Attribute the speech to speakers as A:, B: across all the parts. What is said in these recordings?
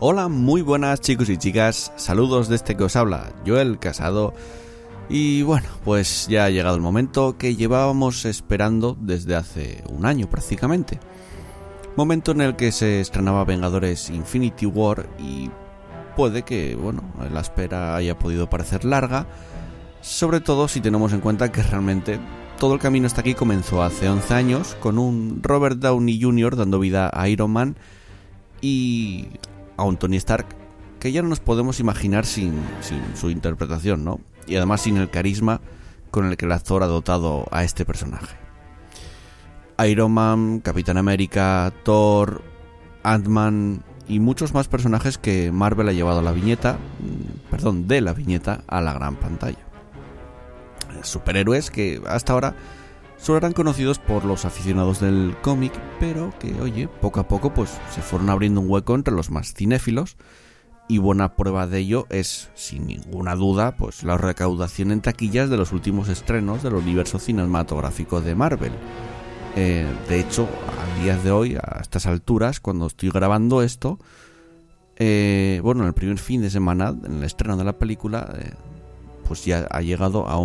A: Hola, muy buenas chicos y chicas, saludos desde que os habla Joel Casado. Y bueno, pues ya ha llegado el momento que llevábamos esperando desde hace un año prácticamente. Momento en el que se estrenaba Vengadores Infinity War y puede que, bueno, la espera haya podido parecer larga, sobre todo si tenemos en cuenta que realmente todo el camino hasta aquí comenzó hace 11 años con un Robert Downey Jr. dando vida a Iron Man y a un Tony Stark que ya no nos podemos imaginar sin, sin su interpretación, ¿no? Y además sin el carisma con el que el actor ha dotado a este personaje. Iron Man, Capitán América, Thor, Ant-Man y muchos más personajes que Marvel ha llevado a la viñeta, perdón, de la viñeta a la gran pantalla superhéroes que hasta ahora solo eran conocidos por los aficionados del cómic, pero que, oye, poco a poco pues se fueron abriendo un hueco entre los más cinéfilos y buena prueba de ello es, sin ninguna duda, pues la recaudación en taquillas de los últimos estrenos del universo cinematográfico de Marvel. Eh, de hecho, a días de hoy, a estas alturas, cuando estoy grabando esto, eh, bueno, en el primer fin de semana, en el estreno de la película, eh, pues ya ha llegado a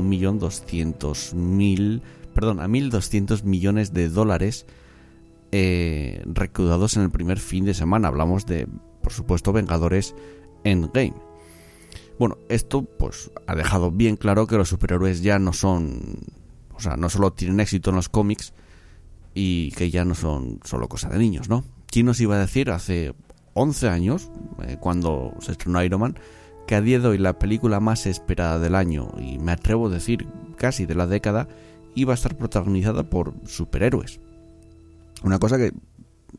A: 1.200.000, perdón, a 1.200 millones de dólares eh, recaudados en el primer fin de semana. Hablamos de, por supuesto, Vengadores Endgame. Bueno, esto pues ha dejado bien claro que los superhéroes ya no son, o sea, no solo tienen éxito en los cómics y que ya no son solo cosa de niños, ¿no? ¿Quién nos iba a decir hace 11 años, eh, cuando se estrenó Iron Man, que a día de hoy la película más esperada del año, y me atrevo a decir casi de la década, iba a estar protagonizada por superhéroes. Una cosa que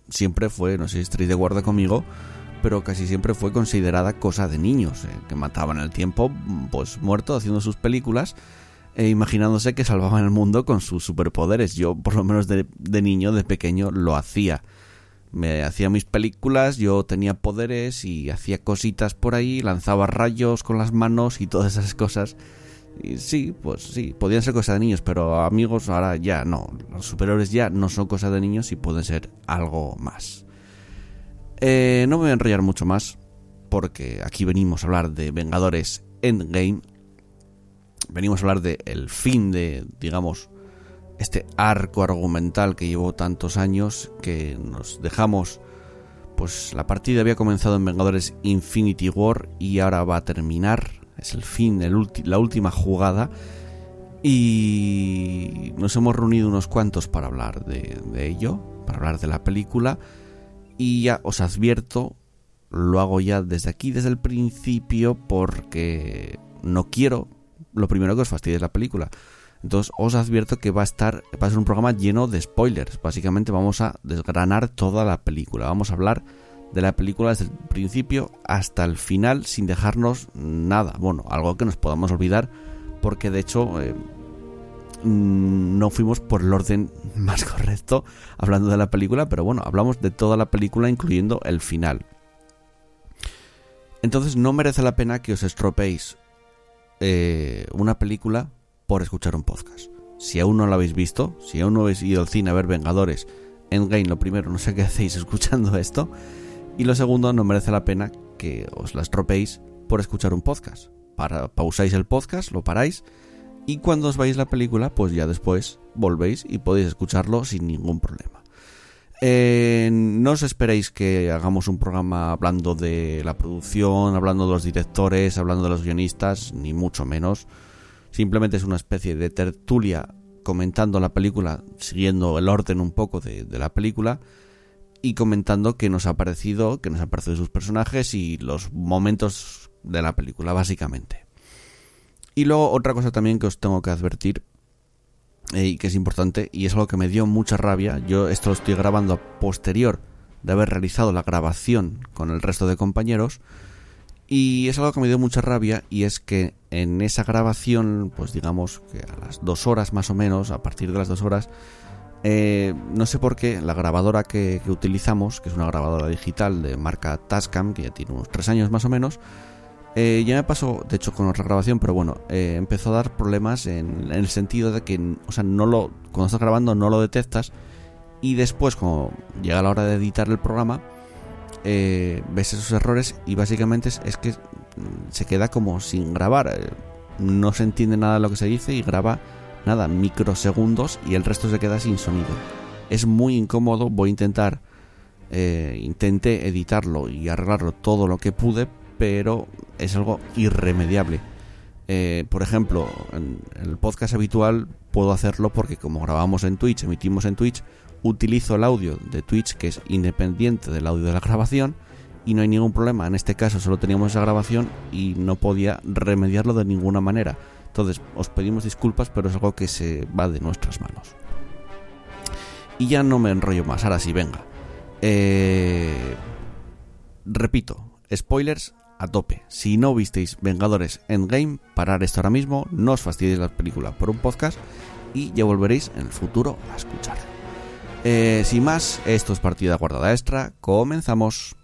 A: siempre fue, no sé si estaréis de guarda conmigo, pero casi siempre fue considerada cosa de niños, eh, que mataban el tiempo, pues muerto, haciendo sus películas, e imaginándose que salvaban el mundo con sus superpoderes. Yo, por lo menos de, de niño, de pequeño, lo hacía me hacía mis películas, yo tenía poderes y hacía cositas por ahí, lanzaba rayos con las manos y todas esas cosas. Y sí, pues sí, podían ser cosas de niños, pero amigos, ahora ya no. Los superiores ya no son cosas de niños y pueden ser algo más. Eh, no me voy a enrollar mucho más, porque aquí venimos a hablar de Vengadores Endgame. Venimos a hablar del el fin de, digamos, este arco argumental que llevó tantos años que nos dejamos pues la partida había comenzado en Vengadores Infinity War y ahora va a terminar es el fin el la última jugada y nos hemos reunido unos cuantos para hablar de, de ello para hablar de la película y ya os advierto lo hago ya desde aquí desde el principio porque no quiero lo primero que os fastidie la película entonces os advierto que va a estar, va a ser un programa lleno de spoilers. Básicamente vamos a desgranar toda la película. Vamos a hablar de la película desde el principio hasta el final sin dejarnos nada. Bueno, algo que nos podamos olvidar porque de hecho eh, mm, no fuimos por el orden más correcto hablando de la película, pero bueno, hablamos de toda la película incluyendo el final. Entonces no merece la pena que os estropeéis eh, una película por escuchar un podcast. Si aún no lo habéis visto, si aún no habéis ido al cine a ver Vengadores, Endgame lo primero, no sé qué hacéis escuchando esto. Y lo segundo, no merece la pena que os la estropeéis por escuchar un podcast. Para, pausáis el podcast, lo paráis y cuando os vais la película, pues ya después volvéis y podéis escucharlo sin ningún problema. Eh, no os esperéis que hagamos un programa hablando de la producción, hablando de los directores, hablando de los guionistas, ni mucho menos simplemente es una especie de tertulia comentando la película, siguiendo el orden un poco de, de, la película y comentando qué nos ha parecido, qué nos ha parecido sus personajes y los momentos de la película, básicamente. Y luego otra cosa también que os tengo que advertir eh, y que es importante y es algo que me dio mucha rabia, yo esto lo estoy grabando a posterior de haber realizado la grabación con el resto de compañeros, y es algo que me dio mucha rabia y es que en esa grabación, pues digamos que a las dos horas más o menos, a partir de las dos horas, eh, no sé por qué la grabadora que, que, utilizamos, que es una grabadora digital de marca Tascam, que ya tiene unos tres años más o menos, eh, ya me pasó, de hecho, con otra grabación, pero bueno, eh, empezó a dar problemas en, en, el sentido de que, o sea, no lo, cuando estás grabando no lo detectas y después, cuando llega la hora de editar el programa, eh, ves esos errores y básicamente es, es que mm, se queda como sin grabar. eh, No se entiende nada de lo que se dice y graba nada, microsegundos y el resto se queda sin sonido. Es muy incómodo, voy a intentar, eh, intenté editarlo y arreglarlo todo lo que pude, pero es algo irremediable. Eh, por ejemplo, en el podcast habitual puedo hacerlo porque como grabamos en Twitch, emitimos en Twitch, utilizo el audio de Twitch que es independiente del audio de la grabación y no hay ningún problema. En este caso solo teníamos esa grabación y no podía remediarlo de ninguna manera. Entonces, os pedimos disculpas, pero es algo que se va de nuestras manos. Y ya no me enrollo más, ahora sí, venga. Eh, repito, spoilers a tope. Si no visteis Vengadores Endgame, parar esto ahora mismo, no os fastidiéis la película por un podcast y ya volveréis en el futuro a escucharlo. Eh, sin más, esto es partida guardada extra, comenzamos.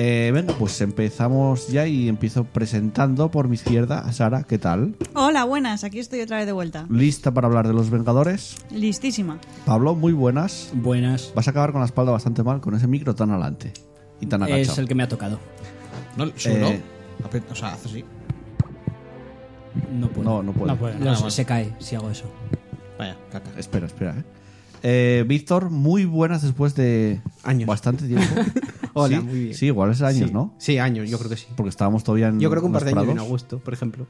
A: Eh, venga, pues empezamos ya y empiezo presentando por mi izquierda a Sara, ¿qué tal?
B: Hola, buenas, aquí estoy otra vez de vuelta.
A: ¿Lista para hablar de los Vengadores?
B: Listísima.
A: Pablo, muy buenas.
C: Buenas.
A: Vas a acabar con la espalda bastante mal con ese micro tan adelante y tan agachado.
C: Es el que me ha tocado.
D: No, su no.
A: Eh,
D: Aprieta- o sea, hace así.
C: No puedo.
A: No, no puedo.
E: No puede.
C: Lo
D: nada
C: sé,
D: más.
C: se cae si hago eso.
D: Vaya, caca.
A: Espera, espera, ¿eh? Eh, Víctor, muy buenas después de
E: Años.
A: bastante tiempo.
E: Hola,
A: Sí,
E: muy bien.
A: Sí, igual es años,
E: Sí.
A: ¿no? Mm,
E: Sí, años, yo creo que sí.
A: Porque estábamos todavía en
E: Yo creo que un
A: los
E: par de años vino a
A: prados.
E: gusto, por ejemplo.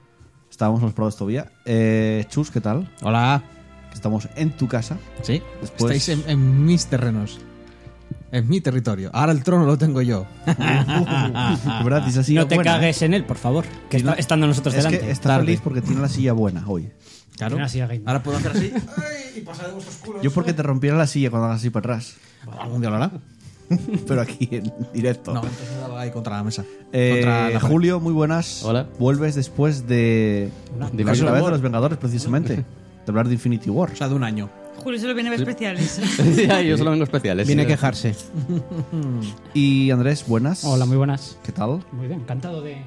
A: Estábamos en los prados todavía. Eh, Chus, ¿qué tal?
D: Hola.
A: Estamos en tu casa.
D: Sí.
A: Después-
D: Estáis en, en mis terrenos. En mi territorio. Ahora el trono lo tengo yo.
A: De verdad, esa silla
C: Ah, no te
A: buena, ¿eh?
C: cagues en él, por favor. Que
A: Si no-
C: está- estando nosotros
A: es
C: delante.
A: que está
C: Tarde.
A: feliz porque tiene la silla buena hoy.
D: Claro.
E: Gracias, Game.
D: Ahora puedo hacer así.
A: Yo porque te rompiera la silla cuando hagas así para atrás.
D: Algún día lo hará.
A: Pero aquí en directo.
D: No, entonces me daba ahí contra la mesa.
A: Eh,
D: contra la Juli.
A: Julio, muy buenas.
F: Hola.
A: Vuelves después de. de la
F: Infinity
A: otra vez de
F: War.
A: los Vengadores, precisamente. De hablar de Infinity War.
D: O sea, de un año.
B: Julio solo viene a ver especiales.
F: Ya, yo solo vengo especiales.
E: Viene a quejarse.
A: Y Andrés, buenas.
G: Hola, muy buenas.
A: ¿Qué tal?
G: Muy bien, encantado de,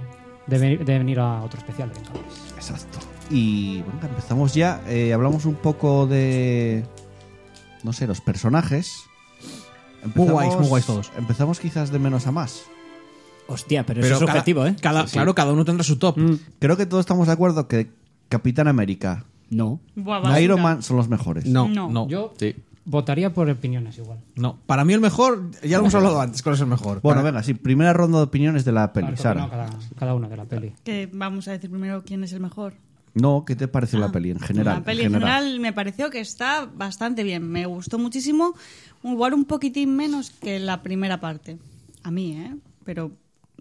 G: de venir, de venir a otro especial de Vengadores.
A: Exacto. Y venga, empezamos ya. Eh, hablamos un poco de. No sé, los personajes.
D: Muy guays,
A: Empezamos-
D: muy guays todos.
A: Empezamos quizás de menos a más.
C: Hostia, pero, eso es
D: cada-
C: objetivo, ¿eh?
D: cada- Claro, cada uno tendrá su top.
A: Creo que todos estamos de acuerdo que Capitán América,
C: No.
B: Buah, basura.
A: Iron Man son los mejores.
D: No,
B: No.
D: no, no,
G: Yo
F: Sí.
G: votaría por opiniones igual.
D: Para mí el mejor, ya lo hemos hablado antes, ¿cuál es el mejor?
A: Bueno,
D: Para-
A: venga, sí, primera ronda de opiniones de la peli,
G: Claro,
A: Sara.
G: no, cada, cada uno de la peli.
B: Que vamos a decir primero quién es el mejor.
A: No, ¿qué te pareció la peli en general?
B: Ah, la peli en general me pareció que está bastante bien. Me gustó muchísimo. Igual un poquitín menos que la primera parte. A mí, ¿eh? Pero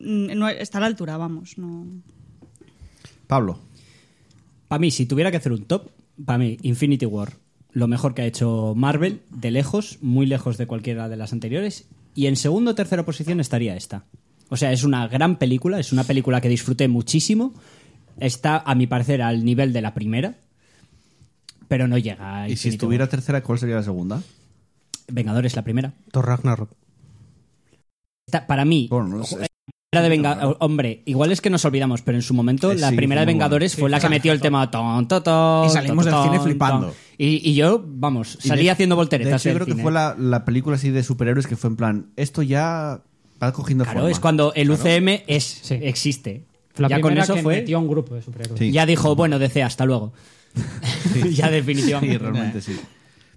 B: mm, no, está a la altura, vamos. No.
A: Pablo,
C: Para mí, si tuviera que hacer un top, para mí, Infinity War. Lo mejor que ha hecho Marvel, de lejos, muy lejos de cualquiera de las anteriores. Y en segundo o tercera posición estaría esta. O sea, es una gran película, es una película que disfruté muchísimo está, a mi parecer, al nivel de la primera, pero no llega a
A: Y si
C: Infinity
A: estuviera
C: War.
A: tercera, ¿cuál sería la segunda?
C: Vengadores la primera.
D: Thor Ragnarok.
C: Está- para mí,
A: Bueno, no sé.
C: este Era de Venga- Hombre, igual es que nos olvidamos, pero en su momento
A: Eh,
C: la
A: sí,
C: primera de
A: fue muy
C: Vengadores
A: buena.
C: fue la que metió el tema ton, ton, ton,
D: Y salimos
C: ton,
D: del
C: ton,
D: cine
C: ton.
D: flipando.
C: Y, y yo,
A: Y
C: vamos,
A: de
C: salí
A: hecho-
C: haciendo
A: De
C: volteretas.
A: hecho, yo
C: del
A: creo que
C: cine.
A: fue la, la película así de superhéroes que fue en plan, esto ya va cogiendo
C: Claro,
A: forma.
C: es cuando el UCM es,
G: Sí.
C: existe.
G: Fue la
C: ya con
G: primera
C: eso
G: que
C: fue.
G: metió a un grupo de superhéroes.
A: Sí.
C: Ya dijo, bueno, DC, hasta luego. ya definitivamente.
A: Sí, realmente sí.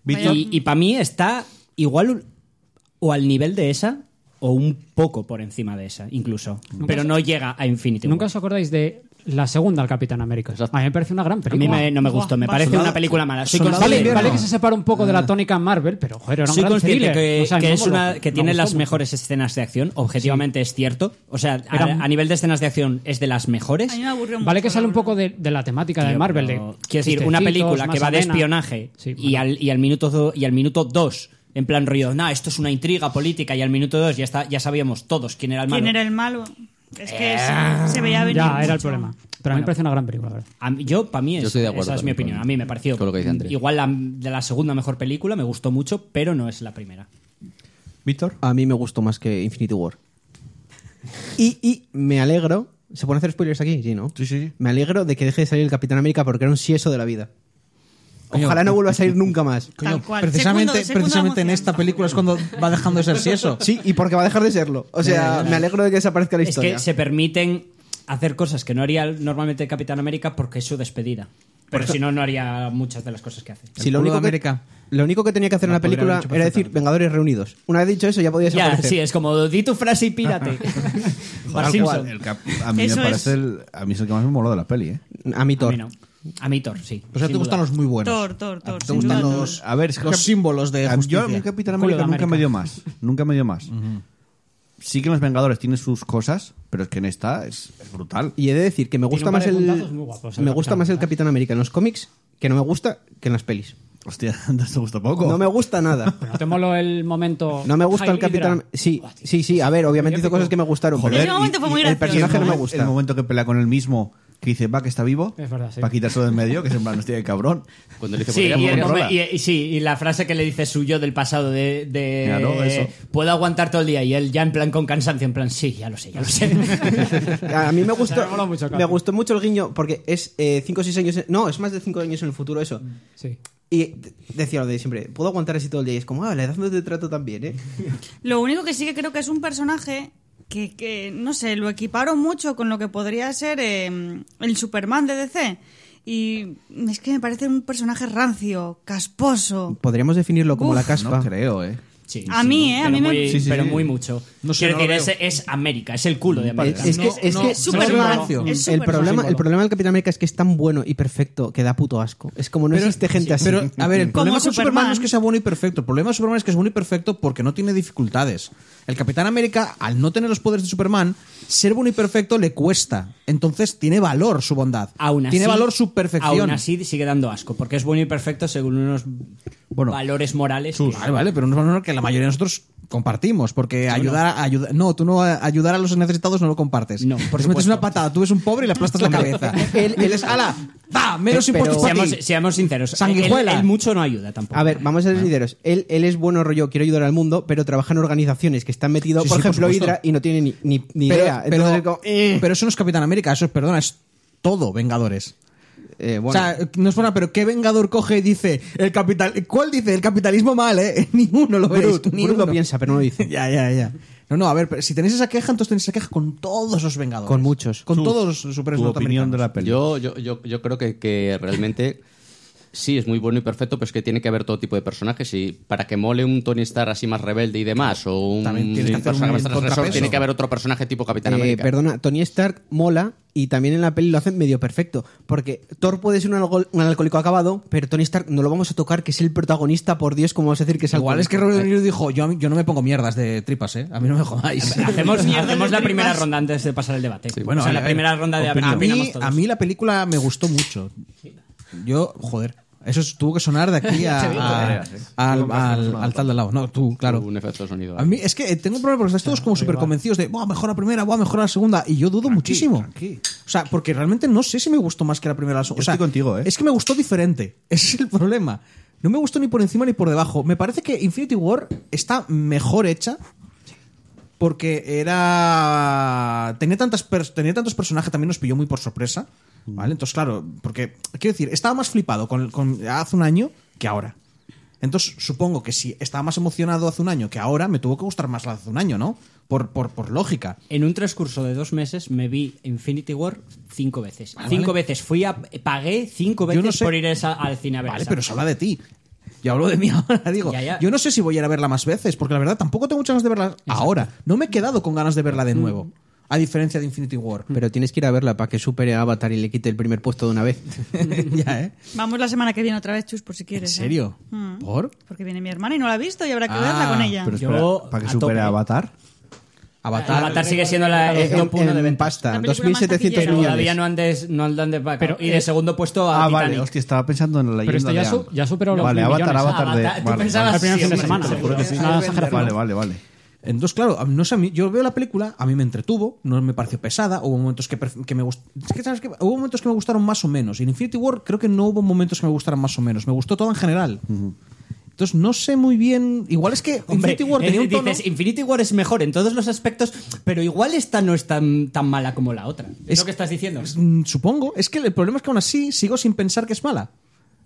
A: Víctor,
C: Y, para mí está igual un- o al nivel de esa o un poco por encima de esa, incluso. Pero no llega a Infinity.
G: ¿Nunca
C: War.
G: os acordáis de la segunda al Capitán América?
H: Exacto.
G: A mí me parece una
C: A
G: gran
C: mí
G: película.
C: me- no me gustó, me
B: Soldado-
C: parece una película mala. Soy
D: Soldado
C: consciente-
G: Vale,
D: Invierno.
G: vale que se separa un poco de la tónica Marvel, pero joder, era un
C: Ah. Soy
G: gran
C: consciente
G: thriller.
C: que,
G: O sea,
C: que
G: no
C: es
G: me lo-
C: una que
G: me
C: tiene
G: gustó
C: las
G: mucho.
C: mejores escenas de acción. Objetivamente es cierto. O sea, a,
G: Era un-
C: a nivel de escenas de acción es de las mejores.
B: A mí me aburrió mucho.
G: Vale que sale
B: la
G: un
B: verdad.
G: poco de, de la temática de
C: Tío,
G: Marvel.
C: pero-
G: de
C: quiero decir, una
G: chistecitos,
C: película que
G: más
C: va de
G: amena.
C: espionaje
G: Sí,
C: y,
G: bueno.
C: al, y al minuto do- y al minuto 2, en plan rollo, nah, esto es una intriga política y al minuto 2 ya está, ya sabíamos todos quién era el malo.
B: ¿Quién era el malo? Es que se- se veía venir.
G: Eh, Ya, era el
B: mucho.
G: problema. Pero a mí me parece una gran película. la verdad.
C: A mí- yo, para mí, es,
H: Yo estoy de acuerdo
C: esa es mi
H: también con-
C: opinión. A mí me pareció
H: con lo que dice Andrés.
C: igual la, de la segunda mejor película, me gustó mucho, pero no es la primera.
A: Víctor,
F: A mí me gustó más que Infinity War. Y, y me alegro. ¿Se pueden hacer spoilers aquí? Sí, ¿no?
A: Sí, sí, sí.
F: Me alegro de que deje de salir el Capitán América porque era un sieso de la vida. Ojalá no vuelva a salir nunca más.
B: Tal cual.
D: Precisamente,
B: Segundo- segundo
D: precisamente en
B: emoción.
D: esta película es cuando va dejando de ser sieso.
F: Sí, y porque va a dejar de serlo. O sea, me alegro de que desaparezca la
C: Es
F: historia.
C: que se permiten hacer cosas que no haría normalmente el Capitán América porque es su despedida. Pero si no, no haría muchas de las cosas que hace.
F: Sí,
D: El culo
F: lo, único
D: de
F: que,
D: América.
F: lo único que tenía que hacer en
D: Lo
F: la
D: podría haber
F: película
D: hecho
F: era decir
D: perfectamente.
F: Vengadores Reunidos. Una vez dicho eso, ya podía
C: Ya,
F: desaparecer.
C: sí, es como di tu frase y pírate. Bart Simpson.
A: El cap- a mí
B: Eso
A: me
B: es.
A: parece el, a mí es el que más me moló de la peli, ¿eh?
F: A mí
C: A
F: Thor. Pues
C: mí no. A mí Thor, sí.
D: O sea,
C: sin
D: te gustan
C: duda.
D: los muy buenos.
B: Tor, Tor, Tor.
D: ¿Te
B: sin
D: gustan
B: duda,
D: los-
B: Thor.
A: A ver, es que
D: Los símbolos de
A: a- Yo a mí
D: justicia.
A: Capitán
G: Culo de
A: América nunca
G: América.
A: me dio más. Nunca me dio más. Sí que en Los Vengadores tiene sus cosas, pero es que en esta es, es brutal.
F: Y he de decir que me
G: Tiene
F: gusta
G: un
F: más
G: par de
F: el.
G: puntazos muy guapos, el
F: me gusta
G: Capitán
F: más el
G: América.
F: Capitán América en los cómics que no me gusta que en las pelis.
A: Hostia, ¿no te gusta poco?
F: No me gusta nada.
G: ¿No te moló el momento.
F: No me gusta
G: Heil
F: el Capitán.
G: Hydra?
F: Sí, sí, sí. A ver, obviamente hizo cosas que me gustaron.
A: Joder,
F: pero
A: Ese
B: momento fue muy
F: El
B: gracioso.
F: personaje no me
A: El
F: gusta.
A: momento que pelea con el mismo, que dice, va, que está vivo,
G: Es verdad, sí.
A: para quitárselo de en medio, que es en plan, hostia, qué cabrón.
H: Cuando le dice,
C: Sí,
H: "Podría
C: y, el
H: morir".
C: momen- y- y sí, y la frase que le dice suyo del pasado de, de-
A: Claro, eso.
C: puedo aguantar todo el día y él ya en plan con cansancio, en plan sí, ya lo sé, ya lo sé.
F: A mí me
G: Se
F: gustó,
G: me mola mucho, claro.
F: me gustó mucho el guiño porque es 5 o 6 años. en- No, es más de 5 años en el futuro eso.
G: Sí.
F: Y de- decía lo de siempre, puedo aguantar así todo el día. Y es como, ah, la edad no te trato tan bien, ¿eh?
B: Lo único que sí que creo que es un personaje que, que, no sé, lo equiparon mucho con lo que podría ser eh, el Superman de DC. Y es que me parece un personaje rancio, casposo.
F: Podríamos definirlo como
B: Uf,
F: la caspa.
A: No creo, ¿eh.
C: Sí,
B: A mí, ¿eh? A
C: pero
B: mí me-
C: muy-
A: Sí, sí,
C: pero
A: sí.
C: muy mucho.
D: No sé,
C: Quiero
D: no lo
C: decir, es, es América, es el culo de América.
F: Es, es que,
D: No,
F: es
D: no,
F: que
D: es
B: Superman,
F: el,
B: es Superman.
F: problema, el
B: Símbolo.
F: problema del Capitán América es que es tan bueno y perfecto que da puto asco. Es como no existe gente así.
D: Pero, a ver, el
B: Como
D: problema con Superman.
B: Superman.
D: no es que sea bueno y perfecto. El problema de Superman es que es bueno y perfecto porque no tiene dificultades. El Capitán América, al no tener los poderes de Superman, ser bueno y perfecto le cuesta. Entonces tiene valor su bondad.
C: Aún así,
D: tiene valor su perfección.
C: Aún así sigue dando asco, porque es bueno y perfecto según unos
A: Bueno,
C: valores morales. que-
D: Vale, vale, pero no es valor que la mayoría de nosotros compartimos, porque ayudar a ayuda- no, tú no a- ayudar a los necesitados no lo compartes.
C: No, por
D: Porque metes
C: supuesto.
D: una patada, tú ves un pobre y le aplastas la cabeza. Él, él es ala, da, menos
F: Pero-
D: impuestos para
C: Seamos,
D: ti.
C: seamos sinceros,
D: Sanguijuela.
C: Él, él mucho no ayuda tampoco.
F: A ver, vamos a ser sinceros. Él, él es bueno rollo, quiero ayudar al mundo, pero trabaja en organizaciones que están metido,
D: Sí,
F: por
D: sí, por
F: ejemplo,
D: supuesto.
F: Hydra, y no tiene ni, ni- ni
D: Pero,
F: idea.
D: pero-
F: Entonces, como, eh.
D: pero eso no es Capitán América, eso es, perdona, es todo Vengadores.
F: Eh, bueno.
D: O sea, no es buena, pero ¿qué Vengador coge y dice el capital? ¿Cuál dice el capitalismo mal, eh? Ninguno lo veis,
F: Brut,
D: ninguno
F: Brut lo piensa, pero no lo dice.
D: Ya, ya, ya. No, no, a ver, pero si tenéis esa queja, entonces tenéis esa queja con todos los Vengadores.
F: Con muchos.
D: Con
A: tu-
D: todos los superhéroes
A: tu opinión de
D: norteamericanos.
A: la peli.
H: Yo, yo, yo, yo creo que, que realmente sí es muy bueno y perfecto, pero es que tiene que haber todo tipo de personajes. Y para que mole un Tony Stark así más rebelde y demás, o un
D: También tienes que hacer
H: personaje
D: un
H: más transgresor,
D: contrapeso.
H: tiene que haber otro personaje tipo Capitán
F: Eh,
H: América.
F: perdona, Tony Stark mola y también en la peli lo hacen medio perfecto. Porque Thor puede ser un, algo- un alcohólico acabado, pero Tony Stark no lo vamos a tocar, que es el protagonista, por Dios, ¿cómo vamos a decir que es
D: Igual es que
F: alcohólico?
D: Robert De Niro dijo, yo, a mí- yo no me pongo mierdas de tripas, ¿eh? A mí no me jodáis.
C: Hacemos,
B: Mierda de
C: hacemos la
B: tripas.
C: primera ronda antes de pasar el debate.
A: eh,
D: Bueno,
C: o sea,
D: a
C: la
D: ver,
C: primera ronda de
D: a
C: opinamos
D: mí,
C: todos.
D: a mí la película me gustó mucho. Yo, joder, Eso es- tuvo que sonar de aquí a- a- al, al- al tal de al lado. No, tú, claro.
H: Un efecto de sonido.
D: A mí es que eh, tengo un problema porque estáis todos como súper convencidos de, voy a mejorar la primera, voy a mejorar la segunda. Y yo dudo muchísimo. O sea, porque realmente no sé si me gustó más que la primera o la segunda. O sea,
A: estoy contigo, ¿eh?
D: Es que me gustó diferente. Ese es el problema. No me gustó ni por encima ni por debajo. Me parece que Infinity War está mejor hecha porque era tenía tantas pers- tenía tantos personajes también nos pilló muy por sorpresa vale entonces claro porque quiero decir estaba más flipado con, con- hace un año que ahora entonces supongo que si estaba más emocionado hace un año que ahora me tuvo que gustar más la de hace un año no por por, por lógica
C: En un transcurso de dos meses me vi Infinity War cinco veces.
D: Vale,
C: cinco
D: vale.
C: veces. Fui a, pagué cinco
D: Yo no
C: veces
D: sé-
C: por ir a esa- al cine a ver
D: vale
C: esa.
D: pero se habla de ti yo hablo de mí ahora, digo.
C: Ya, ya.
D: Yo no sé si voy a ir a verla más veces, porque la verdad tampoco tengo muchas ganas de verla ahora. No me he quedado con ganas de verla
C: Mm.
D: de nuevo, a diferencia de Infinity War.
G: Mm.
F: Pero tienes que ir a verla para que supere a Avatar y le quite el primer puesto de una vez.
D: ya, ¿eh?
B: Vamos la semana que viene otra vez, Chus, por si
D: ¿En
B: quieres. ¿eh?
D: serio?
B: Mm.
F: Oh. Eh,
D: ¿Por?
B: Porque viene mi hermana y no la ha visto y habrá que
D: Ah,
B: verla con ella.
A: Pero
C: Yo,
A: espera, para
C: a
A: que supere
C: tope.
A: a Avatar.
D: Avatar.
C: Avatar sigue siendo la, el top uno de
F: en
C: ventas.
F: pasta,
B: La película más
F: 2.700
B: taquillera.
F: millones.
C: Todavía no andes, no andes
G: Pero,
C: y de
G: eh,
C: segundo puesto a
A: Ah,
C: Titanic.
A: vale, hostia, estaba pensando en la leyenda
G: Pero esto ya
A: de
G: su-
A: Aang.
G: ya superó los
A: Vale,
G: mil
A: Avatar,
G: millones. Ah,
A: Avatar de...
C: Avatar, Ah, tú
A: vale,
C: pensabas-
G: Al primer
C: Sí,
G: fin de
C: sí,
G: semana.
C: sí, seguro que sí.
G: Es una exageración.
A: Vale, vale, vale.
D: Entonces, claro, a- no sé, a mí- yo veo la película, a mí me entretuvo, no me pareció pesada, hubo momentos que, pref- que me gustaron. Hubo momentos que me gustaron más o menos. Y en Infinity War creo que no hubo momentos que me gustaran más o menos. Me gustó todo en general. Entonces, no sé muy bien. Igual es que
C: Hombre,
D: Infinity War
C: eh,
D: tenía un tono.
C: dices, Infinity War es mejor en todos los aspectos, pero igual esta no es tan, tan mala como la otra. Es,
D: Es-
C: lo que estás diciendo.
D: Mm, Supongo. Es que el problema es que aún así sigo sin pensar que es mala.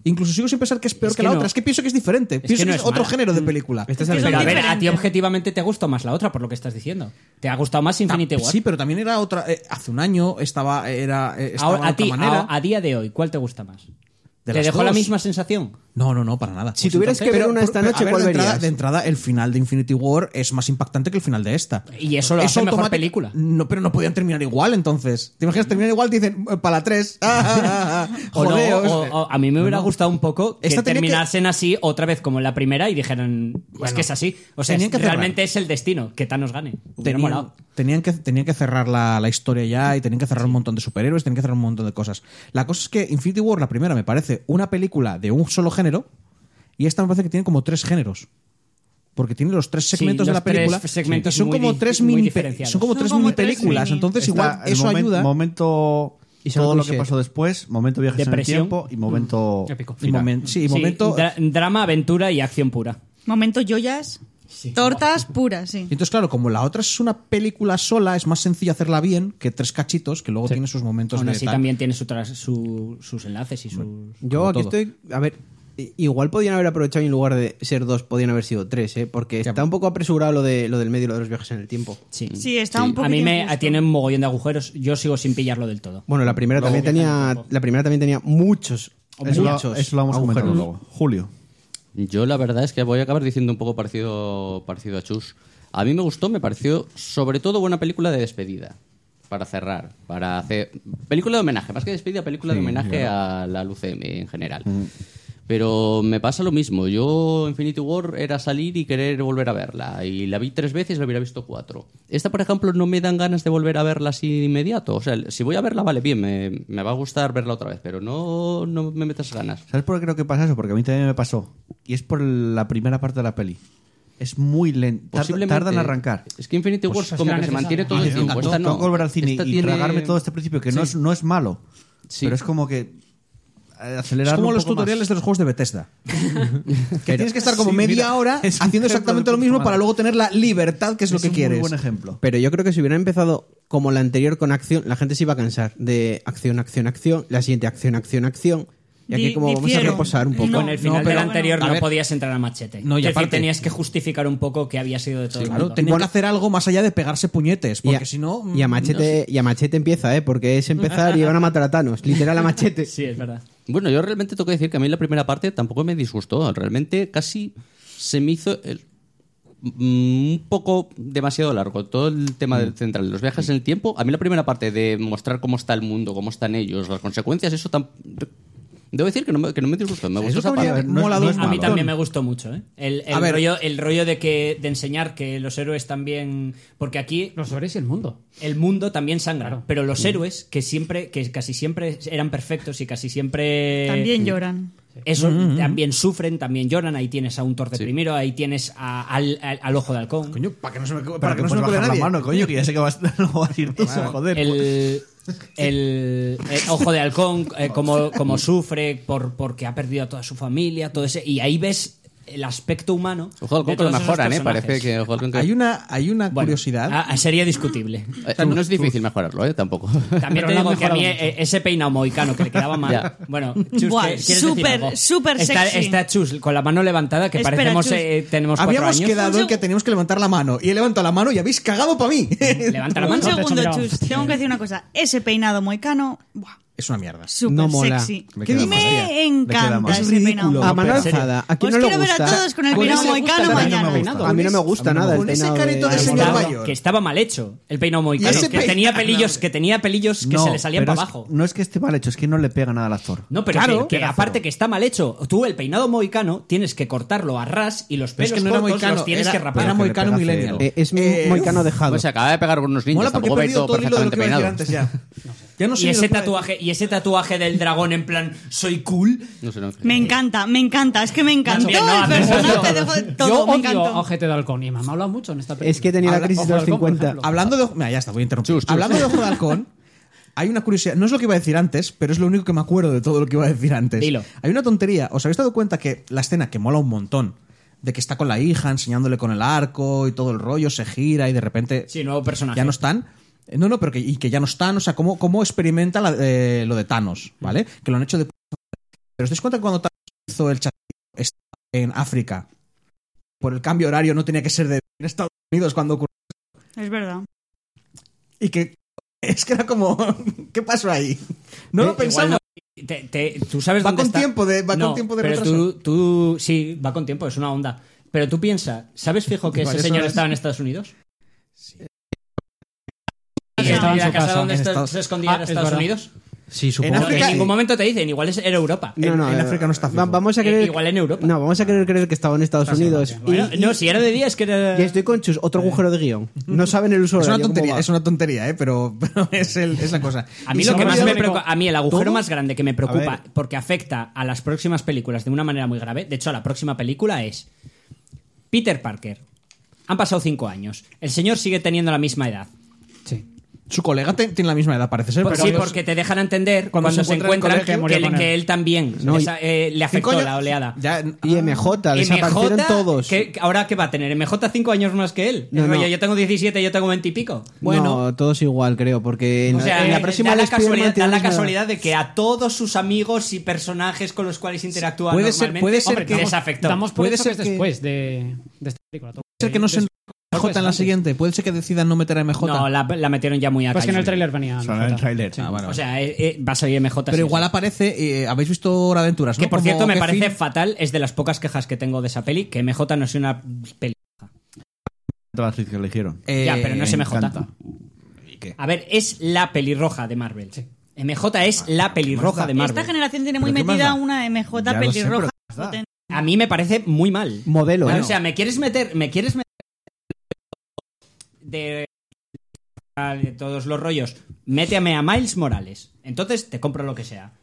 D: Incluso sigo sin pensar que es peor
C: Es
D: que,
C: que
D: la
C: no.
D: otra. Es que pienso que es diferente. pienso
C: que no
D: que
C: es
D: es, otro
C: mala. Mm.
D: género de película.
B: es que son
C: pero a ver, a ti
B: diferentes.
C: objetivamente te gustó más la otra, por lo que estás diciendo. Te ha gustado más Infinity
D: Ta-
C: War.
D: Sí, pero también era otra. eh, hace un año estaba. Era, eh, estaba
C: Ahora,
D: de
C: a
D: otra
C: ti,
D: manera.
C: a, a día de hoy, ¿cuál te gusta más?
D: De
C: ¿Te
D: las
C: dejó la
D: dos.
C: misma sensación?
D: No, no, no, para nada.
F: Si tuvieras que ver una esta
D: a
F: noche,
D: ver,
F: ¿cuál
D: de entrada,
F: verías?
D: de entrada, el final de Infinity War es más impactante que el final de esta.
C: Y eso lo hace mejor
D: automático-
C: película.
D: No, pero no podían terminar igual, entonces. ¿Te imaginas terminar igual? Te dicen, "Eh, para la 3.
C: O no, o- o a mí me hubiera gustado un poco que
D: Esta tenía que-
C: terminasen así otra vez como en la primera y dijeran, es
D: Bueno,
C: que es así. O sea,
D: tenían que cerrar.
C: realmente es el destino, que Thanos gane. Hubiera
D: Tenían,
C: molado.
D: tenían que, tenían que cerrar la, la historia ya y tenían que cerrar un montón de superhéroes, tenían que cerrar un montón de cosas. La cosa es que Infinity War, la primera, me parece una película de un solo género y esta me parece que tiene como tres géneros. Porque tiene los tres
C: Sí,
D: segmentos de
C: los
D: la película.
C: tres segmentos
D: y son,
C: muy
D: como
C: di-
D: tres
C: muy
D: mini,
C: diferenciados.
D: son como
B: Son
D: tres
B: como
D: mini
B: tres
D: películas.
B: mini.
D: Entonces, igual
A: Está el
D: eso
A: momen-
D: ayuda.
A: Momento...
F: Y se
A: todo lo
F: reconoce.
A: que pasó después, momento viajes en
C: Depresión.
A: el tiempo y momento...
G: Épico.
D: Y
A: final.
D: momen- sí, y
C: Sí,
D: momento.
C: dra- drama, aventura y acción pura.
B: Momento yoyas, tortas puras, sí.
D: Y entonces, claro, como la otra es una película sola, es más sencillo hacerla bien que tres cachitos que luego tiene sus momentos
C: Aún
D: de
C: así
D: tal.
C: también tiene su tras- su- sus enlaces y sus...
F: Yo
D: Como
F: aquí
D: todo.
F: estoy. A ver, i- igual podían haber aprovechado y en lugar de ser dos, podían haber sido tres, ¿eh? Porque está un poco apresurado lo, de, lo del medio y lo de los viajes en el tiempo.
C: Sí.
B: Sí, está un poco.
C: A mí me tiene un mogollón de agujeros. Yo sigo sin pillarlo del todo.
F: Bueno, la primera también tenía. La primera también tenía muchos.
A: Eso lo,
F: muchos
A: eso lo vamos a comentar
F: agujeros.
A: luego. Julio.
H: Yo la verdad es que voy a acabar diciendo un poco parecido, parecido a Chus. A mí me gustó, me pareció sobre todo buena película de despedida. Para cerrar, para hacer. Película de homenaje, más que despedida, película de homenaje a la UCM en general. Pero me pasa lo mismo. Yo, Infinity War, era salir y querer volver a verla. Y la vi tres veces, la hubiera visto cuatro. Esta, por ejemplo, no me dan ganas de volver a verla así de inmediato. O sea, si voy a verla, vale, bien, me, me va a gustar verla otra vez, pero no, no me metas ganas.
A: ¿Sabes por qué creo que pasa eso? Porque a mí también me pasó. Y es por la primera parte de la peli. Es muy lento. Tarda,
H: Posiblemente.
A: tarda en arrancar. Pues
H: Es que Infinity War como que se mantiene todo el tiempo. Esta
A: Tengo
H: no.
A: que volver al cine
H: Esta
A: y
H: tiene-
A: tragarme todo este principio, que no, es, no es malo.
H: Sí.
A: Pero es como que eh, acelerar
D: Es como los tutoriales de los juegos de Bethesda. que tienes que estar como
A: Sí,
D: media
A: mira,
D: hora
A: es un
D: haciendo
A: ejemplo
D: exactamente
A: de
D: lo
A: puta
D: mismo
A: madre.
D: para luego tener la libertad que es, lo que quieres.
A: un muy buen ejemplo.
F: Pero yo creo que si hubiera empezado como la anterior con acción, la gente se iba a cansar de acción, acción, acción, la siguiente acción, acción, acción. Y aquí
B: Di-
F: como vamos a
B: difiero.
F: reposar un poco.
B: No,
C: Con el final
B: no, pero-
C: del anterior
D: a
C: no
D: ver.
C: podías entrar a machete.
D: No, y
C: Es decir,
D: aparte-
C: tenías que justificar un poco que había sido de todo
D: Sí,
C: el
D: claro,
C: mundo.
D: tenían que hacer algo más allá de pegarse puñetes,
F: Y
D: porque
F: a-
D: si no. mm,
F: y a machete y a machete empieza, ¿eh? Porque es empezar y van a matar a Thanos, literal a machete.
C: Sí, es verdad.
H: Bueno, yo realmente tengo que decir que a mí la primera parte tampoco me disgustó. Realmente casi se me hizo el- mm, un poco demasiado largo. Todo el tema
A: Mm.
H: del central, los viajes en el tiempo. A mí la primera parte de mostrar cómo está el mundo, cómo están ellos, las consecuencias, eso tam- Debo decir que no me, que no me disgustó. Me
D: Eso
H: gustó esa
D: cabría
H: parte.
A: no es-
D: molado
A: no es
D: un
C: A mí
A: malo.
D: montón.
C: también me gustó mucho, ¿eh? El, el
D: A ver.
C: rollo, el rollo de que de enseñar que los héroes también. Porque aquí
G: Los héroes y el mundo.
C: el mundo también sangra. Pero los héroes, que siempre, que casi siempre eran perfectos y casi siempre.
B: También lloran.
C: Eso también sufren, también lloran. Ahí tienes a un Thor de primero, ahí tienes a- al, al- al ojo de halcón.
D: Coño, para que no se me, para
A: Para
D: que no se me cuele
A: bajar
D: nadie.
A: la mano, coño, que ya sé que vas, no vas a ir tú, joder.
C: el, el- el ojo de halcón, eh, como, como sufre por, porque ha perdido a toda su familia, todo ese. Y ahí ves el aspecto humano.
H: Ojo al
C: de
H: Conco lo
C: todos esos
H: mejoran, ¿eh?
C: personajes.
H: Parece que ojo al Conco-
D: Hay una, hay una
C: Bueno,
D: curiosidad.
C: a- a- sería discutible.
H: Eh, no es difícil mejorarlo, ¿eh? Tampoco.
C: También
G: Pero
C: te
G: lo han
C: digo que a mí
G: mejorado
C: eh, ese peinado mohicano que le quedaba mal.
H: Ya.
C: Bueno, Chus,
B: Buah,
C: ¿qué- ¿quieres
B: súper,
C: decir algo?
B: súper
C: está,
B: sexy.
C: Está Chus con la mano levantada, que
B: Espera,
C: parecemos
B: Chus.
C: eh, tenemos cuatro
D: Habíamos
C: años.
D: quedado en que teníamos que levantar la mano. Y he levantado la mano y habéis cagado para mí.
C: Levanta la
B: Un
C: mano.
G: Nosotros
B: segundo,
G: miramos.
B: Chus. Tengo que decir una cosa. Ese peinado moicano, buah,
D: es una mierda.
B: súper
F: No mola.
B: sexy.
A: Me
B: Me,
A: queda más allá. Me queda
B: encanta
A: más.
D: Es
B: ese peinado.
D: ridículo.
F: A mano
D: Pero-
F: alzada. ¿A quién
B: Os
F: no le
B: quiero ver a
F: gusta?
B: todos con el
D: Con
B: peinado
D: ese gusta,
B: moicano
D: pero a mí no
B: mañana.
D: me gusta.
F: A mí no me gusta
A: A mí no me
F: nada el
D: Con ese
F: peinado de-
D: careto de
C: Que
D: señor
C: estaba-
D: mayor.
C: que estaba mal hecho el peinado
D: Y
C: moicano
D: ese
C: que tenía
D: peinado.
C: pelillos que tenía pelillos que se le salían
A: pero
C: para
A: es-
C: abajo
A: No es que esté mal hecho, es que no le pega nada al actor.
C: No, pero
D: Claro.
C: que, que
D: Era
C: aparte que está mal hecho. Tú el peinado mohicano tienes que cortarlo a ras y los
D: Pero
C: pelos cortos los tienes
D: era,
C: que rapar.
D: era
A: Que le
D: moicano
A: pega
D: millennial.
A: cero.
F: Eh,
D: Eh,
F: es muy moicano
D: uf,
F: dejado.
H: Pues se acaba de pegar con unos ninjas,
D: Mola porque he
H: tampoco va a ir
D: perdido
H: todo
D: todo el hilo de lo
H: perfectamente
D: que iba a decir
H: peinado.
D: antes ya. Ya no
C: y
D: sé ni lo
C: ese
D: que iba a
C: tatuaje y ese tatuaje del dragón en plan soy cool.
H: No sé, no.
B: Me encanta, me encanta. Es que me encantó
C: También, no,
B: el
C: no,
B: personaje
C: no.
B: de jo- todo.
G: Yo
B: me
G: odio a
B: encantó.
G: Ojete de Halcón y me han hablado mucho en esta película.
F: Es que tenía la
G: Habla-
F: crisis
G: Ojo
F: de los
G: Halcón, por
F: 50.
G: ejemplo.
D: Hablando de. Mira, ya está, voy a interrumpir.
H: Chus, chus.
D: Hablando de Ojo de Halcón, hay una curiosidad. No es lo que iba a decir antes, pero es lo único que me acuerdo de todo lo que iba a decir antes.
C: Dilo.
D: Hay una tontería. ¿Os habéis dado cuenta que la escena que mola un montón, de que está con la hija enseñándole con el arco y todo el rollo, se gira y de repente.
C: Sí, nuevo personaje.
D: Ya no están. Eh, No, no, pero que, y que ya no están. O sea, cómo, cómo experimenta la- eh, lo de Thanos, ¿vale? Que lo han hecho de. Pero os dais cuenta que cuando Thanos hizo el chat este en África, por el cambio horario, no tenía que ser de en Estados Unidos cuando ocurrió.
B: Es verdad.
D: Y que es que era como, ¿qué pasó ahí? No
C: Eh,
D: lo
C: igual
D: pensamos.
C: no. Te- te- tú sabes
D: Va
C: dónde
D: con
C: está.
D: tiempo de- va con
C: No,
D: tiempo de
C: pero
D: retraso.
C: tú, tú- sí, va con tiempo, es una onda. Pero tú piensas, ¿sabes fijo que ese
D: Varias
C: señor
D: horas.
C: estaba en Estados Unidos?
G: Y
C: ¿Y
G: estaba en
C: la
G: su
C: casa
G: casa,
C: donde
G: en
C: está-
G: Estados-
C: se escondía
G: Ah,
C: en
G: es
C: Estados
G: verdad.
C: Unidos?
F: Sí,
D: supongo
C: No,
D: África
C: en
D: y-
C: ningún momento te dicen, igual es- era Europa.
D: en- en África no está
F: va-
D: fijo.
F: Vamos a
C: Eh,
F: creer,
C: igual en Europa.
F: No, vamos a querer creer que estaba en Estados Unidos. Y,
C: Bueno, no, si era de día es que era...
F: y estoy con Chus, otro agujero de guión. No saben el uso
D: Es una
F: horario, cómo
D: tontería,
F: va.
D: es una tontería, ¿eh? pero, pero es, el- es la cosa.
C: A mí
D: Y
C: lo
D: se
C: que
D: me ha
C: más me
D: olvidado-
C: preocupa, a mí el agujero
D: ¿Todo?
C: más grande que me
A: A
C: preocupa,
A: ver.
C: porque afecta a las próximas películas de una manera muy grave, de hecho a la próxima película es Peter Parker. Han pasado cinco años. El señor sigue teniendo la misma edad.
G: Sí.
D: Su colega te- tiene la misma edad, parece ser,
C: Por-
D: pero
C: Pues sí, porque te dejan entender cuando, se encuentran,
D: en el colegio,
C: que,
G: murió
C: le-
G: con él.
C: que él también
F: No,
C: esa- eh, le
D: Cinco
C: afectó
D: años-
C: la oleada.
D: Ya,
F: Y MJ,
C: ah,
F: desaparecieron
C: MJ,
F: todos.
C: ¿qué- ahora qué va a tener? ¿MJ cinco años más que él?
F: No,
C: El rollo,
F: no.
C: Yo tengo 17, yo tengo 20 y pico.
F: Bueno, todos igual, creo, porque en,
C: O
F: la-
C: sea,
F: en la
C: eh,
F: próxima
C: da la,
F: de Spider-Man
C: casualidad, da
F: tienen
C: la
F: una-
C: casualidad de que a todos sus amigos y personajes con los cuales interactúa
D: Puede ser-
C: normalmente,
D: puede ser
C: hombre,
D: que-
C: les afectó.
G: Damos por
D: Puede
G: hecho que
D: ser
G: es
D: que-
G: después de, de esta película. Puede
D: puede ser que no se MJ en la siguiente. Puede ser que decidan no meter a MJ.
C: No, la, la metieron ya muy a
G: Pues que en
C: caña.
G: el tráiler venía.
A: Solo en el tráiler.
G: Sí.
A: Ah, bueno.
C: O sea, eh, eh, va a salir MJ. sí,
D: pero igual
C: sí.
D: aparece. eh, Habéis visto Hora de Aventuras, ¿no?
C: Que por
D: Como
C: cierto me
D: que
C: parece
D: Finn-
C: fatal, es de las pocas quejas que tengo de esa peli, que MJ no es una peli.
A: Todas las que eligieron.
D: eh,
C: ya, pero no es
A: me
C: MJ.
A: encanta.
C: A ver, es la pelirroja de Marvel. MJ es la pelirroja de
B: Esta
C: Marvel.
B: generación tiene muy
A: ¿Pero qué más
B: metida
A: da?
B: una MJ
A: Ya lo sé,
B: pelirroja.
A: pero ¿qué más da?
B: potente.
C: A mí me parece muy mal.
F: Modelo,
C: Claro,
F: ¿eh?
C: O sea, me quieres meter, me quieres meter de, de todos los rollos. Méteme a Miles Morales. Entonces te compro lo que sea.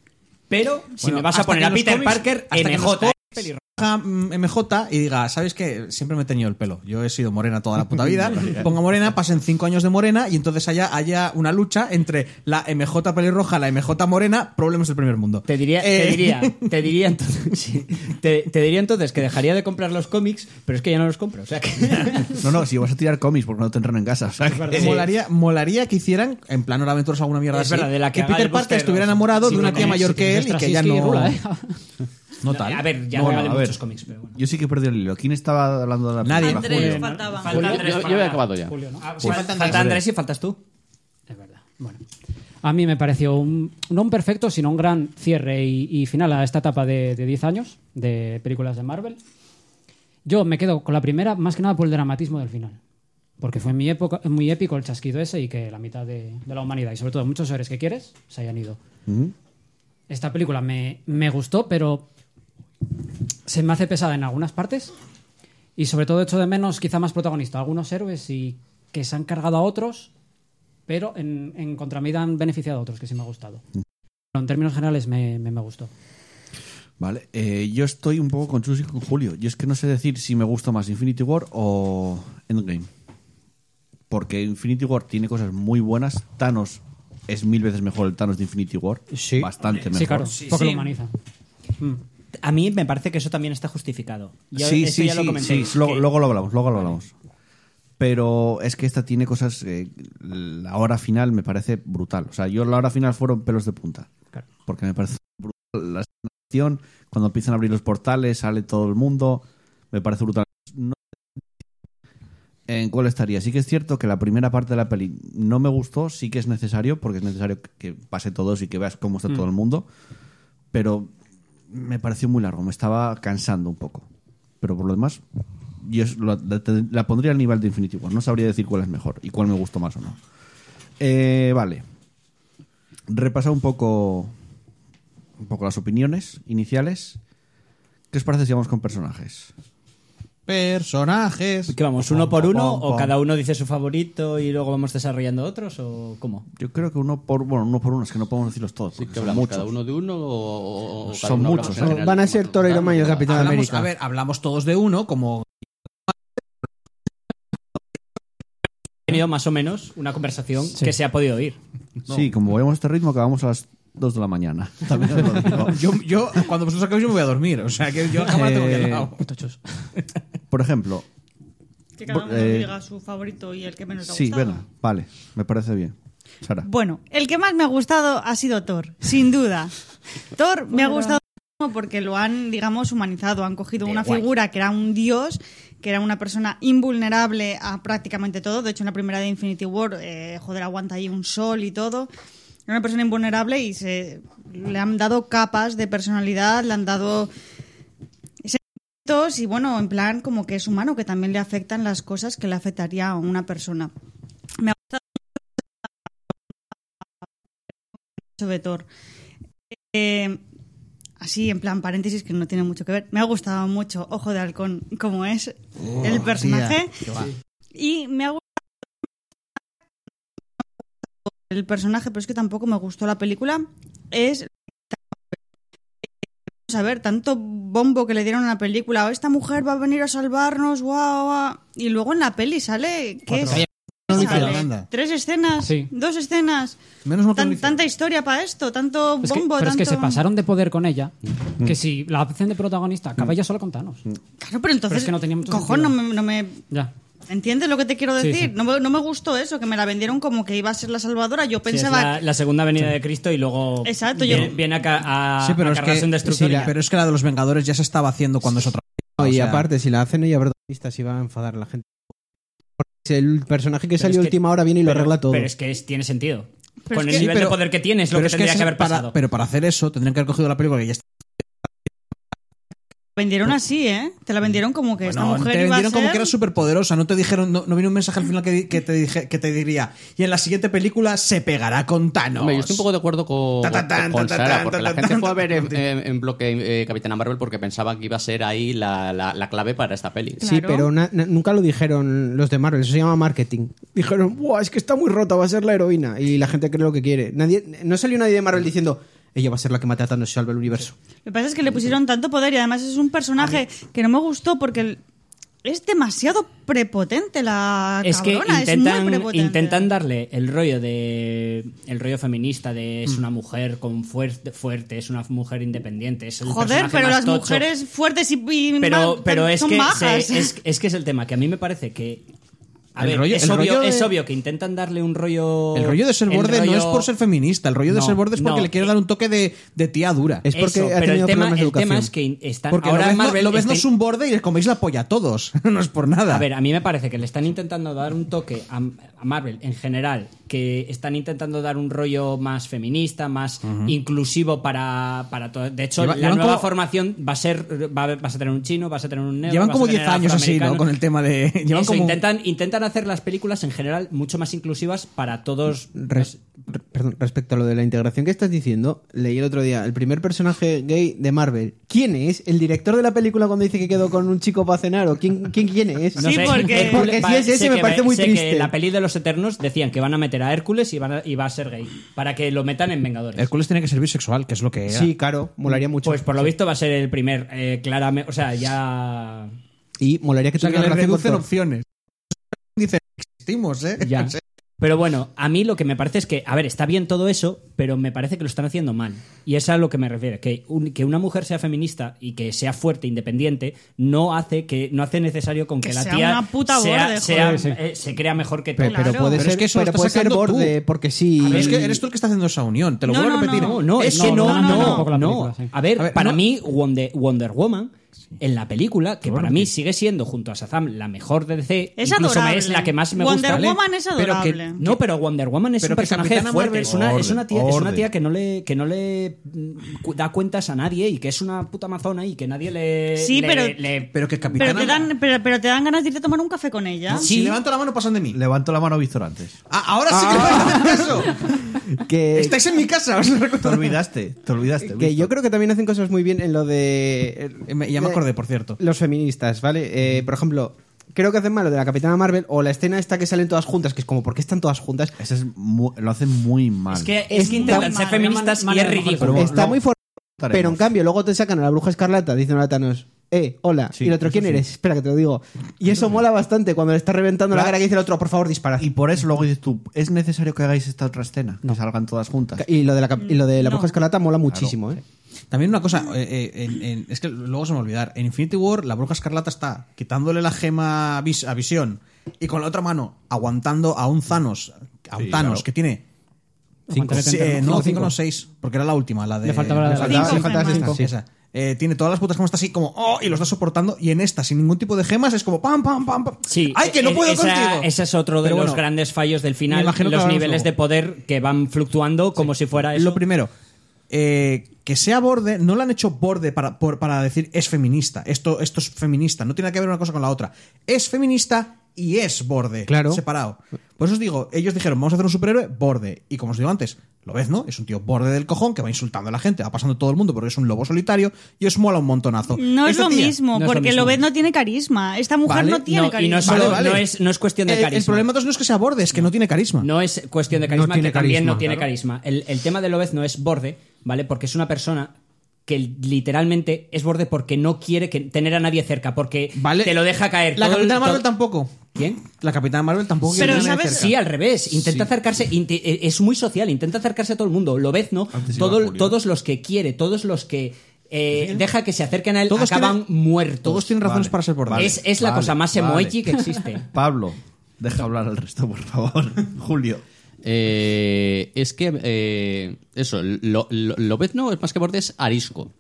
C: Pero si
D: Bueno,
C: me vas a
D: hasta
C: poner
D: que
C: a
D: los
C: Peter
D: cómics-
C: Parker, ¿eh?
D: hasta que los
C: MJ.
D: cómics- ponga, mm, MJ y diga, ¿sabes qué? Siempre me he teñido el pelo. Yo he sido morena toda la puta vida. Ponga morena, pasen cinco años de morena y entonces haya, haya una lucha entre la MJ pelirroja, la MJ morena, problemas del primer mundo.
C: Te diría,
D: Eh,
C: te diría, te diría entonces, sí. te, te diría entonces que dejaría de comprar los cómics, pero es que ya no los compro. O sea que
A: No, no, si vas a tirar cómics porque no te entran en casa. O sea, que-
C: Sí.
D: Molaría, molaría que hicieran, en plan Hora de Aventuras, alguna mierda
C: Es
D: así,
C: verdad, de la que haga
D: Peter
C: el
D: Parker
C: Buster
D: estuviera
C: Ross.
D: enamorado
C: Sí,
D: de una
C: pero
D: tía
C: con-
D: mayor
C: si
D: que él y que ya no... no tal.
C: ¿eh? a ver, ya
A: No,
C: no vale
A: a ver.
C: muchos cómics, pero bueno.
A: Yo sí que he perdido el hilo. ¿Quién estaba hablando de la
D: Nadie.
A: película?
B: Andrés,
A: Julio.
B: faltaba.
H: Julio,
G: Andrés
H: yo- yo
G: para
H: había
G: nada.
H: acabado ya.
G: Julio, ¿no?
C: Ah, sí, falta Andrés. y faltas tú.
G: Es verdad. Bueno. A mí me pareció un, no un perfecto, sino un gran cierre y, y final a esta etapa de de 10 años de películas de Marvel. Yo me quedo con la primera, más que nada por el dramatismo del final. Porque fue mi época, muy épico el chasquido ese y que la mitad de, de la humanidad y sobre todo muchos seres que quieres se hayan ido. Esta película me, me gustó, pero se me hace pesada en algunas partes. Y sobre todo echo de menos quizá más protagonista, algunos héroes y que se han cargado a otros, pero en, en
D: Mm.
G: contramedida han beneficiado a otros, que sí me ha gustado. Pero en términos generales me, me, me gustó.
A: Vale, eh, yo estoy un poco con Chus y con Julio. Yo es que no sé decir si me gusta más Infinity War o Endgame. Porque Infinity War tiene cosas muy buenas. Thanos es mil veces mejor el Thanos de Infinity War.
C: Sí.
A: Bastante mejor.
G: Sí, claro, porque
B: sí.
G: lo humaniza.
C: A mí me parece que eso también está justificado. Ya-
A: sí,
C: esto
A: sí,
C: ya lo
A: sí,
C: comenté,
A: sí, Luego,
C: que-
A: luego lo hablamos, luego lo hablamos. Pero es que esta tiene cosas. eh, la hora final me parece brutal. O sea, yo la hora final fueron pelos de punta.
C: Claro.
A: Porque me parece brutal la acción. Cuando empiezan a abrir los portales, sale todo el mundo. Me parece brutal. No- ¿En cuál estaría? Sí que es cierto que la primera parte de la peli no me gustó. Sí que es necesario, porque es necesario que- que pase todo eso y que veas cómo está
C: Mm.
A: todo el mundo. Pero me pareció muy largo, me estaba cansando un poco. Pero por lo demás, yo es- la, la- la pondría al nivel de Infinity War. No sabría decir cuál es mejor y cuál me gustó más o no. Eh, vale. Repasar un poco, un poco las opiniones iniciales. ¿Qué os parece si vamos con personajes?
D: Personajes.
C: ¿Qué vamos, uno por uno
D: Pom, pom,
C: o
D: pom.
C: cada uno dice su favorito y luego vamos desarrollando otros o cómo?
A: Yo creo que uno por bueno, uno por uno, es que no podemos decirlos todos.
H: Sí,
A: porque
H: que
A: son
H: hablamos
A: muchos.
H: cada uno de uno o, o- o cada
A: Son
H: uno hablamos
A: muchos,
H: en
A: ¿eh?
H: general.
F: Van a ser Thor, Iron Man y el Capitán
D: Hablamos,
F: América.
D: a ver, hablamos todos de uno, como
C: He tenido más o menos una conversación que se ha podido oír.
A: Sí, como vayamos a este ritmo, acabamos a las 2 de la mañana. También te lo digo.
D: yo, yo cuando vosotros acabéis yo me voy a dormir. O sea que yo la cámara tengo que al lado.
A: Por ejemplo,
B: Que cada uno
A: Eh,
B: diga su favorito y el que menos le ha
A: sí,
B: gustado.
A: venga, vale, me parece bien. Sara.
B: Bueno, el que más me ha gustado ha sido Thor, sin duda. Thor me ha gustado muchísimo porque lo han, digamos, humanizado. Han cogido una figura que era un dios, que era una persona invulnerable a prácticamente todo. De hecho, en la primera de Infinity War, eh, joder, aguanta ahí un sol y todo. Era una persona invulnerable y se le han dado capas de personalidad, le han dado sentimientos y bueno, en plan como que es humano, que también le afectan las cosas que le afectaría a una persona. Me ha gustado mucho de Thor. Eh, así, en plan paréntesis, que no tiene mucho que ver. Me ha gustado mucho Ojo de Halcón, como es el personaje. Y me ha gustado el personaje, pero es que tampoco me gustó la película. Es Vamos a ver, tanto bombo que le dieron a la película, "Oh, esta mujer va a venir a salvarnos, guau, guau. Y luego en la peli sale, ¿qué es?
D: No dice
B: Sale
D: nada.
B: Tres escenas,
G: Sí.
B: dos escenas.
D: Menos mal que
B: Tan-
D: no dice
B: tanta historia para esto, tanto
G: Es que-
B: bombo,
G: pero es que
B: tanto-
G: se pasaron de poder con ella,
D: Mm.
G: que si la hacen de protagonista, acaba ella solo con Thanos.
B: Claro, pero entonces,
G: Pero es que no tenía mucho
B: cojón, no
G: sentido.
B: me, no me-
G: Ya.
B: ¿Entiendes lo que te quiero
G: Sí,
B: decir?
G: sí.
B: No, me, no me gustó eso, que me la vendieron como que iba a ser la salvadora. Yo
C: Sí, es
B: pensaba...
C: la, la segunda venida de Cristo y luego
B: Exacto, yo-
C: viene, viene a, ca- a,
D: Sí, pero
C: a
D: es,
C: cargarse un
D: que,
C: destructor.
D: sí,
C: y ya.
D: pero es que la de los Vengadores ya se estaba haciendo cuando es otra.
F: No,
D: O
F: y
D: sea-
F: aparte, si la hacen ella protagonista, si va a enfadar a la gente. Porque el personaje que
C: Pero
F: salió
C: es
F: a
C: que-
F: última hora viene y lo
C: pero-
F: arregla todo.
C: Pero es que es- tiene sentido.
B: Pero
C: con
B: es que-
C: el nivel
D: pero-
C: de poder que tiene es lo que
D: es
C: tendría que,
D: esa-
C: haber
D: para-
C: pasado.
D: pero para hacer eso tendrían que haber cogido la película que ya está.
B: vendieron así, ¿eh? Te la vendieron como que esta
D: No,
B: mujer
D: te
B: iba a
D: vendieron
B: ser...
D: como que era superpoderosa, no te dijeron, no, no vino un mensaje al final que, di- que te dije, que te diría. Y en la siguiente película se pegará con Thanos.
H: Hombre, yo estoy un poco de acuerdo con,
D: Ta, ta, ta,
H: con
D: ta, ta,
H: Sara,
D: ta,
H: porque
D: ta,
H: la
D: ta,
H: gente
D: ta,
H: fue a ver en,
D: ta, ta.
H: en- en bloque eh, Capitana Marvel porque pensaba que iba a ser ahí la, la- la clave para esta peli.
F: Sí,
B: Claro.
F: pero na- na- nunca lo dijeron los de Marvel, eso se llama marketing. Dijeron, Buah, es que está muy rota, va a ser la heroína. Y la gente cree lo que quiere. Nadie, no salió nadie de Marvel diciendo, ella va a ser la que mate a Thanos y salve el universo.
B: Lo que pasa es que le pusieron tanto poder y además es un personaje que no me gustó porque el- es demasiado prepotente la
C: es que
B: Ah, cabrona, es muy
C: intentan,
B: prepotente.
C: intentan darle el rollo de el rollo feminista de
D: Mm.
C: es una mujer con fuerte, fuerte es una mujer independiente es el
B: Joder,
C: personaje
B: pero
C: más
B: las
C: tocho.
B: mujeres fuertes y, y
C: pero,
B: mal-
C: pero es
B: son
C: que se-
B: bajas.
C: es, es que es el tema que a mí me parece que a
D: El
C: ver,
D: rollo-
C: es,
D: el
C: obvio,
D: rollo de-
C: es obvio que intentan darle un rollo
D: El rollo de ser
C: el
D: borde no
C: rollo-
D: es por ser feminista, el rollo de
C: No,
D: ser borde es porque
C: no,
D: le quiere dar un toque de, de tía dura.
F: Es porque
C: Eso,
F: ha
C: pero el
F: tenido
C: tema,
F: problemas de
C: el
F: educación.
C: tema es que están
D: porque
C: ahora
D: lo ves, no-
C: Marvel
D: lo ves no
C: está-
D: es un borde y le coméis la polla a todos. no es por nada.
C: A ver, a mí me parece que le están intentando dar un toque a, a Marvel en general, que están intentando dar un rollo más feminista, más inclusivo para, para todo. De hecho,
D: Lleva-
C: la
D: llevan
C: nueva
D: como-
C: formación va a ser, va a- vas a tener un chino, vas a tener un negro.
D: Llevan
C: vas
D: como
C: a tener
D: 10 años así, ¿no?
C: afroamericano.
D: Con el tema de. Llevan
C: Eso,
D: como.
C: intentan, intentan a hacer las películas en general mucho más inclusivas para todos.
F: Res- re- perdón, respecto a lo de la integración que estás diciendo, leí el otro día el primer personaje gay de Marvel. ¿Quién es? ¿El director de la película cuando dice que quedó con un chico para cenar? ¿O quién, quién, quién es?
B: No Sí, sé. porque-
F: Porque si es
C: Eh, sé
F: ese me
C: que-
F: parece muy
C: sé que
F: triste.
C: en la peli de los Eternos decían que van a meter a Hércules y, van a- y va a ser gay. Para que lo metan en Vengadores.
D: Hércules tiene que ser bisexual, que es lo que era.
F: Sí, claro, molaría mucho.
C: Pues por lo visto va a ser el primer, claramente. O sea, ya.
F: Y molaría que
D: o sea, que le
F: tuviera relación con
D: reducen
F: Thor.
D: opciones. Dicen, existimos, ¿eh?
C: Ya. Pero bueno, a mí lo que me parece es que, a ver, está bien todo eso, pero me parece que lo están haciendo mal. Y es a lo que me refiero, que, un- que una mujer sea feminista y que sea fuerte, independiente, no hace que no hace necesario con que,
B: Que
C: la
B: sea
C: tía
B: una puta
C: sea-
B: borde,
C: sea,
B: joder.
G: Sí, sí.
C: eh, se crea mejor que tú.
F: Pe-
B: Claro.
F: Pero puede
D: Pero es
F: ser,
D: que eso lo
F: pero
D: estás
F: puede ser
D: sacando tú.
F: borde, porque sí.
D: Pero es que eres tú el que está haciendo esa unión, te lo
B: No,
D: vuelvo
B: no,
D: a repetir.
B: no.
C: No, no, es
G: No,
C: que
G: no,
C: no,
G: no,
C: no,
G: tampoco la
C: no.
G: película, sí.
C: A ver,
D: A ver,
C: para
D: no.
C: mí Wonder, Wonder Woman, en la película, que para mí sigue siendo junto a Shazam la mejor de DC,
B: Es
C: incluso me-
B: adorable.
C: es la que más me
B: Wonder
C: gusta.
B: Woman es
C: Pero que-
B: adorable.
C: no, pero Wonder Woman es
D: Pero
C: un
D: que
C: personaje
D: Capitana
C: fuerte,
D: Marvel-
C: es una, es una tía, es una
A: Orden,
C: tía que no le que no le mm, cu- da cuentas a nadie y que es una puta amazona y que nadie le
B: Sí,
C: le-
B: pero-
C: le-
D: Pero que Capitana...
B: Pero te, dan, pero, pero te dan ganas de irte a tomar un café con ella.
D: Si levanto la mano, pasan de mí.
A: Levanto la mano Víctor antes.
D: Ah, ahora sí que vais a hacer caso.
F: que,
D: Estáis en mi casa, os lo
A: Te
D: recuerdo.
A: olvidaste, te olvidaste.
F: que yo
A: Víctor.
F: creo que también hacen cosas muy bien en lo de...
D: Eh, me- Ya me
F: de-
D: acordé, por cierto.
F: Los feministas, ¿vale? Eh, por ejemplo, creo que hacen mal lo de la Capitana Marvel o la escena esta que salen todas juntas, que es como, ¿por qué están todas juntas?
A: Ese es mu- lo hacen muy mal.
C: es que es que intentan ser feministas y es ridículo.
F: Está muy fuerte. Pero en cambio, luego te sacan a la bruja escarlata diciendo a Thanos, eh, hola.
A: Sí,
F: y el otro,
A: eso
F: ¿quién
A: sí.
F: eres? Espera que te lo digo. Y eso mola bastante cuando le está reventando la cara que dice el otro, por favor, dispara.
A: Y
F: Y,
A: por eso luego dices tú, ¿es necesario que hagáis esta otra escena?
G: No.
A: Que salgan todas juntas.
F: lo de la, cap- y lo de la
B: No.
F: bruja escarlata mola muchísimo, ¿eh?
D: También una cosa, eh, eh, en- en- es que luego se me va a olvidar. En Infinity War, la bruja escarlata está quitándole la gema a, Vis- a Visión y con la otra mano aguantando a un Thanos, a un Thanos que tiene.
G: Aguantar el
D: Sí, eh,
G: tentador.
D: no, 5 no 6, porque era la última, la de.
G: Le faltaba la-
D: le faltaba-
B: Cinco
D: le faltaba
B: gemas.
D: cinco,
F: Sí.
D: esa. Eh, tiene todas las putas gemas, está así como, oh, y lo está soportando. Y en esta, sin ningún tipo de gemas, es como, pam, pam, pam, pam.
C: Sí,
D: ¡Ay, que no
C: e-
D: puedo
C: esa-
D: contigo!
C: Ese es otro de
D: Pero
C: los
D: bueno,
C: grandes fallos del
D: me
C: final,
D: imagino que
C: los
D: hablamos
C: niveles
D: luego.
C: de poder que van fluctuando como si fuera Ah, eso.
D: Lo primero, eh, que sea borde, no lo han hecho borde para, por- para decir es feminista, esto, esto es feminista, no tiene que ver una cosa con la otra. Es feminista y es borde,
F: Claro.
D: separado. Por eso os digo, ellos dijeron, vamos a hacer un superhéroe borde. Y como os digo antes, lo ves, ¿no? Es un tío borde del cojón que va insultando a la gente, va pasando todo el mundo porque es un lobo solitario y os mola un montonazo.
B: No es
D: Esta
B: lo
D: tía-
B: mismo,
C: no es lo
B: porque
C: mismo.
B: Lobez no tiene carisma. Esta mujer
D: Vale,
B: no tiene
C: No, y
B: carisma.
C: no, solo-
D: Vale, vale.
C: no es, no es cuestión de
D: El, el
C: carisma.
D: problema entonces no es que sea borde, es que no tiene carisma.
C: No es cuestión de carisma,
F: tiene
C: que también
F: carisma,
C: no tiene
F: claro.
C: carisma. El, el tema de Lobez no es borde, ¿vale? Porque es una persona que literalmente es borde porque no quiere que- tener a nadie cerca, porque
D: Vale.
C: te lo deja caer.
D: La
C: Todo el-
D: Capitana Marvel
C: todo-
D: tampoco.
C: ¿Quién?
D: La Capitana Marvel tampoco.
B: Pero,
D: quiere tener
B: ¿sabes?
D: cerca.
C: Sí, al revés. Intenta acercarse. inte- eh, es muy social. Intenta acercarse a todo el mundo. Lo ves, ¿no?
A: Antes iba
C: Todo-
A: Julio.
C: todos los que quiere, todos los que eh, deja que se acerquen a él,
D: Todos
C: acaban
D: tienen-
C: muertos.
D: todos tienen razones
A: Vale,
D: para ser borde.
C: es es la
A: vale,
C: cosa más
A: vale.
C: emoji que existe.
A: Pablo, deja hablar al resto, por favor. Julio.
H: Eh, es que eh, eso, lo, lo, Lobezno es más que borde, es arisco.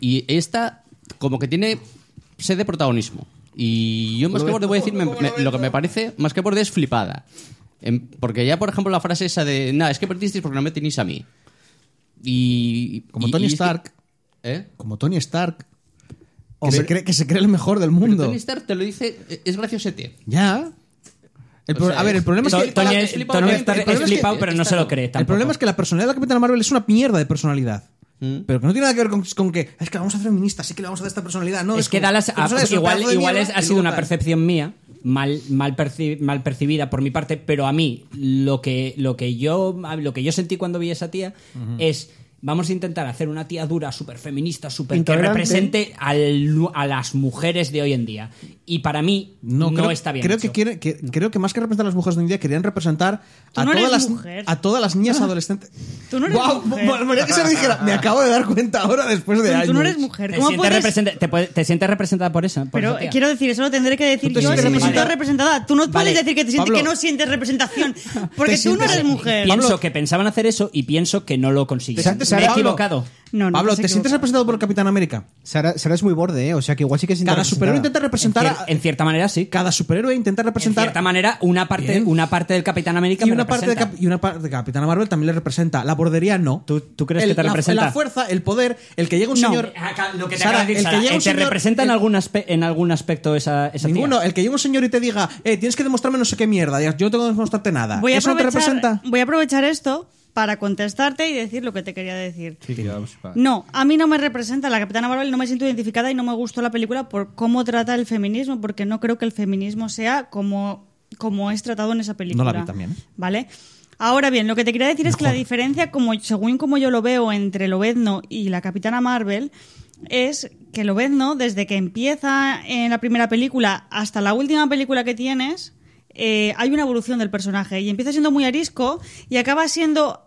H: Y esta, como que tiene sed de protagonismo. Y yo más que borde voy a decir me- me- lo que me parece más que borde es flipada. En- porque ya, por ejemplo, la frase esa de nada, es que perdisteis porque no me tenéis a mí. Y.
D: Como
H: y-
D: Tony
H: y es que-
D: Stark.
H: ¿Eh?
D: como Tony Stark. Que se, cree, que se cree el mejor del mundo.
H: Pero Tony Stark te lo dice, e, es graciosete.
D: Ya. El pro-
H: O sea,
D: a ver, el problema es
C: To-
D: que.
C: Toño
D: la-
C: es-
D: el
C: Toño
D: problema
C: está-
D: el problema
C: es
D: que-
C: flipado, pero no se lo cree.
D: El
C: tampoco.
D: problema es que la personalidad de la Capitana Marvel es una mierda de personalidad. Pero que no tiene nada que ver con, con que es que la vamos a hacer feminista, sí que le vamos a dar esta personalidad. No,
C: es que
D: como-
C: da las-
D: la personalidad es un
C: igual,
D: pedazo de
C: igual
D: mierda
C: es-
D: y
C: ha sido
D: luego
C: una
D: tal.
C: percepción mía mal, mal, perci- mal percibida por mi parte, pero a mí lo que, lo que, yo, lo que yo sentí cuando vi a esa tía es... Vamos a intentar hacer una tía dura, súper feminista, súper que
F: Intolerante.
C: represente al- a las mujeres de hoy en día. Y para mí no,
D: creo,
C: está bien.
D: Creo
C: hecho.
D: que, quieren- que- creo que más que representar a las mujeres de hoy en día, querían representar
B: Tú
D: a,
B: no
D: todas
B: eres
D: las,
B: mujer.
D: a todas las niñas adolescentes.
B: Tú no eres
D: Guau,
B: mujer.
D: me gustaría que se lo dijera. Me acabo de dar cuenta ahora después de
B: Tú-
D: años.
B: tú no eres mujer.
C: Te
B: ¿Cómo
C: sientes,
B: puedes...?
C: representa- te puede- te sientes representada por esa. por
B: Pero
C: esa
D: eh,
C: tía.
B: quiero decir, eso lo tendré que decir
D: Tú te
B: yo, si
D: sientes
B: me siento
D: representada.
B: representada. Tú no
C: Vale.
B: puedes decir que, te sientes-
D: Pablo.
B: que no sientes representación, porque
D: Te
B: tú no
D: sientes-
B: eres mujer.
C: Pienso que pensaban hacer eso y pienso que no lo consiguieron.
D: Te sientes
C: Me he
F: Sara,
C: equivocado.
B: No, no,
D: Pablo,
B: se
D: ¿te
B: equivoca.
D: sientes representado por el Capitán América?
F: Sara, Sara es muy borde, ¿eh? O sea que igual sí que se
D: Cada superhéroe intenta representar
C: En cier-
D: a-
C: En cierta manera, sí.
D: cada superhéroe intenta
C: En
D: representar
C: cierta manera, una parte,
D: Bien.
C: una parte del Capitán América
D: y
C: me
D: una, parte de
C: representa.
D: Cap- y una parte de Capitana Marvel también le representa. La bordería no.
C: ¿Tú- tú crees
D: El-
C: que te
D: la-
C: representa?
D: La, fuerza, el poder, el que llega un
C: No. eh,
D: señor.
C: Acá- lo que te
D: Sara, eh,
C: acabas de decir,
D: el Ah, que
C: Sara, eh,
D: llega
C: ¿te
D: un señor-
C: representa en
D: el-
C: algún, aspe- en algún aspecto esa, esa tía?
D: Ninguno. El que llega un señor y te diga, eh, tienes que demostrarme no sé qué mierda. y Yo no tengo que demostrarte nada.
B: Voy a,
D: ¿Eso no te
B: aprovechar,
D: representa?
B: voy a aprovechar esto para contestarte y decir lo que te quería decir.
A: Sí, que vamos pa-
B: No, a mí no me representa la Capitana Marvel, no me siento identificada y no me gustó la película por cómo trata el feminismo, porque no creo que el feminismo sea como, como es tratado en esa película.
D: vi también.
B: ¿Vale? Ahora bien, lo que te quería decir es que la diferencia, como, según como yo lo veo, entre Lobezno y la Capitana Marvel es que Lobezno, desde que empieza en la primera película hasta la última película que tienes, eh, hay una evolución del personaje y empieza siendo muy arisco y acaba siendo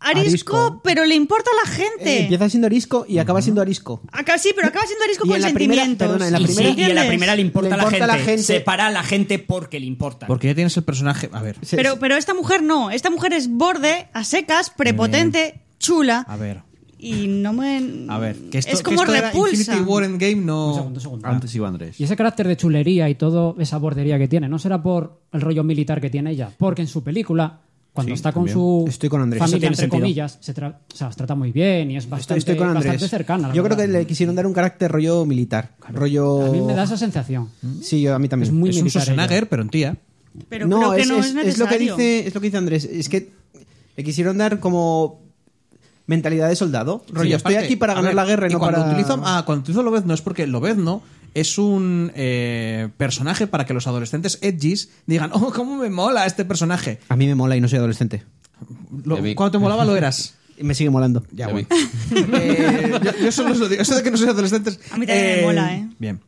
B: arisco,
F: Arisco.
B: pero le importa a la gente.
F: Eh, empieza siendo arisco y acaba siendo arisco.
B: Acá sí, pero acaba siendo arisco
F: Y
B: con
F: en la primera-
B: sentimientos.
F: perdona, en la
C: Y, sí,
F: primera-
C: y en la primera le importa,
F: Le importa
C: a, la gente,
F: la gente.
C: Separa a la gente porque le importa.
D: Porque ya tienes el personaje. A ver.
F: Se-
B: Pero, pero esta mujer no. Esta mujer es borde, a secas, prepotente, chula.
D: A ver.
B: Y no me.
D: A ver. Que esto,
B: es
D: que
B: como
D: esto era
B: repulsa.
D: Infinity War Endgame no. Ah,
G: Un segundo, un segundo.
A: Antes iba Andrés.
G: Y ese carácter de chulería y todo esa bordería que tiene, ¿no será por el rollo militar que tiene ella? Porque en su película, cuando
A: Sí,
G: está con
A: también.
G: su
F: Estoy con Andrés. Eso
G: familia,
F: tiene
G: entre
F: sentido.
G: comillas, se, tra- o sea, se trata muy bien y es
F: Estoy,
G: bastante,
F: estoy con Andrés.
G: bastante cercana. la
F: yo creo que
G: verdad.
F: le quisieron dar un carácter rollo militar. Rollo.
G: A mí me da esa sensación.
F: Sí, yo, a mí también.
G: Es muy
D: es un
G: militar ella.
D: Schwarzenegger, pero en tía.
B: Pero creo que no es,
F: lo que
B: necesario.
F: dice, es lo que dice Andrés. Es que le quisieron dar como mentalidad de soldado. Rollo,
D: Sí,
F: estoy
D: aparte,
F: aquí para
D: a
F: ganar
D: ver,
F: la guerra y,
D: y
F: no
D: cuando
F: para.
D: Utilizo, ah, cuando utilizo Lobezno es porque Lobezno es un eh, personaje para que los adolescentes edgys digan, oh, cómo me mola este personaje.
F: A mí me mola y no soy adolescente.
D: Lo-
H: A mí.
D: cuando te molaba lo eras.
F: Y Me sigue molando.
D: Ya,
H: A
D: bueno.
H: mí.
D: Eh, yo, yo solo os lo digo. Eso de que no soy adolescentes.
B: A mí también me mola, ¿eh?
D: Bien.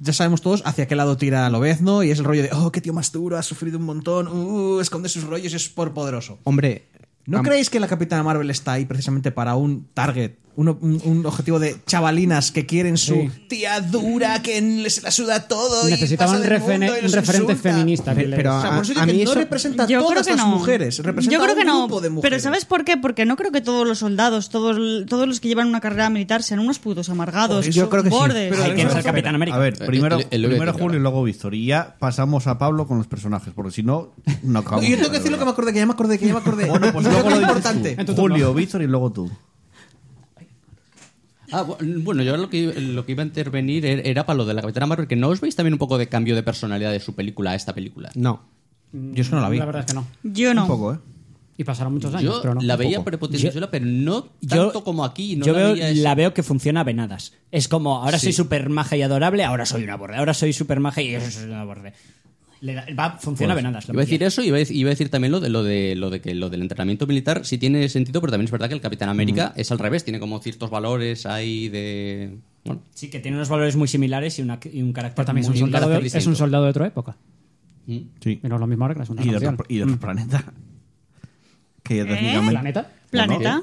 D: Ya sabemos todos hacia qué lado tira Lobezno y es el rollo de, oh, qué tío más duro, ha sufrido un montón, uh, esconde sus rollos y es por poderoso.
F: Hombre.
D: ¿No
F: am-
D: creéis que la Capitana Marvel está ahí precisamente para un target? Uno- Un, un objetivo de chavalinas que quieren su tía dura, que les la suda todo. y
G: Necesitaban
D: pasa
G: un,
D: del
G: referen-
D: mundo y los
G: un referente
D: insulta?
G: feminista. que
F: Pe-
G: le-
F: pero
D: O sea, por eso digo
F: A- a
D: que
F: mí
D: no
F: eso-
D: representa a
B: Yo
D: todas
B: creo que
D: las
B: no.
D: mujeres, representa
B: Yo creo
D: a
B: que
D: un
B: no.
D: grupo de mujeres.
B: Pero ¿sabes por qué? Porque no creo que todos los soldados, todos, todos los que llevan una carrera militar sean unos putos amargados,
F: Por eso- Yo creo que sí.
B: bordes.
D: Pero
C: Hay que ser Capitán América.
A: A ver,
H: Eh,
A: primero,
H: el- el- el-
A: primero
H: el-
A: Julio y luego Víctor. Y ya pasamos a Pablo con los personajes, porque si no, no acabamos.
D: Yo tengo que decir lo que me acordé, que ya me acordé, que ya me acordé.
A: Bueno, pues
D: Lo
A: luego lo dices
D: importante.
A: tú. Julio, Víctor y luego tú.
H: Ah, bu- bueno, yo lo que, lo que iba a intervenir er- era para lo de la Capitana Marvel, que no os veis también un poco de cambio de personalidad de su película a esta película.
F: No.
D: Yo es que no la vi.
G: La verdad es que no.
B: Yo no.
A: Un poco, ¿eh?
G: Y pasaron muchos años,
H: Yo
G: pero no.
H: la
G: un
H: veía
G: poco.
H: prepotente,
C: Yo-
H: pero no tanto como aquí. No
C: yo
H: la
C: veo,
H: veía ese-
C: la veo que funciona a venadas. Es como, ahora
H: Sí.
C: soy super maja y adorable, ahora soy una borde. Ahora soy super maja y eso soy una borde. Le da- va, funciona Pues, a eh, venadas. la
H: Iba a decir
C: movida.
H: eso y iba a decir, iba a decir también lo de, lo de lo de que lo del entrenamiento militar sí tiene sentido, pero también es verdad que el Capitán América es al revés, tiene como ciertos valores ahí de bueno,
C: Sí, que tiene unos valores muy similares y, una- y Pues un carácter
G: Pero también es
C: muy
G: un, soldado de,
H: carácter
G: es
H: distinto.
G: un soldado de otra época.
A: Sí.
G: Y no es lo mismo ahora que la Segunda
A: Y de,
G: Guerra
A: otro,
G: Mundial.
A: y de otro planeta. Que
D: ¿Eh?
A: ya
G: ¿El
A: técnicamente.
G: planeta?
B: ¿Planeta?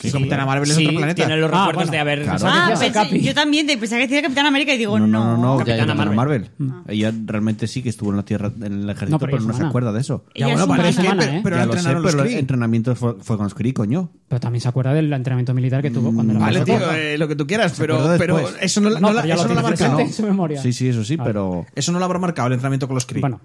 D: Sí, Capitana Marvel es
C: Sí,
D: otro planeta.
C: Tiene los
G: Ah,
C: recuerdos
G: bueno.
C: de haber
A: Claro.
C: Ah,
B: Ah,
G: Gracias a
B: pensé-
G: Capi.
B: yo también te- pensaba que decía Capitán América y digo,
A: No,
B: no.
A: no, no, no,
H: Ya, ya,
A: Capitana
H: Capitana
A: Marvel.
D: Ah.
A: Ella realmente sí que estuvo en la Tierra, en el ejército,
G: No, pero
A: pero,
G: ella es
A: no se
G: humana.
A: acuerda de eso.
B: Ella
D: Ya,
B: es
D: bueno,
B: humana.
D: pero es que-
G: humana,
D: pero-
G: ¿eh?
D: pero la
A: ya lo sé,
D: entrenaron los
A: pero el
D: Kree.
A: entrenamiento fue, fue con los Kree, coño.
G: Pero también se acuerda del entrenamiento militar que tuvo cuando era
D: Vale,
G: más
D: tío,
G: joven.
D: eh, lo que tú quieras, pero,
A: acuerda
D: pero
A: después.
D: eso no,
G: No,
D: no la-
G: pero ya lo
D: eso no lo
G: tienes
D: habrá
G: presente.
D: marcado.
G: en su memoria.
A: Sí, sí, eso sí, pero...
D: Eso no lo habrá marcado el entrenamiento con los Kree.
G: Bueno,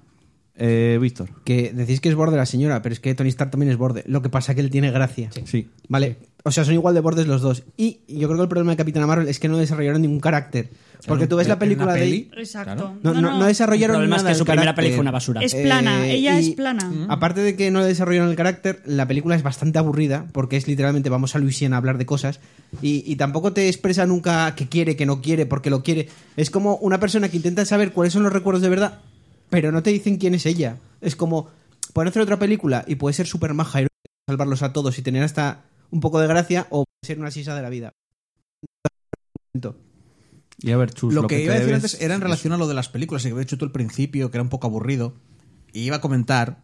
A: Eh, Víctor.
F: Que decís que es borde la señora, pero es que Tony Stark también es borde. Lo que pasa es que él tiene gracia.
A: Sí.
F: Vale, o sea, son igual de bordes los dos. Y yo creo que el problema de Capitana Marvel es que no desarrollaron ningún carácter. Porque tú ves
D: en-
F: la
D: en
F: película
D: la
F: de...
D: peli-
B: Exacto.
F: No, no, no desarrollaron
C: El problema es
F: nada
C: que su
F: del
C: primera
F: carácter. Eh, Mm.
C: peli fue una basura. Mm.
B: Es plana, ella es plana.
F: Aparte de que no le desarrollaron el carácter, la película es bastante aburrida porque es literalmente vamos a Luisiana a hablar de cosas y, y tampoco te expresa nunca que quiere, que no quiere, porque lo quiere. Es como una persona que intenta saber cuáles son los recuerdos de verdad, pero no te dicen quién es ella. Es como, pueden hacer otra película y puede ser súper maja y salvarlos a todos y tener hasta un poco de gracia o puede ser una sisa de la vida.
A: Y a ver,
F: Pues
A: Chus,
D: Lo,
A: lo,
D: que, iba a decir
A: debes-
D: antes era en relación a lo de las películas, y que había dicho tú al principio, que era un poco aburrido. Y iba a comentar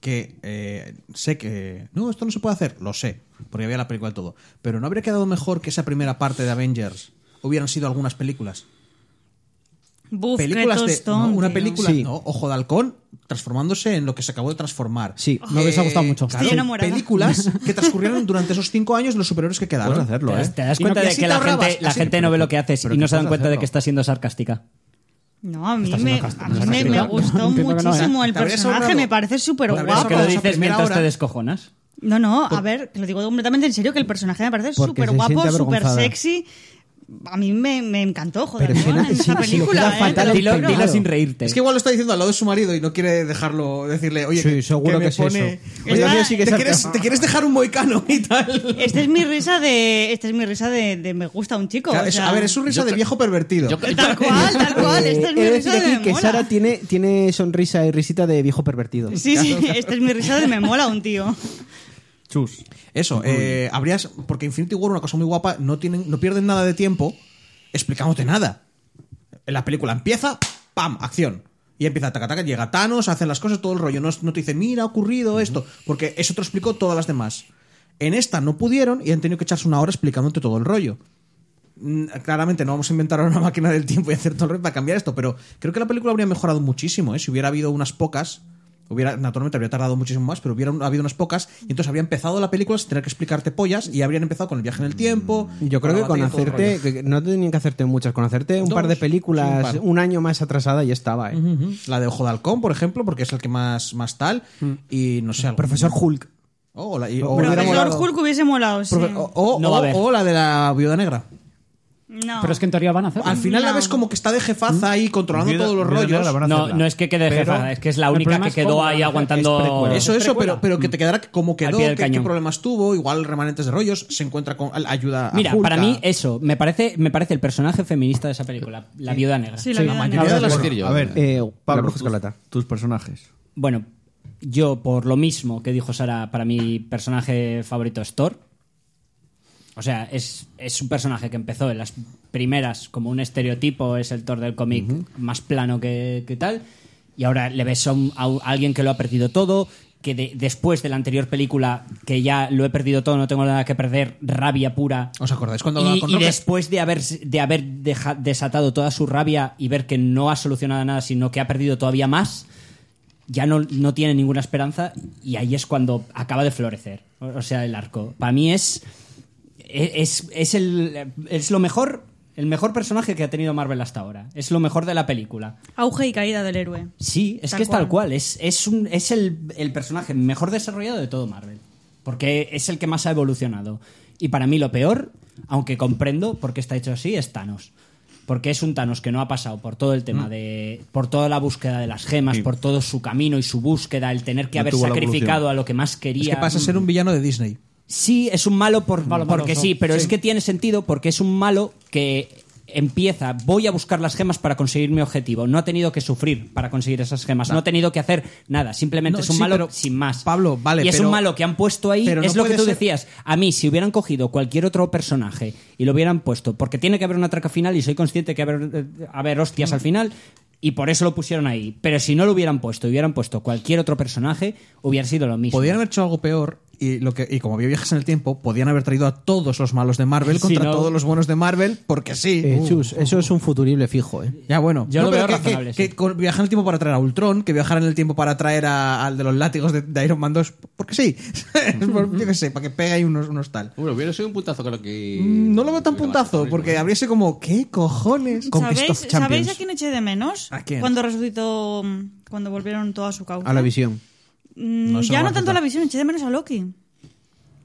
D: que eh, sé que. No, esto no se puede hacer, lo sé, porque había la película de todo. Pero ¿no habría quedado mejor que esa primera parte de Avengers hubieran sido algunas películas?
B: Buf, qué
D: películas de no,
B: tostón,
D: una
B: tío.
D: película
F: Sí.
D: no, ojo de halcón transformándose en lo que se acabó de transformar
F: Sí,
D: Eh,
G: me hubiese gustado mucho.
B: Estoy enamorada.
D: películas que transcurrieron durante esos cinco años los superhéroes que quedaron
A: Puedes hacerlo, ¿eh?
G: Te das
D: Y no-
G: cuenta
D: y
G: de
D: así
G: que
D: te
G: la
D: ahorrabas,
G: gente, la
D: así-
G: gente no ve lo que haces
A: pero
G: y
A: que
G: no se dan
A: puedes
G: cuenta de
A: hacerlo.
G: que está siendo sarcástica.
B: No, a mí
G: Estás
B: me,
G: siendo casta-
B: a mí
G: no,
B: me, me
G: sarcástica.
B: gustó
G: Entiendo que no, ¿eh?
B: muchísimo el
D: Te habrías
B: personaje,
D: ahorrado.
B: me parece súper
D: Te habrías
B: guapo.
D: ahorrado
C: Porque lo
D: esa
C: dices
D: primera
C: mientras te
D: hora.
C: descojonas.
B: No, no, a ver, te lo digo completamente en serio, que el personaje me parece
F: Porque
B: súper
F: se
B: guapo,
F: siente
B: súper
F: avergonzada.
B: sexy. A mí me, me encantó, joder,
F: Pero si
B: ¿no?
F: no-
B: en
F: si-
B: esa
F: si lo
B: película.
F: queda
B: ¿eh?
F: fatal,
B: Te lo
C: Dilo,
B: juro.
C: dilo sin reírte.
D: es que igual lo está diciendo al lado de su marido y no quiere dejarlo decirle oye
F: Sí,
D: que,
F: seguro
D: me
F: que es
D: pone-
F: eso.
D: oye,
B: Esta-
D: oye,
B: sí
F: que
D: te
F: es
D: quieres
F: sarcasmo.
D: te quieres dejar un moicano y tal
B: Esta es mi risa de. Esta es mi risa de, de me gusta un chico.
D: Claro,
B: o
D: es-
B: sea,
D: a ver es un risa de viejo pervertido
H: Yo creo-
B: Tal cual, tal cual.
F: Eh,
B: Esta es
F: he
B: mi
F: de
B: risa
F: decir
B: de.
F: aquí
B: me
F: que
B: mola.
F: Sara tiene, tiene sonrisa y risita de viejo pervertido.
B: Sí, sí, esta es mi risa de me mola un tío.
A: Chus.
D: Eso, eh, habrías. Porque Infinity War, una cosa muy guapa, no, tienen, no pierden nada de tiempo explicándote nada. La película empieza, ¡pam! Acción. Y empieza taca, taca, llega Thanos, hacen las cosas, todo el rollo. No, es- no te dice, mira, ha ocurrido esto. Porque eso te lo explicó todas las demás. En esta no pudieron y han tenido que echarse una hora explicándote todo el rollo. Mm, Claramente no vamos a inventar ahora una máquina del tiempo y hacer todo el rollo para cambiar esto, pero creo que la película habría mejorado muchísimo, ¿eh? Si hubiera habido unas pocas, hubiera, naturalmente habría tardado muchísimo más, pero hubiera un- habido unas pocas y entonces habría empezado la película sin tener que explicarte pollas y habrían empezado con el viaje en el tiempo.
F: Yo creo que
D: la
F: con
D: batalla y todo el
F: hacerte,
D: rollo.
F: que- que no tenían que hacerte muchas, con hacerte un
D: Dos,
F: par de películas
D: sí, un
F: un,
D: par.
F: año más atrasada ya estaba. ¿eh?
D: Ujú. La de Ojo de Halcón, por ejemplo, porque es el que más, más tal.
C: Mm.
D: Y no sé, algún- Oh,
F: Profesor Hulk.
D: O la, y- o la-
B: Profesor
F: molado.
B: Hulk hubiese molado, sí.
D: Profe- o- o-
C: No va a
D: o-
C: haber.
D: o la de la Viuda Negra.
B: No.
G: Pero es que en teoría van a hacer.
D: Al final la
B: No.
D: ves como que está de jefaza ahí controlando
A: Mm, Viuda-
D: todos los
A: Viuda
D: rollos.
A: Negra la van a
C: No,
A: hacerla.
C: no es que quede
A: Pero-
C: jefa, es que es la
G: el
C: única
G: problema
C: que
G: es cómo
C: quedó
G: la
C: ahí
G: van a hacer, es
C: aguantando.
G: precuela.
D: Eso, eso, pero, pero que te quedará como quedó,
C: pie del
D: qué, qué
C: cañón.
D: problemas tuvo, igual remanentes de rollos, se encuentra con ayuda a
C: Mira,
D: Hulk,
C: para
D: a-
C: mí eso, me parece, me parece el personaje feminista de esa película, la viuda negra.
B: Sí, la vida
D: mayoría
B: negra.
D: de las-
H: decir yo.
A: A ver,
F: Eh, Pablo
A: tus-
F: Escarlata.
A: Tus personajes.
C: Bueno, yo por lo mismo que dijo Sara, para mi personaje favorito es Thor. O sea, es, es un personaje que empezó en las primeras como un estereotipo, es el Thor del cómic más plano que, que tal. Y ahora le ves a, un- a un- a alguien que lo ha perdido todo, que de- después de la anterior película, que ya lo he perdido todo, no tengo nada que perder, rabia pura.
D: ¿Os acordáis cuando hablaba
C: Y,
D: con
C: y
D: Rocket?
C: después de haber, de haber deja- desatado toda su rabia y ver que no ha solucionado nada, sino que ha perdido todavía más, ya no, no tiene ninguna esperanza y ahí es cuando acaba de florecer. O, o sea, el arco. Para mí es. e-, Es, es, el, es lo mejor. El mejor personaje que ha tenido Marvel hasta ahora. Es lo mejor de la película.
B: Auge y caída del héroe.
C: Sí, es
B: Tal
C: que es tal
B: cual.
C: cual. Es, es, un, es el, el personaje mejor desarrollado de todo Marvel. Porque es el que más ha evolucionado. Y para mí lo peor, aunque comprendo por qué está hecho así, es Thanos. Porque es un Thanos que no ha pasado por todo el
A: Mm.
C: tema de. por toda la búsqueda de las gemas, por todo su camino y su búsqueda, el tener que
A: No
C: haber
A: tuvo la
C: sacrificado
A: evolución.
C: a lo que más quería.
D: Es que pasa a ser un villano de Disney.
C: Sí, es un malo por,
G: Malo,
C: porque
G: maloso.
C: sí, pero es que tiene sentido porque es un malo que empieza, voy a buscar las gemas para conseguir mi objetivo. No ha tenido que sufrir para conseguir esas gemas, no, ha tenido que hacer nada, simplemente
D: No,
C: es un
D: sí,
C: malo
D: pero,
C: sin más.
D: Pablo, vale,
C: Y es
D: pero-
C: un malo que han puesto ahí,
D: pero
C: es lo
D: no
C: que
D: puede
C: tú
D: ser-
C: decías. A mí, si hubieran cogido cualquier otro personaje y lo hubieran puesto, porque tiene que haber una traca final y soy consciente que haber, eh, haber hostias al final. Y por eso lo pusieron ahí. Pero si no lo hubieran puesto, y hubieran puesto cualquier otro personaje, hubiera sido lo mismo.
D: Podían haber hecho algo peor y, lo que, y como había viajes en el tiempo, podían haber traído a todos los malos de Marvel
C: Sí,
D: contra
C: no.
D: todos los buenos de Marvel, porque sí.
F: Eh,
D: Uh.
F: Chus, eso es un futurible fijo. ¿eh?
D: Ya bueno,
C: Yo lo veo
D: pero que-
C: razonable,
D: que,
C: sí.
D: que con- viajar en el tiempo para traer a Ultron, que viajar en el tiempo para traer a- al de los látigos de, de Iron Man 2, porque sí, Es por- yo qué sé, para que pegue ahí unos, unos tal.
H: Bueno, hubiera sido un puntazo creo que...
D: Mm, No lo veo tan
H: hubiera
D: puntazo,
H: bastante
D: porque
H: rico.
D: habría sido como, ¿qué cojones?
B: ¿Sabéis,
D: Conquist of
B: ¿Sabéis a
D: Champions.
B: quién eché de menos?
D: ¿A quién?
B: Cuando resucitó, mm, cuando volvieron toda su causa.
F: A la visión.
B: Mm,
D: No, eso
B: ya no
D: no va a
B: tanto a la
D: pasar.
B: visión, eché de menos a Loki.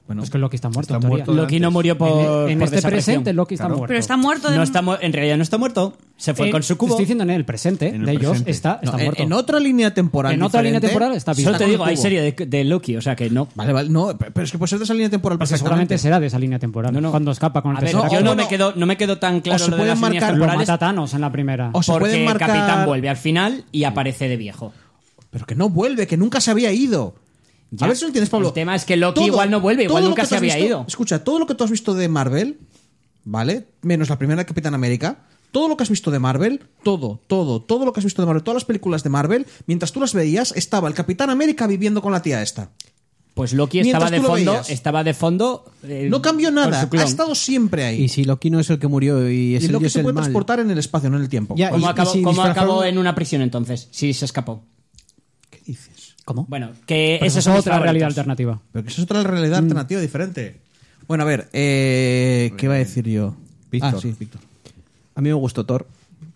D: Bueno,
G: Es que Loki está
A: Está
G: muerto. en teoría.
A: muerto.
C: Loki no murió por.
G: en en
C: por
G: este
C: desaparición.
G: presente, Loki está
A: Claro.
G: muerto.
B: Pero está muerto de
C: No está mu- en realidad no está muerto. Se fue
G: Eh,
C: con su
G: Te
C: cubo.
G: estoy diciendo en el presente
A: En el
G: de ellos
A: presente.
G: está, está
D: No, en-
G: muerto.
D: En, otra línea temporal.
G: En otra línea
D: diferente-
G: temporal está vivo.
C: Solo te
G: Está
C: digo,
G: con
C: hay
G: cubo.
C: serie de, de Loki, o sea que no.
D: Vale, vale, no, pe- pero es que puede ser de esa línea temporal
G: Pues seguramente
D: perfectamente.
G: será de esa línea temporal.
C: No, no.
G: Cuando escapa con el
C: A ver,
G: tercer
D: no,
G: acto.
C: yo no
D: bueno,
C: me quedo, no me quedo tan claro
D: o se
C: lo de
D: pueden
C: las líneas
D: marcar-
G: Lo
C: temporales,
G: mata Thanos en la primera.
D: O se
C: porque
D: pueden
C: el
D: marcar-
C: Capitán vuelve al final y aparece de viejo.
D: Pero que no vuelve, que nunca se había ido.
C: Ya.
D: A ver si lo entiendes, Pablo.
C: El tema es que Loki igual no vuelve, igual
D: todo lo
C: nunca
D: que
C: se
D: tú has
C: había
D: visto-
C: ido.
D: Escucha, todo lo que tú has visto de Marvel, ¿vale? Menos la primera de Capitán América. Todo lo que has visto de Marvel, todo, todo, todo lo que has visto de Marvel, todas las películas de Marvel, mientras tú las veías, estaba el Capitán América viviendo con la tía esta.
C: Pues Loki
D: Mientras
C: estaba de
D: tú lo
C: fondo,
D: veías.
C: estaba de fondo. eh,
D: No cambió
C: con
D: nada,
C: su
D: ha
C: clon.
D: estado siempre ahí.
F: Y si Loki no es el que murió y es
D: Y
F: el
D: lo que
F: dios
D: se
F: el
D: puede
F: mal.
D: transportar en el espacio, no en el tiempo.
F: Ya,
C: ¿Cómo,
F: y- y
C: acabó,
F: si
C: cómo
F: disfrazaron-
C: acabó en una prisión entonces? Si se escapó.
D: ¿Qué dices?
G: ¿Cómo?
C: Bueno, que
G: Pero
C: esa es
G: esa Pues es otra realidad
C: alternativa.
G: alternativa.
D: Pero que eso es otra
F: Mm.
D: realidad alternativa diferente. Bueno, a ver, eh,
C: Pues,
D: ¿qué iba a decir yo?
A: Víctor,
D: Ah, sí.
A: Víctor.
F: A mí me gustó Thor.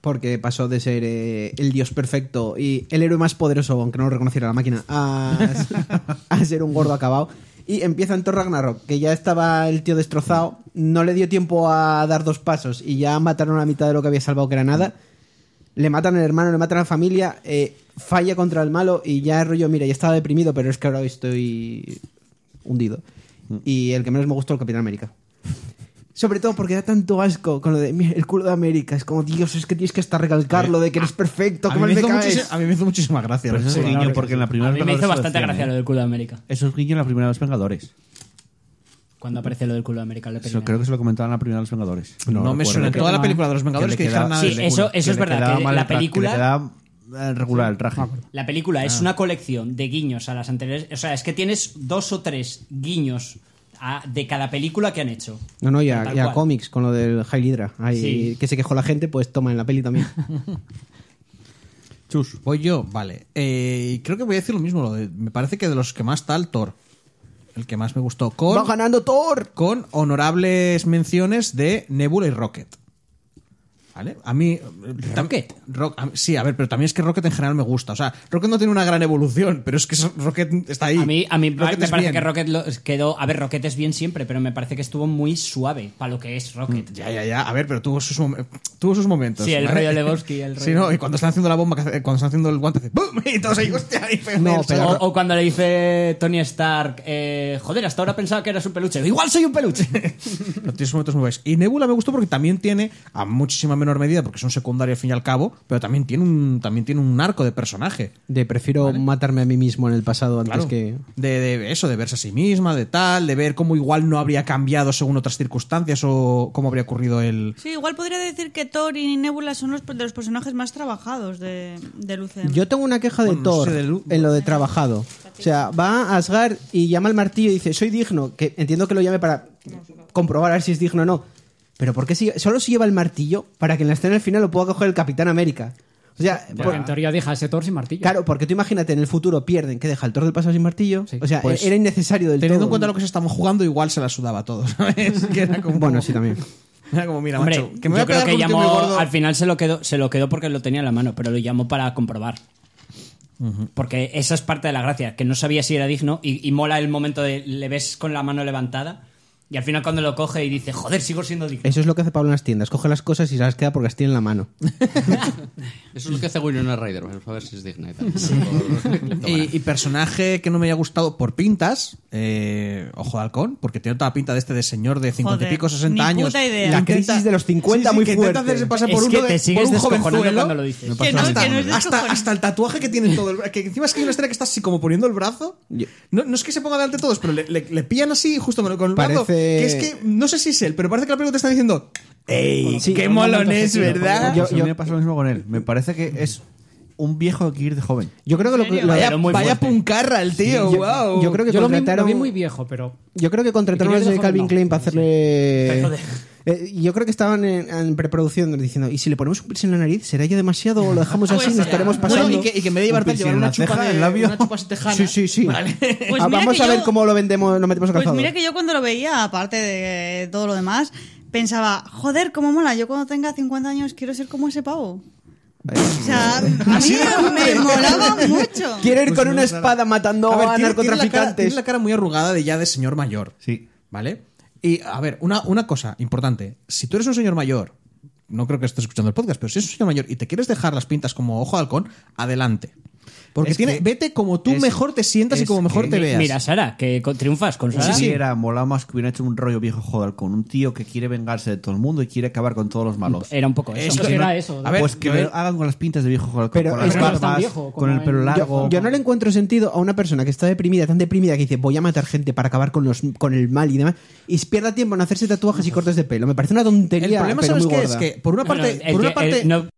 F: Porque pasó de ser eh, el dios perfecto y el héroe más poderoso, aunque no lo reconociera la máquina, a, a ser un gordo acabado. Y empieza en Thor Ragnarok, que ya estaba el tío destrozado, no le dio tiempo a dar dos pasos y ya mataron a la mitad de lo que había salvado, que era nada. Le matan al hermano, le matan a la familia, eh, falla contra el malo y ya es rollo, mira, ya estaba deprimido, pero es que ahora estoy hundido. Y el que menos me gustó, el Capitán América. Sobre todo porque da tanto asco con lo de "Mira, el culo de América. Es como, Dios, es que tienes que hasta recalcarlo de que eres perfecto,
D: A mí,
F: como
D: me
F: el
D: hizo
F: caes.
D: muchísima- a mí me hizo muchísimas gracias.
A: Pero eso es guiño porque en la primera
C: A mí me hizo
A: Vengadores
C: bastante
A: lo hacían,
C: gracia
A: ¿eh?
C: lo del culo de América.
A: Eso es guiño en la primera de los Vengadores.
C: Cuando aparece lo del culo de América. lo de
A: Eso
C: Peregrina.
A: creo que se lo comentaba en la primera de los Vengadores.
D: no me suena. En
G: Creo
D: toda
G: que
D: la
G: no,
D: película de los Vengadores
A: le
D: que, dijeran
A: queda-
D: nada
C: Sí,
D: del culo.
C: eso, eso es
A: le
C: verdad.
A: quedaba
C: que
A: mal
C: la
A: el traje, que le
C: película,
A: quedaba, eh, regular el traje. Ah.
C: la película es una colección de guiños a las anteriores. O sea, es que tienes dos o tres guiños a- de cada película que han hecho.
F: No, no, ya,
C: Tal
F: ya
C: cual.
F: cómics con lo del High Hydra. Ahí,
C: Sí.
F: Que se quejó la gente, pues toma en la peli también.
D: Chus. Voy yo, vale. Eh, creo que voy a decir lo mismo. lo de- me parece que de los que más tal, Thor. El que más me gustó. Con,
F: ¡Va ganando Thor!
D: con honorables menciones de Nebula y Rocket. ¿Vale? A mí. ¿Rocket? sí, a ver, pero también es que Rocket en general me gusta. O sea, Rocket no tiene una gran evolución, pero es que es- Rocket está ahí.
C: A mí, a mí
D: Rocket
C: me
D: es
C: parece
D: bien.
C: que Rocket lo- quedó. A ver, Rocket es bien siempre, pero me parece que estuvo muy suave para lo que es Rocket.
D: Ya, ya, ya. A ver, pero tuvo sus, mom- tuvo sus momentos.
C: Sí, el
D: ¿vale?
C: rollo Lebowski, el
D: Sí,
C: rollo.
D: no, y cuando están haciendo la bomba, que hace- cuando están haciendo el guante, hace ¡Bum! Y todos ahí, hostia, ahí pega
F: No,
D: el
F: pero-
D: chorro.
C: O, o cuando le dice Tony Stark, eh, joder, hasta ahora pensaba que eras un peluche. Igual soy un peluche.
D: No, tiene sus momentos muy guays. Y Nebula me gustó porque también tiene, a muchísima menor medida, porque es un secundario al fin y al cabo, pero también tiene un, también tiene un arco de personaje.
F: De prefiero matarme a mí mismo en el pasado antes
D: Claro.
F: que.
D: De, de eso, de verse a sí misma, de tal, de ver cómo igual no habría cambiado según otras circunstancias o cómo habría ocurrido el.
B: Sí, igual podría decir que Thor y Nebula son los, de los personajes más trabajados de, del UCM.
F: Yo tengo una queja de
D: Bueno, no
F: Thor
D: sé de Lu-
F: en lo de trabajado. O sea, va a Asgard y llama al martillo y dice, soy digno, que entiendo que lo llame para comprobar a ver si es digno o no. Pero ¿por qué si- solo se lleva el martillo para que en la escena al final lo pueda coger el Capitán América? O sea, por-
G: Porque en teoría deja ese Thor sin martillo.
F: claro, porque tú imagínate, en el futuro pierden, que deja el Thor del pasado sin martillo.
G: Sí.
F: O sea,
D: Pues,
F: era innecesario del
D: Teniendo
F: todo.
D: en cuenta lo que se estaban jugando, igual se la sudaba a todos, ¿sabes? Que era como,
F: Bueno, sí, también.
D: Era como, mira,
C: Hombre,
D: macho, que me voy
C: yo
D: a pegar
C: creo que
D: con un tío
C: llamó.
D: muy gordo.
C: Al final se lo, quedó, se lo quedó porque lo tenía en la mano, pero lo llamó para comprobar. Porque esa es parte de la gracia, que no sabía si era digno y, y mola el momento de le ves con la mano levantada y al final cuando lo coge y dice, joder, sigo siendo digno.
F: Eso es lo que hace Pablo en las tiendas. Coge las cosas y se las queda porque las tiene en la mano.
H: Eso es lo que hace Winona Ryder. Vamos a ver si es digna. y tal.
D: Y, y personaje que no me haya gustado por pintas, eh, Ojo de Halcón, porque tiene toda la pinta de este de señor de 50
B: Joder,
D: y pico, 60
B: ni
D: años.
B: puta idea.
D: La
F: La crisis de los 50 muy
D: que
F: fuerte.
D: Intenta hacerse pasar
C: Es
D: por
C: que
D: uno
C: te
D: de,
C: sigues
D: por un
C: descojonando
D: jovenzuelo.
C: cuando lo dices. No
B: pasa Que no, nada.
D: hasta,
B: que no es
D: hasta,
B: descojonante.
D: hasta el tatuaje que tiene en todo el bra- que encima es que hay una escena que está así como poniendo el brazo. No, no es que se ponga delante de todos, pero le, le- le pillan así justo con el brazo.
F: Parece-
D: Que es que no sé si es él, pero parece que la película te está diciendo. ¡Ey!
F: Sí,
D: ¡Qué
F: con
D: molón
F: momentos
D: es,
F: así, ¿no?
D: verdad!
F: Yo-
A: Pues a mí me pasa lo mismo con él. Me parece que es un viejo que ir de joven.
F: Yo creo que lo, que- lo-
D: Vaya,
C: Pero muy
D: vaya
C: fuerte.
D: puncarra el tío,
F: yo,
D: wow.
F: yo creo que
G: Yo lo vi, lo vi
F: contrataron-
G: muy viejo, pero.
F: Yo creo que contrataron a
G: Ingenieros de
F: Calvin
G: Hollywood.
F: Klein para hacerle.
C: Pero de-
F: Eh, yo creo que estaban en, en preproducción diciendo, ¿y si le ponemos un piercing en la nariz? ¿Será ya demasiado o lo dejamos así?
B: Pues
F: nos
B: ya.
F: estaremos
B: Bueno,
F: pasando. Ah,
D: Bueno, y, que, y que en vez de llevar
A: Un
D: tal, llevar
A: piercing en
D: una
A: la
D: chupa
A: ceja,
D: de
A: el labio.
D: Una chupa así tejana.
F: Sí, sí, sí.
D: Vale.
B: Pues
F: Ah,
B: mira
F: vamos
B: que
F: a ver
B: yo-
F: cómo lo vendemos, lo metemos al
B: Pues
F: calzado.
B: mira que yo cuando lo veía, aparte de eh, todo lo demás, pensaba, joder, cómo mola, yo cuando tenga 50 años quiero ser como ese pavo. O sea, a mí me molaba mucho.
F: Quiero ir
D: Pues
F: con
D: no,
F: una
D: claro.
F: espada matando
D: A
F: a,
D: ver, tiene- Tiene la, cara,
F: narcotraficantes.
D: tiene la cara muy arrugada de ya de señor mayor.
A: Sí.
D: ¿Vale? Y a ver, una, una cosa importante. Si tú eres un señor mayor, no creo que estés escuchando el podcast, pero si eres un señor mayor y te quieres dejar las pintas como ojo de halcón, adelante. Porque
A: Es
D: tiene,
A: que-
D: vete como tú
A: es-
D: mejor te sientas y
A: es
D: como mejor
A: que-
D: te veas.
C: Mira, Sara, que con- triunfas con Sara.
A: Sí, sí. Era molado más que hubiera hecho un rollo viejo joder con un tío que quiere vengarse de todo el mundo y quiere acabar con todos los malos.
C: Era un poco Eh, eso.
G: Esto
D: que
G: era
D: no-
G: eso.
D: A ver,
A: pues que
D: yo-
A: lo hagan con las pintas de viejo joder
F: Pero
A: con las
F: es que no es
G: tan
A: barbas,
G: viejo como
A: con el pelo
G: en-
F: Yo-
A: largo.
F: Yo, no le encuentro sentido a una persona que está deprimida, tan deprimida que dice voy a matar gente para acabar con, los, con el mal y demás, y pierda tiempo en hacerse tatuajes y cortes de pelo. Me parece una tontería.
D: el problema,
F: pero
D: ¿sabes
F: muy
D: qué? Es
F: gorda.
D: que, por
C: No,
D: una
C: no,
D: parte,
C: el
D: por una
C: que- el-
D: parte
C: no,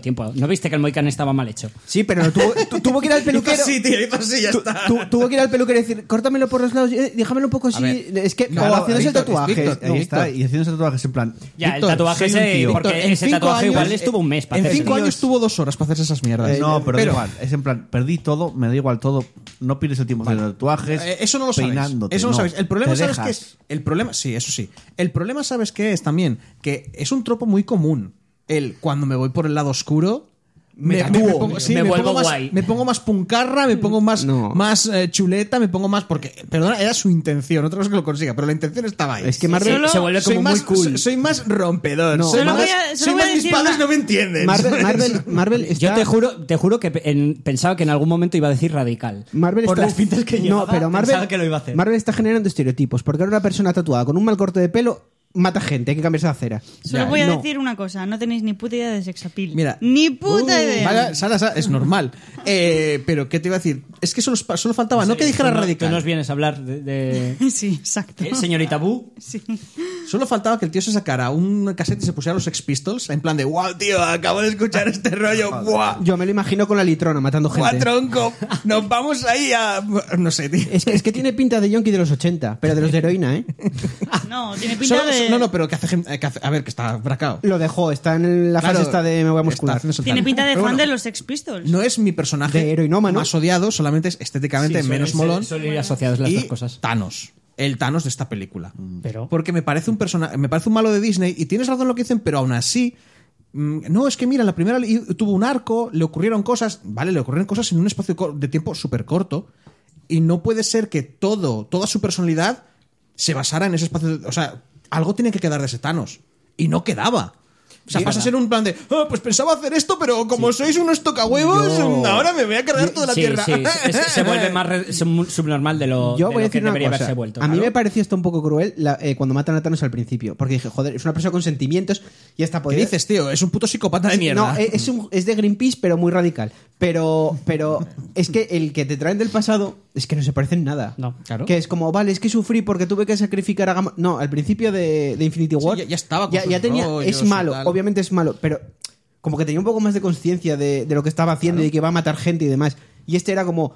C: tiempo. ¿No viste que el Moican estaba mal hecho?
F: Sí, pero no, tuvo, tu- tuvo que ir al peluquero.
D: Sí, tío, hizo así, ya
F: Tu-
D: está.
F: tu- tuvo que ir al peluquero y decir, córtamelo por los lados, eh, déjamelo un poco así. Es que, o haciéndose el
A: Víctor,
F: tatuaje.
A: es Víctor,
F: no,
A: ahí está,
F: Víctor.
A: y haciéndose tatuajes en plan.
C: Ya,
A: Víctor,
C: el tatuaje
A: soy un
C: ese.
A: tío.
C: Porque
D: Víctor, en
C: ese
D: cinco
C: tatuaje
D: años-
C: igual estuvo un mes para
D: En
C: hacerse.
D: cinco años tuvo dos horas para hacerse esas mierdas.
A: Eh, no, pero, da igual, es en plan, perdí todo, me da igual todo, no pierdes el tiempo haciendo tatuajes.
D: Eh, Eso no lo sabéis.
A: peinándote,
D: Eso no, lo sabéis. El problema,
A: te
D: ¿sabes
A: dejas.
D: qué es? El problema, sí, eso sí. El problema, ¿sabes qué es también? Que es un tropo muy común. El cuando me voy por el lado oscuro. Me, tatúo, pongo- sí,
C: me vuelvo
D: pongo más-
C: guay.
D: me pongo más puncarra, me pongo más,
F: No.
D: más eh, chuleta, me pongo más. Porque, perdona, era su intención, otra cosa que lo consiga, pero la intención estaba ahí.
F: Es que
C: Se-
F: Marvel,
C: se, vuelve
D: soy
C: como
D: más,
C: muy cool.
D: soy- soy más rompedor.
F: No.
D: soy
B: Solo
D: más,
B: voy a- solo
D: soy
B: voy
D: más
B: a
D: mis
B: decir
D: padres
B: una-
D: no me entienden.
F: Marvel, Marvel, Marvel está.
C: Yo te juro, te juro que pe- en- pensaba que en algún momento iba a decir radical.
F: Marvel
C: Por
F: está...
C: los pintas que llevaba,
F: no, pero Marvel,
C: pensaba que lo iba a hacer.
F: Marvel está generando estereotipos. Porque ahora una persona tatuada con un mal corte de pelo mata gente. Hay que cambiarse de acera.
B: Solo
F: Ya,
B: voy a
F: no.
B: decir una cosa, no tenéis ni puta idea de sexapil.
D: Mira.
B: Ni puta
D: Uh,
B: idea.
D: vale, Sara, Sara, es normal. Eh, pero, ¿qué te iba a decir? Es que solo, solo faltaba, no que dijera
C: Tú no-
D: radical.
C: Tú nos vienes a hablar de. de-
B: Sí, exacto.
C: ¿Eh, señorita Bu.
B: Sí.
D: Solo faltaba que el tío se sacara un cassette y se pusiera los Sex Pistols en plan de wow, tío, acabo de escuchar este rollo, wow,
F: Yo me lo imagino con la litrona matando gente.
D: guau, tronco, nos vamos ahí a... No sé, tío.
B: Eh,
F: Es que, es que tiene pinta de yonki de los 80, pero de los de heroína, ¿eh?
B: No, tiene pinta
D: Solo-
B: de...
D: No, no, pero que hace, gen- eh, que hace- A ver, que está bracao.
F: Lo dejó, está en la
D: Claro,
F: fase esta de me voy a muscular.
D: está haciendo
B: Tiene
D: soltar.
B: pinta de
D: Pero
B: fan de
D: bueno,
B: los Sex Pistols.
D: No es mi personaje
F: De heroinómano.
D: más odiado, solamente es estéticamente
C: Sí,
D: menos
C: suelen-
D: molón.
C: Suelen ir asociadas las
D: y
C: dos cosas.
D: Thanos. El Thanos de esta película.
G: Pero-
D: Porque me parece un persona, me parece un malo de Disney y tienes razón en lo que dicen, pero aún así mm, no, es que mira, la primera li- tuvo un arco, le ocurrieron cosas, vale, le ocurrieron cosas en un espacio co- de tiempo súper corto y no puede ser que todo, toda su personalidad se basara en ese espacio, de- o sea, algo tiene que quedar de ese Thanos y no quedaba. O sea, pasa a ser un plan de, "Ah, pues pensaba hacer esto, pero como sois unos tocahuevos,
F: Yo-
D: ahora me voy a cargar toda la
C: sí,
D: tierra.
C: sí, se, se- se vuelve más re- sub- subnormal de lo,
F: Yo
C: de
F: voy a
C: lo que
F: decir una
C: debería
F: cosa.
C: haberse vuelto.
F: a mí
C: Claro.
F: me pareció esto un poco cruel la- eh, cuando matan a Thanos al principio. Porque dije, joder, es una persona con sentimientos y hasta
D: ¿Qué
F: podría...
D: dices, tío? Es un puto psicópata de mierda.
F: No, eh, es, es un- es de Greenpeace, pero muy radical. Pero, pero es que el que te traen del pasado es que no se parecen nada.
G: No,
C: claro.
F: Que es como, vale, es que sufrí porque tuve que sacrificar a Gamora. No, al principio de, de Infinity War.
D: ya- ya estaba con
F: Ya,
D: sus
F: ya tenía.
D: rollos
F: es
D: y
F: malo,
D: tal.
F: obviamente es malo, pero como que tenía un poco más de conciencia de, de lo que estaba haciendo y que va a matar gente y demás. Y este era como,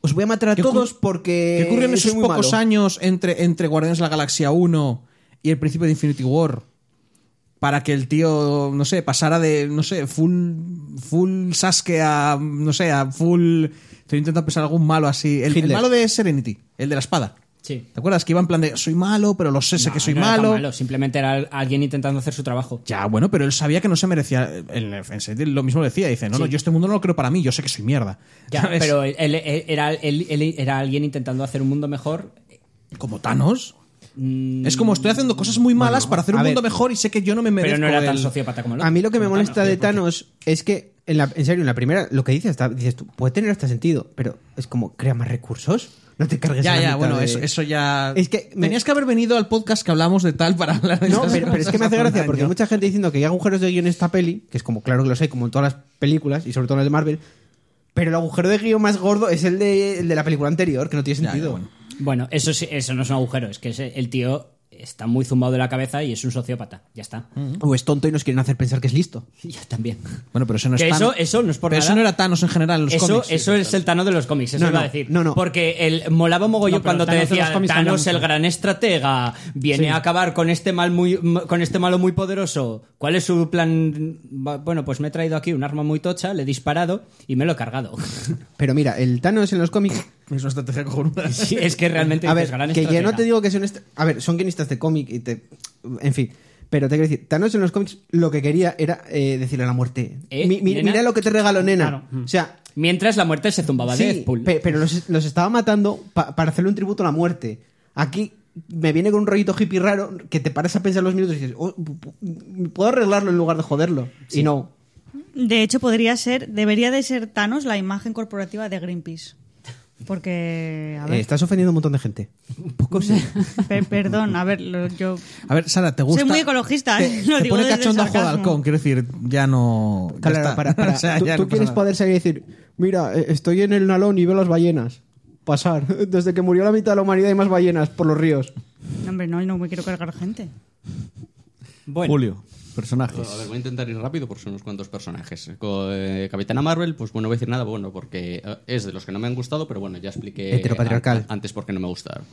F: os voy a matar a
D: ¿Qué ocur-
F: todos porque.
C: Eh,
D: ¿Qué ocurrió en
F: soy
D: esos
F: muy
D: pocos
F: malo".
D: años entre, entre Guardianes de la Galaxia 1 y el principio de Infinity War? Para que el tío, no sé, pasara de, no sé, full, full Sasuke a, no sé, a full... Estoy intentando pensar algún malo así. El, el
F: Hitler.
D: malo de Serenity, el de la espada.
C: Sí.
D: ¿Te acuerdas? Que iba en plan de, soy malo, pero lo sé, sé
C: No,
D: que soy
C: no era tan
D: malo.
C: Simplemente era alguien intentando hacer su trabajo.
D: Ya, bueno, pero él sabía que no se merecía... En, en Serenity lo mismo decía, dice, no, no, yo este mundo no lo creo para mí, yo sé que soy mierda.
C: Ya,
D: ¿Sabes?
C: pero él, él- él- era, él- él era alguien intentando hacer un mundo mejor.
D: Como Thanos...
C: mm,
D: Es como estoy haciendo cosas muy malas para hacer un
F: a ver.
D: mundo mejor y sé que yo no me merezco.
C: pero no era tan
D: el-
C: sociópata como el
F: A mí lo que me
C: como
F: molesta
C: Thanos,
F: de
C: porque-
F: Thanos es que, en, la- en serio, en la primera, lo que dices, está- dices tú, puede tener hasta sentido, pero es como, crea más recursos. No te cargues
D: Ya,
F: a la
D: ya,
F: mitad
D: bueno,
F: de-
D: eso, eso ya.
F: Es que me-
D: Tenías que haber venido al podcast que hablamos de tal para hablar de
F: No,
D: estas
F: pero, pero es que me hace
D: cosas
F: gracia
D: hace
F: porque hay
D: años.
F: mucha gente diciendo que hay agujeros de guión en esta peli, que es como, claro que los hay, como en todas las películas y sobre todo en las de Marvel, pero el agujero de guión más gordo es el de, el de la película anterior, que no tiene
D: Ya, ya,
F: sentido.
D: bueno.
C: Bueno, eso, sí- eso no es un agujero, es que ese- el tío está muy zumbado de la cabeza y es un sociópata. Ya está.
F: O es tonto y nos quieren hacer pensar que es listo.
C: Ya también.
D: Bueno, pero eso no es
C: Que eso-
D: Thanos.
C: eso no es por
D: Pero
C: nada.
D: eso no era Thanos en general en los
C: Eso,
D: cómics.
C: eso es el Thanos de los cómics, eso
F: No,
C: iba a
F: no,
C: decir.
F: no, no.
C: Porque el, molaba mogollón
G: No, pero
C: cuando te
G: Thanos de los
C: decía
G: cómics
C: Thanos,
G: mola
C: el
G: mucho".
C: gran estratega, viene a acabar con este, mal muy, m- con este malo muy poderoso. ¿Cuál es su plan? Va- Bueno, pues me he traído aquí un arma muy tocha, le he disparado y me lo he cargado.
F: Pero mira, el Thanos en los cómics
D: Es una estrategia cojonuda.
C: Sí, es que realmente
F: A
C: dices,
F: ver,
C: gran
F: que ya
C: estratega".
F: no te digo que son... est- A ver, son guionistas de cómic y te... En fin. Pero te quiero decir, Thanos en los cómics lo que quería era eh, decirle a la muerte.
C: Eh,
F: "Mi- mi-
C: nena". Ah,
F: mira lo que te regalo, nena.
G: Claro. Mm.
F: O sea,
C: Mientras la muerte se zumbaba
F: sí,
C: de Deadpool.
F: pe- pero los, los estaba matando pa- para hacerle un tributo a la muerte. Aquí me viene con un rollito hippie raro que te paras a pensar los minutos y dices, "Oh, pu- pu- puedo arreglarlo en lugar de joderlo. Y no.
B: De hecho, podría ser, debería de ser Thanos la imagen corporativa de Greenpeace. Porque, a
F: Eh,
B: ver,
F: estás ofendiendo a un montón de gente.
B: per- perdón, a ver, lo- yo...
D: A ver, Sara, ¿te gusta?
B: Soy muy ecologista, ¿eh?
D: Te,
B: lo
D: te
B: digo
D: pone
B: desde el
D: cachondo a
B: sarcasmo.
D: Jodalcón, quiero decir, ya no. ya
F: Claro,
D: está.
F: para, para-
D: O sea,
F: tú,
D: ya
F: tú
D: no pasa
F: quieres
D: nada.
F: poder salir y decir, mira, eh, estoy en el Nalón y veo las ballenas. Pasar. Desde que murió la mitad de la humanidad hay más ballenas por los ríos.
B: No, hombre, no, no me quiero cargar gente.
C: Bueno,
A: Julio. personajes.
H: A
D: Pues-
H: ver, Pues voy a intentar ir rápido porque son unos cuantos personajes. Co- eh, Capitana Marvel, pues bueno, voy a decir nada bueno porque eh, es de los que no me han gustado, pero bueno, ya expliqué
F: Heteropatriarcal.
H: a- antes por qué no me gustaron.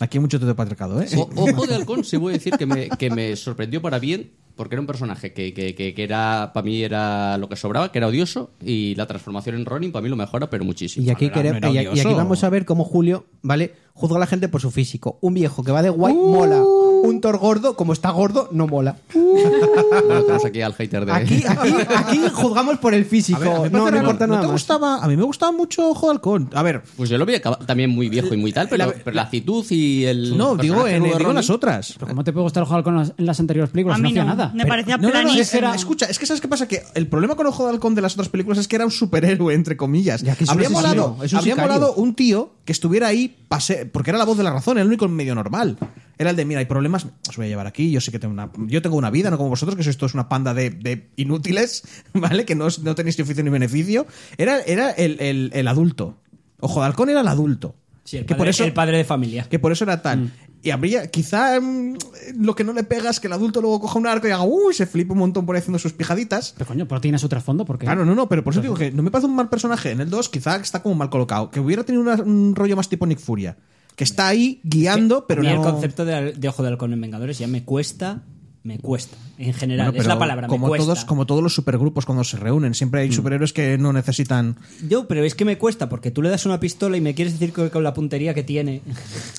D: Aquí hay mucho todo patriarcado, ¿eh?
H: O- Ojo de Halcón, sí voy a decir que me, que me sorprendió para bien, porque era un personaje que, que- que- que era para mí era lo que sobraba, que era odioso, y la transformación en Ronin para mí lo mejora, pero muchísimo.
F: Y aquí,
D: no era-
F: quere-
D: no era
F: y- y aquí
D: odioso.
F: vamos a ver cómo Julio, ¿vale? Juzga a la gente por su físico. Un viejo que va de guay
D: Uh.
F: mola. Un Thor gordo, como está gordo, no mola.
H: Bueno, tenemos aquí al hater de...
F: Aquí, aquí, aquí juzgamos por el físico.
D: A ver, a mí me parece
F: no, no
D: raro,
F: importa
D: ¿no
F: nada
D: te
F: más.
D: gustaba, a mí me gustaba mucho Ojo de Halcón. A ver,
H: Pues yo lo vi acaba- también muy viejo y muy tal, pero pero la, actitud y el...
D: no, digo,
H: personaje
D: en,
H: nudo de
D: digo en
H: Ronin-
D: las otras.
G: Pero ¿Cómo te puede gustar jugar con las- en las anteriores
B: A
G: películas?
B: mí
G: no hacía
B: no,
G: nada.
B: me parecía
D: No, no, no,
B: planísimo.
D: es- era- escucha, es que sabes qué pasa que el problema con Ojo de Halcón de las otras películas es que era un superhéroe entre comillas.
F: Ya, que es un
D: habría
F: asesino,
D: molado,
F: es un
D: habría
F: sicario.
D: molado un tío que estuviera ahí pase, porque era la voz de la razón, era el único medio normal. Era el de, mira, hay problemas, os voy a llevar aquí, yo sé que tengo una yo tengo una vida, no como vosotros que sois todos una panda de, de inútiles, ¿vale? Que no, os- no tenéis ni oficio ni beneficio. Era era el, el- el adulto. Ojo de Halcón era el adulto.
C: Sí, el
D: que
C: padre,
D: por eso
C: el padre de familia.
D: que por eso era
C: Mm.
D: tal. Y habría, quizá mm, lo que no le pega es que el adulto luego coja un arco y haga, uy, se flipa un montón por ahí haciendo sus pijaditas.
G: Pero coño, pero tiene su trasfondo porque.
D: Claro, no, no, pero por eso digo que no me parece un mal personaje. En el 2 quizá está como mal colocado. Que hubiera tenido una- un rollo más tipo Nick Furia. Que está ahí guiando, pero
C: Y el
D: no...
C: concepto de, de Ojo de Halcón en Vengadores ya me cuesta, me cuesta, en general.
D: Bueno,
C: es
D: pero
C: la palabra,
D: como
C: me cuesta. Mm.
D: todos, como todos los supergrupos cuando se reúnen, siempre hay superhéroes que no necesitan.
C: Yo, pero es que me cuesta porque tú le das una pistola y me quieres decir que con la puntería que tiene.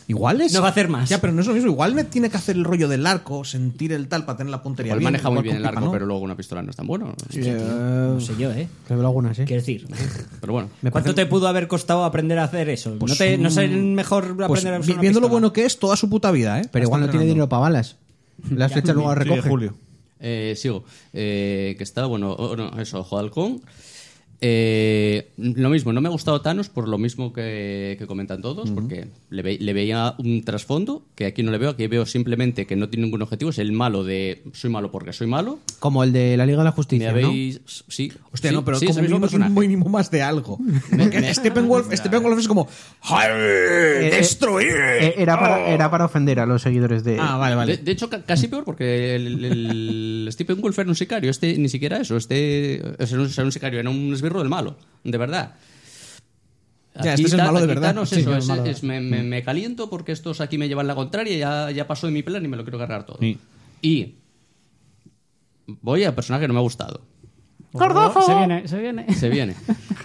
D: Iguales.
C: No va a hacer más.
D: Ya, pero no es lo mismo. Igual me tiene que hacer el rollo del arco, sentir el tal para tener la puntería.
H: Igual
D: bien,
H: maneja muy
D: igual
H: bien
D: con
H: el arco,
D: pipa, ¿no?
H: pero luego una pistola no es tan bueno.
C: No sé yo, ¿eh?
F: Te veo algunas, ¿eh?
C: Quiero decir,
H: Pero bueno.
C: ¿cuánto te pudo haber costado aprender a hacer eso?
H: Pues
C: ¿No, te, ¿No es mejor aprender
D: Pues,
C: a usar
D: vi-
C: una
D: viendo lo
C: pistola?
D: bueno que es toda su puta vida, ¿eh?
F: Pero igual no tiene dinero para balas. Las flechas luego las recoge.
H: Eh, sigo. Eh, que está, bueno, o- no, eso, Ojo de Halcón. Eh, lo mismo, no me ha gustado Thanos por lo mismo que, que comentan todos, porque le, ve- le veía un trasfondo que aquí no le veo, aquí veo simplemente que no tiene ningún objetivo, es el malo de soy malo porque soy malo.
F: Como el de la Liga de la
H: Me
F: Justicia, ¿no?
H: habéis. Sí,
D: Hostia,
H: sí,
D: no, pero
H: sí, es
D: como
H: el mismo
D: mínimo,
H: personaje.
D: un mínimo más de algo. Porque Steppenwolf, Steppenwolf es como... "Ay, ¡Destruir!
F: Eh, Era para, era para ofender a los seguidores de...
D: Ah, vale, vale.
H: De, de hecho, ca- casi peor, porque el, el Stephen Wolf era un sicario. Este ni siquiera eso. Este o sea, era un, era un sicario, era un esbirro del malo, de verdad.
D: Ya, este es el
H: ta-
D: malo de
H: aquí
D: verdad.
H: Thanos,
D: Sí,
H: eso,
D: el
H: es-
D: malo de
H: es- me, me- me caliento porque estos aquí me llevan la contraria y ya, ya pasó de mi plan y me lo quiero cargar todo. Y voy a personaje que no me ha gustado.
G: Se viene, se viene.
H: Se viene.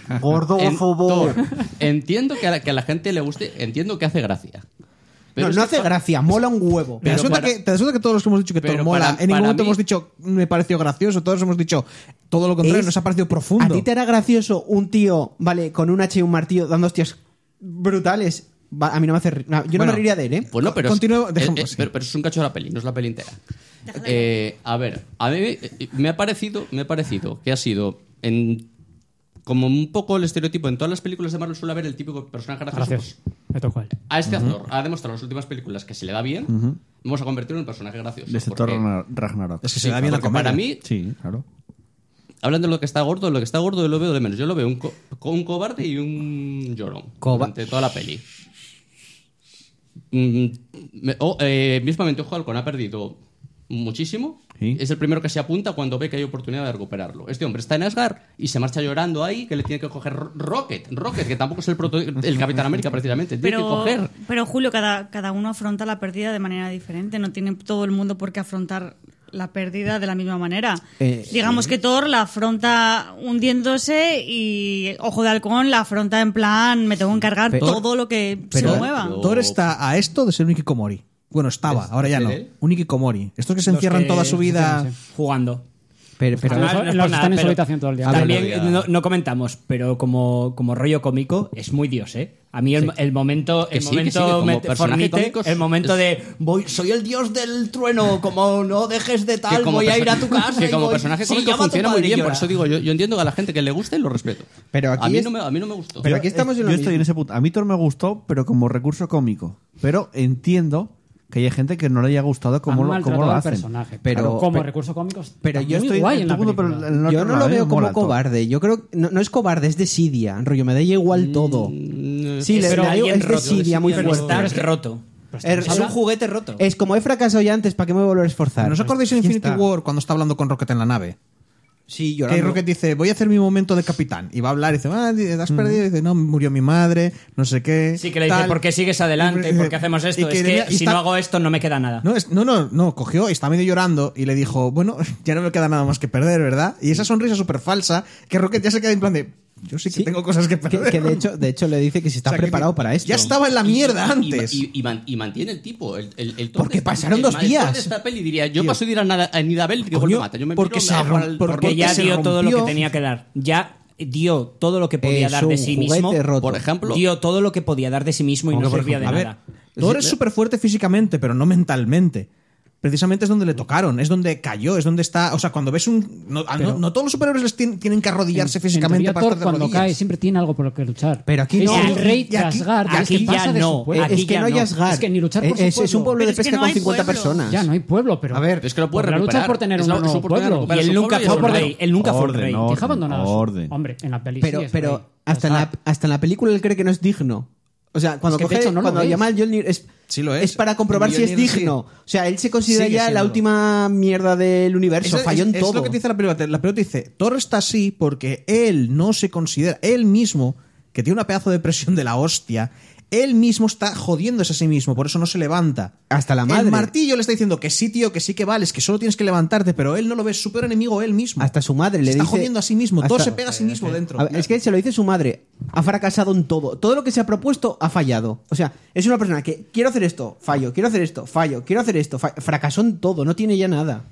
H: En-
F: Gordófobo.
H: Thor. Entiendo que a, la, que a la gente le guste, entiendo que hace gracia.
F: No,
H: es
F: no
H: que
F: hace gracia, mola un huevo.
D: Te resulta,
H: para-
D: que, te resulta que todos los que hemos dicho que
H: pero
D: Thor mola,
H: para-
D: en ningún
H: para
D: momento
H: mí-
D: hemos dicho me pareció gracioso, todos hemos dicho todo lo contrario,
F: Es-
D: nos ha parecido profundo.
F: ¿A ti te era gracioso un tío, vale, con un hacha y un martillo dando hostias brutales? Va, a mí no me hace... ri- no, yo no
D: Bueno.
F: me reiría de él, ¿eh?
H: Pues no, pero,
D: Continúe-
H: es,
D: dejemos
H: eh, eh,
D: así.
H: pero, pero es un cacho de la peli, no es la peli entera. Eh, a ver, a mí eh, me ha parecido, me ha parecido que ha sido en como un poco el estereotipo en todas las películas de Marvel suele haber el típico personaje gracioso. pues,
G: Gracias. Me tocó a él.
H: A este actor ha demostrado en las últimas películas que si le da bien, vamos a convertirlo en un personaje gracioso.
A: De este
H: porque-
A: Thor Ragnar- Ragnarok.
D: Es que se da bien la
H: porque
D: comedia.
H: para mí,
A: Sí, claro.
H: hablando de lo que está gordo, lo que está gordo yo lo veo de menos. Yo lo veo un, co- un cobarde y un llorón.
F: Coba-
H: Durante toda la peli. Mm, me- o, eh, mismamente, ojo, Halcón ha perdido muchísimo.
A: Sí.
H: Es el primero que se apunta cuando ve que hay oportunidad de recuperarlo. Este hombre está en Asgard y se marcha llorando ahí que le tiene que coger Ro- Rocket. Rocket, que tampoco es el, proto- el Capitán América precisamente. Tiene que
B: Pero,
H: coger.
B: pero Julio, cada, cada uno afronta la pérdida de manera diferente. No tiene todo el mundo por qué afrontar la pérdida de la misma manera.
F: Eh,
B: Digamos que Thor la afronta hundiéndose y Ojo de Halcón la afronta en plan, me tengo que encargar
F: Pero-
B: todo lo que
D: Pero
B: se mueva.
D: Thor está a esto de ser un Ikikomori. Bueno, estaba, ahora ya no.
H: él?
D: Un Ikikomori. Estos que se encierran
C: que
D: toda su vida...
C: jugando. Ah,
F: Pero, pero-
G: Además,
C: No,
G: los
C: no es por
G: que
C: nada,
G: están en su
C: pero
G: habitación todo el día.
C: También
H: Aleluya.
C: eh, no, no comentamos, pero como, como rollo cómico es muy dios, ¿eh? A mí el, el momento,
H: Que
C: el
H: sí, que sí, que
C: momento
H: como
C: me-
H: personaje
C: Fornite,
H: cómico es-
C: el momento
H: es-
C: de voy, soy el dios del trueno, como no dejes de
H: que
C: tal, voy a ir a tu casa.
H: que
C: y
H: como
C: voy-
H: personaje
C: sí,
H: cómico
C: llama a tu
H: funciona muy
C: padre y
H: bien. Por
C: llora.
H: eso digo, yo, yo entiendo que a la gente que le guste lo respeto.
F: Pero aquí
H: a, mí
F: es-
H: no me, a mí no me gustó.
F: pero aquí estamos en
A: yo
F: lo
A: estoy en
F: mismo.
A: ese punto. A mí Thor me gustó, pero como recurso cómico. Pero entiendo que hay gente que no le haya gustado cómo
G: Han
A: lo, cómo
G: maltratado
A: lo
G: al
A: hacen.
G: personaje.
F: Pero-
G: Pero como
F: pero-
G: recurso cómico.
F: pero yo
G: muy
A: estoy
G: guay
A: en
G: en la
A: tu punto,
G: película.
A: pero el- el
F: Yo
A: otro
F: no lo
A: lado,
F: veo como
A: mola Thor.
F: cobarde. Yo creo no, no es cobarde, es desidia. Rollo, me da igual todo. Sí, le,
C: Pero
F: le da igual-
C: alguien
F: es
C: roto,
F: desidia muy
C: pero
F: fuerte.
C: Estás roto.
F: Es,
G: Es
F: es
G: un
F: un
G: juego.
F: juguete roto. Es como he fracasado ya antes, ¿para qué me voy a volver a esforzar?
D: ¿No os acordáis en
F: Ya
D: Infinity
F: está.
D: War cuando está hablando con Rocket en la nave?
F: Sí,
D: Que
F: llorando.
D: Rocket dice, voy a hacer mi momento de capitán. Y va a hablar y dice, ah, di- has perdido. Y dice, no, murió mi madre, no sé qué.
C: Sí, que le dice,
D: tal".
C: ¿por qué sigues
D: Y
C: adelante?
D: dice-
C: ¿Por qué hacemos
D: y
C: esto? es
D: mira,
C: que
D: y
C: si
D: está-
C: no hago esto no me queda nada.
D: No, es- no, no, no, cogió, está medio llorando y le dijo, bueno, ya no me queda nada más que perder, ¿verdad? Y esa sonrisa súper falsa, que Rocket ya se queda en plan de, yo sí que tengo cosas que
F: Que,
D: perder.
F: que de, hecho, de hecho le dice que si
D: O
F: está
D: sea, que
F: preparado
D: di-
F: para esto.
D: Ya estaba en la mierda
H: Y-
D: antes.
H: Y, y man- y mantiene el tipo. El, el- el
F: Porque
H: tono de-
F: pasaron
H: el
F: dos
H: maestro
F: días.
H: de esta peli diría: Yo paso de ir a, Nada- a Nidabel, digo,
D: Coño,
H: lo mata. Yo me
D: porque
H: piro
D: se
H: a-
D: arrom-
H: al-
D: porque
C: porque ya
D: se
C: dio todo lo
D: rompió.
C: que tenía que dar. Ya dio todo lo que podía
F: Es
C: dar de
F: un
C: sí
F: juguete
C: mismo.
F: roto.
H: Por ejemplo.
C: Dio todo lo que podía dar de sí mismo y no servía de
D: A ver,
C: nada.
D: Thor es súper fuerte físicamente, pero no mentalmente. Precisamente es donde le tocaron, es donde cayó, es donde está. O sea, cuando ves un. No, ah, no- no todos los superhéroes les tien- tienen que arrodillarse físicamente
G: teoría,
D: para
G: Thor,
D: estar de
G: cuando
D: rodillas. Eh,
G: cae siempre tiene algo por lo que luchar.
F: Pero aquí
G: es
F: no.
G: el rey
D: Y aquí-
G: Asgard. es
C: aquí
G: que pasa
C: ya
G: de su
C: no.
G: pueblo.
C: Aquí
F: es que
C: ya
F: no hay
C: no.
F: Asgard.
G: Es que ni luchar
D: E-
G: por su
F: es, es un
G: pueblo.
F: pueblo
B: Pero
F: de
B: es que
F: pesca
B: no
F: con
B: hay
F: 50
B: pueblo.
F: personas.
G: Ya no hay pueblo, pero.
F: A ver,
H: Es que lo
G: la
H: puede
G: lucha
H: recuperar.
G: por tener
H: Es
G: un
H: la-
G: nuevo
H: su oportunidad de
G: pueblo.
H: recuperar
C: Y él
H: su
C: nunca
H: pueblo y
C: fue
H: el
C: por
H: reino.
C: rey. Él nunca
A: Orden,
C: fue rey.
A: no.
G: Deja abandonado. a su-
A: orden.
G: Hombre, en la peli.
F: pero,
G: sí es
F: pero
G: rey.
F: hasta, en la, hasta en la película él cree que no es digno. O sea, cuando,
G: Es que, de
F: coge-
G: hecho, no lo
F: cuando
G: ves.
F: llama al Jolnir es,
D: Sí lo es.
F: para comprobar
D: El
F: si es
D: Mjolnir sí.
F: digno. O sea, él se considera
D: Sigue
F: ya la
D: siéndolo.
F: última mierda del universo.
D: Es-
F: falló
D: es-
F: en todo.
D: Es lo que te dice la pelota. La pelota dice, Thor está así porque él no se considera, él mismo, que tiene una pedazo de presión de la hostia, él mismo está jodiéndose a sí mismo, por eso no se levanta.
F: Hasta la
D: El
F: madre.
D: martillo le está diciendo que sí, tío, que sí que vales, que solo tienes que levantarte, pero él no lo ve, es su peor enemigo él mismo.
F: Hasta su madre
D: se
F: le
D: está
F: dice-
D: jodiendo a sí mismo, Thor
F: hasta- Eh,
D: se pega a sí mismo dentro.
F: A ver, es que se lo dice su madre. Ha fracasado en todo. Todo lo que se ha propuesto ha fallado. O sea, es una persona que quiero hacer esto, fallo, quiero hacer esto, fallo, quiero hacer esto. fa- Fracasó en todo, no tiene ya nada.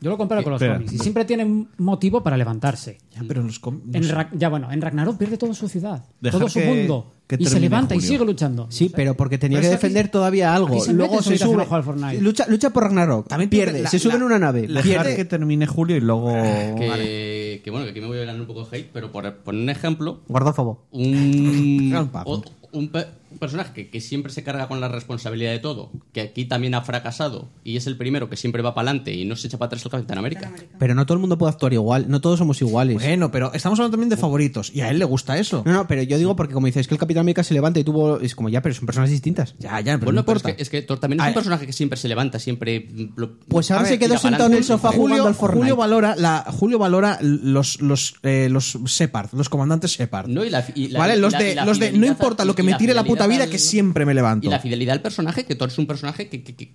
G: Yo lo comparo con los
A: Eh, Espera.
G: cómics. Y siempre tiene un motivo para levantarse.
D: Ya, pero en los com- no
G: En
D: sé.
G: Ra- ya bueno, en Ragnarok pierde toda su ciudad,
A: Dejar
G: todo su
A: que-
G: mundo.
A: que
G: y se
A: termine
G: levanta y
A: Julio.
G: sigue luchando.
F: Sí, pero porque tenía
D: Pero
F: que
D: es que aquí-
F: defender todavía algo.
G: aquí se
F: Luego
G: mete
F: se
G: solitario
F: sube.
G: a jugar al Fortnite.
F: Lucha, lucha por Ragnarok.
D: También creo
F: pierde,
D: que la-
F: se sube
D: la-
F: en una nave.
D: la-
F: pierde.
A: Dejar que termine Julio y luego.
F: Oh,
H: Que, que bueno, que aquí me voy a ganar un poco de hate, pero por poner un ejemplo,
F: Guardófobo.
H: un,
D: Gran papo.
H: o- un pe- un personaje que, que siempre se carga con la responsabilidad de todo, que aquí también ha fracasado y es el primero que siempre va para adelante y no se echa para atrás el Capitán América.
F: Pero no todo el mundo puede actuar igual, no todos somos iguales.
D: Bueno, pero estamos hablando también de favoritos, y a él le gusta eso.
F: No, no, pero yo digo porque como dices que el Capitán América se levanta y tuvo... Es como ya, pero son personas distintas.
D: Ya, ya, pero no
H: Bueno, pero es
D: importa.
H: que, es que Thor también es
D: A
H: un
D: ver.
H: personaje que siempre se levanta, siempre. mm, lo-
F: Pues ahora
H: a ver,
F: se quedó
H: tira para
F: sentado en el
H: adelante,
F: sofá
H: joder.
F: jugando
D: Julio,
F: al Fortnite.
D: Julio valora la Julio valora los los eh, los Shepard, los comandantes Shepard.
H: No, y la- y la-
D: vale,
H: y
D: los
H: la- y
D: de
H: la
D: los de no
H: fidelidad
D: importa
H: al-
D: lo que
H: y
D: me
H: la
D: tire la puta
H: fidelidad
D: vida
H: al-
D: que siempre me levanto.
H: Y la fidelidad al personaje, que Thor es un personaje que, que- que-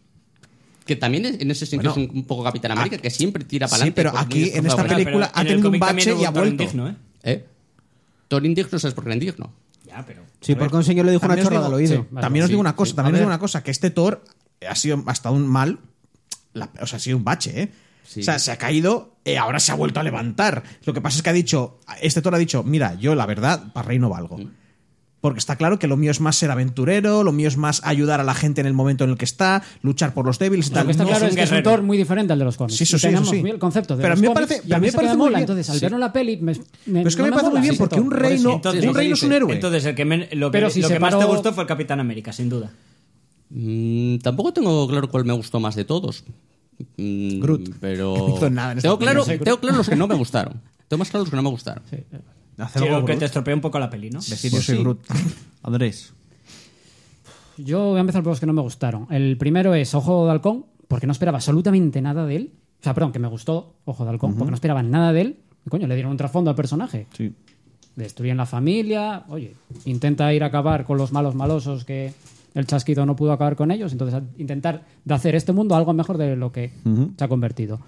H: que también es- en ese sentido es un, un poco Capitán América, que siempre tira para
D: Sí,
H: adelante.
D: pero
H: por muy
D: aquí, en
H: esforzado
D: esta
H: que sea.
D: película
C: pero
D: ha
C: en el
D: tenido un
C: cómic
D: bache
C: también hubo
D: y ha
C: un Thor
D: vuelto.
C: indigno, ¿eh?
H: ¿Eh? Thor indigno, ¿sabes por qué era indigno?
C: Ya, pero...
F: Sí, porque un señor le dijo una
D: También os
F: chorrada al
D: digo-
F: oído.
D: sí, también os
H: sí,
D: digo una cosa,
H: sí.
D: también
H: A
D: os digo
H: ver.
D: una cosa, que este Thor ha sido hasta un mal, la- o sea, ha sido un bache, ¿eh?
H: Sí.
D: O sea, se ha caído y ahora se ha vuelto a levantar. Lo que pasa es que ha dicho, este Thor ha dicho, mira, yo la verdad, para rey no valgo. Porque está claro que lo mío es más ser aventurero, lo mío es más ayudar a la gente en el momento en el que está, luchar por los débiles y
G: Lo
D: tal.
G: que está
D: No
G: claro
D: soy
G: es
D: un
G: que es un
D: guerrero.
G: Thor muy diferente al de los cómics.
D: Sí, eso
G: Y
D: sí,
G: tenemos
D: eso sí.
G: muy el concepto de
D: Pero a
G: los
D: mí me
G: cómics
D: parece-
G: y a
D: a
G: mí
D: mí me
G: se queda
D: parece muy
G: mola.
D: bien.
G: Entonces, al
D: Sí.
G: verlo en la peli, me, me-
D: Pero es que
G: no
D: me parece
G: mola.
D: muy bien
G: Sí,
D: porque
G: Thor.
D: un reino,
C: pues Entonces,
D: un reino es un héroe.
C: Entonces, el que men- lo que,
G: Pero si
C: lo que
G: separó-
C: más te gustó fue el Capitán América, sin duda.
H: Mm, tampoco tengo claro cuál me gustó más de todos. Mm,
D: Groot.
H: Pero.
D: No hizo nada en esta
H: tengo, claro,
D: película.
H: tengo claro los que no me gustaron. Tengo más claro los que no me gustaron.
D: Hacer
C: Sí,
D: algo
C: lo que
D: Groot.
C: te estropeó un poco la peli, ¿no?
A: Decir yo soy Groot. Andrés.
G: Yo voy a empezar por los que no me gustaron. El primero es Ojo de Halcón, porque no esperaba absolutamente nada de él. O sea, perdón, que me gustó Ojo de Halcón, porque no esperaba nada de él. Y coño, le dieron un trasfondo al personaje.
A: Sí.
G: destruyen la familia, oye, intenta ir a acabar con los malos malosos que el chasquido no pudo acabar con ellos, entonces a- intentar de hacer este mundo algo mejor de lo que se ha convertido.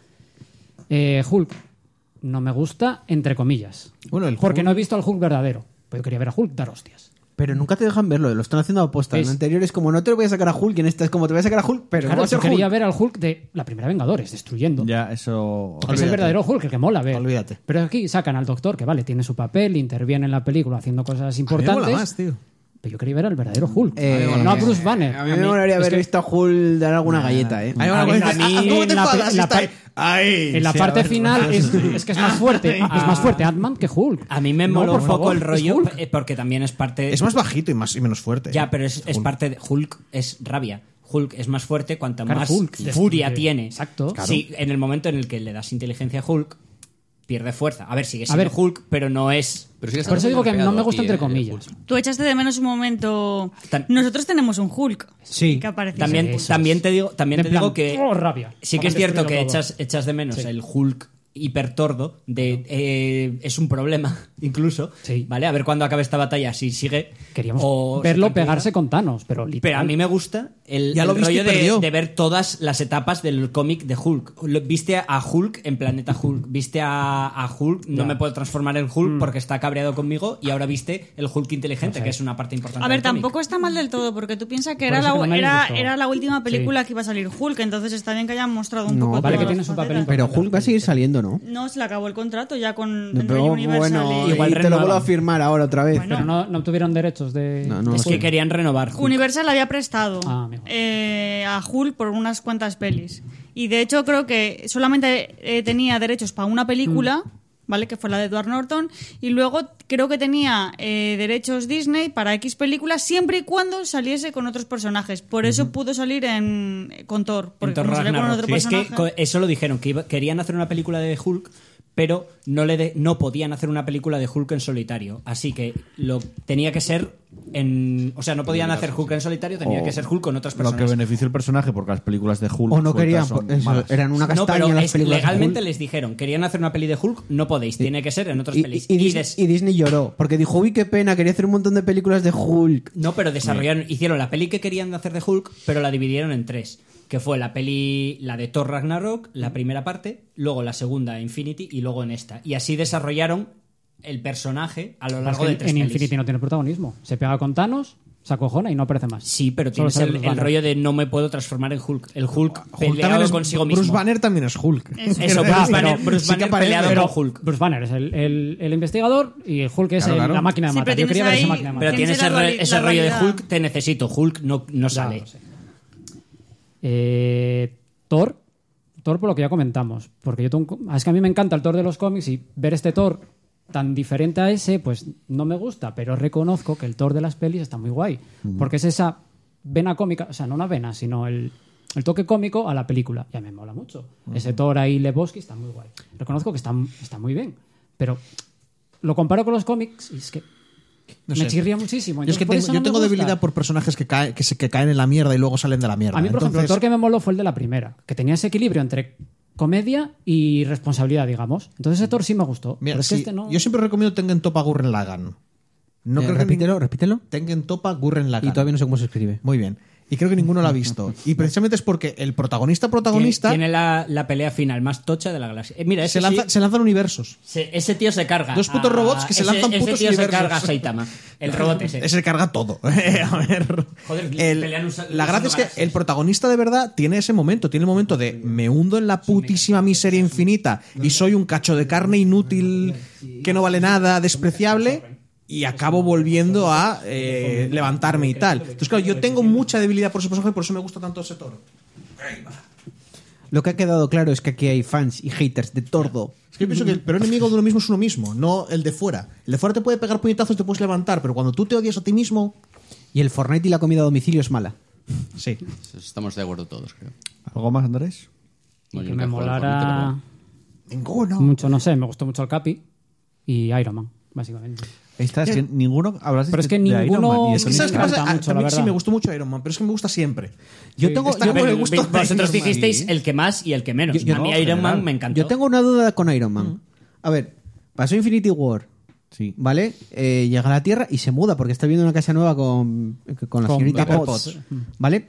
G: Eh, Hulk no me gusta, entre comillas,
D: Bueno, el
G: porque no he visto al Hulk verdadero, pero yo quería ver a Hulk dar hostias.
F: Pero nunca te dejan verlo, lo están haciendo a aposta. En
G: Es-
F: el anterior es como, no te lo voy a sacar a Hulk, y en esta es como, te voy a sacar a Hulk, pero no
G: Claro,
F: va a ser
G: yo quería
F: Hulk.
G: ver al Hulk de la primera Vengadores, destruyendo.
A: Ya, eso.
G: Es el
D: Olvídate.
G: verdadero Hulk, el que mola ver.
D: Olvídate.
G: Pero aquí sacan al doctor, que vale, tiene su papel, interviene en la película haciendo cosas
D: A mí me mola
G: importantes.
D: más, tío.
G: Pero yo quería ver al verdadero Hulk.
F: Eh,
G: no a Bruce Banner.
F: A mí me molaría haber visto a Hulk dar alguna galleta, ¿eh?
D: Hay una
G: A mí-
D: cosa que
G: a
D: dice,
G: mí
D: "Ah, ¿cómo te
G: en la
D: enfadas?"
G: pe-
D: Y
G: la
D: está
G: pe-
D: ahí, "Ay".
G: En la
D: Sí,
G: parte
D: ahora-
G: final es, es que es más fuerte. Es más fuerte Ant-Man que Hulk.
C: A mí me
G: No,
C: moló
G: por
C: un poco
G: favor,
C: el
G: es
C: rollo
G: Hulk.
C: eh, porque también es parte...
D: Es más bajito y más y menos fuerte.
C: Ya, pero es, es parte de Hulk, es rabia. Hulk es más fuerte cuanta
G: Claro,
C: más
G: Hulk
C: furia
G: destruye.
C: tiene.
G: Exacto.
C: Sí, en el momento en el que le das inteligencia a Hulk, pierde fuerza. A ver, sigue
G: A
C: siendo
G: ver.
C: Hulk, pero no es.
H: Pero sigue
G: Por eso
H: estando
G: digo que
H: nerfeado
G: no me gusta
H: aquí,
G: entre
H: eh,
G: comillas.
H: Hulk.
B: Tú echaste de menos un momento.
C: Tan-
B: Nosotros tenemos un Hulk.
F: Sí.
B: Que apareció.
C: También,
G: Eso
C: también
G: es.
C: te digo, también
G: En
C: te
G: plan,
C: digo que.
G: ¡oh, rabia!
C: Sí que
G: Para
C: es cierto que
G: destruirlo todo.
C: echas, echas de menos
G: Sí.
C: el Hulk hipertordo de eh, es un problema incluso
G: Sí.
C: vale a ver cuándo acaba esta batalla si sigue
G: Queríamos
C: o se
G: verlo
C: tranquiliza.
G: pegarse con Thanos, pero
C: Pero
G: literal.
C: a mí me gusta el,
D: Ya
C: el
D: lo viste y
C: rollo de,
D: perdió.
C: de ver todas las etapas del cómic de Hulk. Lo- Viste a Hulk en Planeta Hulk, viste a, a Hulk, no
G: Ya.
C: me puedo transformar en
D: Mm.
C: Hulk porque está cabreado conmigo, y ahora viste el Hulk inteligente, que es una parte importante.
B: A ver,
C: del cómic.
B: tampoco está mal del todo, porque tú piensas que
G: Por
B: era
G: eso
B: la,
G: que no me
B: era,
G: disgustó.
B: era la última película
G: Sí.
B: que iba a salir Hulk, entonces está bien que hayan mostrado un
F: No,
B: poco.
G: vale
B: todas
G: que
B: las
G: tiene su papel
B: facetas.
F: Pero Hulk va a seguir saliendo, ¿no?
B: No, se le acabó el contrato ya con
F: No,
B: el
F: pero
B: Universal.
F: bueno,
B: y-
F: y
C: Igual
F: te lo vuelvo a
C: renovaban.
F: firmar ahora otra vez.
B: Bueno.
G: Pero no, no obtuvieron derechos de.
F: No, no,
C: Es que
F: sí.
C: querían renovar Hulk.
B: Universal había prestado
G: Ah, amigo.
B: eh, a Hulk por unas cuantas pelis. Y de hecho creo que solamente eh, tenía derechos para una película,
C: Mm.
B: ¿vale? Que fue la de Edward Norton. Y luego creo que tenía eh, derechos Disney para X películas siempre y cuando saliese con otros personajes. Por eso pudo salir en, con Thor. Porque
C: En Thor
B: como salió con
C: Ragnarok.
B: otro
C: Sí, es que
B: personaje...
C: co- eso lo dijeron, que iba- querían hacer una película de Hulk, pero no, le de- no podían hacer una película de Hulk en solitario. Así que lo tenía que ser en. O sea, no podían hacer Hulk en solitario, tenía que ser Hulk con otras
A: Lo que
C: personas.
A: beneficia al personaje, porque las películas de Hulk.
F: O no querían, pues,
A: sueltas son
F: eso,
A: malas.
F: eran una
C: no,
F: castaña
C: pero
F: las
C: es-
F: películas. de
C: legalmente
F: Hulk.
C: les dijeron, querían hacer una peli de Hulk, no podéis, tiene que ser en otras
F: Y,
C: pelis.
F: y- y
C: Y
F: Disney,
C: des-
F: y Disney lloró, porque dijo, uy, qué pena, quería hacer un montón de películas de Hulk.
C: No, pero desarrollaron, hicieron la peli que querían hacer de Hulk, pero la dividieron en tres. Que fue la peli, la de Thor Ragnarok, la primera parte, luego la segunda, Infinity, y luego en esta. Y así desarrollaron el personaje a lo
G: Es
C: largo
G: que
C: de
G: en
C: tres pelis.
G: Infinity no tiene protagonismo. Se pega con Thanos, se acojona y no aparece más.
C: Sí, pero
G: Solo
C: tienes el,
G: sale Bruce
C: el
G: Banner.
C: rollo de no me puedo transformar en Hulk. El Hulk,
D: Hulk
C: peleado
D: también es-
C: consigo mismo.
D: Bruce Banner también es Hulk.
C: Eso,
G: Ah,
C: Bruce Banner,
G: pero-
C: Bruce
D: sí que
C: Banner
D: aparece,
C: peleado
D: pero-
C: con Hulk.
G: Bruce Banner es el, el- el investigador y el Hulk es
D: Claro,
G: el-
D: claro.
G: la máquina de
B: Sí,
G: matar.
B: pero
G: Yo quería ver
B: tienes
G: esa
B: ahí-
G: máquina de
C: Pero
G: matar.
B: ¿Quién
C: tienes
B: será
C: el
B: la
C: re-
B: duali-
C: ese
B: la
C: rollo de
B: dualidad?
C: Hulk, te necesito. Hulk no, no sale.
G: no sé. Eh, Thor. Thor por lo que ya comentamos. Porque yo tengo un co- ah, es que a mí me encanta el Thor de los cómics y ver este Thor tan diferente a ese, pues no me gusta. Pero reconozco que el Thor de las pelis está muy guay. Porque es esa vena cómica, o sea, no una vena, sino el, el toque cómico a la película. Ya me mola mucho. Ese Thor ahí, Lebowski, está muy guay. Reconozco que está, está muy bien. Pero lo comparo con los cómics y es que
D: No
G: me
D: sé.
G: chirría muchísimo.
D: Yo es que
G: Entonces,
D: tengo, yo
G: por eso no me
D: tengo
G: gusta.
D: debilidad por personajes que, cae- que, se, que caen en la mierda y luego salen de la mierda.
G: A mí, por ejemplo, el
D: Entonces,
G: Thor que me moló fue el de la primera, que tenía ese equilibrio entre comedia y responsabilidad, digamos. Entonces ese Thor sí me gustó.
D: mira,
G: pero es que
D: sí,
G: este no...
D: Yo siempre recomiendo Tengen Topa Gurren Lagan. No
F: Eh,
D: creo
F: repítelo,
D: que
F: repítelo.
D: Tengen Topa Gurren Lagan.
F: Y todavía no sé cómo se escribe.
D: Muy bien. Y creo que ninguno lo ha visto. Y precisamente es porque el protagonista
C: Tiene,
D: protagonista
C: tiene la, la pelea final más tocha de la galaxia. Eh, mira, ese,
D: se, lanza,
C: sí-
D: se lanzan universos.
C: se- ese tío se carga.
D: Dos putos
C: a-
D: robots que se
C: ese-
D: lanzan
C: Ese
D: putos
C: tío se
D: universos.
C: carga a Saitama. El robot ese.
D: Ese carga todo. a ver.
C: Joder,
D: El-
C: pelean usa-
D: la
C: usando
D: gracia es que
C: galaxias.
D: el protagonista de verdad tiene ese momento, tiene el momento de me hundo en la putísima miseria infinita y soy un cacho de carne inútil que no vale nada, despreciable. Y acabo volviendo a eh, levantarme y tal. Entonces, claro, yo tengo mucha debilidad por ese personaje y por eso me gusta tanto ese toro.
F: Lo que ha quedado claro es que aquí hay fans y haters de tordo.
D: Es que yo pienso que el peor enemigo de uno mismo es uno mismo, no el de fuera. El de fuera te puede pegar puñetazos, te puedes levantar, pero cuando tú te odias a ti mismo.
F: Y el Fortnite y la comida a domicilio es mala.
D: Sí.
H: Estamos de acuerdo todos, creo.
A: ¿Algo más, Andrés?
G: y
H: Bueno,
G: que
H: yo
G: me
H: nunca he jugado al
G: molara
H: Fortnite,
D: Ninguno.
G: mucho, no sé, me gustó mucho el Capi y Iron Man, básicamente.
A: Esta es que ninguno hablas
G: Pero es que
A: de Iron
G: ninguno-
A: Man y de
G: Es que
A: Sonic.
D: ¿Sabes qué pasa?
G: encanta
D: Ah,
G: mucho, la
D: también sí
G: verdad.
D: me gustó mucho Iron Man, pero es que me gusta siempre.
F: Yo
D: Sí,
F: tengo-
D: está
F: yo-
D: como el
C: pero
D: gusto de
C: vosotros
D: Iron Man.
C: dijisteis el que más y el que menos.
A: Yo-
C: a mí
A: yo-
C: Iron Man
A: general.
C: me encantó.
F: Yo tengo una duda con Iron Man. A ver, pasó Infinity War,
A: Sí.
F: ¿vale? Eh, llega a la Tierra y se muda porque está viviendo en una casa nueva con, con la
G: Con
F: señorita
G: Pepper
F: Potts,
A: Mm.
F: ¿vale?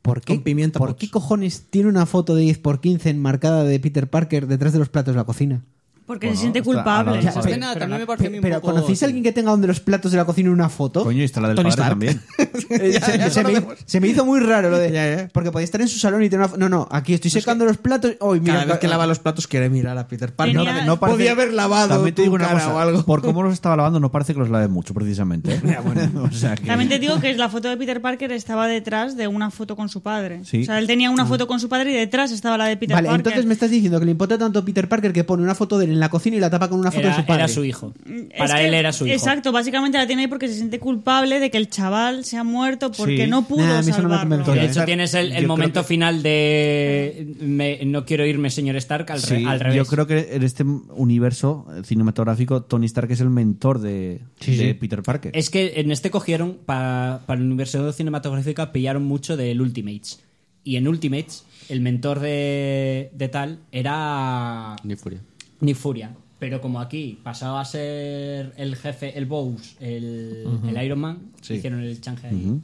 F: ¿Por qué,
D: Con pimienta
F: ¿por
D: Potts.
F: qué cojones tiene una foto de 10x15 enmarcada de Peter Parker detrás de los platos de la cocina?
B: Porque
A: Bueno,
B: se siente
A: está a
B: culpable.
A: la-
H: Esa
F: Pe-
H: escena también me pareció a mí
F: Pe-
H: un
F: Pero
H: poco-
F: ¿conocéis a alguien que tenga donde los platos de la cocina una foto?
A: Coño, y está la del
D: Tony
A: padre
D: Stark.
A: también.
F: Eh, se, se me,
D: sabemos.
F: se me hizo muy raro lo de. Porque podía estar en su salón y tener una. fo- No, no, aquí estoy secando los platos. hoy mira, ah,
D: Cada vez que lava los platos quiere mirar a Peter Parker.
B: Tenía-
D: No, no parece- Podía haber lavado
A: También te
D: tu
A: digo una
D: cara
A: cosa,
D: o algo.
A: Por cómo los estaba lavando, no parece que los lave mucho, precisamente. ¿eh? O sea que-
B: También te digo que la foto de Peter Parker estaba detrás de una foto con su padre.
A: Sí.
B: O
C: Ah.
B: sea, él tenía una foto con su padre y detrás estaba la de Peter
F: Vale,
B: Parker.
F: entonces me estás diciendo que le importa tanto Peter Parker que pone una foto del en la cocina y la tapa con una foto
C: Era,
F: de su padre.
C: era su hijo.
B: Mm, Es
C: Para
B: que-
C: él era su hijo.
B: Exacto, básicamente la tiene ahí porque se siente culpable de que el chaval se ha muerto porque
A: Sí.
B: no pudo
F: Nah, a mí eso no me
B: salvarlo.
F: convenció.
C: De hecho, tienes el, el
A: Yo creo
C: momento
A: que-
C: final de me- no quiero irme, señor Stark, al, re-
A: Sí,
C: al revés.
A: Yo creo que en este universo cinematográfico, Tony Stark es el mentor de, de Peter Parker.
C: Es que en este cogieron, para, para el universo cinematográfico, pillaron mucho del Ultimates. Y en Ultimates, el mentor de, de tal era
H: Ni furia.
C: Nick Furia. Pero como aquí pasaba a ser el jefe, el Bows, el, el Iron Man, hicieron el change ahí.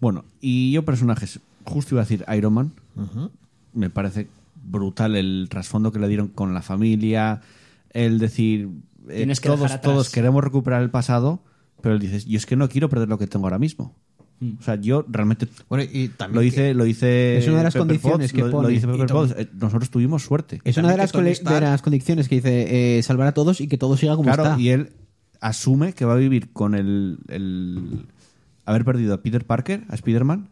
A: Bueno, y yo personajes, justo iba a decir Iron Man. Me parece brutal el trasfondo que le dieron con la familia, el decir, eh,
C: Tienes que dejar
A: todos,
C: atrás.
A: todos queremos recuperar el pasado, pero él dices, yo es que no quiero perder lo que tengo ahora mismo. O sea, yo realmente
D: Bueno, y también
A: lo dice, lo dice
F: Mm. es una de las
A: Pepper Potts,
F: condiciones que
A: lo- lo
F: pone.
A: dice Pepper
F: Y también-
A: Potts, eh, nosotros tuvimos suerte.
F: Es una de
D: También que
F: las,
D: Tony
F: cole- de
D: Stark-
F: las condiciones que dice eh, salvar a todos y que todo siga como
A: claro,
F: está.
A: y él asume que va a vivir con el, el haber perdido a Peter Parker, a Spider-Man.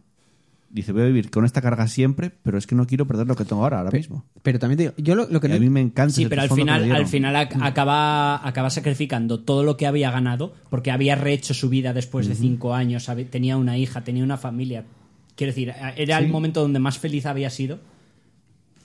A: Dice, voy a vivir con esta carga siempre, pero es que no quiero perder lo que tengo ahora, ahora
F: Pe-
A: mismo.
F: Pero también te digo, yo lo, lo que
A: Y
F: no-
A: a mí me encanta.
C: Sí,
A: ese
C: pero al
A: trasfondo que le
C: final,
A: dieron.
C: al final ac- acaba, acaba sacrificando todo lo que había ganado, porque había rehecho su vida después de cinco años, hab- tenía una hija, tenía una familia. Quiero decir, a- era el momento donde más feliz había sido.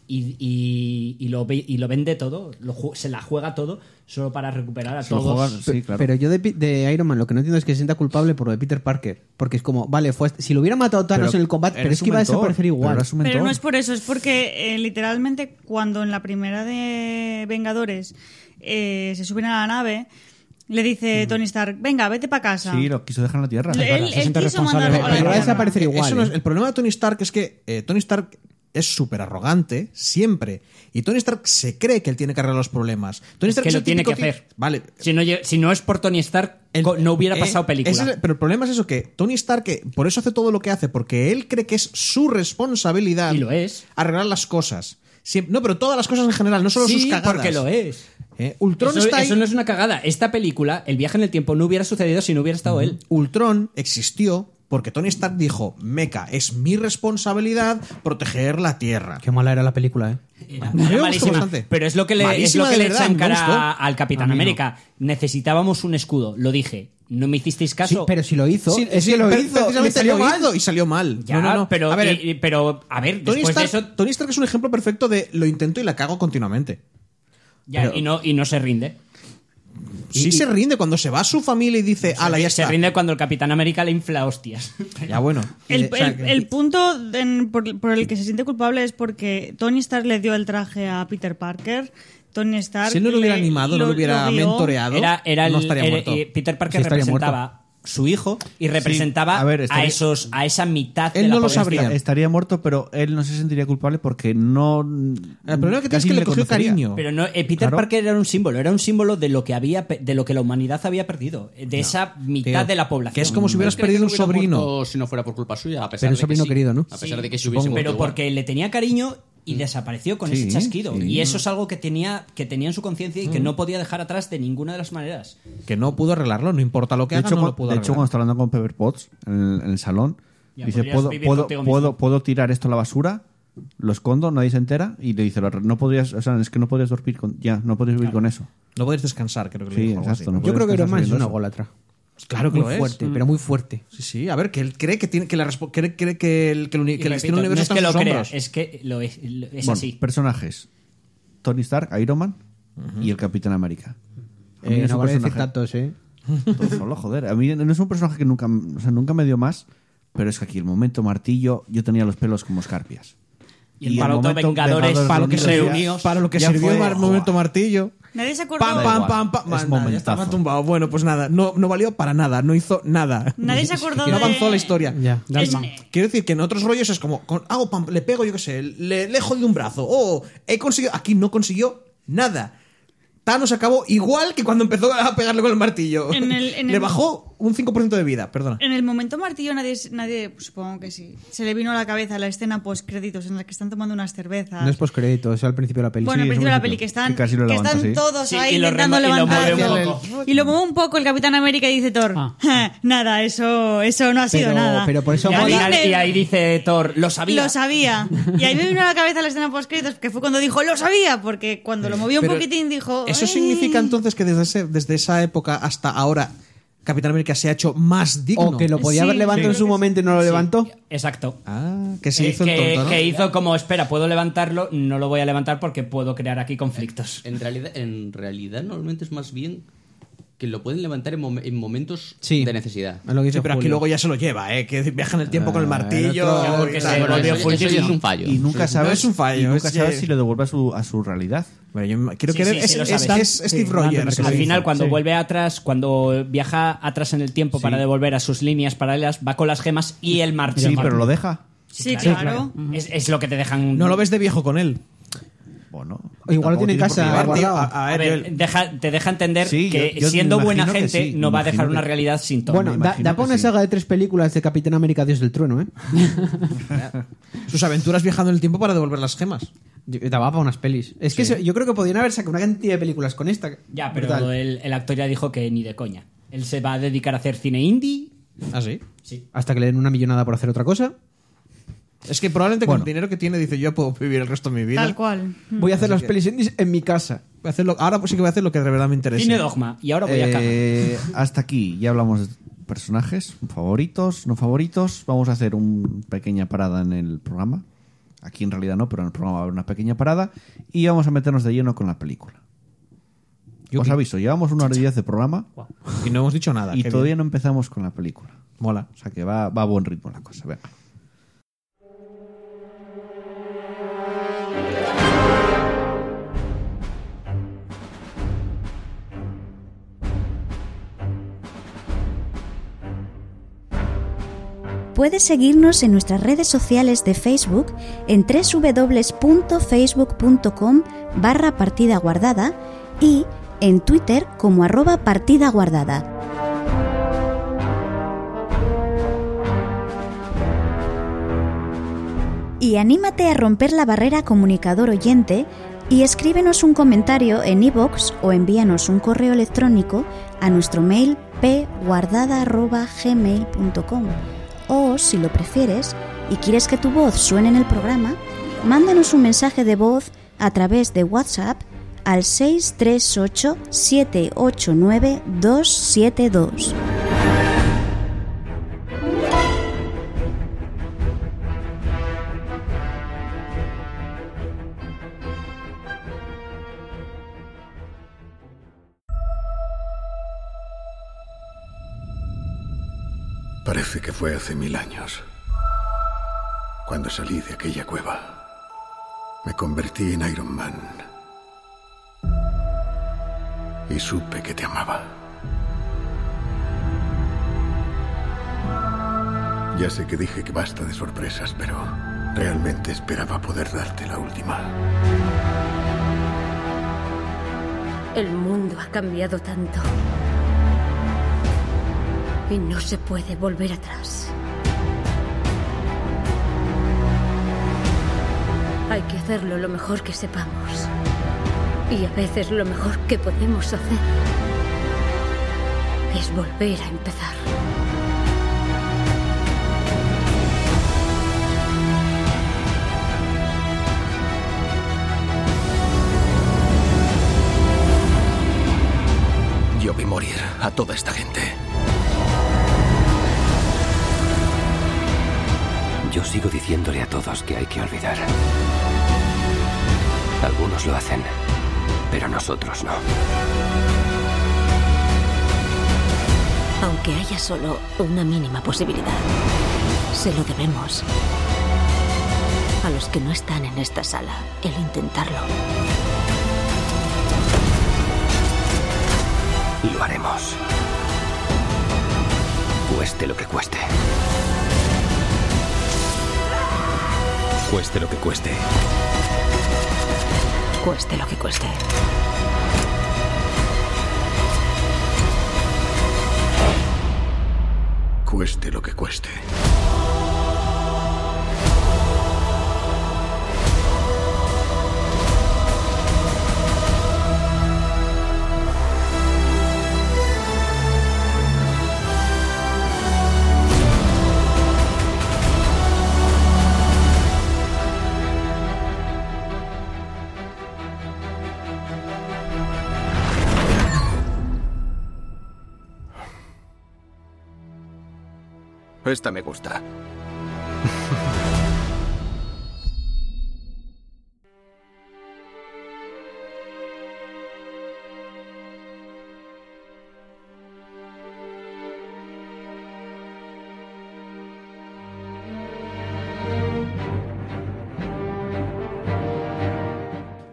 C: Y, y- y lo, ve- y lo vende todo, lo ju- se la juega todo, solo para recuperar a
A: Se lo
C: todos.
A: juegan- sí, claro.
F: Pero yo de, Pi- de Iron Man lo que no entiendo es que se sienta culpable por lo de Peter Parker. Porque es como, vale, fue hasta- si lo hubiera matado Thanos
A: Pero
F: en el combate, pero
A: eres
F: es que iba
A: un
F: a
A: mentor,
F: desaparecer
A: pero
F: igual.
A: eres un
B: Pero
A: mentor.
B: no es por eso, es porque eh, literalmente cuando en la primera de Vengadores eh, se suben a la nave, le dice Tony Stark, venga, vete para casa.
A: Sí, lo quiso dejar en la tierra.
B: él él
G: se siente
B: quiso
G: responsable.
B: mandarlo a la
F: Pero va a
B: Tierra.
F: desaparecer igual.
D: Eso no es-
F: ¿eh?
D: el problema de Tony Stark es que eh, Tony Stark es súper arrogante siempre. Y Tony Stark se cree que él tiene que arreglar los problemas. Tony Stark
C: que
D: es
C: lo
D: el
C: tiene que
D: típico ti-
C: hacer.
D: Vale.
C: Si no, lle- si no es por Tony Stark,
D: el-
C: co- no hubiera
D: eh,
C: pasado película.
D: ese es el- pero el problema es eso, que Tony Stark, que por eso hace todo lo que hace, porque él cree que es su responsabilidad
C: Y lo es.
D: arreglar las cosas. Siem- no, pero todas las cosas en general, no solo
C: Sí,
D: sus cagadas.
C: porque lo es.
D: Eh, Ultron
C: Eso,
D: está ahí.
C: eso no es una cagada. Esta película, el viaje en el tiempo, no hubiera sucedido si no hubiera estado él.
D: Ultron existió porque Tony Stark dijo, Meca, es mi responsabilidad proteger la Tierra.
F: Qué mala era la película, ¿eh?
C: Era
D: Me gustó
C: malísima,
D: bastante.
C: pero es lo que le, es
D: Malísima
C: lo que
D: de
C: le
D: verdad,
C: echa en
D: me
C: cara
D: gustó.
C: a- al Capitán América. Necesitábamos un escudo, lo dije. No me hicisteis caso.
F: Sí, pero si lo hizo,
D: Sí,
F: es
D: sí,
F: que lo
D: pre-
F: hizo. le
D: precisamente
F: salió
D: lo
F: mal.
D: hizo y salió mal.
C: Ya,
D: no, no, no.
C: Pero,
D: a ver,
C: y- y- pero, a ver,
D: Tony,
C: después
D: Stark,
C: de eso.
D: Tony Stark es un ejemplo perfecto de lo intento y la cago continuamente.
C: ya,
D: pero-
C: y, no, y no se rinde.
D: sí se rinde cuando se va a su familia y dice, ala, ya
C: se
D: está.
C: rinde cuando el Capitán América le infla hostias.
D: Ya bueno.
A: eh,
B: El,
F: O sea,
B: el-
F: que-
B: el punto en- por, por el que se siente culpable es porque Tony Stark le dio el traje a Peter Parker. Tony Stark.
D: Si él no lo hubiera
B: le-
D: animado, no lo hubiera
B: guió.
D: mentoreado,
C: Era, era el,
D: no estaría
C: era-
D: muerto.
C: eh, Peter
F: Sí,
C: Parker
F: estaría
C: representaba su hijo y representaba
A: a ver,
C: a,
A: estaría-
C: esos, a esa mitad de
D: Él
C: la
D: no lo
C: población.
D: sabría.
A: Estaría muerto, pero él no se sentiría culpable porque no.
D: El problema que tiene es
A: casi
D: que le cogió
A: conocería.
D: cariño.
C: Pero no, eh, Peter
A: Claro.
C: Parker era un símbolo, era un símbolo de lo que había, pe- de lo que la humanidad había perdido, eh, de esa mitad
D: Tío,
C: de la población.
D: Que es como si hubieras
H: ¿Crees que
D: perdido un
H: hubiera
D: sobrino.
H: muerto si no fuera por culpa suya, a
F: Pero
H: pesar de
F: un sobrino
H: que sí,
F: querido, ¿no?
H: A pesar de que se hubiese
C: pero
H: muerto igual.
C: porque le tenía cariño y desapareció con ese chasquido. Y eso es algo que tenía, que tenía en su conciencia y que no podía dejar atrás de ninguna de las maneras.
D: Que no pudo arreglarlo, no importa lo que
A: De
D: haga,
A: hecho,
D: no
A: cu-
D: lo pudo
A: de hecho, cuando
D: arreglar.
A: está hablando con Pepper Potts en el, en el salón,
C: Ya,
A: dice:
C: podrías
A: ¿Puedo,
C: vivir
A: puedo,
C: contigo
A: puedo,
C: mismo".
A: puedo tirar esto a la basura? Lo escondo, nadie se entera. Y le dice: lo- No podrías, o sea, es que no podrías dormir con, ya, no podrías vivir con eso.
D: No podéis descansar, creo que le
A: Sí,
D: dijo algo
A: exacto,
D: así.
A: no
F: Yo creo que Iron Man es
A: sabiendo
F: una
A: eso.
F: golatra.
D: Claro que
F: muy
D: lo es.
F: fuerte, pero muy fuerte.
D: Sí, sí, a ver, que él cree que tiene que la respo- cree, cree que el que el, uni-
C: Y
D: que el
C: repito,
D: destino del universo
C: no es
D: está
C: que
D: en
C: lo
D: sus
C: crea,
D: hombros.
C: es que lo es, lo- es
A: Bueno,
C: así.
A: personajes: Tony Stark, Iron Man y el Capitán América. A mí
F: Eh,
A: es
F: no
A: un
F: vale decir
A: personaje-
F: tantos, ¿eh?
A: Todo solo, joder. A mí no es un personaje que nunca, o sea, nunca me dio más, pero es que aquí el momento martillo, yo tenía los pelos como escarpias.
C: Y el momento Vengadores,
A: para
C: para lo que se unió,
D: Para lo que
A: ya
D: sirvió
A: fue-
D: el
A: Joder.
D: momento martillo.
B: Nadie se acordó.
D: Pam,
A: Da
D: pam,
A: igual,
D: pam, pam.
A: es
D: Man, nada,
A: momentazo.
D: ya estaba tumbado. Bueno, pues nada, no, no valió para nada, no hizo nada.
B: Nadie se acordó
D: No avanzó
B: de-
D: la historia.
F: Ya.
B: Es-
D: Quiero decir que en otros rollos es como, con- hago pam, le pego, yo qué sé, le, le he jodido un brazo. Oh, he conseguido. Aquí no consiguió nada. Thanos acabó igual que cuando empezó a pegarle con el martillo.
B: En el- en
D: le
B: el-
D: bajó un 5% de vida, perdona.
B: En el momento martillo nadie, nadie pues, supongo que sí, se le vino a la cabeza la escena post créditos en la que están tomando unas cervezas.
I: No es postcrédito, es al principio de la peli.
B: Ah. Bueno, al
I: Sí, es
B: principio de la
I: un
B: peli que están,
A: Que casi lo
B: que
A: levanta,
B: están
A: sí.
B: todos
C: Sí,
B: ahí
C: y lo
B: intentando
C: remo- y lo
B: levantar.
C: mueve un
B: el-
C: poco.
B: Y lo mueve un poco el Capitán América y dice Thor,
J: Ah.
B: nada, eso, eso no ha sido
I: Pero-
B: nada.
I: pero por eso
C: Y
B: A
C: al
B: mí
C: final-
B: me-
C: y ahí dice Thor, lo sabía.
B: Lo sabía. Y ahí me vino a la cabeza la escena post créditos, que fue cuando dijo, lo sabía, porque cuando lo movió un
D: Pero
B: poquitín dijo...
D: ¿Eso
B: "Eh".
D: significa entonces que desde, ese- desde esa época hasta ahora Capitán América se ha hecho más digno?
I: O que lo podía
B: Sí,
I: haber levantado
B: sí.
I: en su momento y no lo levantó.
C: Exacto.
D: Ah, que se
C: Eh,
D: hizo el
C: que,
D: tonto, ¿no?
C: que hizo como, espera, puedo levantarlo, no lo voy a levantar porque puedo crear aquí conflictos.
H: En realidad, en realidad normalmente es más bien que lo pueden levantar en, mom- en momentos
I: Sí.
H: de necesidad.
I: Es lo que
D: Sí,
I: dice
D: pero aquí
I: Julio.
D: luego ya se lo lleva, ¿eh? Que viaja en el tiempo con el
I: en
D: martillo.
I: otro-
D: y
C: Porque
D: tal.
C: se
H: Bueno,
C: volvió
H: eso, eso ya
C: Fulgini.
H: es un fallo.
A: Y nunca sabes,
D: es un fallo,
A: y nunca
D: es que-
A: sabes si lo devuelve a su, a su realidad.
D: Bueno, yo me- quiero
C: Sí,
D: creer-
C: sí,
D: es,
C: sí, lo
D: es-
C: sabes.
D: es Steve
J: Sí,
D: Rogers.
J: Antes de
C: Al
J: Sí,
C: final, cuando
J: sí.
C: vuelve atrás, cuando viaja atrás en el tiempo para devolver a sus líneas paralelas, va con las gemas y el martillo.
A: Sí, pero lo deja.
B: Sí, claro.
C: Es, es lo que te dejan.
D: No lo ves de viejo con él.
A: Bueno.
I: O igual lo tiene en casa,
A: por qué llevarlo.
D: Tío,
I: guardado.
D: a- a
C: A
D: ver,
C: ver,
D: yo-
C: deja- te deja entender
A: Sí,
C: que
A: yo- yo me
C: siendo buena
A: imagino que
C: gente
A: sí,
C: no
A: me
C: va a dejar
A: imagino
C: una
A: que-
C: realidad sin Thor.
I: Bueno,
A: Me
I: da,
A: imagino
I: da
A: que
I: para una
A: sí.
I: saga de tres películas de Capitán América Dios del Trueno, ¿eh?
D: sus aventuras viajando en el tiempo para devolver las gemas.
I: Yo- Daba para unas pelis. Es que se- yo creo que podrían haber sacado una cantidad de películas con esta.
C: ya, pero
I: Brutal.
C: el, el actor ya dijo que ni de coña. Él se va a dedicar a hacer cine indie.
D: ¿Ah, sí?
I: Hasta que le den una millonada por hacer otra cosa.
D: Es que probablemente con el dinero que tiene dice yo puedo vivir el resto de mi vida.
B: Tal cual.
C: Hmm.
I: Voy a hacer las pelis indies en mi casa.
D: Casa. Voy a hacer lo- ahora pues sí que voy a hacer lo que de verdad me interesa.
C: Cine dogma. Y ahora voy a cagar.
A: Eh, hasta aquí, ya hablamos de personajes, favoritos, no favoritos. Vamos a hacer una pequeña parada en el programa. Aquí en realidad no, pero en el programa va a haber una pequeña parada. Y vamos a meternos de lleno con la película. Os aviso, llevamos una hora y diez de programa
D: Y no hemos dicho nada.
A: y
D: qué
A: todavía
D: bien.
A: no empezamos con la película.
D: Mola.
A: O sea que va, va a buen ritmo la cosa. Venga.
K: Puedes seguirnos en nuestras redes sociales de Facebook en www.facebook.com barra partida guardada y en Twitter como arroba partida guardada. Y anímate a romper la barrera comunicador oyente y escríbenos un comentario en iVoox o envíanos un correo electrónico a nuestro mail pguardada.gmail.com o, si lo prefieres y quieres que tu voz suene en el programa, mándanos un mensaje de voz a través de WhatsApp al 638 789 272.
F: Parece que fue hace mil años, cuando salí de aquella cueva. Me convertí en Iron Man. Y supe que te amaba. Ya sé que dije que basta de sorpresas, pero realmente esperaba poder darte la última.
L: El mundo ha cambiado tanto. Y no se puede volver atrás. Hay que hacerlo lo mejor que sepamos. Y a veces lo mejor que podemos hacer es volver a empezar.
F: Yo vi morir a toda esta gente. Yo sigo diciéndole a todos que hay que olvidar. Algunos lo hacen, pero nosotros no.
L: Aunque haya solo una mínima posibilidad, se lo debemos a los que no están en esta sala el intentarlo.
F: Lo haremos. Cueste lo que cueste. Cueste lo que cueste.
L: Cueste lo que cueste.
M: cueste lo que cueste. Esta me gusta.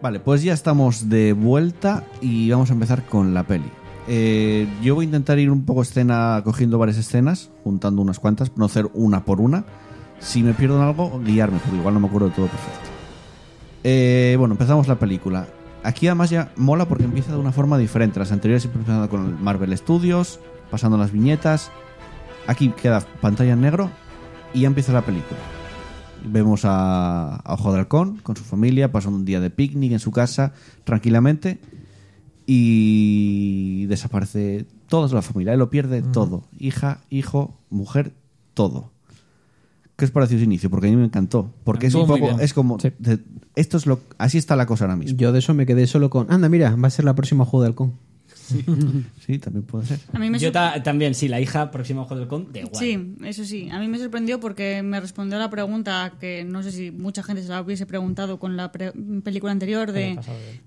A: Vale, pues ya estamos de vuelta y vamos a empezar con la peli. Eh, yo voy a intentar ir un poco escena, cogiendo varias escenas, juntando unas cuantas, no hacer una por una. Si me pierdo en algo, guiarme, porque igual no me acuerdo de todo perfecto. Eh, bueno, empezamos la película. Aquí además ya mola porque empieza de una forma diferente. Las anteriores siempre empezaban con el Marvel Studios, pasando las viñetas. Aquí queda pantalla en negro y ya empieza la película. Vemos a, a Ojo de Halcón con su familia, pasando un día de picnic en su casa tranquilamente y desaparece toda la familia. Él lo pierde todo. Hija, hijo, mujer, todo. ¿Qué os pareció ese inicio? Porque a mí me encantó. Porque es, un
N: Estuvo muy
A: poco,
N: bien.
A: es como...
N: Sí.
A: de- esto es lo, así está la cosa ahora mismo.
F: Yo de eso me quedé solo con. Anda, mira, va a ser la próxima juego de halcón.
A: Sí, también puede ser.
B: A mí me
C: Yo
B: sorprendió.
C: ta- también, sí, la hija próxima a Ojo del Con, de igual.
B: Sí, eso sí.
D: Mm.
B: A mí me sorprendió porque me respondió la pregunta que no sé si mucha gente se la hubiese preguntado con la pre- película anterior de
D: ¿eh?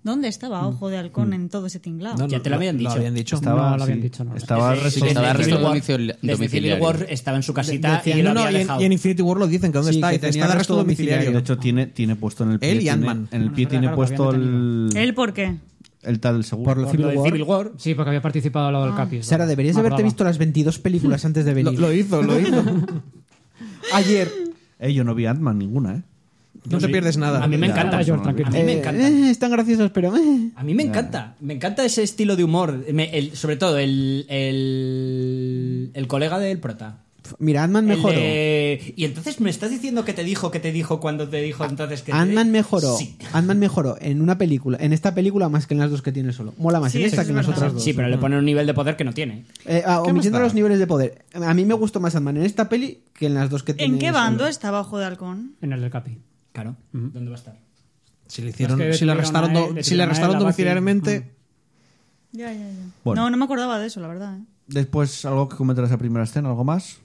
B: ¿dónde estaba
D: Mm.
B: Ojo de Halcón en todo ese tinglado?
C: Ya te lo habían dicho.
D: habían dicho.
A: Estaba,
G: lo habían
A: sí,
G: dicho, no.
A: Estaba
C: Desde-
A: reso-
H: sí,
C: desde
H: estaba
C: Civil
H: arresto
C: War-
H: domicil-
C: Desde Civil
H: domiciliario.
C: War estaba en su casita
D: Decían,
C: y lo
D: no, no,
C: había
D: y en,
C: dejado.
D: y en Infinity War lo dicen que dónde
F: Sí,
D: está
F: que
D: y tenía
F: está de
D: arresto
F: arresto
D: domiciliario.
A: De hecho, tiene, tiene puesto en el pie...
D: Él y
A: tiene-
D: Ant-Man.
A: En el pie
G: Bueno,
A: tiene
G: claro,
A: puesto
G: obviamente
A: el,
B: ¿El por qué?
A: el tal del seguro.
F: Por lo
C: Por lo de Civil War.
G: Sí, porque había participado al lado del Capis.
F: Sara,
G: ¿no?
F: deberías
G: Me
F: haberte
G: acordaba.
F: visto las 22 películas antes de
D: Lo,
F: venir.
D: lo hizo, lo hizo.
F: Ayer.
A: Eh, yo no vi Ant-Man ninguna, ¿eh?
D: No te pierdes nada.
C: A mí me
G: Ya,
C: encanta.
G: George,
C: A mí
G: tranquilo.
C: me
F: Eh,
C: encanta.
F: eh, están graciosos, pero. eh.
C: A mí me encanta, me encanta ese estilo de humor, Me- el- sobre todo el, el, el colega del prota.
F: Mira, Ant-Man
C: El
F: mejoró.
C: de- y entonces me estás diciendo que te dijo, que te dijo cuando te dijo entonces que... te-
F: Ant-Man mejoró.
C: Sí.
F: Ant-Man mejoró en una película, en esta película más que en las dos que tiene solo. Mola más
B: Sí,
F: en esta
B: eso
F: que en
B: es
F: las
B: verdad.
F: otras dos.
C: Sí, pero le pone un nivel de poder que no tiene.
F: Eh, ah,
A: ¿Qué
F: omitiendo
A: más da?
F: los niveles de poder. A mí me gustó más Ant-Man en esta peli que en las dos que tiene.
B: ¿En qué
F: solo.
B: bando estaba Ojo de Halcón?
G: En el del Capi.
C: Claro, ¿dónde va a estar?
D: Si le hicieron,
G: Es que
D: si le
G: detuvieron
D: arrestaron,
G: a
D: do-
G: él,
D: si le
G: detuvieron a él,
D: arrestaron
G: la Bucky.
D: domiciliariamente.
B: Ya, ya, ya.
A: Bueno.
B: No, no me acordaba de eso, la verdad. ¿eh?
A: Después, algo que comentar de esa primera escena, algo más.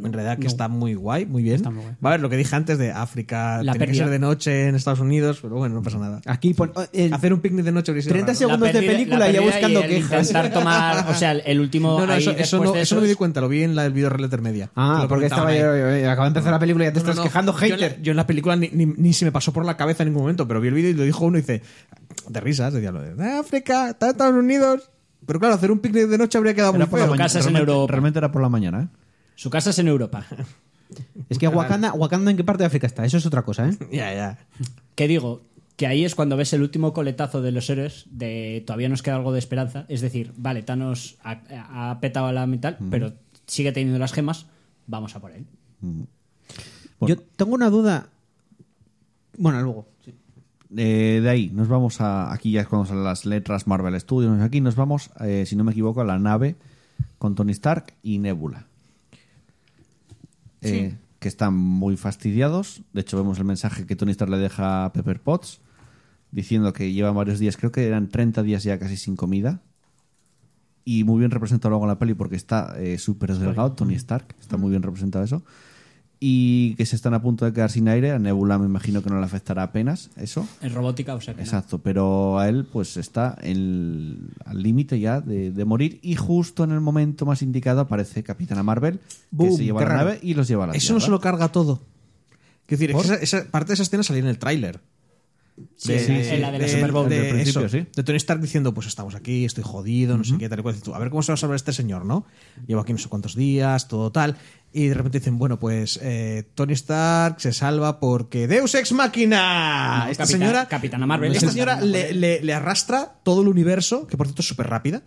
D: En realidad que está muy guay, muy bien.
G: muy guay.
D: Va a ver, lo que dije antes de África,
G: La
D: tiene que
G: pérdida.
D: ser de noche en Estados Unidos, pero bueno, no pasa nada.
F: Aquí pon- oh, eh,
D: Hacer un picnic de noche habría sido
F: 30
D: raro.
F: segundos
C: La pérdida-
F: de película
C: la
F: y ya
C: pérdida
F: buscando
C: y el
F: quejas.
C: Intentar tomar, o sea, el último...
D: No, no,
C: ahí
D: eso, eso
C: después
D: no,
C: de
D: eso no me di
C: esos-
D: cuenta, lo vi en la del video Relater Media. Que
F: Ah,
D: lo
F: porque estaba yo,
D: comentaban ahí.
F: yo- yo- acaba de empezar la película y ya te
D: No, no,
F: estás
D: no.
F: quejando,
D: Yo en la-
F: hater.
D: Yo en la película ni, ni- ni se me pasó por la cabeza en ningún momento, pero vi el vídeo y lo dijo uno y dice, de risas, decía lo de África, está en Estados Unidos. Pero claro, hacer un picnic de noche habría quedado muy
C: por la
D: feo.
C: mañana. Casas en
A: realmente,
C: Europa.
A: realmente era por la mañana, ¿eh?
C: Su casa es en Europa.
F: Es que Wakanda, Wakanda, ¿en qué parte de África está? Eso es otra cosa, ¿eh?
D: Ya, ya.
C: Que digo? Que ahí es cuando ves el último coletazo de los héroes de todavía nos queda algo de esperanza. Es decir, vale, Thanos ha, ha petado a la mitad, pero sigue teniendo las gemas, vamos a por él.
A: Bueno.
F: Yo tengo una duda. Bueno, luego.
A: Eh, de ahí, nos vamos a. Aquí ya es cuando salen las letras Marvel Studios. no sé, Aquí nos vamos, eh, si no me equivoco, a la nave con Tony Stark y Nebula. Eh, Que están muy fastidiados. De hecho, vemos el mensaje que Tony Stark le deja a Pepper Potts diciendo que llevan varios días, creo que eran 30 días ya casi sin comida. Y muy bien representado luego en la peli porque está eh, súper delgado Tony Stark. Está muy bien representado eso. Y que se están a punto de quedar sin aire. A Nebula me imagino que no le afectará apenas eso.
C: Es robótica, o sea que. no.
A: Exacto, pero a él pues está el- al límite ya de, de morir y justo en el momento más indicado aparece Capitana Marvel
D: Boom,
A: que se lleva
D: qué
A: la
D: raro.
A: nave y los lleva a la
D: Eso no
A: Tierra.
D: se lo carga todo. Quiero decir, es que esa- esa- parte de esa escena salía en el tráiler.
C: Sí, en la- en la de la Super Bowl.
D: de
A: Desde el principio,
D: eso,
A: sí.
D: de Tony Stark diciendo, pues estamos aquí, estoy jodido, no sé qué, tal y cual. Dices tú, a ver cómo se va a salvar este señor, ¿no? Llevo aquí no sé cuántos días, todo tal. Y de repente dicen, bueno, pues eh, Tony Stark se salva porque Deus Ex Machina.
C: No,
D: esta
C: Capitán-
D: señora,
C: Capitana Marvel.
D: Esta
C: Capitana
D: señora le, le- le arrastra todo el universo, que por cierto es súper rápida.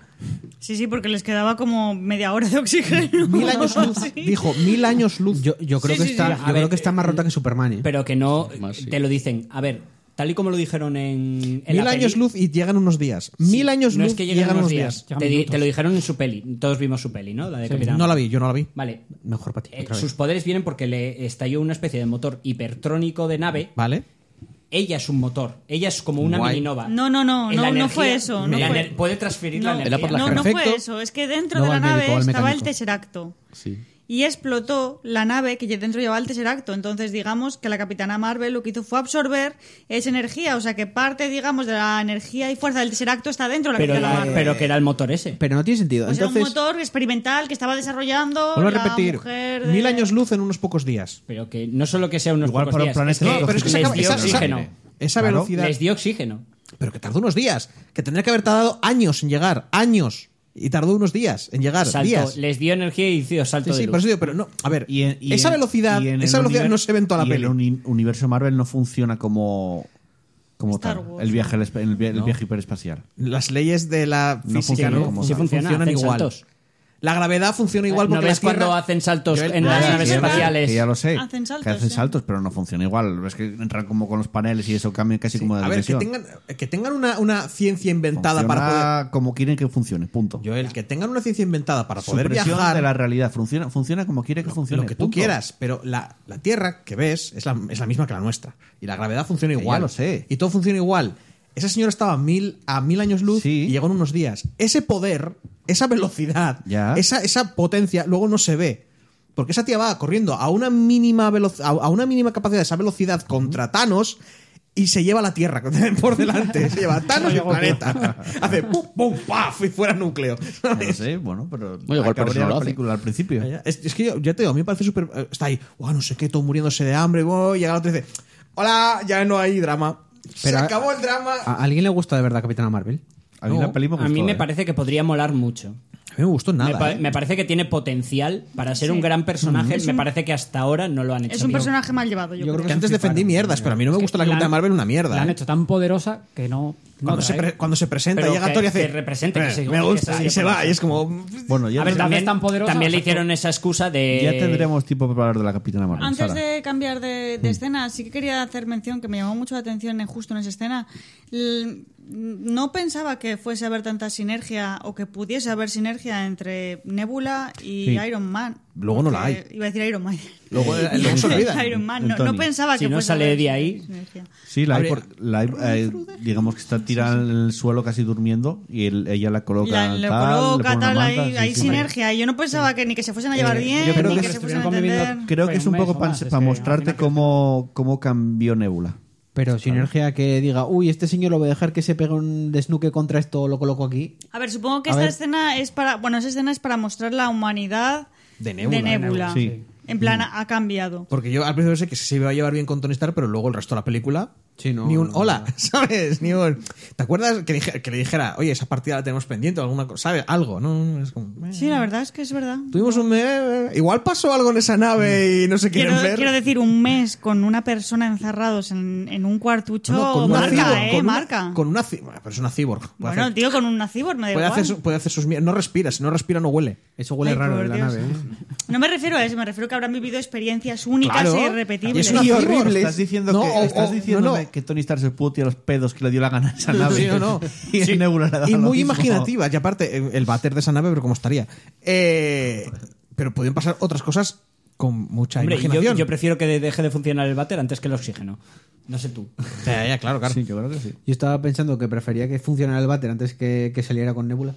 B: Sí, sí, porque les quedaba como media hora de oxígeno.
D: Mil años luz.
B: Sí.
D: Dijo, mil años luz.
F: Yo, yo creo
C: Sí,
F: que
C: sí,
F: está,
C: sí.
F: yo
C: A
F: creo
C: ver,
F: que está más
C: eh,
F: rota que Superman, ¿eh?
C: Pero que no
H: Más, sí.
C: te lo dicen. A ver, tal y como lo dijeron en. en
D: mil
C: la
D: años
C: peli-
D: luz y llegan unos días. Mil años
C: no
D: luz
C: es que
D: y
C: llegan unos días.
G: días.
C: Te, di-
G: Minutos.
C: te lo dijeron en su peli. Todos vimos su peli, ¿no? La de Capitán
D: No la vi, yo no la vi.
C: Vale.
F: Mejor para ti.
C: Eh,
F: otra vez.
C: sus poderes vienen porque le estalló una especie de motor hipertrónico de nave.
D: ¿Vale?
C: Ella es un motor. Ella es como una
D: Guay.
C: mininova.
B: No, no, no,
C: En la
B: no, no
C: energía-
B: fue eso. No
C: la
B: fue.
C: ener- Puede transferir la
B: No,
C: energía.
H: por la
B: no, no
D: Perfecto.
B: fue eso. Es que dentro
F: No
B: de
F: va
B: la
F: al
B: nave
F: médico, va al
B: estaba el
F: mecánico.
B: Tesseracto.
H: Sí.
B: Y explotó la nave que dentro llevaba el Tesseracto. Entonces, digamos que la Capitana Marvel lo que hizo fue absorber esa energía. O sea, que parte, digamos, de la energía y fuerza del Tesseracto está dentro de la
C: Pero,
B: Capitana
C: la-
B: Marvel.
C: pero que era el motor ese.
F: Pero no tiene sentido.
B: Pues
F: Entonces,
B: era un motor experimental que estaba desarrollando
D: Vuelvo a
B: la
D: repetir.
B: mujer de-
D: Mil años luz en unos pocos días.
C: Pero que no solo que sea unos
A: Igual
C: pocos
A: para un
C: días.
A: planeta
D: No, pero es que se
C: les
D: acaba-
C: dio
D: esa, esa-
C: oxígeno.
D: esa
A: Claro.
D: velocidad.
C: Les dio oxígeno.
D: Pero que tardó unos días. Que tendría que haber tardado años en llegar. Años. Y tardó unos días en llegar.
C: Saltó,
D: días.
C: les dio energía y hizo salto
D: Sí, sí,
C: de
D: por
C: luz.
D: eso digo, pero no. A ver,
A: Y en- y
D: esa
A: en-
D: velocidad,
A: y en el
D: esa velocidad
A: univer-
D: no se ve en toda la
A: y
D: peli.
A: El uni- universo Marvel no funciona como, como
B: Star
A: tal.
B: Wars.
A: El viaje, al espa- el vi- el viaje hiperespacial.
D: Las leyes de la
A: No
D: física
A: funciona
D: no,
A: como
D: Fun-
A: tal.
C: funciona,
D: funcionan
C: hacen
D: igual.
C: saltos.
D: La gravedad funciona igual
C: ¿No
D: porque
C: ves
D: la Tierra-
C: cuando hacen saltos
D: Yo-
C: en
B: Ah,
C: las
B: sí,
C: naves
B: sí,
A: Que ya lo-
C: espaciales?
A: que ya lo sé.
B: Hacen saltos,
A: que hacen
B: sí.
A: saltos, pero no funciona igual. Es que entran como con los paneles y eso cambia casi
D: Sí,
A: como de
D: A ver, que
A: dimensión.
D: tengan, que tengan una, una ciencia inventada
A: Funciona
D: para poder.
A: como quieren que funcione, punto.
D: Joel, que tengan una ciencia inventada para poder
A: Supresión
D: viajar.
A: de la realidad. Funciona, funciona como quiere que funcione.
D: lo que tú
A: punto.
D: quieras, pero la, la Tierra que ves es la, es la misma que la nuestra. Y la gravedad funciona
A: Que ya
D: igual.
A: lo sé.
D: Y todo funciona igual. Esa señora estaba a mil, a mil años luz
A: Sí.
D: y llegó en unos días. Ese poder, esa velocidad,
A: Ya.
D: Esa, esa potencia, luego no se ve. Porque esa tía va corriendo a una mínima veloc- a, a una mínima capacidad de esa velocidad contra Thanos y se lleva la Tierra por delante. Se lleva a Thanos y el planeta. Hace pum, pum, paf y fuera núcleo.
A: Ya lo sé, bueno, pero
H: igual, pero
A: acabaría
H: no lo
A: la
H: hace.
A: película al principio.
D: Ya, Es, es que yo, ya te digo, a mí me parece súper. eh, Está ahí, "Buah, no sé qué, todo muriéndose de hambre. buah", llega el otro y dice: Hola, ya no hay drama. Se
F: Pero a-
D: acabó el drama.
F: ¿A a alguien le gusta de verdad Capitana Marvel?
A: A mí la peli me
C: a mí
A: gustó,
C: me
A: ¿eh?
C: parece que podría molar mucho.
D: a mí me gustó nada.
C: me, pa-
D: eh.
C: me parece que tiene potencial para ser un gran personaje. Me parece que hasta ahora no lo han hecho.
B: Es un
C: bien.
B: personaje mal llevado, yo,
D: Yo creo
B: creo.
D: que antes defendí mierdas, pero a mí no me gusta la Capitana Marvel una
G: La
D: mierda.
G: han
D: eh.
G: hecho tan poderosa que no. no eh.
D: Cuando, se
G: atrae.
D: pre- cuando se presenta,
C: Pero
D: llega
C: que-
D: Thor y hace.
C: que represente, que
D: "Eh,
C: se-
D: me
C: que
D: gusta.
C: se-
D: Y se va, y es como.
A: Bueno, ya,
C: A ver,
G: Pero
C: también,
G: es tan poderosa,
C: también le
G: exacto.
C: hicieron esa excusa de.
A: ya tendremos tiempo para hablar de la Capitana Marvel.
B: Antes
A: Sara.
B: de cambiar de, de escena, sí que quería hacer mención que me llamó mucho la atención en, justo en esa escena. L- no pensaba que fuese a haber tanta sinergia o que pudiese haber sinergia entre Nebula y
A: Sí.
B: Iron Man.
D: Luego no la
B: Porque Iba a decir Iron Man.
D: Luego, eh, luego se olvida.
B: Iron Man.
A: en
B: No, no
A: Tony.
B: pensaba
C: Si
B: que
C: no
B: fuese
C: sale
B: a haber
C: de ahí.
B: sinergia.
A: Sí, la hay
D: Habría-
A: por- la hay- eh, digamos que está tirada en el suelo casi durmiendo y él- ella la coloca
B: La, lo
A: tal, le
B: coloca,
A: pone una
B: tal,
A: manta,
B: ahí-
A: sí,
B: hay,
A: sí, hombre.
B: sinergia. Y Yo no pensaba que ni que se fuesen a llevar
G: Eh,
B: bien,
G: yo creo
B: ni
G: que
B: que,
G: se
B: se fuesen a
G: estuvieron conviviendo-
B: entender.
A: Creo
G: Fue
A: que es
G: un
A: un poco
G: mes o
A: para
G: más, es que
A: mostrarte
G: al final-
A: cómo, cómo cambió Nebula.
F: Pero sinergia que diga, uy, este señor lo voy a dejar que se pegue un desnuque contra esto, lo coloco aquí.
B: A ver, supongo que
F: A
B: esta
F: ver.
B: escena es para. Bueno, esa escena es para mostrar la humanidad de Nebula.
A: Sí.
B: En plan,
D: Mm.
B: ha ha cambiado.
D: Porque yo al principio sé que se iba a llevar bien con Tony Stark, pero luego el resto de la película.
F: Sí, no,
D: ni un
F: no, no.
D: hola, ¿sabes? Ni un. ¿Te acuerdas que, dije- que le dijera, oye, esa partida la tenemos pendiente o alguna cosa? ¿Sabes? Algo, ¿no? Es como, eh.
B: Sí, la verdad es que es verdad.
D: Tuvimos un. eh, eh, igual pasó algo en esa nave y no se quieren
B: Quiero,
D: ver.
B: quiero decir, un mes con una persona encerrados en, en un cuartucho
D: No, una
B: marca,
D: cyborg,
B: ¿eh?
D: con una-
B: marca.
D: Con una. ci- Bueno, pero es una cyborg. Puede
B: bueno,
D: hacer,
B: tío, con un nacibor me da
D: puede
B: igual.
D: hacer, su- puede hacer sus mier- No respira, si no respira no huele.
F: Eso huele
B: Ay,
F: raro
B: por
F: en la
B: Dios.
F: nave. ¿eh?
B: No me refiero a eso, me refiero a que habrán vivido experiencias únicas
D: Claro.
B: e
D: Y
B: irrepetibles.
D: es una
A: Y
D: cyborg.
A: horrible. Estás diciendo,
D: No,
A: que,
D: o-
A: estás
D: o-
A: diciéndome
D: no, no.
A: que Tony Stark se pudo tirar los pedos que le dio la gana a esa nave.
D: Sí, no, no.
A: Y
D: Sí.
A: Nebula le ha dado
D: Y
A: lo
D: muy
A: mismo.
D: imaginativa. Y aparte, eh, el váter de esa nave, pero cómo estaría. Eh, pero podían pasar otras cosas con mucha
C: Hombre, yo,
D: imaginación.
C: yo prefiero que deje de funcionar el váter antes que el oxígeno. No sé tú.
D: Ya, ya, claro, claro.
A: Sí, yo creo que sí.
F: Yo estaba pensando que prefería que funcionara el váter antes que, que saliera con Nebula.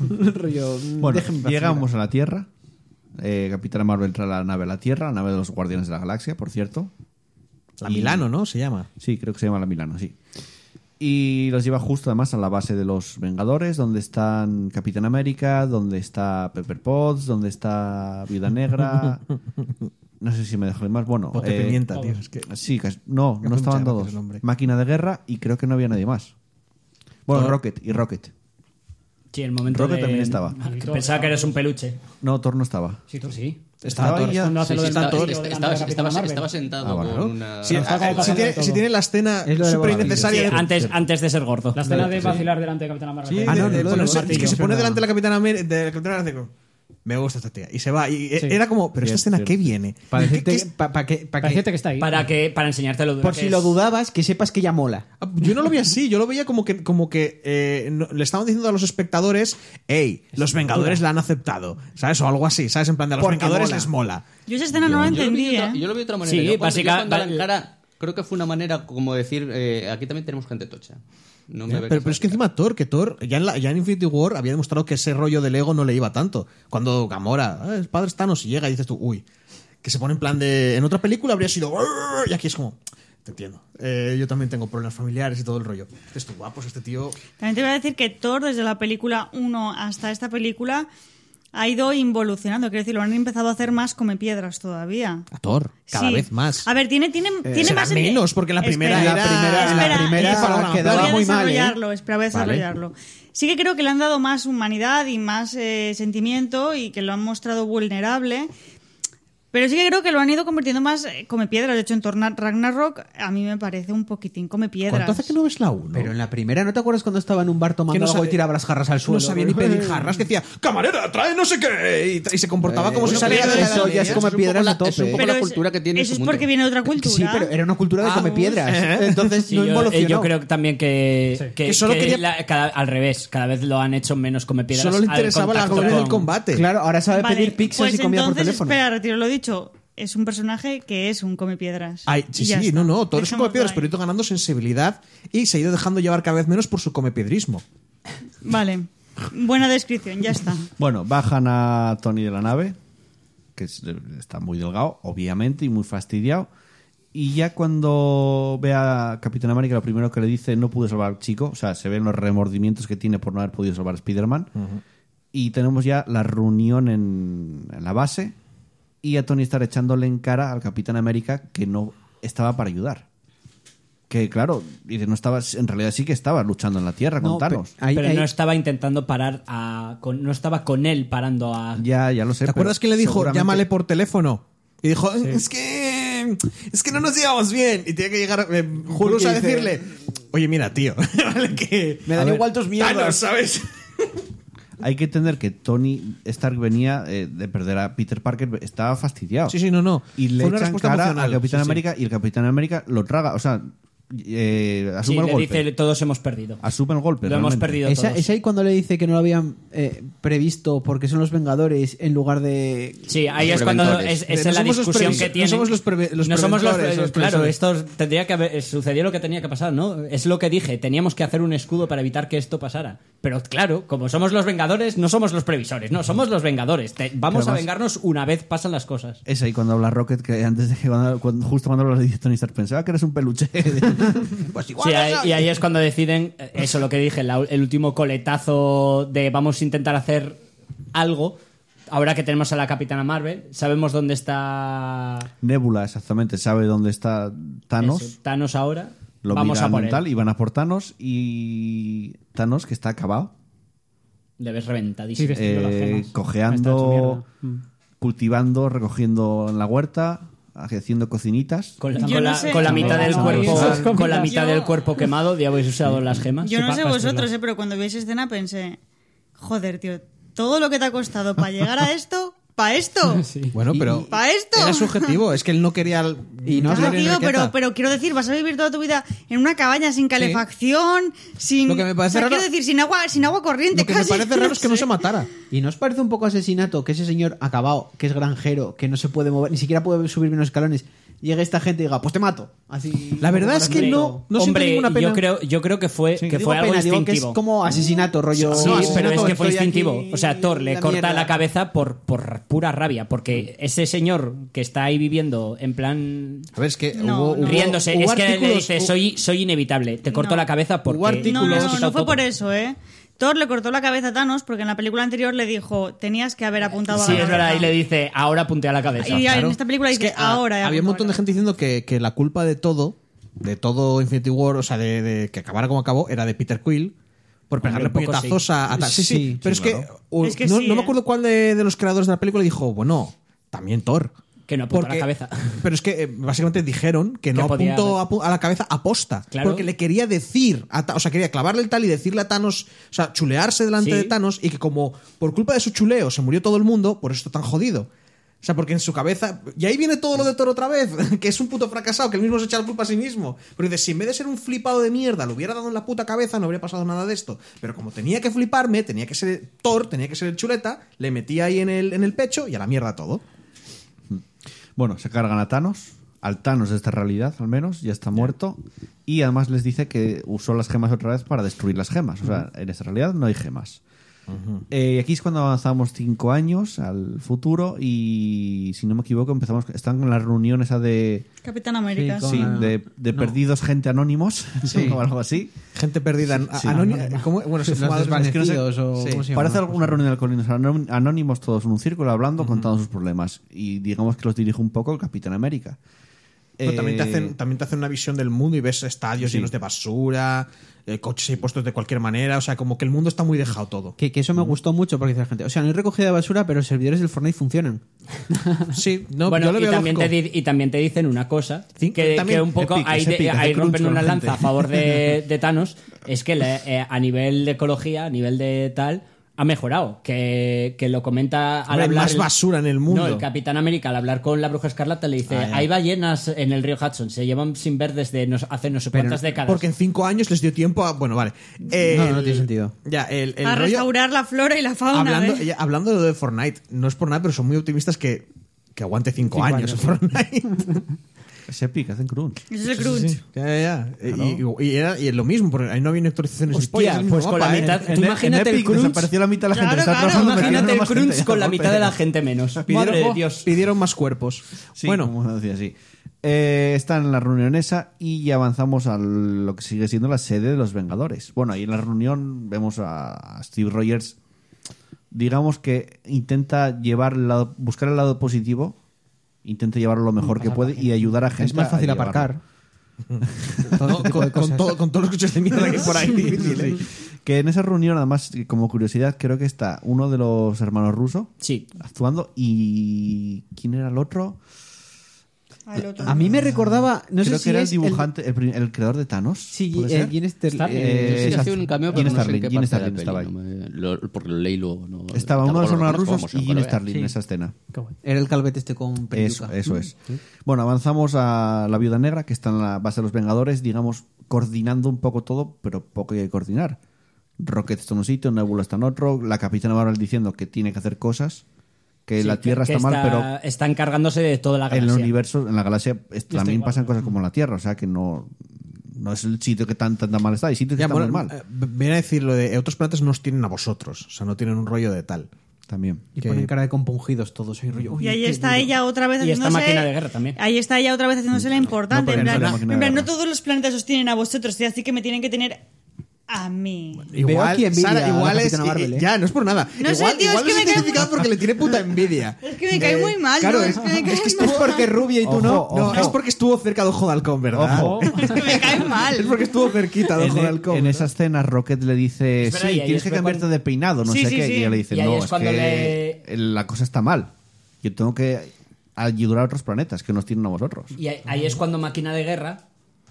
F: Rollo, mm,
A: Bueno,
F: déjenme vacilar.
A: llegamos a la Tierra. Eh, Capitana Marvel trae la nave a la Tierra, la nave de los Guardianes de la Galaxia, por cierto.
D: La Milano, ¿no? Se llama.
A: Sí, creo que se llama la Milano, sí. Y los lleva justo además a la base de los Vengadores, donde están Capitán América, donde está Pepper Potts, donde está Viuda Negra. No sé si me dejo de más. Bueno,
D: Bote
A: eh,
D: pimienta, tío. Es que...
A: Sí, cas- no,
D: Me hace
A: no estaban
D: mucha gracia
A: todos.
D: el nombre.
A: Máquina de guerra y creo que no había nadie más. Bueno,
D: Thor.
A: Rocket y Rocket.
C: Sí, el momento.
A: Rocket
C: de-
A: también estaba.
C: Ah, que Pensaba que eras un peluche.
A: No, Thor no estaba.
G: Sí, tú sí.
D: Estaba
G: Thor.
D: ya.
G: Cuando hace
D: sí,
G: lo
D: sí,
G: del
D: está
H: estaba,
D: Thor.
G: martillo de la
H: estaba-
G: nave de
H: estaba-
G: Capitán Marvel.
H: estaba sentado
A: Ah, bueno.
H: con una...
D: Sí,
G: Nos saca de
D: ah, si,
G: Capitán
D: tiene,
G: Marvel
D: si
G: todo.
D: tiene la escena
F: Es lo de
D: súper
F: Wolverine.
D: innecesaria de-
C: Antes, antes de ser gordo.
G: La escena de vacilar delante de Capitán Marvel.
D: Sí,
G: Ah,
D: de-
G: no,
D: de-
G: no,
D: de-
G: no,
D: se-
G: martillo.
D: que se pone
G: Es
D: delante de
G: verdad.
D: la capitana América, de la capitana América, como, me gusta esta tía y se va y, e-
G: Sí.
D: era como pero esta escena
A: cierto.
D: qué viene
F: Para
D: ¿Qué-
F: decirte,
D: qué
F: que-
D: es-
F: pa- pa que- pa
G: Para
F: que-
G: decirte que está ahí.
D: Ah,
C: Para, que, para enseñarte lo duro
F: por
C: que
F: si
C: es.
F: lo dudabas, que sepas que ella mola.
D: Ah, yo no lo vi así yo lo veía como que como que eh, no- le estaban diciendo a los espectadores hey los Vengadores la han aceptado sabes o algo así sabes en plan de a los
F: Porque
D: Vengadores
F: mola.
D: les mola
B: Yo esa escena no la
H: Yo lo vi
B: entendí,
H: de otra-
B: ¿eh?
H: Yo lo vi de otra manera.
C: Sí,
H: Yo cuando-
C: básica-
H: yo cuando la
C: la-
H: encara, creo que fue una manera como decir, eh, aquí también tenemos gente tocha. No me
D: pero,
H: ve
D: pero es que
H: sea-
D: encima Thor que Thor ya en, la- ya en Infinity War había demostrado que ese rollo del ego no le iba tanto cuando Gamora "Ah, el padre Thanos y llega y dices tú uy que se pone en plan de en otra película habría sido "Arr", y aquí es como te entiendo Eh, yo también tengo problemas familiares y todo el rollo dices tú guapos este tío
B: También te voy a decir que Thor, desde la película 1 hasta esta película, ha ido involucionando. Quiero decir, lo han empezado a hacer más come piedras todavía.
D: a Thor cada
B: Sí.
D: vez más
B: A ver, tiene, tiene, tiene
D: será
B: más. en-
D: menos, porque en la primera
B: Espera,
D: era-
B: espera,
D: en la
F: primera
B: espera,
F: quedaba
B: voy a
F: muy mal, ¿eh?
B: desarrollarlo, espera, voy a desarrollarlo. Sí que creo que le han dado más humanidad y más eh, sentimiento y que lo han mostrado vulnerable. Pero sí que creo que lo han ido convirtiendo más eh, come piedras. De hecho, en torno a Ragnarok, a mí me parece un poquitín come piedras.
D: ¿Cuánto hace que no ves la 1?
F: Pero en la primera, ¿no te acuerdas cuando estaba en un bar tomando
D: Que no
F: algo
D: sabe-
F: y tiraba las jarras al suelo?
D: No sabía ni pedir jarras, que decía, camarera, trae no sé qué. Y, y se comportaba como si
F: bueno,
D: saliera
F: pero
D: de
F: eso ya es como
H: un
F: piedras
H: poco
F: a
H: la- es un
F: tope.
H: poco
B: Pero
H: la cultura que tiene en
B: Eso
H: su
B: es
H: mundo.
B: porque viene de otra
F: Que
B: cultura.
F: Sí, pero era una cultura de
D: Ah,
F: come
D: bueno.
F: piedras. Entonces
C: Sí,
F: no
C: yo- eh,
F: involucionó.
C: yo creo que también que, que,
D: Que solo
C: que
D: quería-
C: la- cada- al revés, cada vez lo han hecho menos come piedras.
D: Solo le
C: al
D: interesaba la
C: contacto
D: gloria del
C: con-
D: combate.
F: Claro, ahora sabe
B: Vale,
F: pedir pizzas
B: pues
F: y comida por
B: entonces,
F: teléfono.
B: Espera, retiro lo dicho. Es un personaje que es un come piedras.
D: Ay, sí, sí, no, no, todo es un comepiedras, pero ha ido ganando sensibilidad y se ha ido dejando llevar cada vez menos por su comepiedrismo.
B: Vale. Buena descripción, ya está.
A: Bueno, bajan a Tony de la nave, que es- está muy delgado, obviamente, y muy fastidiado. Y ya cuando ve a Capitán América, lo primero que le dice, no pude salvar al chico. O sea, se ven los remordimientos que tiene por no haber podido salvar a Spider-Man. Y tenemos ya la reunión en, en la base. Y a Tony estar echándole en cara al Capitán América que no estaba para ayudar. Que claro, dice, no estabas, en realidad sí que estabas luchando en la Tierra con
F: No, pe-
A: Thanos.
F: ahí-
C: pero
F: ahí-
C: no estaba intentando parar a. con- no estaba con él parando a.
A: Ya, ya lo sé.
D: ¿Te acuerdas que le dijo, llámale
A: llámale
D: por teléfono? Y dijo, es que. Es que no nos llevamos bien. Y tiene que llegar eh, Hulus a
F: dice-
D: decirle, oye, mira, tío, vale, que.
F: Me dan
D: A ver,
F: igual tus mierdas.
D: Thanos, ¿sabes?
A: Hay que entender que Tony Stark venía eh, de perder a Peter Parker, estaba fastidiado.
D: Sí, sí, no, no.
A: Y le
D: Fue una
A: echan
D: respuesta
A: cara
D: emocional,
A: al Capitán
D: sí, sí.
A: América y el Capitán América lo traga. O sea, eh,
C: Sí,
A: asume el
C: le
A: golpe.
C: dice, todos hemos perdido.
A: Asume el golpe.
C: lo hemos
A: realmente.
C: perdido
F: Esa-
C: todos.
F: es ahí cuando le dice que no lo habían eh, previsto porque son los Vengadores en lugar de.
C: Sí, ahí
H: Los
C: es cuando es,
H: preventores.
C: esa
D: Eh, No
C: es la
D: somos los
C: discusión
D: previs-
C: que
D: no
C: tiene.
D: somos los preve- los
C: No somos los-
D: preventores, los
C: claro,
D: previsores.
C: esto tendría que haber sucedido lo que tenía que pasar, ¿no? Es lo que dije, teníamos que hacer un escudo para evitar que esto pasara. Pero claro, como somos los vengadores, no somos los previsores, no, somos los vengadores. Te- vamos
A: Pero
C: a
A: más-
C: vengarnos una vez pasan las cosas.
A: Es ahí cuando habla Rocket, que antes de que cuando- cuando- justo cuando habla le dice Tony Stark, pensaba que eres un peluche. pues
C: Sí, ahí- y ahí es cuando deciden, eh, eso lo que dije, la- el último coletazo de vamos a intentar hacer algo. Ahora que tenemos a la Capitana Marvel, sabemos dónde está
A: Nebula, exactamente, sabe dónde está Thanos.
C: eso, Thanos ahora.
A: Lo
C: vamos
A: mira
C: a por
A: mental
C: él.
A: y van a por Thanos y Thanos, que está acabado,
C: Le ves
G: Sí,
C: reventadísimo.
G: que estiró las
A: eh,
G: gemas. Está hecho
A: cojeando,
G: mierda. Mm.
A: cultivando, recogiendo en la huerta, haciendo cocinitas.
C: Con,
B: Yo
C: con
B: no
C: la,
B: sé.
C: con la mitad del
G: No,
C: cuerpo,
G: eso es como-
C: con la mitad
B: Yo-
C: del cuerpo quemado, ya habéis usado las
D: Ah,
C: gemas.
B: Yo no
G: pa-
B: sé
G: pa-
B: vosotros,
G: estirlo.
B: eh, pero cuando vi esa escena pensé, joder, tío, todo lo que te ha costado para llegar a esto, para esto.
D: Bueno, pero.
B: ¿Pa esto?
D: Era subjetivo, es que él no quería. el-
F: Y no
D: no
F: es
B: Ya,
D: quería
F: la
B: tío,
D: enriqueta.
B: pero, pero quiero decir, vas a vivir toda tu vida en una cabaña sin calefacción, sin.
D: Lo que me parece
B: o sea,
D: raro-
B: quiero decir, sin agua, sin agua corriente,
D: Lo que me
B: casi.
D: parece raro es que no se
B: sé.
D: matara.
F: ¿Y nos parece un poco asesinato que ese señor acabado, que es granjero, que no se puede mover, ni siquiera puede subir unos escalones, llegue esta gente y diga, pues te mato? Así,
D: La verdad es que
C: Hombre,
D: no, no siento
C: hombre,
D: ninguna pena.
C: Yo creo, yo creo que fue, que
F: Digo
C: fue algo
F: pena, digo
C: instintivo.
F: que es como asesinato, rollo.
C: Sí,
F: No,
C: pero es
F: asesinato,
C: que fue
F: estoy
C: instintivo.
F: aquí,
C: O sea, Thor le
F: la
C: corta
F: mierda.
C: la cabeza por, por pura rabia, porque ese señor que está ahí viviendo en plan
D: A ver, es que
B: No,
D: hubo,
B: no.
D: hubo-
C: riéndose,
D: hubo
C: es que le
D: artículos-
C: dice, soy, soy inevitable, te corto
B: No.
C: la cabeza porque...
D: Hubo artículos-
B: No, no,
C: me has
B: no,
C: quitado
B: no fue
C: todo.
B: por eso, ¿eh? Thor le cortó la cabeza a Thanos porque en la película anterior le dijo, tenías que haber apuntado a
C: Sí,
B: la
C: es verdad, y
B: cabeza".
C: le dice, ahora puntea la cabeza.
B: Y
D: Claro.
B: en esta película
D: Es
B: dice,
D: que, ah,
B: ahora. he
D: Había un
B: apuntado
D: montón
B: la
D: de gente diciendo que, que la culpa de todo, de todo Infinity War, o sea, de, de que acabara como acabó, era de Peter Quill. Por pegarle
C: un poco
D: puñetazos a, a tal. Sí, sí.
F: Sí,
D: pero es, que, o-
B: Es que
D: no,
B: sí,
D: no
B: eh.
D: me acuerdo cuál de, de los creadores de la película dijo, bueno, también Thor.
C: Que no apuntó a la cabeza.
D: Pero es que eh, básicamente dijeron que no
C: podía
D: apuntó
C: haber-
D: a, pu- a la cabeza aposta.
C: Claro.
D: Porque le quería decir, a Ta- o sea, quería clavarle el tal y decirle a Thanos, o sea, chulearse delante
C: Sí.
D: de Thanos y que como por culpa de su chuleo se murió todo el mundo, por eso está tan jodido. O sea, porque en su cabeza. Y ahí viene todo lo de Thor otra vez, que es un puto fracasado, que él mismo se echa la culpa a sí mismo. Pero dice, si en vez de ser un flipado de mierda, lo hubiera dado en la puta cabeza, no habría pasado nada de esto. Pero como tenía que fliparme, tenía que ser Thor, tenía que ser el chuleta, le metí ahí en el, en el pecho y a la mierda todo.
A: Bueno, se cargan a Thanos, al Thanos de esta realidad al menos, ya está muerto. Y además les dice que usó las gemas otra vez para destruir las gemas. O sea, en esta realidad no hay gemas. Eh, y aquí es cuando avanzamos cinco años al futuro y, si no me equivoco, empezamos. Están con la reunión esa de,
B: Capitán América.
A: sí, de, de perdidos gente anónimos
F: Sí.
A: o algo así.
D: Gente perdida, an- anónima. ¿cómo? Bueno,
F: Los
D: fumadores- es que no sé-
F: desvanecidos o
D: sí.
F: ¿cómo se llama?
A: Parece alguna reunión de alcohólicos anón- anónimos, todos en un círculo, hablando, contando sus problemas. Y digamos que los dirige un poco el Capitán América.
D: Pero también, te
A: Eh,
D: hacen, también te hacen una visión del mundo y ves estadios
A: Sí.
D: llenos de basura, eh, coches ahí puestos de cualquier manera. O sea, como que el mundo está muy dejado todo.
F: Que, que eso me gustó mucho porque dice la gente, o sea, no hay recogida de basura, pero los servidores del Fortnite funcionan.
D: Sí, no,
C: bueno,
D: yo lo
C: y,
D: veo
C: también te
D: lógico.
C: di- y también te dicen una cosa,
D: Sí,
C: que,
D: también
C: que un poco
A: épica,
C: ahí,
A: es
C: de-
A: épica,
C: ahí
A: hace
C: rompen
A: crunch
C: una
A: con la
C: lanza a
A: gente.
C: favor de, de Thanos, es que la- eh, a nivel de ecología, a nivel de tal, ha mejorado. Que, que lo comenta al
D: Hombre, hay
C: hablar...
D: más
C: el-
D: basura en el mundo.
C: No, el Capitán América al hablar con la Bruja Escarlata le
A: Ah,
C: dice, hay ballenas en el río Hudson, se llevan sin ver desde nos- hace no sé cuántas décadas.
D: Porque en cinco años les dio tiempo a. Bueno, vale. Eh,
F: No, no
D: el-
F: tiene sentido.
D: Ya, el, el
B: a
D: rollo-
B: restaurar la flora y la fauna.
D: hablando,
B: ¿eh?
D: ya, hablando de lo de Fortnite, no es por nada, pero son muy optimistas que, que aguante cinco,
F: Cinco
D: años,
F: años.
D: Fortnite.
A: Es épica, hacen crunch.
B: Eso es el crunch.
D: ya, ya, ya. Y, y- y era, y es lo mismo, porque ahí no habían actualizaciones ni pollas, es el mismo
C: pues con la
D: mapa, ¿eh?
C: mitad-
A: En-
C: tú
A: en
C: imagínate el
A: Epic
C: crunch.
A: Desapareció la mitad de la gente.
B: Claro,
A: está
B: claro,
A: trabajando, pero
C: Imagínate
A: ya no
C: el
A: más gente,
C: crunch
A: ya
C: con la
A: golpe.
C: mitad de la gente menos.
D: Pidieron-
C: Madre de
D: oh,
C: Dios.
D: pidieron más cuerpos.
A: Sí,
D: bueno,
A: como decía, sí. Eh, están en la reunión esa y ya avanzamos a lo que sigue siendo la sede de los Vengadores. Bueno, ahí en la reunión vemos a Steve Rogers, digamos que intenta llevar el lado, buscar el lado positivo, intenta llevarlo lo mejor que puede y ayudar a gente.
F: Es más fácil
A: a llevarlo.
F: aparcar. Todo
D: No,
F: este tipo
D: con, con
F: de cosas.
D: todo- con todos los coches de mierda que hay por ahí.
A: Sí. Que en esa reunión, además, como curiosidad, creo que está uno de los hermanos rusos
C: Sí,
A: actuando y... ¿Quién era el otro?
B: Al otro.
F: A mí me recordaba, no
A: creo
F: sé
A: que
F: si
A: era el
F: es
A: dibujante, el, pri- el creador de Thanos.
F: Sí,
A: ¿puede
F: eh,
A: ser?
F: Gene Sterling.
C: Starling.
F: Eh,
A: Eh,
H: Sí,
A: exacto.
H: hacía un cameo, pero
A: Gene
H: no sé en
A: Starling,
H: qué
A: Gene
H: parte de
A: Starling
H: la
A: estaba
H: peli,
A: ahí.
H: no me- lo- porque lo leí luego. no-
A: Estaba uno de
H: tampoco
A: los
H: lo
A: hermanos
H: conozco,
A: rusos
H: vamos,
A: y
H: no lo
A: Gene
H: vea.
A: Starling
F: Sí.
A: en esa escena.
F: Era el calvete este con
A: Eso,
F: peluca.
A: eso es. Bueno, avanzamos a la Viuda Negra, que está en la base de los Vengadores, digamos, coordinando un poco todo, pero poco hay que coordinar. Rocket está en un sitio, Nebula está en otro, la Capitana Marvel diciendo que tiene que hacer cosas, que
C: Sí,
A: la Tierra
C: que- que
A: está mal, pero
C: Está encargándose de toda la
A: en el
C: galaxia. este
A: universo, en la galaxia, es- también
C: igual.
A: pasan cosas como la Tierra, o sea que no, no es el sitio que tan, tan, tan mal está, hay sitios que
D: Ya,
A: están
D: bueno,
A: muy mal.
D: eh, viene a decir lo de eh, otros planetas no os tienen a vosotros, o sea, no tienen un rollo de tal.
A: También.
F: Y
D: Que-
F: ponen cara de compungidos todos. ahí, rollo,
B: Y
F: "Uy,
B: ahí
F: qué
B: está
F: duro".
B: ella otra vez
C: Y esta
B: haciéndose.
C: máquina de guerra también.
B: Ahí está ella otra vez haciéndose la importante.
A: No, pero
B: en
A: no es
B: plan,
A: la máquina de
B: en plan,
A: guerra.
B: no todos los planetas os tienen a vosotros, y así que me tienen que tener a mí.
F: Veo aquí envidia
D: Sara,
F: a la
D: igual es.
F: Capitana
D: y-
F: Marvel,
D: y-
F: ¿eh?
D: Ya, no es por nada.
B: No sé,
D: igual
B: tío, es
D: igual
B: que
D: es
B: me cae-
D: justificado porque le tiene puta envidia.
B: Es que me cae muy mal,
D: Claro,
B: ¿no?
D: es,
B: Es que me cae
D: es que
B: mal.
D: estuvo porque es rubia y tú
A: Ojo,
D: no. No,
A: ojo.
D: es porque estuvo cerca de Ojo e-, de Halcón, ¿verdad?
A: Ojo.
B: Es que me cae mal.
D: Es porque estuvo cerquita de Ojo de
A: En, e-,
D: Halcón.
A: en esa escena Rocket le dice,
C: Espera, y
A: sí,
C: ahí
A: tienes
C: es
A: que
C: cuando-
A: cambiarte de peinado, no
B: Sí,
A: sé
B: sí,
A: qué.
B: sí.
A: Y ella le dice,
C: Y ahí
A: no,
C: es
A: es,
C: cuando
A: que la cosa está mal. Yo tengo que ayudar a otros planetas que nos tienen a vosotros.
C: Y ahí, ahí es cuando Máquina de Guerra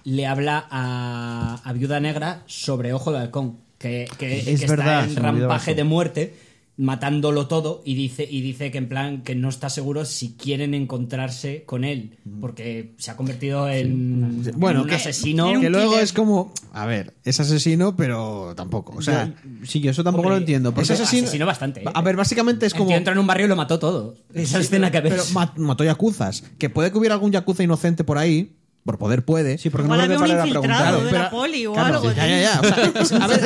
C: le habla a, a Viuda Negra sobre Ojo de Halcón, que, que-
A: Es
C: que está
A: verdad,
C: en
A: se me olvidaba
C: rampaje
A: eso.
C: de muerte, matándolo todo, y dice, y dice que en plan que no está seguro si quieren encontrarse con él,
A: Mm.
C: porque se ha convertido en,
D: bueno,
C: en un
D: que-
C: asesino.
D: Que luego
B: killer.
D: es como. A ver, es asesino, pero tampoco. O sea.
F: Sí, yo eso tampoco
C: Hombre,
F: lo entiendo.
C: es
F: Porque
C: asesino- asesino bastante, ¿eh?
D: A ver, básicamente es
C: El tío
D: como.
C: entra en un barrio y lo mató todo. Esa escena que ves.
D: Pero ma- mató yacuzas. Que puede que hubiera algún yakuza inocente por ahí. Por poder puede.
F: Sí, porque
B: Igual
F: no me
B: había
F: voy a
B: un
F: parar a
B: infiltrado
F: preguntar.
B: de la poli o algo.
D: Ya, ya, ya. O sea, es, a ver,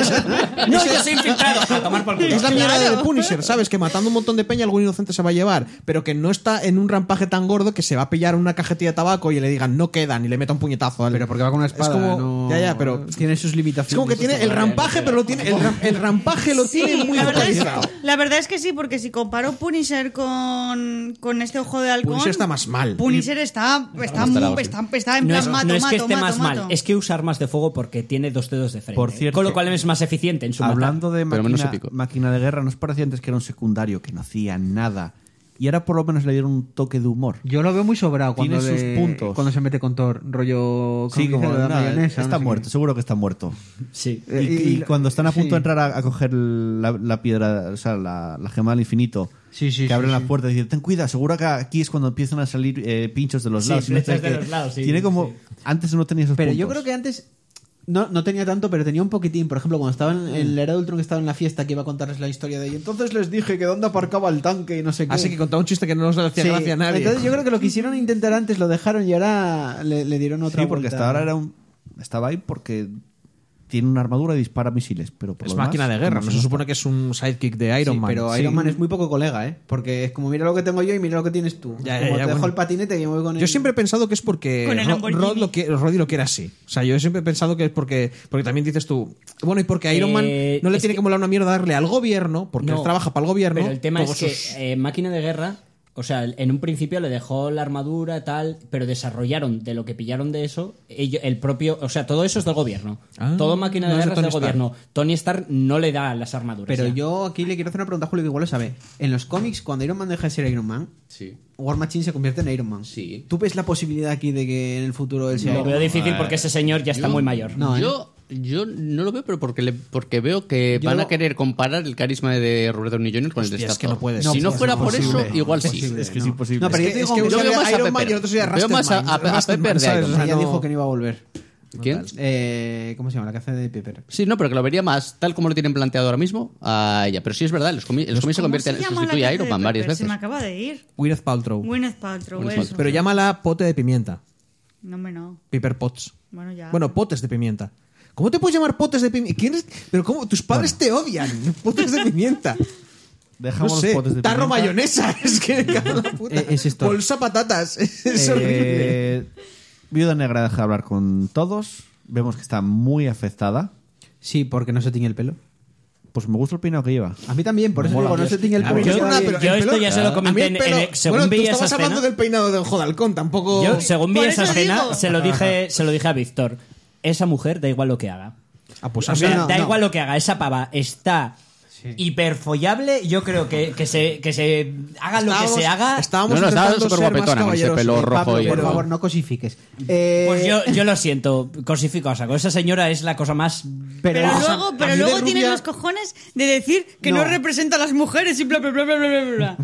D: es-
C: no, yo soy infiltrado. A tomar por culo.
D: es la mierda
B: Claro.
D: del Punisher, ¿sabes? Que matando un montón de peña algún inocente se va a llevar. Pero que no está en un rampaje tan gordo que se va a pillar una cajetilla de tabaco y le digan no queda ni le meta un puñetazo. al-
F: Pero porque va con una espada.
D: Es como-
F: no-
D: Ya, ya, pero.
F: Tiene sus limitaciones.
D: Es como que tiene el rampaje, pero lo tiene. El, ram- el rampaje lo tiene muy
B: la verdad, es,
D: localizado.
B: la verdad es que sí, porque si comparo Punisher con, con este ojo de halcón.
D: Punisher está más mal.
B: Punisher está, está,
H: hasta la
B: mu-
H: hostia.
B: está, está en
C: No
B: plan
C: es,
B: mato,
C: no es que
B: mato,
C: esté
B: mato,
C: más
B: mato.
C: mal, es que usa armas de fuego porque tiene dos dedos de frente. ¿eh?
A: Por cierto-
C: con lo cual es más eficiente en su matar.
A: Hablando de
H: Pero menos
A: máquina,
H: épico.
A: máquina de guerra, nos parecía antes que era un secundario que no hacía nada, Y ahora por lo menos le dieron un toque de humor.
F: Yo lo veo muy sobrado cuando,
A: Tiene sus
F: le-
A: puntos.
F: cuando se mete con Thor, rollo...
A: Sí,
F: dice,
A: como
F: la
A: nada,
F: mayonesa,
A: está
F: no sé qué.
A: muerto, seguro que está muerto.
C: Sí.
A: Y,
F: Eh, y-
A: y cuando están a punto
F: sí.
A: de entrar a, a coger la, la piedra, o sea, la, la gema del infinito,
F: Sí, sí,
A: que
F: sí,
A: abren las
F: sí.
A: puertas y dicen, ten cuidado, seguro que aquí es cuando empiezan a salir eh, pinchos de los
C: Sí,
A: lados. y no
C: flechas
A: sabes
C: de
A: qué.
C: los lados, sí,
A: Tiene como...
C: sí.
A: Antes no tenía esos
F: Pero
A: puntos.
F: yo creo que antes no, no tenía tanto, pero tenía un poquitín. Por ejemplo, cuando estaba en, en la era de Ultron que estaba en la fiesta que iba a contarles la historia de y entonces les dije que dónde aparcaba el tanque y no sé qué.
D: Así Ah, que contaba un chiste que no nos hacía
F: Sí,
D: gracia a nadie.
F: Entonces yo creo que lo quisieron intentar antes, lo dejaron y ahora le, le dieron otra
A: Sí, porque
F: vuelta.
A: hasta ahora era un... estaba ahí porque tiene una armadura y dispara misiles, pero por
D: es
A: lo
D: máquina
A: demás,
D: de guerra,
A: no
D: no
A: sé.
D: se supone que es un sidekick de Iron
F: Sí,
D: Man.
F: pero Iron Man es muy poco colega, ¿eh? Porque es como, mira lo que tengo yo y mira lo que tienes tú.
D: Ya, ya,
F: como
D: ya,
F: te dejo
D: bueno.
F: el patinete y me voy con el...
D: Yo siempre he pensado que es porque
B: Con el
D: Ro-
B: Lamborghini.
D: Rod lo que, Roddy lo quiere así. O sea, yo siempre he pensado que es porque. Porque también dices tú. Bueno, y porque a Iron
C: Eh,
D: Man no le
C: es
D: tiene
C: que-
D: que molar una mierda darle al gobierno, porque
C: No,
D: él trabaja para el gobierno.
C: Pero el tema es
D: todos
C: que
D: sus-
C: eh, Máquina de Guerra, o sea, en un principio le dejó la armadura, tal, pero desarrollaron de lo que pillaron de eso, ello- el propio, o sea, todo eso es del gobierno.
D: Ah,
C: todo Máquina de
D: no es de
C: Guerra es del
D: Tony Stark.
C: gobierno. Tony Stark no le da las armaduras.
F: Pero
C: ya.
F: yo aquí le quiero hacer una pregunta a Julio que igual lo sabe. En los cómics, cuando Iron Man deja de ser Iron Man,
H: Sí.
F: War Machine se convierte en Iron Man.
H: Sí.
F: ¿Tú ves la posibilidad aquí de que en el futuro él sea
C: Lo
F: Iron
C: veo
F: Man?
C: difícil porque ese señor ya está muy mayor.
F: No, ¿eh?
H: yo, yo no lo veo, pero porque, le- porque veo que
F: Yo
H: van
F: lo-
H: a querer comparar el carisma de Robert Downey Jr. con el
D: Hostia,
H: de
D: es
H: Star
D: que no puede
H: Thor. si
D: ser.
H: no
D: Es
H: fuera por eso,
D: imposible.
H: igual sí.
F: Imposible,
A: Es que es
F: no.
A: imposible.
F: No,
D: Es
F: pero yo
D: que-
F: te
D: es
F: digo
D: que
F: que
D: uno
F: yo
D: veo
F: veo
D: más a
F: Iron
D: Pepper.
F: Man y el otro sería
H: Veo
F: Rasterman.
H: más a- a- a
F: Rasterman,
H: Pepper de
F: ¿sabes?
H: Iron
F: O sea,
D: Man.
F: ya
D: No.
F: dijo que no iba a volver.
H: ¿Quién?
F: Eh, ¿Cómo se llama? La que hace de Pepper.
H: Sí, no, pero que lo vería más tal como lo tienen planteado ahora mismo a ella. Pero sí es verdad, los comi- los cómics se convierten
B: Pues, ¿Cómo se llama la
H: sustituye a
B: que
H: Iron
B: hace
H: Man
B: de
H: varias
B: Pepper? Se
H: veces.
B: me acaba de ir.
D: Gwyneth Paltrow.
B: Gwyneth Paltrow,
H: Gwyneth
B: eso.
H: Paltrow.
D: Pero llámala pote de pimienta.
B: No me no.
D: Piper Potts.
B: Bueno, ya.
D: Bueno, potes de pimienta. ¿Cómo te puedes llamar potes de pimienta? ¿Quién es? Pero cómo tus padres te odian. Potes de pimienta.
A: Dejamos
D: no
A: los
D: sé,
A: potes de
D: tarro
A: pimienta.
D: mayonesa, es que me cago en la puta.
F: Eh, es esto.
D: Bolsa patatas, es,
A: Eh,
D: horrible.
A: Viuda Negra deja de hablar con todos. Vemos que está muy afectada.
F: Sí, porque no se tiñe el pelo.
A: Pues me gusta el peinado que lleva.
F: A mí también, por eso digo, no se tiñe el
C: A ver,
F: pelo. Yo
C: yo-
F: no la-
C: yo
F: pero-
C: esto ya se lo comenté en- en- según
D: bueno,
C: vi
D: tú
C: esa
D: estabas hablando
C: escena-
D: del peinado del Jodalcón, tampoco
C: Yo, según vi
B: Por
C: esa
B: eso
C: escena,
B: digo.
C: se lo dije, se lo dije a Víctor. Esa mujer da igual lo que haga.
D: Ah, pues
C: O
D: a mí
C: sea,
D: no,
C: da
D: no.
C: igual lo que haga, esa pava está hiperfollable. Yo creo que, que se, que se haga lo que
D: Estábamos-
C: se haga.
F: este
D: Estábamos
H: No, no, estaba
D: intentando
H: súper
D: ser más
H: guapetona con ese
D: caballerosos.
F: ¿eh?
H: pelo rojo
D: Pablo, por
H: y-
F: Por
H: Pero-
F: favor,
D: favor.
F: no cosifiques. Eh,
C: Pues yo, yo lo siento, cosifico a saco. Esa señora es la cosa más.
B: Pero,
F: o sea,
B: luego,
D: a
B: pero
D: mí de
B: luego tienen
D: rubia-
B: los cojones de decir que no,
F: No.
B: representa a las mujeres y bla, bla, bla, bla, bla, bla, bla.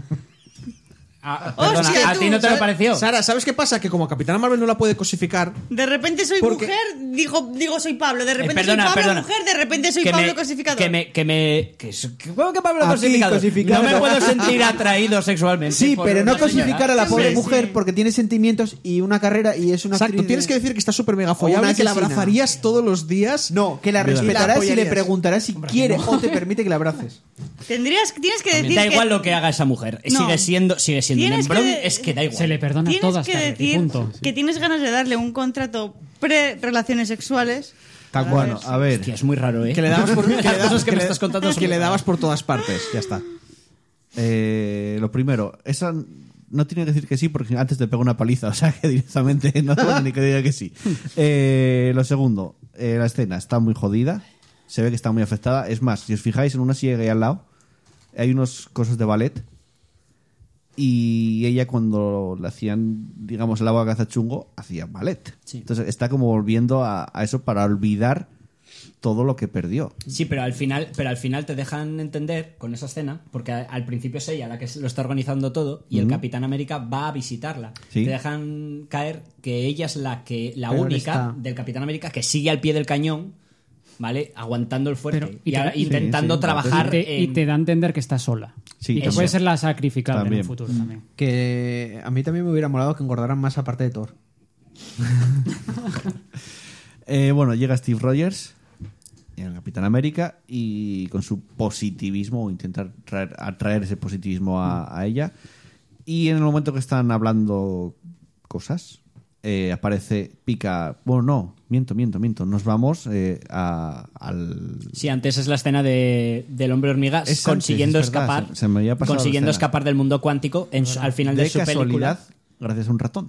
C: Ah,
B: Hostia,
C: perdona, ¿a
B: tú,
C: ti no te lo
B: ¿sabes?
C: pareció?
D: Sara, ¿sabes qué pasa? Que como Capitana Marvel no la puede cosificar,
B: De repente soy
D: Porque-
B: mujer, digo, digo soy Pablo. De
C: Eh,
B: repente
C: perdona,
B: soy Pablo
C: perdona.
B: mujer, de repente soy
C: Que
B: Pablo
C: me-
B: cosificador.
C: Que me. Que me que, es- que- ¿cómo que Pablo
F: A ti,
C: cosificador?
F: cosificado.
C: No me puedo sentir atraído sexualmente.
F: Sí,
C: por
F: pero
C: una
F: no
C: señora.
F: cosificar a la pobre
B: Sí,
F: mujer
B: sí.
F: porque tiene sentimientos y una carrera y es una
D: exacto,
F: actriz
D: tienes
F: de-
D: que decir que está súper mega follable
F: una
D: y que la
F: asesina.
D: abrazarías todos los días.
F: No, que la
D: Viuda Negra.
F: respetarás y le
D: apoyarías.
F: preguntarás si quiere o te permite que la abraces.
B: Tendrías, tienes que decir
C: Da
B: que-
C: igual lo que haga esa mujer.
B: No.
C: Sigue siendo, sigue siendo un
B: Tienes
C: embrón.
B: que-
C: Es que da igual.
G: Se le perdona
B: Tienes
G: todas.
B: que
G: Carrie,
B: decir
G: punto.
B: que tienes ganas de darle un contrato pre-relaciones sexuales.
A: Tan bueno, a ver.
C: Hostia, es muy raro, ¿eh?
D: Que le dabas por, que le
C: Las
D: dabas-
C: cosas que me
D: que le-
C: estás contando son
D: que
C: muy
D: le
C: raras.
D: dabas por todas partes, ya está.
A: Eh, lo primero, esa no tiene que decir que sí porque antes te pegó una paliza, o sea que directamente no tengo ni que diga que sí. Eh, lo segundo, eh, la escena está muy jodida, se ve que está muy afectada. Es más, si os fijáis en una silla que hay al lado, hay unos cosas de ballet y ella cuando le hacían, digamos, el agua chungo hacía ballet. Entonces está como volviendo a, a eso para olvidar todo lo que perdió.
C: Sí, pero al final, pero al final te dejan entender con esa escena, porque a- al principio es ella la que se- lo está organizando todo y el Capitán América va a visitarla.
A: Sí.
C: Te dejan caer que ella es la que la
F: Pero
C: única
F: está-
C: del Capitán América que sigue al pie del cañón, ¿vale? Aguantando el fuerte
G: Pero-
C: y,
G: y te-
C: ahora
G: y-
C: intentando
A: Sí, sí,
C: trabajar
G: Y te, y
C: en-
G: te da a entender que está sola.
A: Sí,
G: y que
A: eso.
G: puede ser la sacrificada en
A: También.
G: el futuro también.
F: Que a mí también me hubiera molado que engordaran más aparte de Thor.
A: Eh, bueno, llega Steve Rogers, el Capitán América, y con su positivismo, o intentar traer- atraer ese positivismo a, a ella. Y en el momento que están hablando cosas, eh, aparece Pica. Bueno, no, miento, miento, miento. Nos vamos eh, a- al.
C: Sí, antes es la escena de, del hombre hormiga
A: Es antes,
C: consiguiendo
A: es verdad,
C: escapar,
A: se- se me había pasado la
C: consiguiendo
A: escena.
C: escapar del mundo cuántico en su- al final de,
A: de
C: su película.
A: casualidad, gracias a un ratón.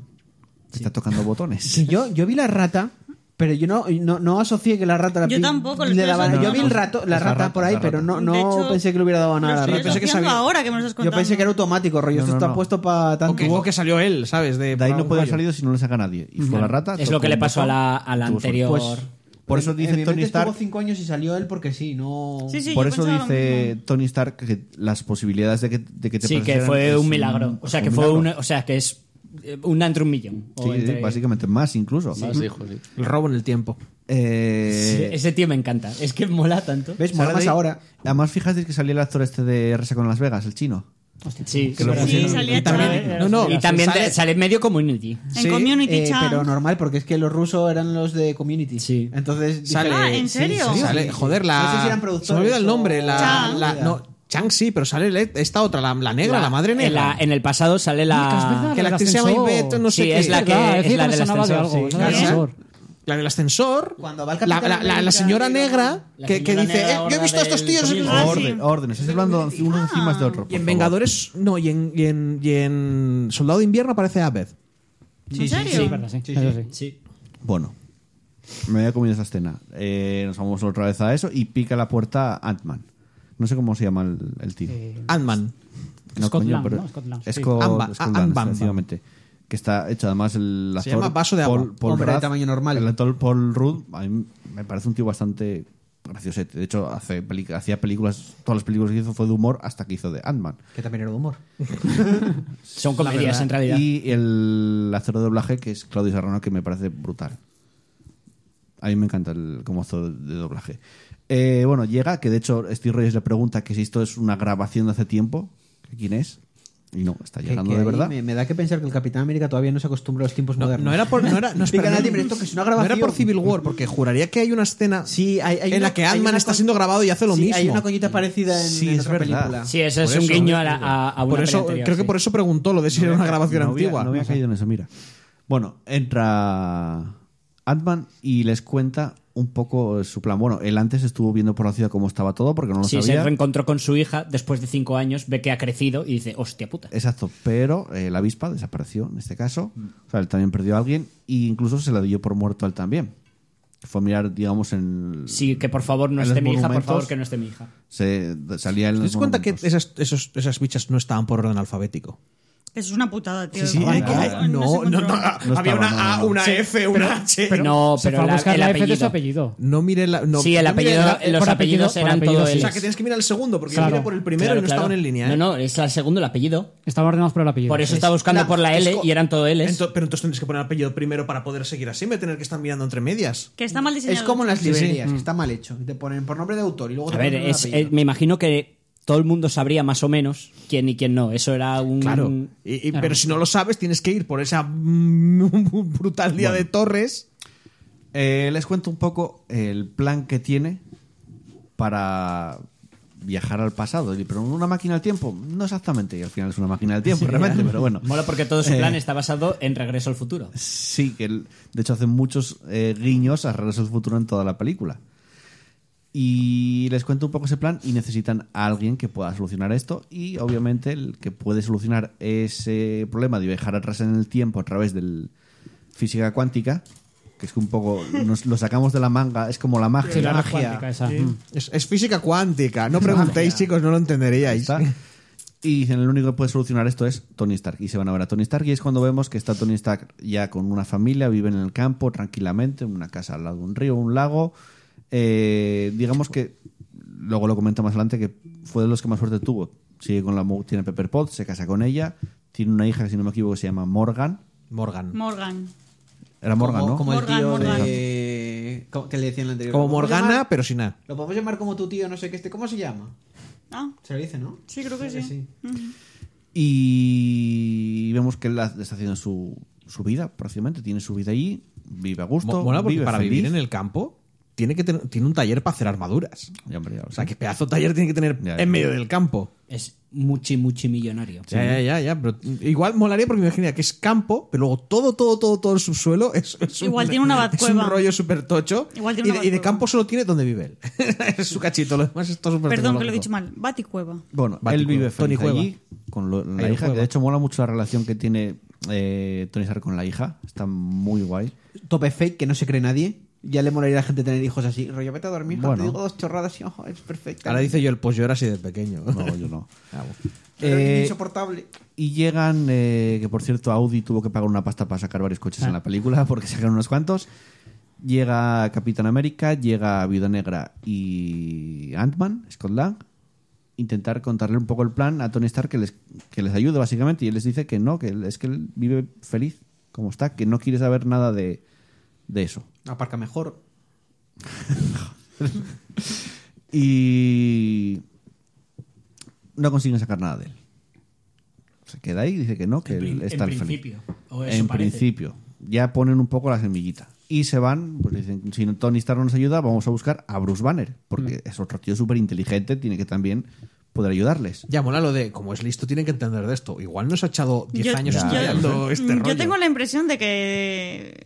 A: que Está tocando botones.
F: Sí, yo, yo vi la rata Pero yo no, no, no asocié que la rata la
B: Yo
F: pi-
B: tampoco, lo
F: le
B: estoy
F: daba- Yo
B: asociando.
F: vi el rato, la
A: Es la
F: rata
A: rata,
F: por ahí,
A: la
F: pero
A: rata.
F: no,
B: De
F: no
B: hecho,
F: pensé que le hubiera dado
B: Lo
F: nada. a la
B: estoy
F: rata. Pensé que
B: asociando
F: sabía.
B: ahora que me lo estás
F: Yo
B: contando.
F: pensé que era automático, rollo.
A: No,
F: esto
A: no,
F: está
A: no.
F: puesto para tanto.
D: Tuvo que salió él, ¿sabes? De,
A: De ahí no
D: para
A: puede
D: un
A: haber salido si no le saca a nadie. Y fue la rata.
O: Es lo que le pasó a la, a la
A: Tuvo suerte.
O: anterior.
A: Por eso dice Tony Stark.
F: Tuvo cinco años y salió él porque sí, no.
B: Sí, sí,
A: por
B: yo
A: eso
B: pensaba lo
A: dice
B: mismo.
A: Tony Stark que las posibilidades de que, de que te
O: sí, que
A: pasaran
O: fue
A: es
O: un milagro. O sea, que
A: un
O: fue
A: milagro.
O: una, o sea, que es eh, una entre un millón. O
A: Sí,
O: entre-
A: básicamente más incluso.
H: Más dijo, sí.
D: El robo en el tiempo.
O: Sí,
A: Eh,
O: Ese tío me encanta. Es que mola tanto.
F: ¿Ves?
A: Sara
F: Mola más
A: Day-
F: ahora.
A: Además, fijasteis que salía el actor este de Resa con Las Vegas, el chino.
O: Sí,
A: lo
O: sí,
B: Sí,
A: pusieron.
B: salía chaval.
D: No, no.
O: y también
D: sale-
O: te- sale medio community.
B: En Community
F: eh,
B: Chan.
F: pero normal, porque es que los rusos eran los de Community.
O: Sí.
F: Entonces dije-
D: Sale-
B: Ah, ¿en
F: sí,
B: serio?
F: sí,
D: Sale,
F: sí.
D: joder, la.
F: No sé si eran productores.
D: se me olvida el
F: o- Ah.
D: nombre. La,
B: Chang.
D: la- no, Chang sí, pero sale le- esta otra, la, la negra, la, madre
O: en, la-
D: negra.
O: en el pasado sale
G: Mica, es
O: la.
G: verdad,
D: que
G: la
D: la
G: del
D: actriz se llama
G: ascensor.
D: Ivette, no sé
O: Sí,
D: qué.
O: es la que-
G: Verdad,
O: es la
G: que me
O: del
G: sonaba de
O: ascensor,
G: algo,
O: sí.
G: es la del
B: ¿Qué?
G: ascensor.
D: La del ascensor.
F: Cuando va al
D: La,
F: Capitán
D: la- la- la
F: América-
D: señora negra
O: La
D: que, que
O: señora
D: dice:
O: negra
D: "Eh, Yo he
O: ahora
D: visto a estos
O: del
D: tíos.
O: comienzo.
B: Ah,
A: Orden,
B: sí. Ah.
A: Órdenes, estás hablando uno encima de otro. por
D: Y en
A: favor.
D: Vengadores, no, y en, y en, y en Soldado de Invierno aparece Abed.
B: ¿En serio?
G: Sí, verdad, sí, eso sí.
O: Sí.
A: Bueno, me había comido esa escena. Eh, nos vamos otra vez a eso y pica la puerta Ant-Man. No sé cómo se llama el, el tío.
O: Eh,
D: Ant-Man.
A: no,
G: Scott
A: coño,
G: Lang,
A: pero
G: ¿no? Scott Lang, sí.
A: Esco-
D: Ant-Man,
A: Scott
D: ah,
A: Lang,
D: Ant-Man.
A: efectivamente. Que está hecho además el actor.
D: Se llama Vaso de agua.
A: Paul, Paul
F: Hombre de
A: Rudd,
F: tamaño normal.
A: El actor Paul Rudd, a mí me parece un tío bastante graciosete. De hecho, hace peli- hacía películas, todas las películas que hizo fue de humor hasta que hizo de Ant-Man.
F: Que también era de humor.
O: Son comedias en realidad.
A: Y el actor de doblaje, que es Claudio Serrano, que me parece brutal. A mí me encanta el, como actor de doblaje. Eh, bueno, llega, que de hecho Steve Reyes le pregunta que si esto es una grabación de hace tiempo, que quién es. Y no, está
F: Que-
A: llegando
F: que
A: de
F: ahí
A: verdad.
F: Me, me da que pensar que el Capitán América todavía no se acostumbra a los tiempos
D: No,
F: modernos.
D: no era por. No era, no, espera,
F: Pica
D: no-
F: nadie, pero esto que es una
D: no era
F: grabación.
D: por Civil War, porque juraría que hay una escena
F: Sí, hay- hay
D: en
F: una-
D: la que
F: hay
D: Ant-Man
F: una
D: está
F: co-
D: siendo grabado y hace lo
F: Sí,
D: mismo.
F: Hay una coñita parecida en,
A: Sí,
F: en
A: es
F: otra
A: verdad.
F: película.
O: Sí, eso es
A: Por
O: un
A: eso,
O: guiño a, la- a, a una
D: por eso,
O: peli anterior,
D: creo que
O: sí.
D: por eso preguntó lo de si era una grabación
A: no había,
D: antigua.
A: no había
D: No sé.
A: caído en eso, mira. Bueno, entra Ant-Man y les cuenta un poco su plan. Bueno, él antes estuvo viendo por la ciudad cómo estaba todo porque no lo
O: Sí, se
A: sabía.
O: reencontró con su hija después de cinco años, ve que ha crecido y dice, hostia puta.
A: Exacto, pero eh, la avispa desapareció en este caso.
D: Mm.
A: O sea, él también perdió a alguien e incluso se la dio por muerto a él también. Fue a mirar, digamos, en.
O: Sí, que por favor no
A: en
O: esté
A: los
O: mi hija, por
A: monumentos.
O: favor que no esté mi hija.
A: Se salía en
D: ¿Te das
A: los
D: cuenta que
A: monumentos.
D: esas, esos- esas bichas no estaban por orden alfabético?
B: Eso es una putada, tío.
D: Sí, sí,
B: ¿Cómo
F: eh,
D: hay que- hay-
B: se
D: no, no,
B: encontró?
D: no,
A: No
D: había
A: estaba,
D: una
A: no,
D: A,
A: no, no.
D: una
A: Sí,
D: F, una H.
O: no,
G: Se
O: pero
G: fue a
O: la-
G: buscar
O: el
G: la F de
O: apellido.
G: su apellido.
D: No mire la. No,
O: Sí, el
D: no mire
O: apellido-
D: la-
O: los
G: por
O: apellidos
G: por
O: eran todo
G: sí.
O: él.
D: o sea, que tienes que mirar el segundo, porque yo
G: Claro.
D: miré por el primero
O: Claro,
D: y no
O: claro.
D: estaban en línea. ¿eh?
O: No, no, es el segundo, el apellido.
G: Estaban ordenados por el apellido.
O: Por eso estaba buscando
D: la-
O: por la L
D: es co-
O: y eran todo L's.
D: Ento- pero entonces tienes que poner el apellido primero para poder seguir así, me tener que estar mirando entre medias.
B: Que está mal diseñado.
F: Es como en las librerías, que está mal hecho. Te ponen por nombre de autor y luego te
O: A ver,
F: ponen el
O: es-
F: apellido.
O: eh, me imagino que todo el mundo sabría más o menos quién y quién no. Eso era un...
D: Claro. Y- y- Pero si no lo sabes, tienes que ir por esa mm, brutal día de Torres.
A: Eh, les cuento un poco el plan que tiene para viajar al pasado. Y, Pero una máquina del tiempo, no exactamente. Y al final es una máquina del tiempo, realmente, pero bueno.
O: Mola porque todo su plan está basado en Regreso al Futuro.
A: Sí, que el- de hecho hacen muchos eh, guiños a Regreso al Futuro en toda la película. Y les cuento un poco ese plan y necesitan a alguien que pueda solucionar esto. Y obviamente el que puede solucionar ese problema de viajar atrás en el tiempo a través del física cuántica, que es que un poco nos lo sacamos de la manga, es como la magia.
G: Sí, la
A: Magia.
G: cuántica esa. Mm.
D: Es, es física cuántica. No preguntéis, chicos, no lo
A: Ahí
D: entenderíais.
A: está. Y dicen, el único que puede solucionar esto es Tony Stark. Y se van a ver a Tony Stark. Y es cuando vemos que está Tony Stark ya con una familia, viven en el campo tranquilamente, en una casa al lado de un río, un lago. Eh, digamos que, luego lo comento más adelante, que fue de los que más suerte tuvo. Sigue con la mu- tiene Pepper Potts, se casa con ella. Tiene una hija que, si no me equivoco, se llama Morgan.
D: Morgan.
B: Morgan.
A: Era Morgan,
F: como,
A: ¿no?
F: Como
B: Morgan,
F: el tío
B: Morgan.
F: de... como- que le decían en la anterior.
D: Como
F: ¿Lo podemos llamar?
D: Morgana, pero sin nada.
F: Lo podemos llamar como tu tío, no sé qué. Este, ¿Cómo se llama?
B: Ah,
F: Se lo dice, ¿no?
B: sí, creo que sí.
A: Y vemos que él la- está haciendo su, su vida, prácticamente. Tiene su vida allí, vive a gusto.
D: Mo- mola porque
A: vive
D: para
A: feliz.
D: vivir en el campo tiene que tener- tiene un taller para hacer armaduras.
A: Ya, hombre, ya lo
D: O sea,
A: sé.
D: qué pedazo de taller tiene que tener
A: Ya, ya.
D: en medio del campo.
O: Es muchi, muchi millonario.
D: Ya, ya, ya, ya, pero igual molaría porque me imaginaría que es campo, pero luego todo, todo, todo, todo el subsuelo es, es un-
B: Igual tiene una
D: es un
B: bazcueva.
D: rollo súper tocho.
B: Igual
D: y,
B: tiene una
D: de- y de
B: bazcueva.
D: campo solo tiene donde vive él. es su cachito, lo demás es todo súper
B: Perdón que lo he
D: tecnológico.
B: dicho mal. Baticueva.
A: Bueno,
D: Baticueva.
A: él vive
D: Tony
A: feliz
D: Cueva.
A: allí con lo- la
D: Ahí
A: hija,
D: juega.
A: que de hecho mola mucho la relación que tiene eh, Tony Stark con la hija, está muy guay.
F: Tope fake, que no se cree nadie. Ya le molaría a la gente tener hijos así. Rollo, vete a dormir, no
A: Bueno.
F: te digo dos chorradas y ojo, es perfecta.
D: Ahora dice yo, el pues yo era así de pequeño.
A: No, yo no.
F: Pero es
A: Eh,
F: insoportable.
A: Y llegan, eh, que por cierto Audi tuvo que pagar una pasta para sacar varios coches en
D: Ah.
A: la película porque sacaron unos cuantos. Llega Capitán América, llega Viuda Negra y Ant-Man, Scott Lang. Intentar contarle un poco el plan a Tony Stark que les, que les ayude básicamente y él les dice que no, que él- es que él vive feliz como está, que no quiere saber nada de, de eso.
F: Aparca mejor.
A: Y no consiguen sacar nada de él. Se queda ahí y dice que no, que él está
C: en
A: feliz.
C: principio. o eso
A: En
C: parece.
A: principio. Ya ponen un poco la semillita. Y se van, pues dicen, si Tony Stark no nos ayuda, vamos a buscar a Bruce Banner. Porque es otro tío súper inteligente, tiene que también poder ayudarles.
D: Ya, mola lo de, como es listo, tienen que entender de esto. Igual nos ha echado 10 años
B: yo-
D: estudiando este
B: mm, yo
D: rollo.
B: tengo la impresión de que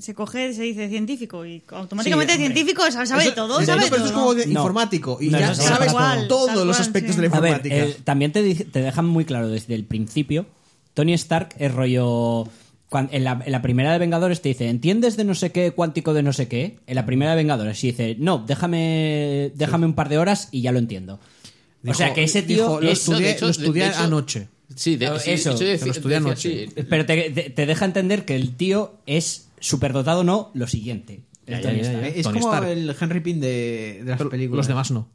B: se coge, se dice científico y automáticamente científico sabe, sabe
D: Eso-
B: todo,
D: eso-
B: sabe
D: pero
B: todo.
D: eso es como de
C: No.
D: informático. Y
C: No,
D: ya
C: eso sí,
D: sabes
C: tal
B: cual,
D: todos
B: tal
D: los
B: cual,
D: aspectos
B: sí.
D: de la
C: A ver,
D: informática.
C: eh, también te, dice- te dejan muy claro desde el principio. Tony Stark es rollo. cuan- en, la, en la primera de Vengadores te dice, ¿entiendes de no sé qué cuántico de no sé qué? En la primera de Vengadores y dice, no, déjame, déjame un par de horas y ya lo entiendo. o
D: Dijo-
C: sea que ese tío.
D: dijo, lo
H: de
C: es-
H: hecho-
D: estudié,
H: de hecho-
D: lo estudié
H: de hecho-
D: anoche.
H: Sí, de,
C: Ah,
H: sí,
C: eso,
H: de-
D: se lo estudié
H: decía,
D: anoche.
H: sí,
C: pero te, te- te deja entender que el tío es superdotado, no lo siguiente. el Tony Stark.
F: Eh, Es
D: Tony
F: como
D: Stark.
F: el Henry Pym de, de las
D: Pero
F: películas.
D: Los demás no.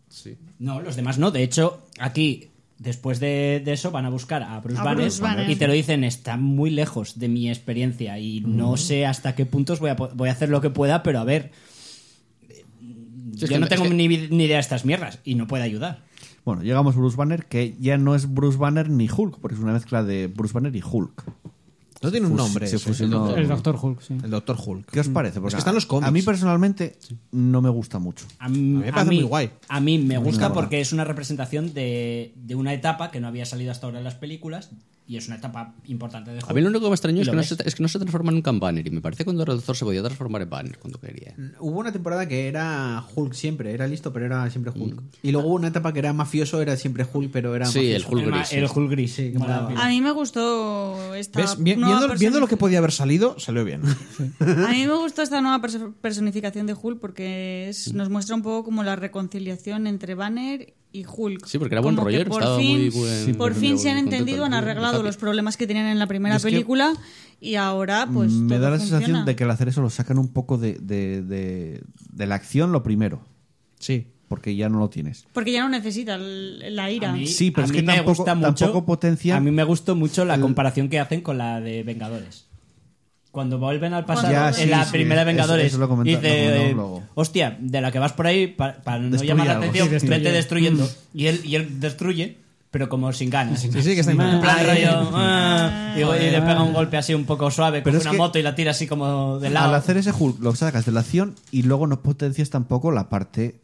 C: No, los demás no. De hecho, aquí, después de, de eso, van a buscar a Bruce,
B: A
C: Banner,
B: Bruce Banner.
C: y te lo dicen, está muy lejos de mi experiencia y no sé hasta qué puntos voy a, po- voy a hacer lo que pueda, pero a ver,
H: es
C: yo
H: que-
C: no
H: es
C: tengo
H: que-
C: ni, vi- ni idea de estas mierdas y no puedo ayudar.
A: Bueno, llegamos a Bruce Banner, que ya no es Bruce Banner ni Hulk, porque es una mezcla de Bruce Banner y Hulk.
D: No tiene un
A: Fus-
D: nombre.
A: se
D: ese.
A: fusionó-
G: El Doctor Hulk, sí.
D: El Doctor Hulk.
A: ¿Qué os parece? Porque
D: es que están los cómics.
A: A mí personalmente no me gusta mucho.
C: A, mí
D: me parece muy guay.
C: A mí me gusta porque es una representación de, de una etapa que no había salido hasta ahora en las películas y es una etapa importante de
H: A mí lo único que me extrañó
C: Y
H: es
C: lo
H: que, no
C: ves.
H: se, es que no se transforma nunca en Banner. Y me parece que cuando era doctor se podía transformar en Banner cuando quería.
F: Hubo una temporada que era Hulk siempre, era listo, pero era siempre Hulk. Y luego hubo una etapa que era mafioso, era siempre Hulk, pero era
H: Sí, el
F: mafioso.
H: Hulk
C: El ma-
H: gris.
C: El Hulk gris.
F: Sí, que
C: Mola
F: molaba.
C: pila.
B: A mí me gustó esta
D: ¿Ves? Vi-
B: nueva
D: viendo, viendo lo
B: personificación.
D: que podía haber salido, salió bien.
B: A mí me gustó esta nueva perso- personificación de Hulk porque es- nos muestra un poco como la reconciliación entre Banner y Hulk.
H: Sí, porque era buen
B: Como que
H: rollero,
B: Por
H: estaba
B: fin,
H: muy buen- Sí,
B: por
H: muy
B: fin se han
H: contento,
B: entendido, han
H: muy
B: arreglado
H: happy.
B: los problemas que tenían en la primera
A: Es que
B: película y ahora pues
A: me
B: todo
A: da la
B: funciona.
A: sensación de que al hacer eso lo sacan un poco de, de- de- de la acción lo primero,
D: Sí.
A: porque ya no lo tienes.
B: porque ya no necesita el- la ira.
C: A mí-
A: Sí, pero
C: a
A: es
C: mí
A: que
C: me
A: tampoco-
C: gusta mucho-
A: tampoco potencia-
C: A mí me gustó mucho la comparación que hacen con la de Vengadores. Cuando vuelven al pasado,
B: Ya,
C: en
B: sí,
C: la
A: sí,
C: primera
A: eso-
C: Vengadores,
A: eso lo comenta-
C: dice,
A: lo comentamos
C: eh,
A: luego.
C: hostia, de la que vas por ahí, pa- para, no
A: Destruye Mm.
C: llamar la
A: algo.
C: atención,
A: Sí,
C: vete destruyendo. Y él, y él destruye, pero como sin ganas.
D: Sí, sí, que está
C: En
D: bien.
C: plan rollo, ah, y, y le pega un golpe así un poco suave con
A: Pero es
C: una
A: que-
C: moto y la tira así como de
A: Al
C: lado.
A: hacer ese Hulk lo sacas de la acción y luego no potencias tampoco la parte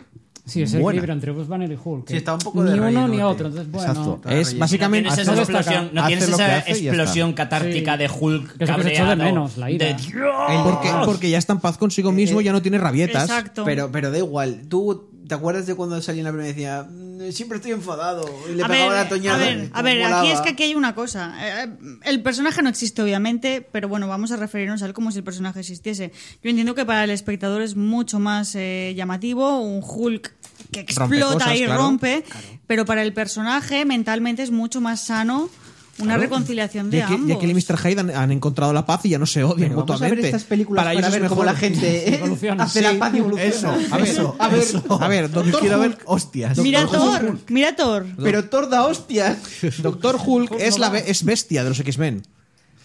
G: Sí, es el
A: buena.
G: equilibrio entre Bruce Banner y Hulk.
F: Sí, está un poco
G: Ni
F: de
G: uno ni
F: rellenote.
G: otro, entonces bueno.
A: Exacto.
D: Es básicamente.
C: no tienes esa
G: hace-
C: explosión, no
A: hace
C: tienes
A: lo que
C: esa
A: hace y ya
C: explosión catártica
G: Sí.
C: de Hulk
G: Que es lo que se echó de
C: cabreado,
G: menos, la ira.
C: de Dios.
D: Porque, porque ya está en paz consigo mismo, ya no tiene rabietas.
B: Exacto.
F: Pero, pero da igual, tú te acuerdas de cuando salí en la primera y decía, "Mm, siempre estoy enfadado. Y le
B: a
F: pegaba
B: ver,
F: la toñada.
B: a ver, a ver,
F: Molaba.
B: aquí es que aquí hay una cosa. Eh, El personaje no existe, obviamente, pero bueno, vamos a referirnos a él como si el personaje existiese. Yo entiendo que para el espectador es mucho más eh, llamativo un Hulk que
D: Rompe
B: explota
D: cosas,
B: y
D: claro.
B: rompe, pero para el personaje mentalmente es mucho más sano una reconciliación de
D: Ya que,
B: ambos.
D: ya que el Mr. Hyde han, han encontrado la paz y ya no se odian
F: Pero vamos a
D: mutuamente.
F: ver estas películas para,
D: ellos es
F: ver cómo
D: mejor.
F: la gente eh,
G: Evoluciona.
F: hace la
D: Sí,
F: paz y evoluciona.
D: eso, a ver,
F: Eso, a ver,
D: A ver,
A: Yo
D: Doctor
A: quiero ver
D: Hulk,
A: hostias.
B: Mira Thor, mira Thor.
F: Pero Thor da hostias.
D: Doctor Hulk es, la, be- es bestia de los X-Men.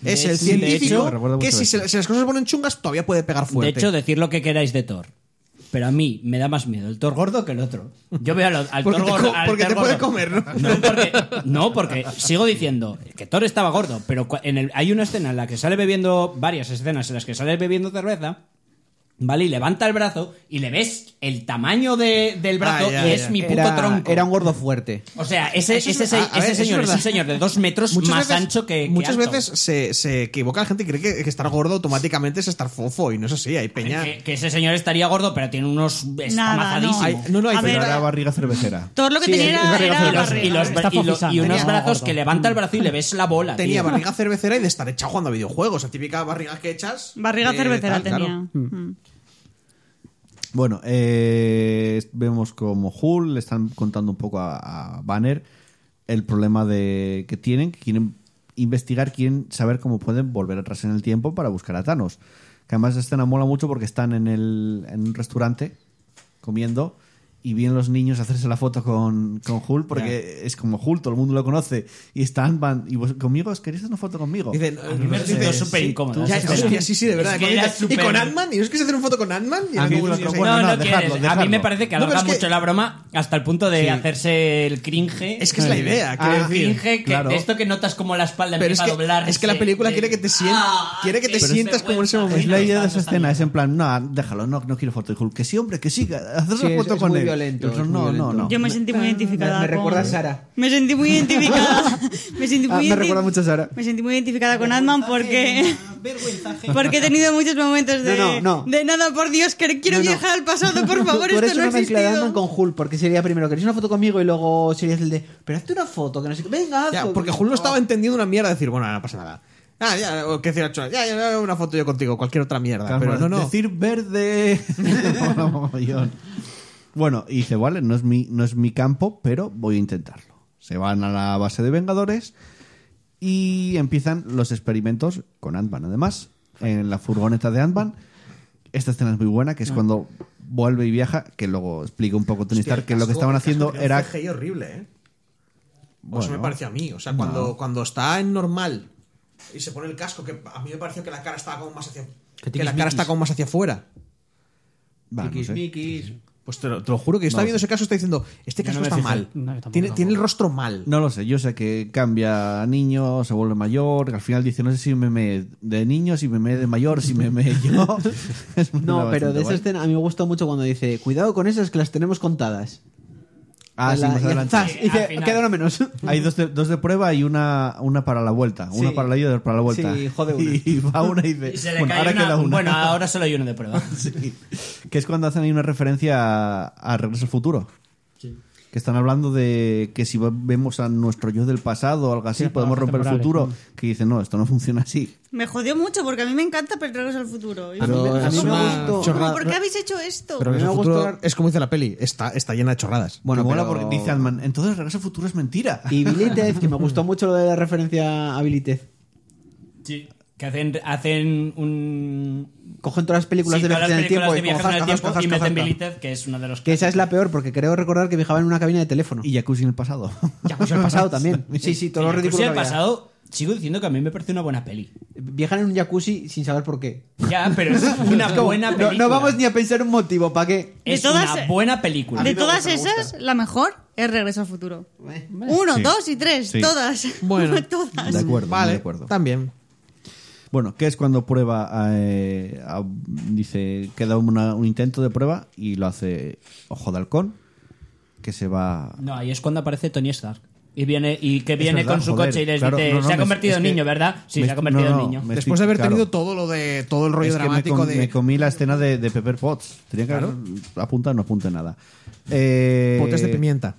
D: Es el
C: sí,
D: científico
A: de hecho-
D: que si, se- si las cosas se ponen chungas todavía puede pegar fuerte.
C: De hecho, decir lo que queráis de Thor. Pero a mí me da más miedo el Thor gordo que el otro. Yo veo al, al
D: Porque
C: Thor
D: te
C: gordo.
D: co-
C: al
D: porque
C: Thor
D: te puede
C: gordo.
D: comer, ¿no?
C: porque, no, porque sigo diciendo que Thor estaba gordo, pero cua- en el, hay una escena en la que sale bebiendo, varias escenas en las que sale bebiendo cerveza, ¿vale? Y levanta el brazo y le ves el tamaño de- del brazo
D: Ah, ya,
C: y
D: ya.
C: es mi puto
F: Era-
C: tronco.
F: era un gordo fuerte.
C: O sea, ese,
D: Eso es
C: ese,
D: verdad.
C: se-
D: A ver,
C: ese
D: eso es
C: señor es,
D: verdad.
C: un señor de dos metros
D: Muchas
C: más
D: veces-
C: ancho que. que
D: Muchas
C: alto.
D: veces se, se equivoca la gente y cree que, que estar gordo automáticamente es estar fofo y no es así. Hay peña.
C: Que, que ese señor estaría gordo, pero tiene unos. Está
B: Nada,
C: amazadísimo.
B: no.
D: Hay- no, no, hay
B: A
D: peña.
B: ver,
A: La barriga cervecera.
B: Thor lo que
F: Sí,
B: tenía
F: es-
B: era,
F: es
B: era
C: y, los,
B: barriga.
C: y los-
G: Está
C: y lo-
G: fofisando.
C: y unos
G: Tenía-
C: brazos
G: gordo.
C: que levanta el brazo y le ves la bola. tío.
D: Tenía barriga cervecera y de estar hecha jugando a videojuegos. La típica barriga que echas.
B: Barriga
D: eh,
B: cervecera
D: tal, claro.
B: tenía. Mm.
A: Bueno, eh, vemos como Hull le están contando un poco a, a Banner el problema de que tienen, que quieren investigar, quieren saber cómo pueden volver atrás en el tiempo para buscar a Thanos. Que además esta escena mola mucho porque están en, el, en un restaurante comiendo y vienen los niños a hacerse la foto con, con Hulk porque es como Hulk, todo el mundo lo conoce y están van y vos, conmigo os queréis hacer una foto conmigo.
D: Dicen,
A: Ah,
D: ah,
A: no
D: dice,
A: sé.
O: resultó súper incómodo.
D: Ya,
O: esa escena.
D: hostia, sí, sí, de verdad.
O: Es que
D: cuando
O: era
D: dices,
O: súper-
D: ¿Y con Ant-Man? ¿Y no es que se hacer una foto con Ant-Man? Y
A: A mí
D: luego
A: lo
D: los niños
A: que-
D: ahí.
A: bueno,
O: no,
A: no,
O: no,
A: dejadlo,
O: quieres. A
A: dejadlo.
O: mí me parece que
D: No, pero
O: alarga
D: es que-
O: mucho la broma hasta el punto de hacerse el cringe.
D: Es que es la idea, quiero
O: Ah,
D: decir.
O: Cringe, que
A: Claro.
O: de esto que notas como la espalda
D: Pero es
O: empieza
D: que,
O: a Ah, doblar.
D: es que la película quiere que te, sien- quiere que te
O: este
D: sientas como en ese momento.
A: Es la idea de esa escena, es en plan, no, déjalo, no, no quiero foto de Hulk. Que sí, hombre, que siga, hacer
F: Sí,
A: la
F: es-
A: foto
F: es
A: con
F: muy
A: él.
F: violento,
A: Y otros,
F: es muy
A: no, no,
F: violento.
A: no.
B: Yo me sentí muy identificada.
F: Ah, me
B: con-
F: recuerda a Sara.
B: Me sentí muy identificada. Me sentí
D: Ah,
B: muy
D: me
B: identi-
D: recuerda mucho a Sara.
B: Me sentí muy identificada con Ant-Man porque. Porque he tenido muchos momentos de.
F: No, no, no.
B: De nada, por Dios, que quiero
F: No, no.
B: viajar al pasado, por favor,
F: Tú eres
B: esto no ha
F: una mezcla de Ant-Man
B: existido.
F: con Hulk, porque sería primero, queréis una foto conmigo y luego serías el de, pero hazte una foto, que no sé qué, venga, haz
D: Ya,
F: foto".
D: porque Hulk no estaba entendiendo una mierda. Decir, bueno, no pasa nada. Ah, ya, o que decir, "Ocho, ya, ya, una foto yo contigo, cualquier otra mierda.
A: Claro,
D: pero no, no.
A: Decir verde. Mola mogollón. bueno, y dice, vale, no es, mi, no es mi campo, pero voy a intentarlo. Se van a la base de Vengadores y empiezan los experimentos con Ant-Man, además, en la furgoneta de Ant-Man. Esta escena es muy buena,
F: Ah.
A: que es cuando vuelve y viaja, que luego explica un poco Tony Stark, que lo que estaban haciendo era...
D: CGI horrible, ¿eh? O Pues Eso
A: Bueno.
D: me parece a mí. O sea, cuando, cuando está en normal y se pone el casco, que a mí me pareció que la cara estaba como más hacia... Que, la cara está como más hacia afuera.
A: Va, no sé.
D: Pues te lo, te lo juro que yo estaba viendo ese caso y está diciendo, este caso
G: me
D: está
G: fijé.
D: mal.
G: No, yo tampoco,
D: tiene,
G: tampoco.
D: tiene el rostro mal.
A: No lo sé, yo sé que cambia a niño, se vuelve mayor, que al final dice, no sé si me me de niño, si me me de mayor, si me me yo. Es una
F: No,
A: bastante
F: pero de este- esa
A: guay.
F: escena a mí me gustó mucho cuando dice, cuidado con esas que las tenemos contadas.
A: Ah, sí,
F: La-
A: más
F: y-
A: adelante.
F: ¡zas! Y dice,
G: Al final.
F: queda una menos.
A: Hay dos de, dos de prueba y una, una para la vuelta. Una
F: Sí.
A: para la ida y otra para la vuelta.
F: Sí, jode una.
A: Y, va una y dice,
O: Y se le
A: bueno,
O: cae
A: ahora
O: una-
A: queda una.
O: Bueno, ahora solo hay uno de prueba.
A: Sí. Que es cuando hacen ahí una referencia a, a Regreso al Futuro. Que están hablando de que si vemos a nuestro yo del pasado o algo así,
G: Sí,
A: podemos
G: paradojas
A: romper el
G: temporales,
A: futuro. Que dicen, no, esto no funciona así.
B: Me jodió mucho porque a mí me encanta pero Regreso al Futuro. Y
F: Pero
B: fue-
F: es
B: a mí me
F: una
B: gustó.
D: chorrada.
B: ¿Por qué habéis hecho esto?
D: Pero
F: Me
D: en el
F: ha
D: futuro
F: gustado-
D: es como dice la peli, está, está llena de chorradas.
A: Bueno,
F: Bueno,
A: mola
F: pero-
A: porque dice Ant-Man, entonces Regreso al Futuro es mentira.
F: Y Billy Ted, que me gustó mucho lo de la referencia a Billy Ted.
O: Sí. Que hacen, hacen un.
F: Cogen todas las películas
O: sí,
F: de
O: todas
F: viajes en
O: las
F: el tiempo
O: películas
F: y
O: de
F: como
O: viajes en el
F: zasca,
O: tiempo
F: zasca,
O: y
F: zasca,
O: meten
F: zasca.
O: Billy Ted, que es una de los
F: Que esa es la peor, porque creo recordar que viajaba en una cabina de teléfono.
A: Y Jacuzzi en el pasado.
F: Ya, pues el pasado también. Sí, sí, todo lo
O: Incluso
F: ridículo que
O: el
F: había.
O: pasado, sigo diciendo que a mí me parece una buena peli.
F: Viajan en un jacuzzi sin saber por qué.
O: Ya, pero es una
F: Es como,
O: buena
F: no-
O: película.
F: No, vamos ni a pensar un motivo, ¿para qué?
D: Eh,
O: Es
B: De todas-
O: una buena película.
B: De todas
F: me gusta.
B: esas, la mejor es Regreso al Futuro. Uno,
A: Sí.
B: dos y tres,
A: Sí.
B: todas.
D: Bueno.
B: todas.
A: De acuerdo, muy
D: vale,
A: de acuerdo.
D: también.
A: Bueno, que es cuando prueba, eh, a- dice, queda una- un intento de prueba y lo hace Ojo de Halcón, que se va...
O: No, ahí es cuando aparece Tony Stark. Y viene y que viene
A: verdad,
O: con su
A: joder,
O: coche y les
A: claro,
O: dice,
A: no, no,
O: se ha
A: me-
O: convertido
A: es
O: en
A: que-
O: niño, ¿verdad? Sí,
A: me-
O: se ha convertido
A: no,
O: en
A: no,
O: niño.
A: me-
D: Después de haber
A: Claro.
D: tenido todo lo de todo el rollo
A: Es que me,
D: dramático
A: com-
D: de
A: me comí la escena de, de Pepper Potts. Tenía que haber apunta, no apunta nada. Eh,
D: potes de pimienta.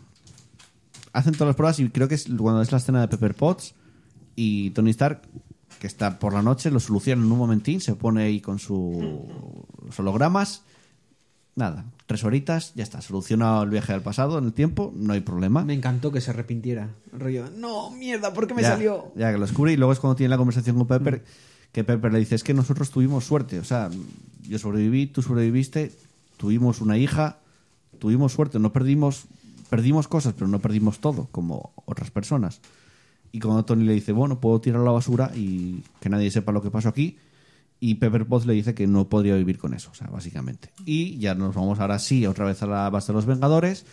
A: Hacen todas las pruebas y creo que es cuando es la escena de Pepper Potts y Tony Stark, que está por la noche, lo soluciona en un momentín, se pone ahí con su- sus hologramas. Nada, tres horitas, ya está. Solucionado el viaje al pasado en el tiempo, no hay problema.
F: Me encantó que se arrepintiera. Rollo, no, mierda, ¿por qué me
A: ya,
F: salió?
A: Ya que lo descubre y luego es cuando tiene la conversación con Pepper, que Pepper le dice, es que nosotros tuvimos suerte, o sea, yo sobreviví, tú sobreviviste, tuvimos una hija, tuvimos suerte, no perdimos, perdimos cosas, pero no perdimos todo, como otras personas. Y cuando Tony le dice, bueno, puedo tirar a la basura y que nadie sepa lo que pasó aquí, y Pepper Potts le dice que no podría vivir con eso, o sea, básicamente. Y ya nos vamos ahora sí, otra vez a la base de los Vengadores,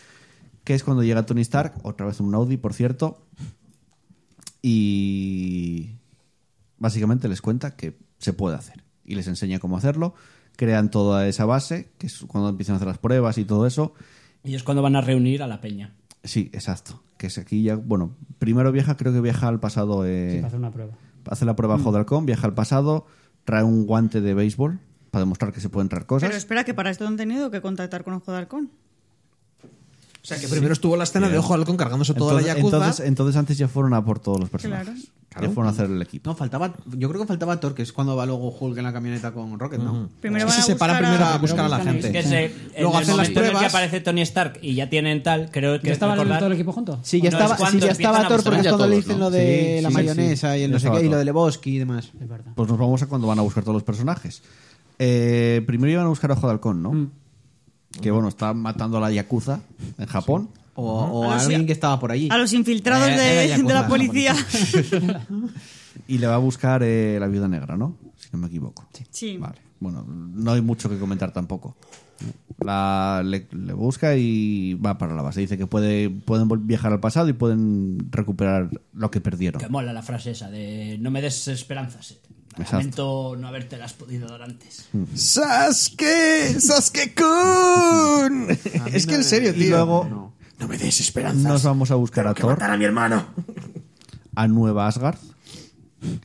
A: que es cuando llega Tony Stark, otra vez en un Audi, por cierto, y básicamente les cuenta que se puede hacer y les enseña cómo hacerlo. Crean toda esa base, que es cuando empiezan a hacer las pruebas y todo eso.
O: Y es cuando van a reunir a la peña.
A: Sí, exacto. Que es aquí ya, bueno, primero viaja, creo que viaja al pasado, eh,
G: para hacer una prueba.
A: hace la prueba Joder Halcón, viaja al pasado, trae un guante de béisbol para demostrar que se pueden traer
B: Pero
A: cosas.
B: espera, que para esto han tenido que contactar con Ojo de Halcón.
D: O sea, que primero estuvo la escena de Ojo Halcón cargándose toda la Yakuza.
A: entonces,
F: eh,
A: entonces antes ya fueron a por todos los personajes.
B: Claro.
A: Ya fueron a hacer el equipo.
F: No, faltaba. Yo creo que faltaba Thor, que es cuando va luego Hulk en la camioneta con Rocket, ¿no?
B: Primero
D: Es que
B: van a
D: se separa
B: buscar
D: primero
B: a-
D: a buscar a la gente.
O: Que se- en
D: Luego
O: el
D: hacen las
O: momento en el que
D: pruebas.
O: aparece Tony Stark y ya tienen tal, creo que
G: ¿Ya estaban
O: recordar-
G: todo el equipo junto?
F: Sí, ya
O: No, es
F: estaba,
O: cuando
F: sí, ya
O: empiezan
F: estaba
O: a
F: Thor porque es
H: mostrar ya
F: cuando le
H: todos,
F: dicen
H: ¿no?
F: lo de
A: Sí,
F: la
A: sí,
F: mayonesa
A: sí.
F: y el
A: Ya
F: no sé
A: estaba
F: qué, y lo
A: Thor.
F: de Lebowski y demás.
G: Es verdad.
A: Pues nos vamos a cuando van a buscar todos los personajes. Eh, primero iban a buscar a Ojo de Halcón, ¿no?
O: Mm.
A: Que bueno, está matando a la Yakuza en Japón.
F: O, o
B: Ah,
F: a
B: sí.
F: alguien que estaba por allí.
B: A los infiltrados
F: Eh,
B: de,
F: era Yakuza,
B: de la
F: no,
B: policía.
A: Y le va a buscar eh, la viuda negra, ¿no? Si no me equivoco.
B: Sí.
A: Vale. Bueno, no hay mucho que comentar tampoco. La- le, le busca y va para la base. Dice que puede, pueden vol- viajar al pasado y pueden recuperar lo que perdieron.
O: Que mola la frase esa de no me des esperanzas. eh.
A: Exacto.
O: Lamento no haberte las podido dar antes.
D: ¡Sasuke! ¡Sasuke-kun! es que en serio, tío.
A: Y luego
D: No me des
A: nos vamos a buscar a Thor,
P: a mi hermano.
A: a Nueva Asgard,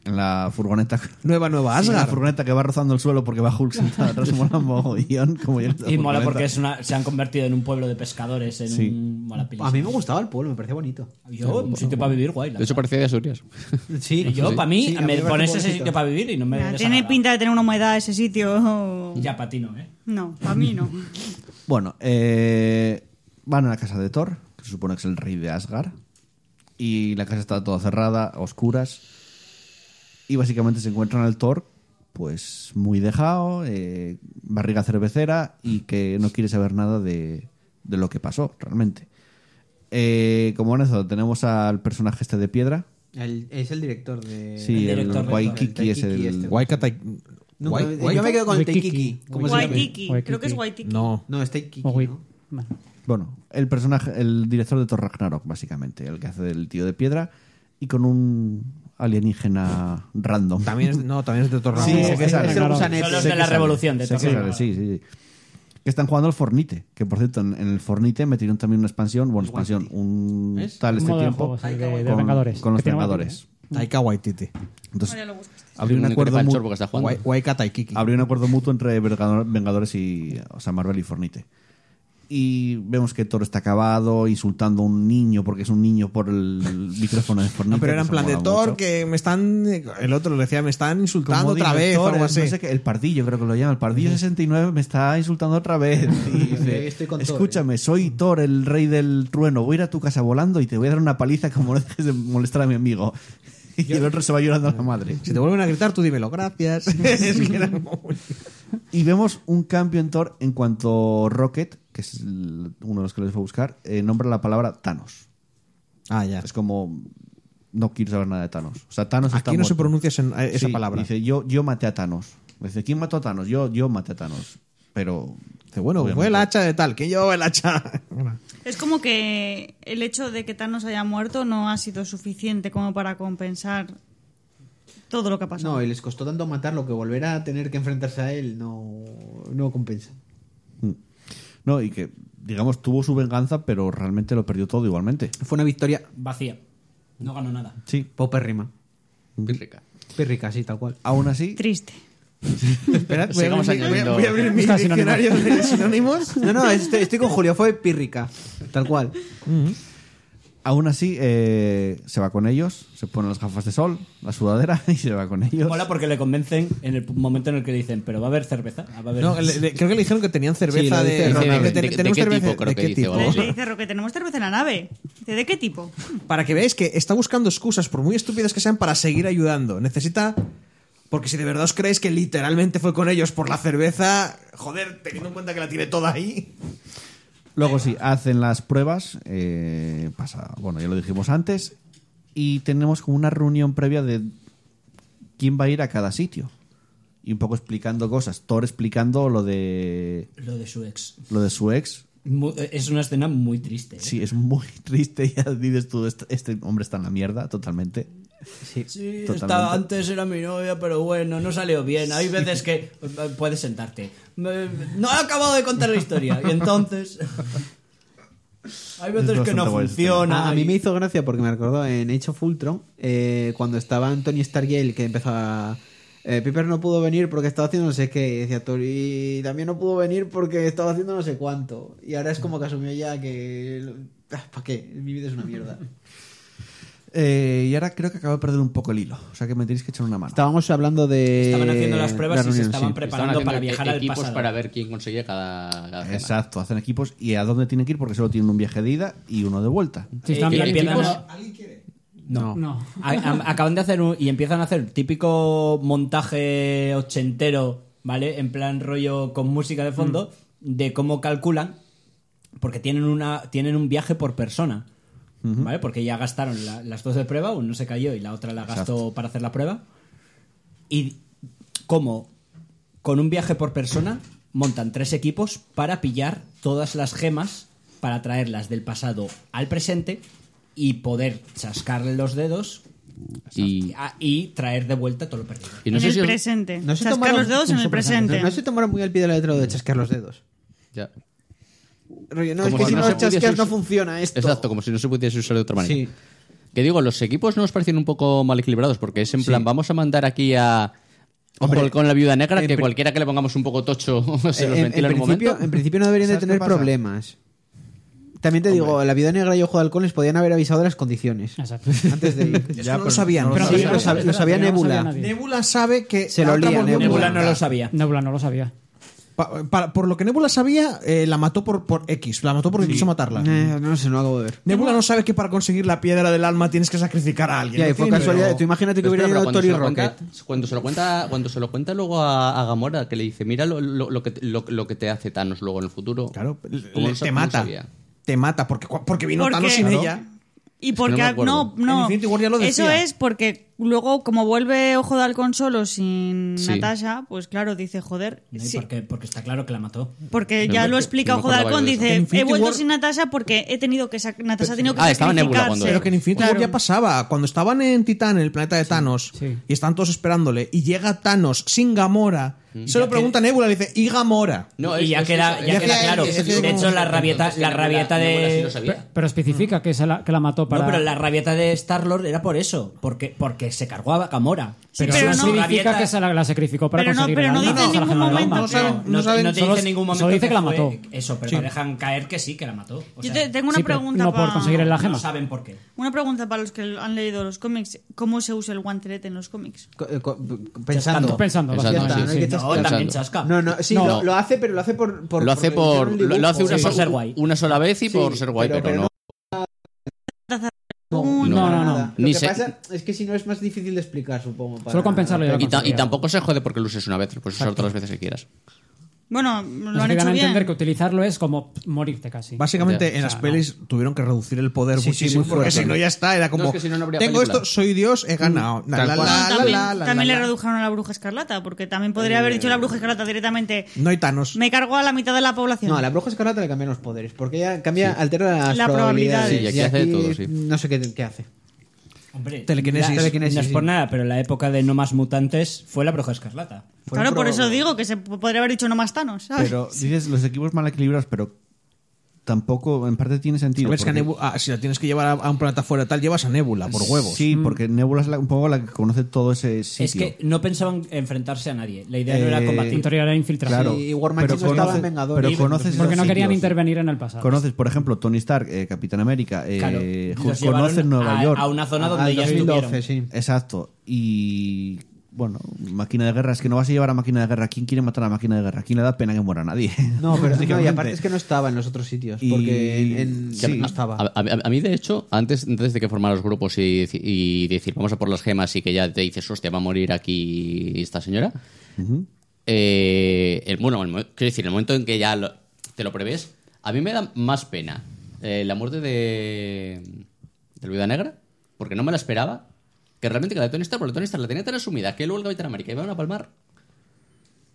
A: en la furgoneta.
D: Nueva, nueva
A: Sí, la
D: Asgard.
A: furgoneta que va rozando el suelo porque va Hulk sentada atrás. Mola mogollón. Como yo-
O: Y mola porque es una, se han convertido en un pueblo de pescadores, en
A: Sí.
O: un mola peli.
F: A mí me gustaba el pueblo, me parecía bonito.
O: Yo, un sitio para vivir guay. la
H: De hecho,
O: verdad.
H: parecía de Asturias.
F: Sí,
O: Y yo, para mí,
F: Sí, a mí
O: me
F: me parece
O: pones ese
F: un pueblecito.
O: sitio para vivir y no me
B: Nah, Tiene
O: desagrada.
B: pinta de tener una humedad ese sitio.
O: Ya patino, ¿eh?
B: No, a mí no.
A: Bueno, eh, van a la casa de Thor, que se supone que es el rey de Asgard. Y la casa está toda cerrada, a oscuras. Y básicamente se encuentran al Thor, pues muy dejado, eh, barriga cervecera y que no quiere saber nada de, de lo que pasó realmente. Eh, como en eso, tenemos al personaje este de piedra.
F: El- es el director de.
O: el
A: Sí, el,
O: director de Thor.
A: Waikiki es el.
F: este.
D: Waikata.
F: No,
D: Wai-
F: yo
D: Waika-
F: me quedo con el
G: Waikiki.
F: Taikiki. ¿Cómo se llama?
B: Waikiki, creo que es Waikiki.
D: No.
F: No, es Taikiki.
G: O Wii.
F: ¿no?
G: Bueno.
A: Bueno, el personaje, el director de Thor Ragnarok, básicamente, el que hace del tío de piedra y con un alienígena random.
D: También es, no, también es de Thor
A: Sí,
D: Ragnarok.
A: sé que sale.
F: Es el
G: Claro.
F: gusanete.
O: Son los
A: Sé
O: de
A: que
O: la
A: sale,
O: revolución de
A: sé
O: Thor
A: que sale,
O: Ragnarok.
A: sí, sí, sí. Que están jugando al Fornite, que por cierto, en, en el Fornite metieron también una expansión, bueno, expansión, un tal
G: Un
A: este
G: modo de
A: tiempo
G: juego, sí, de- de
A: con,
G: Vengadores.
A: con los
G: Que tiene buena
A: Vengadores.
D: Taika Waititi.
A: Entonces,
B: Ya lo buscas.
A: habría un acuerdo
H: Para el
A: mu-
H: chorbo que está jugando.
D: Wai- Waikata Ikiki.
A: Habría un acuerdo mutuo entre Vergador- Vengadores y. O sea, Marvel y Fornite. Y vemos que Thor está acabado, insultando a un niño, porque es un niño por el micrófono de Fornite.
D: No, pero
A: que
D: era en
A: se
D: plan de
A: mola
D: Thor
A: mucho.
D: que me están. El otro le decía, me están
A: Como
D: insultando
A: dice
D: otra vez o
A: Thor,
D: algo
A: no
D: así.
A: sé qué, el pardillo, creo que lo llama. El pardillo 69 me está insultando otra vez. Y dice,
F: Estoy con Thor,
D: eh.
A: Escúchame, soy Thor, el rey del trueno. Voy a ir a tu casa volando y te voy a dar una paliza como no dejes de molestar a mi amigo. Y el otro se va llorando a la madre.
D: Si te vuelven a gritar, tú dímelo, gracias. es que era muy-
A: Y vemos un cambio en Thor en cuanto Rocket, que es el- uno de los que les fue a buscar, eh, nombra la palabra Thanos.
D: Ah, ya.
A: Es como, no quiero saber nada de Thanos. O sea, Thanos está
D: Aquí no se
A: muerto.
D: pronuncia esa- esa
A: Sí,
D: palabra.
A: Dice, yo, yo maté a Thanos. Dice, ¿quién mató a Thanos? Yo, yo maté a Thanos. Pero,
D: Dice, bueno, fue
A: obviamente,
D: el hacha de tal, que yo el hacha.
B: Es como que el hecho de que Thanos haya muerto no ha sido suficiente como para compensar todo lo que ha pasado.
F: No, y les costó tanto matarlo que volver a tener que enfrentarse a él no, no compensa.
A: No, y que, digamos, tuvo su venganza, pero realmente lo perdió todo igualmente.
F: Fue una victoria
O: Vacía. No ganó nada.
A: Sí.
F: popérrima.
H: Pírrica.
F: Pírrica, sí, tal cual.
A: Aún así,
B: Triste.
D: Espera, voy, a
H: Sigamos
D: abrir mi- voy a-
H: añadiendo-
D: voy a abrir mi diccionario de sinónimos.
F: No, no, estoy, estoy con Julio, fue pírrica, tal cual.
A: aún así eh, se va con ellos, se pone las gafas de sol, la sudadera y se va con ellos.
O: Mola porque le convencen en el momento en el que le dicen, pero va a haber cerveza. Va a haber...
D: No, le- le- creo que le dijeron que tenían cerveza
F: lo
D: de,
F: dice
H: Ronald.
D: que
H: ¿De- de-
D: tenemos
H: de qué
D: cerveza-
H: tipo, creo
D: de
H: que
D: qué
H: dice,
D: tipo.
H: vamos.
B: Le, le dice Roque, tenemos cerveza en la nave. Dice, ¿de qué tipo?
D: Para que veáis que está buscando excusas, por muy estúpidas que sean, para seguir ayudando. Necesita. Porque si de verdad os creéis que literalmente fue con ellos por la cerveza, joder, teniendo en cuenta que la tiré toda ahí.
A: Luego sí, hacen las pruebas. eh, pasa, bueno, ya lo dijimos antes. Y tenemos como una reunión previa de quién va a ir a cada sitio. Y un poco explicando cosas. Thor explicando lo de
O: Lo de su ex.
A: lo de su ex.
O: Mu- Es una escena muy triste. ¿eh?
A: Sí, es muy triste. Ya dices tú, este, este hombre está en la mierda totalmente.
F: Sí.
O: Sí,
A: Totalmente.
O: estaba- antes era mi novia, pero bueno, no salió bien. Hay veces que eh, puedes sentarte. Me- no he acabado de contar la historia. Y entonces. Hay veces que
A: bastante
O: no
A: guay ese
O: funciona.
F: Ah, a mí
O: y-
F: me hizo gracia porque me recordó en Age of Ultron eh, cuando estaba Anthony Stargale que empezaba eh, Piper no pudo venir porque estaba haciendo no sé qué. Y decía Tori, también no pudo venir porque estaba haciendo no sé cuánto. Y ahora es como que asumió ya que. ¿Para qué? Mi vida es una mierda.
A: Eh, y ahora creo que acabo de perder un poco el hilo. O sea que me tenéis que echar una mano.
F: Estábamos hablando de.
C: Estaban haciendo las
F: la
C: pruebas y se
F: reunión,
C: estaban
F: sí.
H: Estaban
C: preparando
H: haciendo
C: para viajar
H: e-
C: al
H: equipos
C: pasado.
H: para ver quién conseguía cada, cada gema.
A: Exacto, hacen equipos y a dónde tienen que ir porque solo tienen un viaje de ida y uno de vuelta.
G: Si están
C: Eh,
G: bien
C: empiezan
G: equipos-
C: a-
A: No.
G: No.
C: A- a- acaban de hacer un- y empiezan a hacer el típico montaje ochentero, ¿vale? En plan rollo con música de fondo, de cómo calculan, porque tienen, una, tienen un viaje por persona, ¿vale? Porque ya gastaron la- las dos de prueba, uno se cayó y la otra la gastó para hacer la prueba. Y cómo con un viaje por persona montan tres equipos para pillar todas las gemas para traerlas del pasado al presente y poder chascarle los dedos
H: Y,
C: Ah, y traer de vuelta todo lo perdido.
H: y no
B: en
H: sé
B: el
H: si os-
B: presente.
F: No se
B: Chascar
F: tomaron-
B: los dedos en el
F: no,
B: presente.
F: No se tomaron muy al pie de la letra lo de chasquear los dedos.
H: ya.
F: Rollo, No,
H: Como
F: es que
H: si
F: si
H: no
F: no,
H: se
F: los chasqueas
H: pudiese-
F: no funciona esto.
H: Exacto, como si no se pudiese usar de otra manera.
F: Sí.
H: Que digo, los equipos no os parecen un poco mal equilibrados, porque es en plan, vamos a mandar aquí a. Hombre, con la viuda negra,
F: en
H: que
F: pri-
H: cualquiera que le pongamos un poco tocho se los
F: Eh, en,
H: ventila
F: en
H: en un
F: principio,
H: momento.
F: en principio no deberían de
A: ¿Sabes qué
F: tener
A: pasa?
F: problemas. También te digo, la vida negra y ojo de halcón les podían haber avisado de las condiciones.
G: Exacto.
F: Antes de ir.
D: Ya,
H: pues,
D: no lo sabían.
F: Pero sí, lo, sab- lo sabía
G: No lo sabía
F: Nebula.
G: nadie.
D: Nebula sabe que.
F: Se lo
D: la otra
F: lía,
D: volvió
C: Nebula
D: loca.
C: no lo sabía.
G: Nebula no lo sabía.
D: Pa- para- por lo que Nebula sabía, eh, la mató por, por X. La mató porque quiso matarla.
F: Eh, no sé, no acabo de ver.
D: Nebula no sabe que para conseguir la piedra del alma tienes que sacrificar a alguien.
F: Ya, y fue
D: Pero-
F: casualidad. Tú imagínate que
H: Pero
F: hubiera
H: espera,
F: ido
H: pero cuando
F: Tori
H: se lo
F: Rocket.
H: cuenta- Cuando se lo cuenta, cuando se lo cuenta luego a, a Gamora, que le dice, mira lo, lo- lo que, te- lo, lo que te hace Thanos luego en el futuro.
D: Claro, le-
H: ¿Cómo
D: le-
H: lo sa-
D: te
H: cómo lo
D: mata.
H: sabía?
D: Te mata porque, porque vino
B: Porque-
D: Thanos sin
B: Claro.
D: ella.
B: Y
H: no
B: porque
H: me acuerdo.
B: no, no.
D: En Infinity War ya lo
B: Eso
D: decía.
B: es porque luego como vuelve Ojo de Halcón solo sin
H: Sí.
B: Natasha, pues claro, dice, joder,
C: No, ¿y
B: sí,
C: por qué? Porque está claro que la mató.
B: porque
H: No
B: ya
H: me-
B: lo explica
H: no me
B: Ojo de
H: acordaba
B: Halcón,
H: yo de eso.
B: dice,
D: En
B: he
D: Infinity
B: vuelto
D: War-
B: sin Natasha porque he tenido que sac- Natasha ha tenido que
H: Ah, estaba Nebula cuando
B: sacrificarse.
H: era.
D: Pero que en Infinity War ya pasaba. Cuando estaban en Titán, en el planeta de Thanos,
G: sí.
D: y están todos esperándole, y llega Thanos sin Gamora, se lo pregunta a Nebula, le dice, ¿y Gamora?
H: No,
C: y
H: es-
C: ya
H: es
C: queda,
H: eso,
C: ya
H: es
C: queda
H: que-
C: claro.
H: es que-
D: es que-
C: de hecho, la rabieta,
H: Entonces,
C: la
H: que
C: rabieta
H: Nebula- Nebula sí
C: de.
H: lo sabía.
G: Pero especifica que, se la, que la mató para.
C: No, pero la rabieta de Star Lord era por eso, porque, porque se cargó a Gamora.
B: Sí,
G: Pero
B: pero
G: no
B: no-
G: significa que se la, la sacrificó para
B: Pero no-
G: conseguir
B: pero
G: el
B: no
G: alma,
B: dice en
G: para
B: ningún
G: generar el
B: momento-
G: alma.
D: No
C: No,
D: saben- no
C: te-
D: saben-
C: no te
D: solo-
C: dice en ningún momento.
G: solo dice que la
C: fue-
G: mató.
C: Eso, pero
D: Sí.
C: te dejan caer que sí, que la mató. O
B: Yo
C: sea,
B: te- tengo una
G: sí, pero
B: pregunta
G: no
B: para
G: por conseguir el- la
C: No
G: gema.
C: saben por qué.
B: Una pregunta para los que han leído los cómics, ¿cómo se usa el guantelete en los cómics?
F: Co- eh, co- Pensando.
G: Estoy pensando,
H: Exacto,
F: Ya está,
G: básicamente.
F: no
H: sí,
F: hay que
H: sí.
F: chasquear.
C: No, también
H: Pensando.
C: chasca.
F: No, no, sí,
G: No.
F: Lo, lo hace, pero lo hace por. por
H: lo hace
F: porque
H: por
F: hicieron
H: lo,
F: el
H: lo hace
F: dibujo.
H: una,
C: Sí, por
H: sola-
C: ser guay.
H: una sola vez y
F: Sí,
H: por ser guay,
F: pero-
H: pero,
F: pero
H: no.
B: Un-
G: No, no, no.
F: Nada.
H: Ni
F: Lo que
H: se-
F: pasa es que si no es más difícil de explicar, supongo. para-
G: Solo compensarlo ya.
H: Y, ta- y
G: conseguía.
H: tampoco se jode porque lo uses una vez, lo puedes usar todas las veces que quieras.
B: Bueno, lo
G: Nos
B: han
G: que dan
B: hecho
G: a
B: bien.
G: entender que utilizarlo es como morirte casi.
D: Básicamente,
H: Ya,
D: en
G: o
D: las
G: sea,
D: pelis tuvieron que reducir el poder
F: Sí, sí,
D: muchísimo,
F: muy
D: porque
F: fuerte.
D: si no ya está, era como,
H: No, es que si no, no habría
D: tengo
H: película".
D: esto, soy Dios, he ganado. La,
A: tal
D: la,
A: cual.
D: la,
B: también
D: la, la,
B: también
D: la, Eh,
B: le
D: la.
B: redujeron a la bruja escarlata, porque también podría haber dicho la bruja escarlata directamente.
D: No hay Thanos.
B: Me cargo a la mitad de la población.
F: No, a la bruja escarlata le cambian los poderes, porque ella cambia, altera las
B: La probabilidad.
F: probabilidades.
B: Sí,
H: y aquí hace de todo, sí.
F: No sé qué, qué hace.
C: Hombre,
D: Telequinesis.
C: la-
F: Telequinesis,
C: no es
F: sí.
C: por nada, pero la época de no más mutantes fue la bruja escarlata.
F: Fue
B: claro, por
F: pro-
B: eso digo que se po- podría haber dicho no más Thanos, ¿sabes?
A: Pero dices los equipos mal equilibrados, pero tampoco, en parte tiene
D: A
A: sentido.
D: ver, es que a
A: porque-
D: Nebu- ah, si la tienes que llevar a, a un planeta fuera tal, llevas a Nebula por huevos.
A: Sí, porque Nebula es la- un poco la que conoce todo ese sitio.
C: Es que no pensaban enfrentarse a nadie. La idea no era
A: Eh,
G: En
C: combatir.
G: teoría era infiltración.
A: Claro,
F: Sí, War Machine no estaba en Vengadores.
A: pero conoces
G: Porque no
A: esos
G: querían
A: sitios.
G: intervenir en el pasado.
A: Conoces, por ejemplo, Tony Stark, eh, Capitán América, eh,
C: Claro,
A: ju-
C: los llevaron
A: conoces Nueva
C: a,
A: York.
C: a una zona donde
F: Al
C: ya
F: 2012,
C: estuvieron.
F: sí.
A: Exacto. Y bueno, máquina de guerra, es que no vas a llevar a máquina de guerra. ¿Quién quiere matar a máquina de guerra? ¿Quién le da pena que muera a nadie?
F: No, pero no, y
A: Básicamente.
F: aparte es que no estaba en los otros sitios,
A: Y-
F: porque en, en-
A: Sí.
F: no estaba.
H: A, a- a mí, de hecho, antes, antes de que formar los grupos y, y decir vamos a por las gemas y que ya te dices, hostia, va a morir aquí esta señora. eh, el, bueno, el mo- quiero decir, el momento en que ya lo- te lo prevés, a mí me da más pena eh, la muerte de, de la Viuda Negra, porque no me la esperaba, que realmente que la de Tony Stark, porque Tony Stark la tenía tan asumida que luego el Capitán América iban a palmar.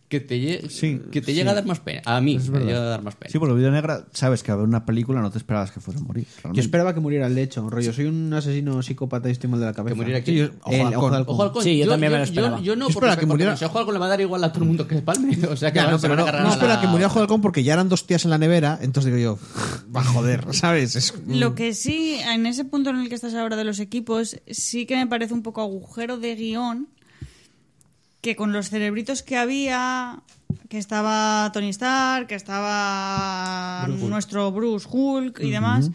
H: Que te, lle-
A: Sí,
H: que te
A: sí.
H: llega a dar más pena. A mí me llega a dar más pena.
A: Sí, por la vida negra, sabes que a ver una película no te esperabas que fuera a morir.
F: Yo
A: realmente.
F: esperaba que muriera el lecho, rollo. Soy un asesino psicópata y estoy mal de la cabeza.
H: muriera
F: Sí,
H: aquí.
F: yo-
H: Ojo
F: el
D: Halcón.
F: Ojo de Halcón.
H: Ojo al coño.
C: Sí, yo también me lo esperaba.
H: Yo, yo no,
D: Yo esperaba
H: porque-
D: que muriera-
H: porque Si ojo al coño le va a dar igual a todo el mundo que se palme. O sea, que
D: Ya,
H: van-
D: no,
H: se
D: pero
H: van a
D: no,
H: cargar
D: no
H: a
D: espera
H: la-
D: que muriera Halcón porque ya eran dos tías en la nevera, entonces digo yo, va a joder, ¿sabes? Es-
F: mm.
B: Lo que sí, en ese punto en el que estás ahora de los equipos, sí que me parece un poco agujero de guión que con los cerebritos que había, que estaba Tony Stark, que estaba nuestro Bruce Hulk y demás,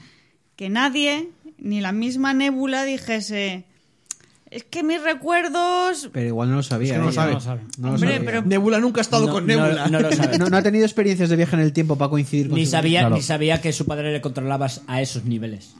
B: que nadie, ni la misma Nebula, dijese, es que mis recuerdos...
F: Pero igual no lo sabía.
D: no lo
F: ella.
D: sabe.
G: No sabe.
F: No lo
B: Hombre,
F: sabía.
B: pero
D: Nebula nunca ha estado con Nebula.
C: no lo sabe.
F: No, no ha tenido experiencias de viaje en el tiempo para coincidir con
C: Ni
F: su-
C: sabía, ni sabía que su padre le controlaba a esos niveles.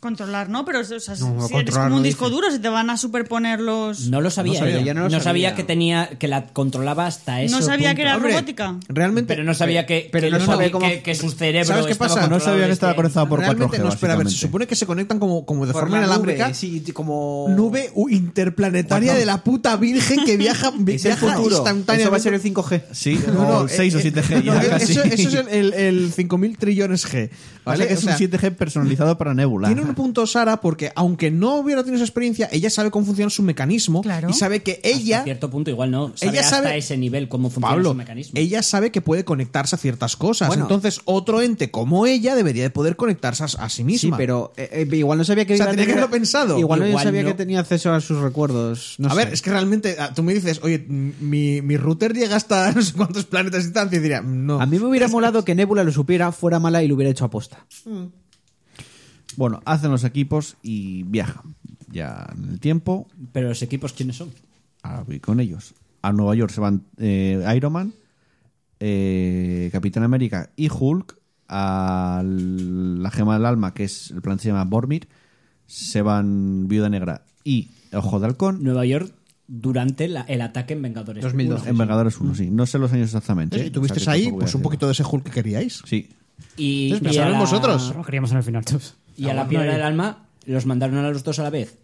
B: controlar, ¿no? Pero o sea, si
F: no,
B: eres
F: controlar
B: como
F: no
B: un
F: dice.
B: disco duro, se te van a superponer los...
C: No lo sabía.
F: sabía,
C: ella.
F: ya no
C: no
F: lo
C: sabía
F: sabía.
C: que tenía que la controlaba hasta eso.
B: No sabía que era
D: Hombre,
B: robótica.
D: Realmente.
C: Pero no sabía que,
F: Pero
C: que
F: no
C: lo-
F: sabe
C: que-
F: cómo-
C: que su cerebro
D: ¿Sabes qué
C: estaba
D: pasa? No
A: No sabía que estaba conectado
C: controlado
A: Ah, por
D: realmente
A: 4G.
D: no, espera, a ver, se
A: básicamente.
D: supone que se conectan como, como de
F: por
D: forma
F: la nube,
D: inalámbrica.
F: sí, t- como
D: Nube u- interplanetaria de la puta virgen que viaja,
F: Es el
D: viaja
F: futuro.
D: instantáneamente. eh,
F: Eso va a ser el 5G.
A: Sí, o 6 o 7G.
D: No,
A: ya
D: que
A: casi.
D: eso, eso es el, el- el 5000 trillones G.
A: O sea,
D: ¿vale?
A: que es
D: O sea,
A: un 7G personalizado para Nebula.
D: tiene un punto Sara porque, aunque no hubiera tenido esa experiencia, ella sabe cómo funciona su mecanismo
B: Claro.
D: y sabe que
C: Hasta
D: ella,
C: cierto punto igual no. Sabe
D: Ella
C: hasta
D: sabe-
C: ese nivel cómo funciona su
D: Pablo,
C: mecanismo.
D: ella sabe que puede conectarse a ciertas cosas.
F: Bueno.
D: Entonces, otro ente como ella debería de poder conectarse a, a sí
F: Sí,
D: misma.
F: pero eh, eh, igual no sabía que
D: O sea,
F: iba a
D: tenía que
F: tener-
D: haberlo pensado.
F: Igual, no
C: Igual
F: sabía
C: no.
F: que tenía acceso a sus recuerdos. No
D: a
F: sé.
D: ver, es que realmente ah, tú me dices, oye, m- mi, mi router llega hasta no sé cuántos planetas de distancia y diría, no.
F: a mí me hubiera molado que Nebula lo supiera, fuera mala y lo hubiera hecho aposta.
A: Bueno, hacen los equipos y viajan. Ya en el tiempo,
C: Pero los equipos, ¿quiénes son?
A: ahora voy con ellos. A Nueva York se van eh, Iron Man, eh, Capitán América y Hulk. A la gema del alma, que es el plan se llama Bormir, se van Viuda Negra y Ojo de Halcón.
C: Nueva York durante la- el ataque en Vengadores.
A: 2012. En Vengadores 1, sí. No sé los años exactamente.
D: Si
A: ¿eh?
D: tuvisteis
A: O sea, que
D: ahí
A: tampoco voy
D: pues
A: a
D: un
A: decir.
D: poquito de ese Hulk que queríais.
A: Sí.
C: Y,
D: Entonces,
C: y a
D: pensad en
C: la-
D: vosotros.
G: Lo queríamos en el final, chus.
C: Y a la piedra del alma los mandaron a los dos a la vez.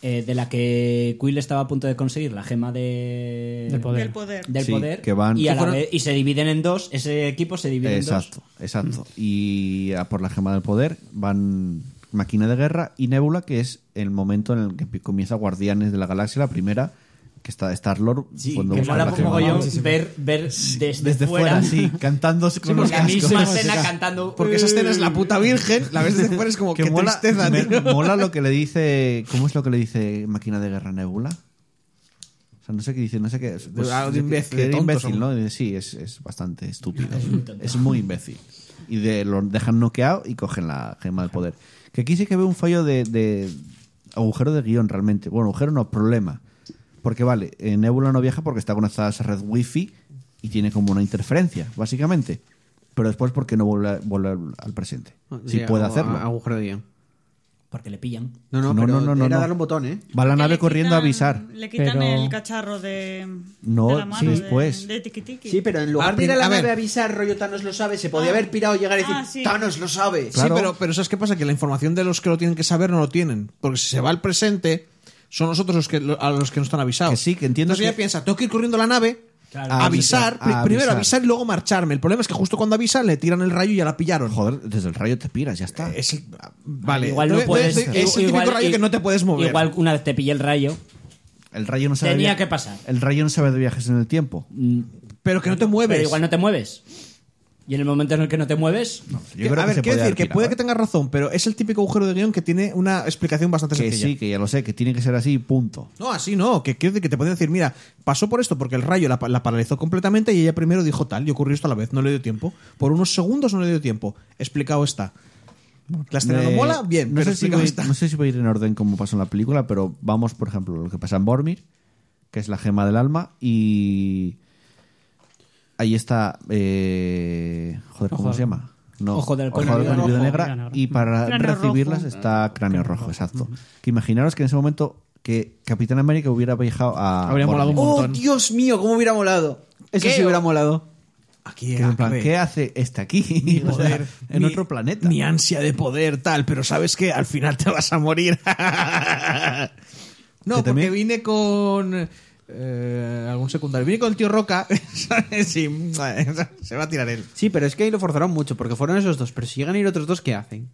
C: eh, de la que Quill estaba a punto de conseguir la gema de...
G: Del poder.
B: Del poder.
C: Del
A: Sí,
C: poder.
A: que van-
C: y, a
A: que
C: la
A: fueron-
C: vez- y se dividen en dos. Ese equipo se divide
A: Exacto, exacto. Y a por la gema del poder van Máquina de Guerra y Nebula, que es el momento en el que pi- comienza Guardianes de la Galaxia, la primera, que está Star Lord
C: en dos. Sí,
A: cuando
C: que
A: busca
C: mola
A: la gema.
C: mogollón ver, ver desde,
A: desde fuera,
C: fuera
A: sí, cantándose con los
C: la misma
A: cascos.
C: escena cantando.
D: Porque esa escena es la puta virgen, la ves desde fuera es como que
A: Que mola,
D: tristeza,
A: me-
D: tío.
A: mola lo que le dice. ¿Cómo es lo que le dice Máquina de Guerra a Nebula? O sea, no sé qué dice, no sé qué. es. Pues,
D: algo de
A: que-
D: imbécil,
A: que
D: de
A: era
D: tontos
A: imbécil,
D: son.
A: ¿no? Y dice, Sí, es, es bastante estúpido. es muy imbécil. Y de, lo dejan noqueado y cogen la gema del poder. Que aquí sí que veo un fallo de, de agujero de guión realmente. Bueno, agujero no, problema. Porque vale, eh, Nebula no viaja porque está conectada a esa red wifi y tiene como una interferencia, básicamente. Pero después porque no vuelve, vuelve al- al presente. Si
D: Ah,
F: Sí,
A: puede
F: agu-
A: hacerlo.
F: Agujero de guión.
C: Porque le pillan.
F: No, no,
A: No,
F: pero
A: no, no, no,
F: era
A: no.
F: darle un botón, ¿eh?
A: Va la
B: Que
A: nave
B: le
A: corriendo a
B: quitan-
A: avisar.
B: Le quitan
G: Pero-
B: el cacharro de.
A: No,
B: de la mano,
A: sí,
B: de-
A: pues.
B: De, tiki tiki.
F: Sí, pero en
D: lugar
F: lugar
D: de
F: de
D: ir a la
F: la
D: nave
F: nave
D: a
F: avisar, rollo Thanos lo sabe, se
B: podía
F: podía
B: haber
F: haber pirado, llegar
B: y
F: y
B: decir,
F: decir,
B: Ah, sí. "Thanos
F: Thanos lo sabe.
A: Claro.
D: Sí, pero, pero ¿sabes qué pasa? Que la información de los que lo tienen que saber no lo tienen. Porque si se va al presente, son nosotros los que, lo- a los que no están avisados.
A: Que sí, que entiendo
D: Entonces
A: que- Ah,
D: ella piensa, tengo que ir corriendo a la nave,
C: Claro.
D: a avisar,
A: A
D: pri- primero
A: avisar.
D: avisar y luego marcharme. El problema es que justo cuando avisa le tiran el rayo y ya la pillaron.
A: Joder, desde el rayo te piras, ya está.
D: Es el- ah, vale.
C: Igual no
D: Entonces,
C: puedes.
D: Es el típico
C: igual-
D: rayo que no te puedes mover.
C: Igual una vez te pillé el rayo.
A: El rayo no sabe.
C: Tenía
A: via-
C: que pasar.
A: El rayo no sabe de viajes en el tiempo.
D: pero que no te mueves.
C: Pero igual no te mueves. Y en el momento en el que no te
A: Yo
C: mueves,
D: Que-
A: creo
D: a
A: que
D: ver,
A: se
D: quiero
A: podía
D: decir que
A: haber
D: puede que
A: pirado,
D: tengas razón, pero es el típico agujero de guión que tiene una explicación bastante
A: ¿eh? Que
D: sencilla.
A: sí, que ya lo sé, que tiene que ser así, punto.
D: No, así no, que quiero decir que te pueden decir, mira, pasó por esto porque el rayo la, pa- la paralizó completamente y ella primero dijo tal y ocurrió esto a la vez, no le dio tiempo. Por unos segundos no le dio tiempo. Explicado está. La escena no
A: Me-
D: mola, bien,
A: no
D: pero
A: sé, si
D: explicado
A: voy,
D: está.
A: no sé si voy a ir en orden como pasa en la película, pero vamos, por ejemplo, lo que pasa en Bormir, que es la gema del alma, y. Ahí está. eh, Joder, ¿cómo
G: Ojo.
A: se llama? No.
C: Ojo del
A: Ojo
C: Cráneo
A: del Cráneo
C: Rojo.
A: Viuda negra,
G: Cráneo
A: Y para
B: Cráneo
A: recibirlas
B: Rojo.
A: está cráneo rojo, exacto. Que imaginaros que en ese momento que Capitán América hubiera viajado a.
D: Habría molado
A: Bormir.
D: un
F: ¡Oh,
D: montón.
F: Dios mío! ¿Cómo hubiera molado? Eso sí hubiera molado.
D: Aquí,
A: Que en plan,
D: acabé.
A: ¿qué hace este aquí? O sea,
D: Joder,
A: en
D: mi-
A: otro planeta.
D: Mi ansia de poder, tal, pero sabes que al final te vas a morir. no,
A: ¿Que
D: porque
A: también?
D: vine con. eh, algún secundario. Vine con el tío Roca. ¿sabes? Y, mm, se va a tirar él.
F: Sí, pero es que ahí lo forzaron mucho, porque fueron esos dos, pero si llegan a ir otros dos, ¿qué hacen?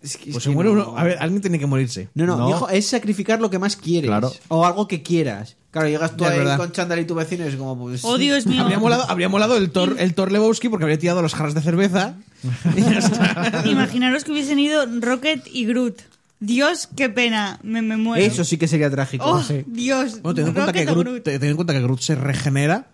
F: Es que- es
D: Pues
F: que
D: se muere
F: no.
D: uno. A ver, alguien tiene que morirse.
F: No, no,
A: No.
F: dijo, es sacrificar lo que más quieres.
A: Claro.
F: O algo que quieras. Claro, llegas tú
D: Ya, es
F: ahí
D: verdad.
F: con chándal y tu vecino y es como... Pues,
B: Oh, Dios mío.
D: Habría molado, habría molado el Thor, el Thor Lebowski porque habría tirado los jarras de cerveza. Y ya está.
B: Imaginaros que hubiesen ido Rocket y Groot. Dios, qué pena, me, me muero.
F: Eso sí que sería trágico.
B: Oh,
F: Sí.
B: Dios.
D: Bueno, teniendo en, cuenta que
B: Rocket o
D: Groot,
B: Groot.
D: te- teniendo en cuenta que Groot se regenera,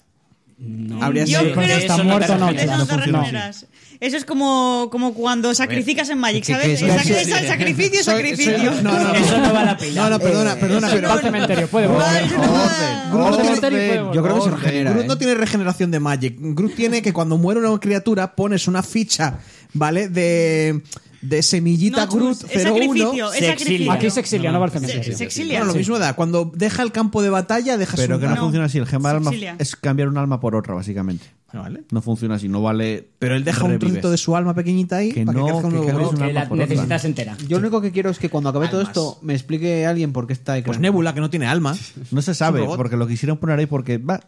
D: habría
B: Yo
D: sido.
B: creo que
G: está
B: eso
G: muerto, no,
B: te- eso
G: claro,
B: no
G: no
B: te
G: funciona.
B: regeneras. Eso es como, como cuando sacrificas en Magic, ¿sabes?
F: que-
B: Es sac- es sacrificio, sacrificio.
D: No, no, no.
O: Eso no va a la pila.
D: No, Eh, no, perdona, perdona,
B: eso
D: pero.
B: no-
G: al cementerio, puede volver.
B: Ay, no.
D: Groot
G: Al
D: no tiene-
G: cementerio y puede volver.
F: Yo creo que se regenera.
D: Groot
F: ¿eh?
D: no tiene regeneración de Magic. Groot tiene que cuando muere una criatura pones una ficha, ¿vale? De, de semillita
B: No,
D: Groot
B: es sacrificio,
D: 01.
B: es sacrificio.
G: Aquí se exilia, no va al
B: Se-
G: cementerio.
B: se exilia.
D: Bueno, lo mismo da. Cuando deja el campo de batalla, dejas
A: Pero
D: un
A: que no,
B: No,
A: funciona así. El gema
B: se
A: del alma
B: exilia.
A: es cambiar un alma por otra, básicamente.
D: Bueno, vale.
A: No funciona así, no vale.
D: Pero él deja un
A: revives.
D: trocito de su alma pequeñita ahí
A: Que
D: para
A: no,
D: que crezca un
A: que
D: nuevo
A: cada vez
D: Groot.
A: un
O: que
C: eh,
A: alma
O: la
A: por otra.
O: necesitas entera.
F: Yo lo único que quiero es que cuando acabe
O: Almas.
F: todo esto me explique alguien por qué está
D: Pues
F: ecran-
D: Nebula, que no tiene alma.
A: No se sabe,
D: robot.
A: porque lo quisieron poner ahí porque va.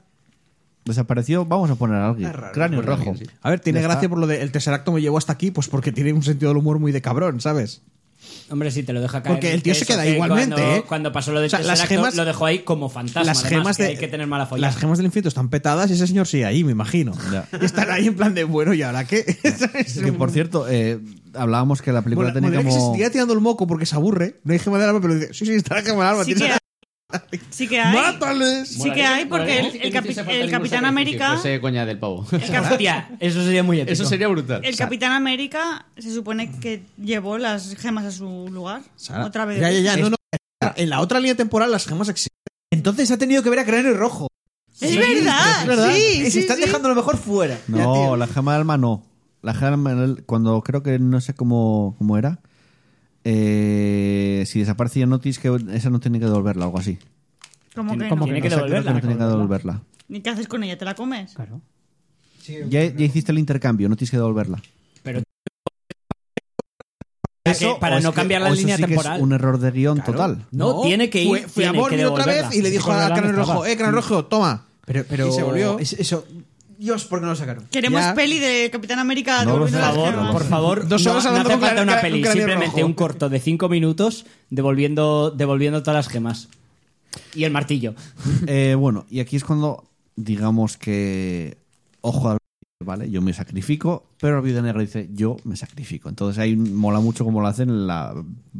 A: Desapareció, vamos a poner a alguien. Cráneo rojo.
D: A ver, tiene
A: Ya
D: gracia
A: está.
D: por lo de el Tesseracto me llevó hasta aquí, pues porque tiene un sentido del humor muy de cabrón, ¿sabes?
O: Hombre, sí, te lo deja caer.
D: Porque el tío se
O: Eso,
D: queda
O: que
D: igualmente,
O: cuando,
D: ¿eh?
O: Cuando pasó lo del
D: O sea, las
O: Tesseract,
D: gemas-
O: lo dejó ahí como fantasma.
D: las
O: además,
D: gemas
O: que
D: de
O: hay que tener mala folla.
D: Las gemas del infinito están petadas y ese señor sigue ahí, me imagino. Y están ahí en plan de bueno, ¿y ahora qué? ¿Sabes?
A: Que por cierto, eh, hablábamos que la película
D: Mola- molaría
A: tenía
D: que se
A: como.
D: siguiera tirando el moco porque se aburre. No hay gema del alma, pero dice, sí, sí, está la gema del alma.
B: Sí
D: tienes
B: que
D: la-
B: hay. Sí que hay.
D: ¡Mátales!
B: Sí que hay, porque el, el capi- el Capitán América...
H: Ese coña del pavo.
B: el capi-
O: Hostia, eso sería muy épico.
H: Eso sería brutal.
B: El Capitán América se supone que llevó las gemas a su lugar.
D: Sara,
B: Otra vez.
D: Ya, ya, ya. No, no. En la otra línea temporal las gemas existen.
F: Entonces ha tenido que ver a Cráneo Rojo.
B: Es verdad. Sí,
F: Y
B: sí,
F: se están
B: sí.
F: dejando lo mejor fuera.
D: Ya,
A: No,
D: tío.
A: la gema del alma no. La gema del cuando creo que no sé cómo, cómo era. eh, si desaparecía Notis, que esa no tiene que devolverla, algo así.
B: Como que
G: ¿Cómo
B: no.
O: Tiene
G: que
O: que
A: O sea, creo
O: devolverla.
A: que no tiene que devolverla.
B: ¿Y qué haces con ella? ¿Te la comes?
G: Claro.
A: Ya, ya hiciste el intercambio, no tienes que devolverla.
O: Para que- para
A: o
O: no
A: es que-
O: cambiar la
A: o eso
O: línea
A: sí que
O: temporal.
A: es un error de guión total.
O: No, tiene que ir.
D: Fue, fue a
O: tiene que
D: Boromir otra vez
O: devolverla.
D: y le dijo a
G: Devolverla
D: Cráneo
G: no
D: Rojo,
G: estaba.
D: eh, Cráneo Rojo, toma.
F: Pero, pero
D: Y se volvió.
F: es- eso. Dios, ¿por qué no lo sacaron?
B: Queremos
D: Ya.
B: peli de Capitán América
A: No,
B: devolviendo
A: por
B: las
O: Por favor,
B: gemas.
O: por favor,
D: Dos
O: no-
D: horas
O: no,
D: hablando
O: hace
D: con
O: falta
D: Clara-
O: una
D: con
O: peli,
D: Cráneo
O: simplemente
D: Rojo.
O: un corto de 5 minutos devolviendo, devolviendo todas las gemas. Y el martillo.
A: Eh, bueno, y aquí es cuando digamos que ojo al vale, yo me sacrifico, pero la viuda negra dice yo me sacrifico. Entonces ahí mola mucho como lo hacen en la,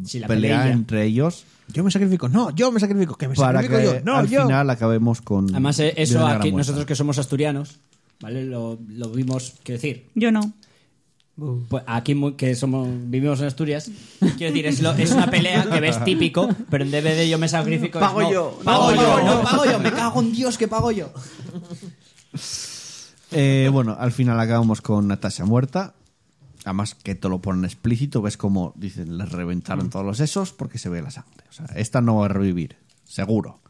O: Sí, la
A: pelea
O: peleilla.
A: entre ellos
D: Yo me sacrifico. No, yo me sacrifico. Que me
A: para
D: sacrifico
A: que
D: yo. No,
A: al
D: yo.
A: final acabemos con
D: Mm.
O: Además, eh, eso
A: viuda negra
O: aquí,
A: muerta.
O: nosotros que somos asturianos, ¿vale? Lo, lo vimos, quiero decir,
B: Yo no.
O: pues aquí muy- que somos, vivimos en Asturias, quiero decir, es, lo- es una pelea que ves típico, pero en vez de yo me sacrifico. es,
F: Pago
O: no,
F: yo,
O: Pago
F: no,
O: yo,
F: pago
O: no, pago yo, me cago en Dios que pago yo.
A: Eh, bueno, al final acabamos con Natasha muerta. Además que te lo ponen explícito, ves como dicen, les
O: Mm.
A: reventaron todos los sesos porque se ve la sangre. O sea, esta no va a revivir, seguro.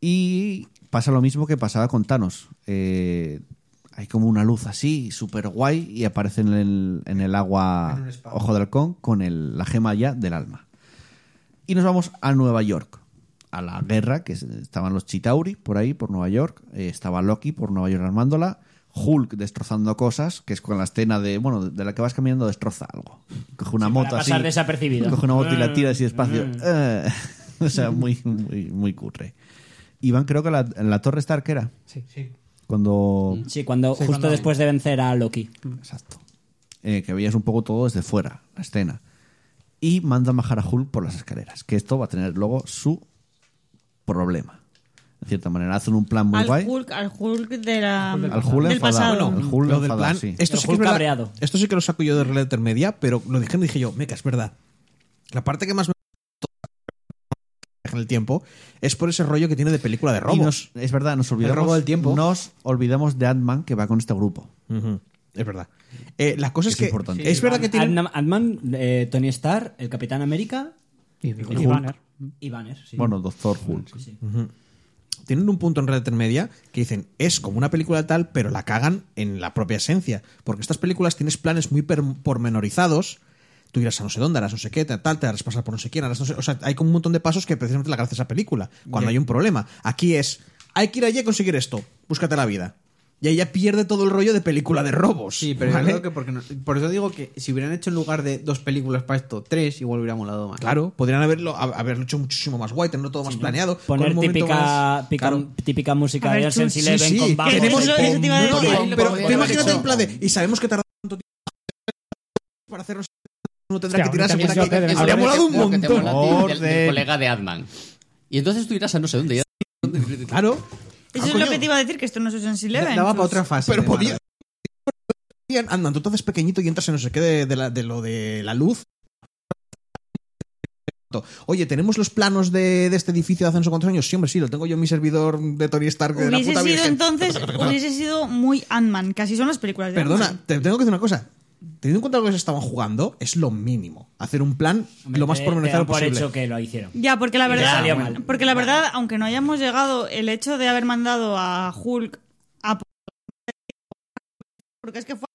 A: Y pasa lo mismo que pasaba con Thanos. Eh, hay como una luz así, súper guay, y aparece en el, en el agua Ojo de Halcón con el- la gema ya del alma. Y nos vamos a Nueva York, a la guerra, que es- estaban los Chitauri por ahí, por Nueva York, eh, estaba Loki por Nueva York armándola, Hulk destrozando cosas, que es con la escena de, bueno, de la que vas caminando destroza algo. Coge una
O: Sí,
A: moto
O: para
A: así.
O: pasar desapercibido.
A: Coge una moto y la tira así
O: Mm,
A: despacio.
O: mm.
A: Eh, o sea, muy, muy, muy curre. Iban creo que a la, en la Torre Stark era. Sí. Cuando...
O: Sí, cuando justo después de vencer a Loki.
A: Exacto. Eh, que veías un poco todo desde fuera, la escena. Y manda a bajar a Hulk por las escaleras. Que esto va a tener luego su problema. De cierta manera, hacen un plan muy
B: Al
A: guay.
B: Hulk, al Hulk de la,
A: Al Hulk
B: del
A: enfadado.
B: pasado.
A: Al Hulk
D: Lo del
A: enfadado,
D: plan,
A: sí.
D: esto,
O: El
D: sí que
O: Hulk
D: es verdad.
O: cabreado.
D: esto sí que lo saco yo de Red Intermedia, pero lo dije, dije yo, meca, es verdad. La parte que más me en el tiempo es por ese rollo que tiene de película de
A: Y
D: robos.
A: nos- es verdad, nos olvidamos.
F: robo del tiempo.
A: Nos olvidamos de Ant-Man que va con este grupo.
D: Ujú, Es verdad. Eh, la cosa es,
A: Es
D: que
A: importante.
D: es verdad que tiene
O: Ant- Ant-Man, eh, Tony Stark, el Capitán América
G: Y,
A: Hulk.
G: Banner.
O: y Banner. sí.
A: Bueno, Doctor Hulk.
D: tienen un punto en Red Dead Media que dicen es como una película tal, pero la cagan en la propia esencia. Porque estas películas tienes planes muy per- pormenorizados. Tú irás a no sé dónde, harás no sé qué, ta- tal, te harás pasar por no sé quién, harás no sé. O sea, hay como un montón de pasos que precisamente la gracia de esa película. Cuando hay un problema. Aquí es, hay que ir allí a conseguir esto. Búscate la vida. Y ahí ya pierde todo el rollo de película de robos.
F: Sí, pero
D: ¿vale?
F: yo creo que porque no- por eso digo que si hubieran hecho en lugar de dos películas para esto, tres, igual hubiera molado más.
D: Claro, podrían haberlo, hab- haberlo hecho muchísimo más guay, tenerlo todo más planeado. con
O: Poner
D: un momento
O: típica,
D: más-
O: pica-
D: Claro.
O: típica música
B: A ver,
O: de Ocean's
B: chus,
O: Eleven
D: sí, sí,
O: con vagos.
B: tenemos- Eso- eso te iba a
D: No, no,
B: decir.
D: pero,
B: Lo
D: pero tú imagínate
B: hemos
D: en plan de. Y sabemos que tarda tanto tiempo para hacernos. uno tendrá
G: Hostia,
D: que tirarse
G: a mí
D: por
G: también
D: aquí.
G: se me hace de
D: Habría
G: verdad.
D: molado un
H: Lo que te
D: montón.
H: mola a ti del- del
A: Orden.
H: colega de Adman. Y entonces tú irás a no sé dónde.
D: Claro,
B: Eso
D: Ah,
B: es
D: coño.
B: lo que te iba a decir, que esto no es Ocean's Eleven.
F: Daba para
B: chus.
F: otra fase.
D: pero
F: de
D: podía.
F: Marvel.
D: Decían, Anda, tú te haces pequeñito y entras en no sé qué de, de la- de lo de la luz. Oye, ¿tenemos los planos de, de este edificio de hace no sé cuántos años? Sí, hombre, sí, lo tengo yo en mi servidor de Tony Stark de la
B: Hubiese
D: puta
B: sido
D: virgen.
B: entonces, hubiese sido muy Ant-Man, casi son las películas de
D: Perdona,
B: Ant-Man.
D: te tengo que decir una cosa. Teniendo en cuenta lo que se estaban jugando, es lo mínimo. Hacer un plan lo más
C: Te- te
D: pormenorizado
C: dan por
D: posible.
C: hecho que lo hicieron.
B: Ya, porque la
C: Ya
B: verdad,
C: salió mal.
B: porque la verdad, aunque no hayamos llegado, el hecho de haber mandado a Hulk a por- porque es que fue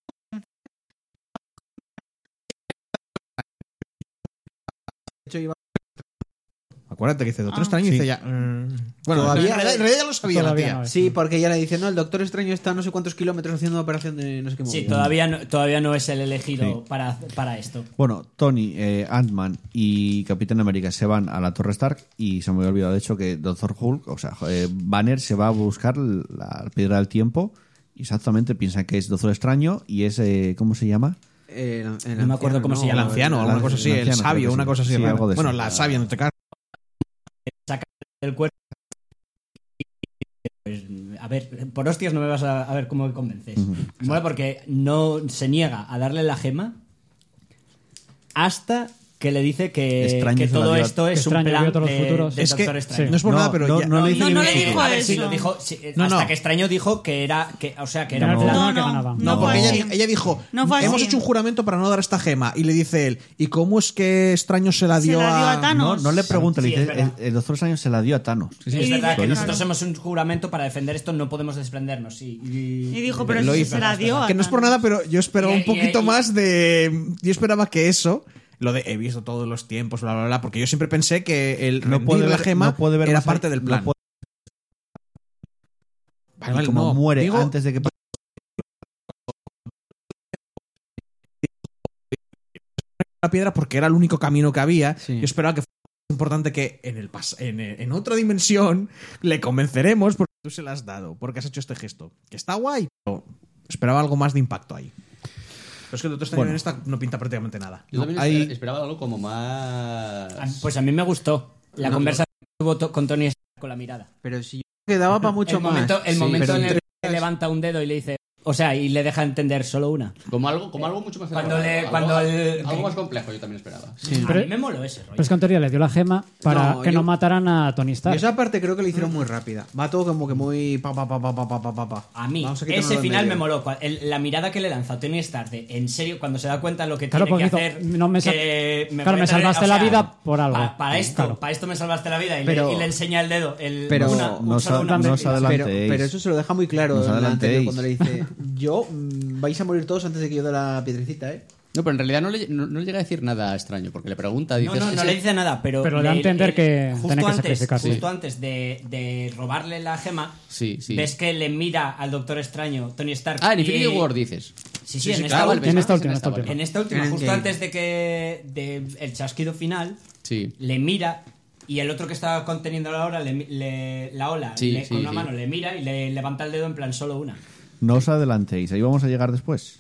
D: Acuérdate que dice Doctor
B: Ah.
D: Extraño y dice ya. mm, Bueno,
F: Todavía-
D: en realidad, en realidad ya lo sabía la
G: Todavía
D: tía.
G: no es.
F: Sí, porque ya le dicen, no, el Doctor Extraño está a no sé cuántos kilómetros haciendo una operación de no sé qué
C: Sí,
F: movida.
C: todavía no, todavía no es el elegido para, para esto.
A: Bueno, Tony, eh, Ant-Man y Capitán América se van a la Torre Stark y se me había olvidado, de hecho, que Doctor Hulk, o sea, eh, Banner se va a buscar la piedra del tiempo y exactamente piensa que es Doctor Extraño y es, eh, ¿cómo se llama?
F: Eh, el- el
C: No me acuerdo
F: anciano,
C: cómo se
D: El
C: llama.
D: anciano,
A: el-
D: alguna
A: el
D: cosa así, el
A: anciano, creo
D: sabio,
A: que
D: una
A: sí.
D: cosa así.
A: Sí,
D: rara.
A: algo de
D: bueno,
A: eso.
D: la sabia, en este caso.
C: El cuerpo. Pues, a ver, por hostias no me vas a, a ver cómo me convences. Mola porque no se niega a darle la gema hasta que le dice que,
A: Extraño
C: que
A: se la
C: todo
A: dio a-
C: esto es un
G: Extraño
C: plan
G: vio todos los
C: de,
G: futuros.
C: de
D: Es que
C: Doctor Extraño.
D: no es por nada, pero ya-
A: no,
B: No, no le
A: ningún-
B: dijo
C: A ver, sí,
B: eso.
C: lo dijo sí, eh,
D: No,
C: hasta
D: no.
C: que extraño dijo que era que o sea que era
G: No,
C: el plan
B: No,
G: que
B: no,
G: ganaba.
B: no,
D: No,
B: fue
D: porque
B: así.
D: ella, ella dijo,
B: No fue así.
D: hemos hecho un juramento para no dar esta gema. Y le dice él, ¿y cómo es que extraño se la
B: Se
D: dio,
B: la dio a
A: No,
B: Thanos.
A: no le pregunta, le
C: Sí, es
A: dice, eh, el,
C: verdad.
A: el Doctor Extraño se la dio a Thanos.
C: Sí, es
B: Y
C: verdad
B: dice-
C: que
B: claro.
C: nosotros hemos un juramento para defender esto, no podemos desprendernos. Y,
B: Y dijo, pero si se la dio a
D: Que no es por
B: Thanos.
D: nada, pero yo esperaba
C: Y-
D: un
C: y-
D: poquito
C: y-
D: más de... Yo esperaba que eso... Lo de he visto todos los tiempos, bla, bla, bla, porque yo siempre pensé que el
A: No
D: rendir
A: puede
D: la
A: ver-
D: gema
A: no puede ver
D: era
A: más allá-
D: parte del
A: no
D: plan.
A: puede-
D: Vale,
A: y
D: vale,
A: como
D: no,
A: muere
D: digo-
A: antes de que pase
D: la piedra porque era el único camino que había.
F: Sí.
D: Yo esperaba que fuera más importante que en, el pas- en, en otra dimensión le convenceremos porque tú se la has dado, porque has hecho este gesto. Que está guay, pero esperaba algo más de impacto ahí. Pero es que el doctor Strange
A: Bueno.
D: en esta no pinta prácticamente nada.
H: Yo también
A: ahí-
H: esper- esperaba algo como más.
C: Pues a mí me gustó la
F: No,
C: conversación que tuvo to- con Tony Stark con la mirada.
F: Pero si yo creo que daba para mucho
C: el
F: más.
C: momento, el
F: Sí,
C: momento
F: pero
C: en el
F: entre-
C: que levanta un dedo y le dice, o sea, y le deja entender solo una.
H: Como algo, como algo mucho más
C: Cuando
H: elaborado,
C: le-
H: algo-
C: cuando el-
H: algo más complejo yo también esperaba.
C: a mí me moló ese rollo.
G: Pero es que en teoría le dio la gema para
F: No,
G: que
F: yo-
G: no mataran a
F: Y
G: Tony Stark.
F: esa parte creo que la hicieron muy rápida. Va todo como que muy pa pa pa pa pa pa pa pa, pa.
C: a mí,
F: Vamos a quitarnos
C: ese
F: de
C: final
F: medio.
C: me moló. Cua- el- la mirada que le lanza a Tony Stark, de, en serio, cuando se da cuenta lo que
G: Claro,
C: tiene que
G: porque
C: hacer.
G: hizo, no me sa-
C: que
G: claro,
C: voy a
G: me
C: traer-
G: salvaste la vida por algo.
C: pa- para esto,
G: Claro.
C: para esto me salvaste la vida. Y,
F: Pero-
C: le, y le enseña el dedo. el-
F: pero-
C: una- un
A: nos
C: solo
A: ha-
C: una
A: nos
C: mentira.
A: ha adelantéis.
F: Pero, pero eso se lo deja muy claro
A: Nos
F: en la anterior,
A: adelantéis.
F: cuando le dice, yo mm, vais a morir todos antes de que yo dé la piedrecita, ¿eh?
H: No, pero en realidad no le, no- no le llega a decir nada extraño, porque le pregunta,
C: No,
H: dices.
C: no, no
H: "Ese-
C: le dice nada, pero.
G: Pero da a entender que
C: justo
G: tiene que
C: antes,
G: sacrificarse.
C: Justo antes de, de robarle la gema,
H: Sí, sí.
C: ves que le mira al Doctor Extraño, Tony Stark.
H: Ah, en
C: y-
H: Infinity War dices.
C: Sí, sí, en, esta
H: claro,
C: última,
G: En esta
H: Ah,
G: última, en esta última.
C: en esta última,
F: En
C: justo
F: Endgame.
C: antes de que. de el chasquido final,
H: Sí.
C: le mira y el otro que estaba conteniendo la ola, le, le- la ola
H: Sí,
C: le-
H: sí,
C: con una
H: sí.
C: mano le mira y le levanta el dedo en plan solo una.
A: No os adelantéis, ahí vamos a llegar después.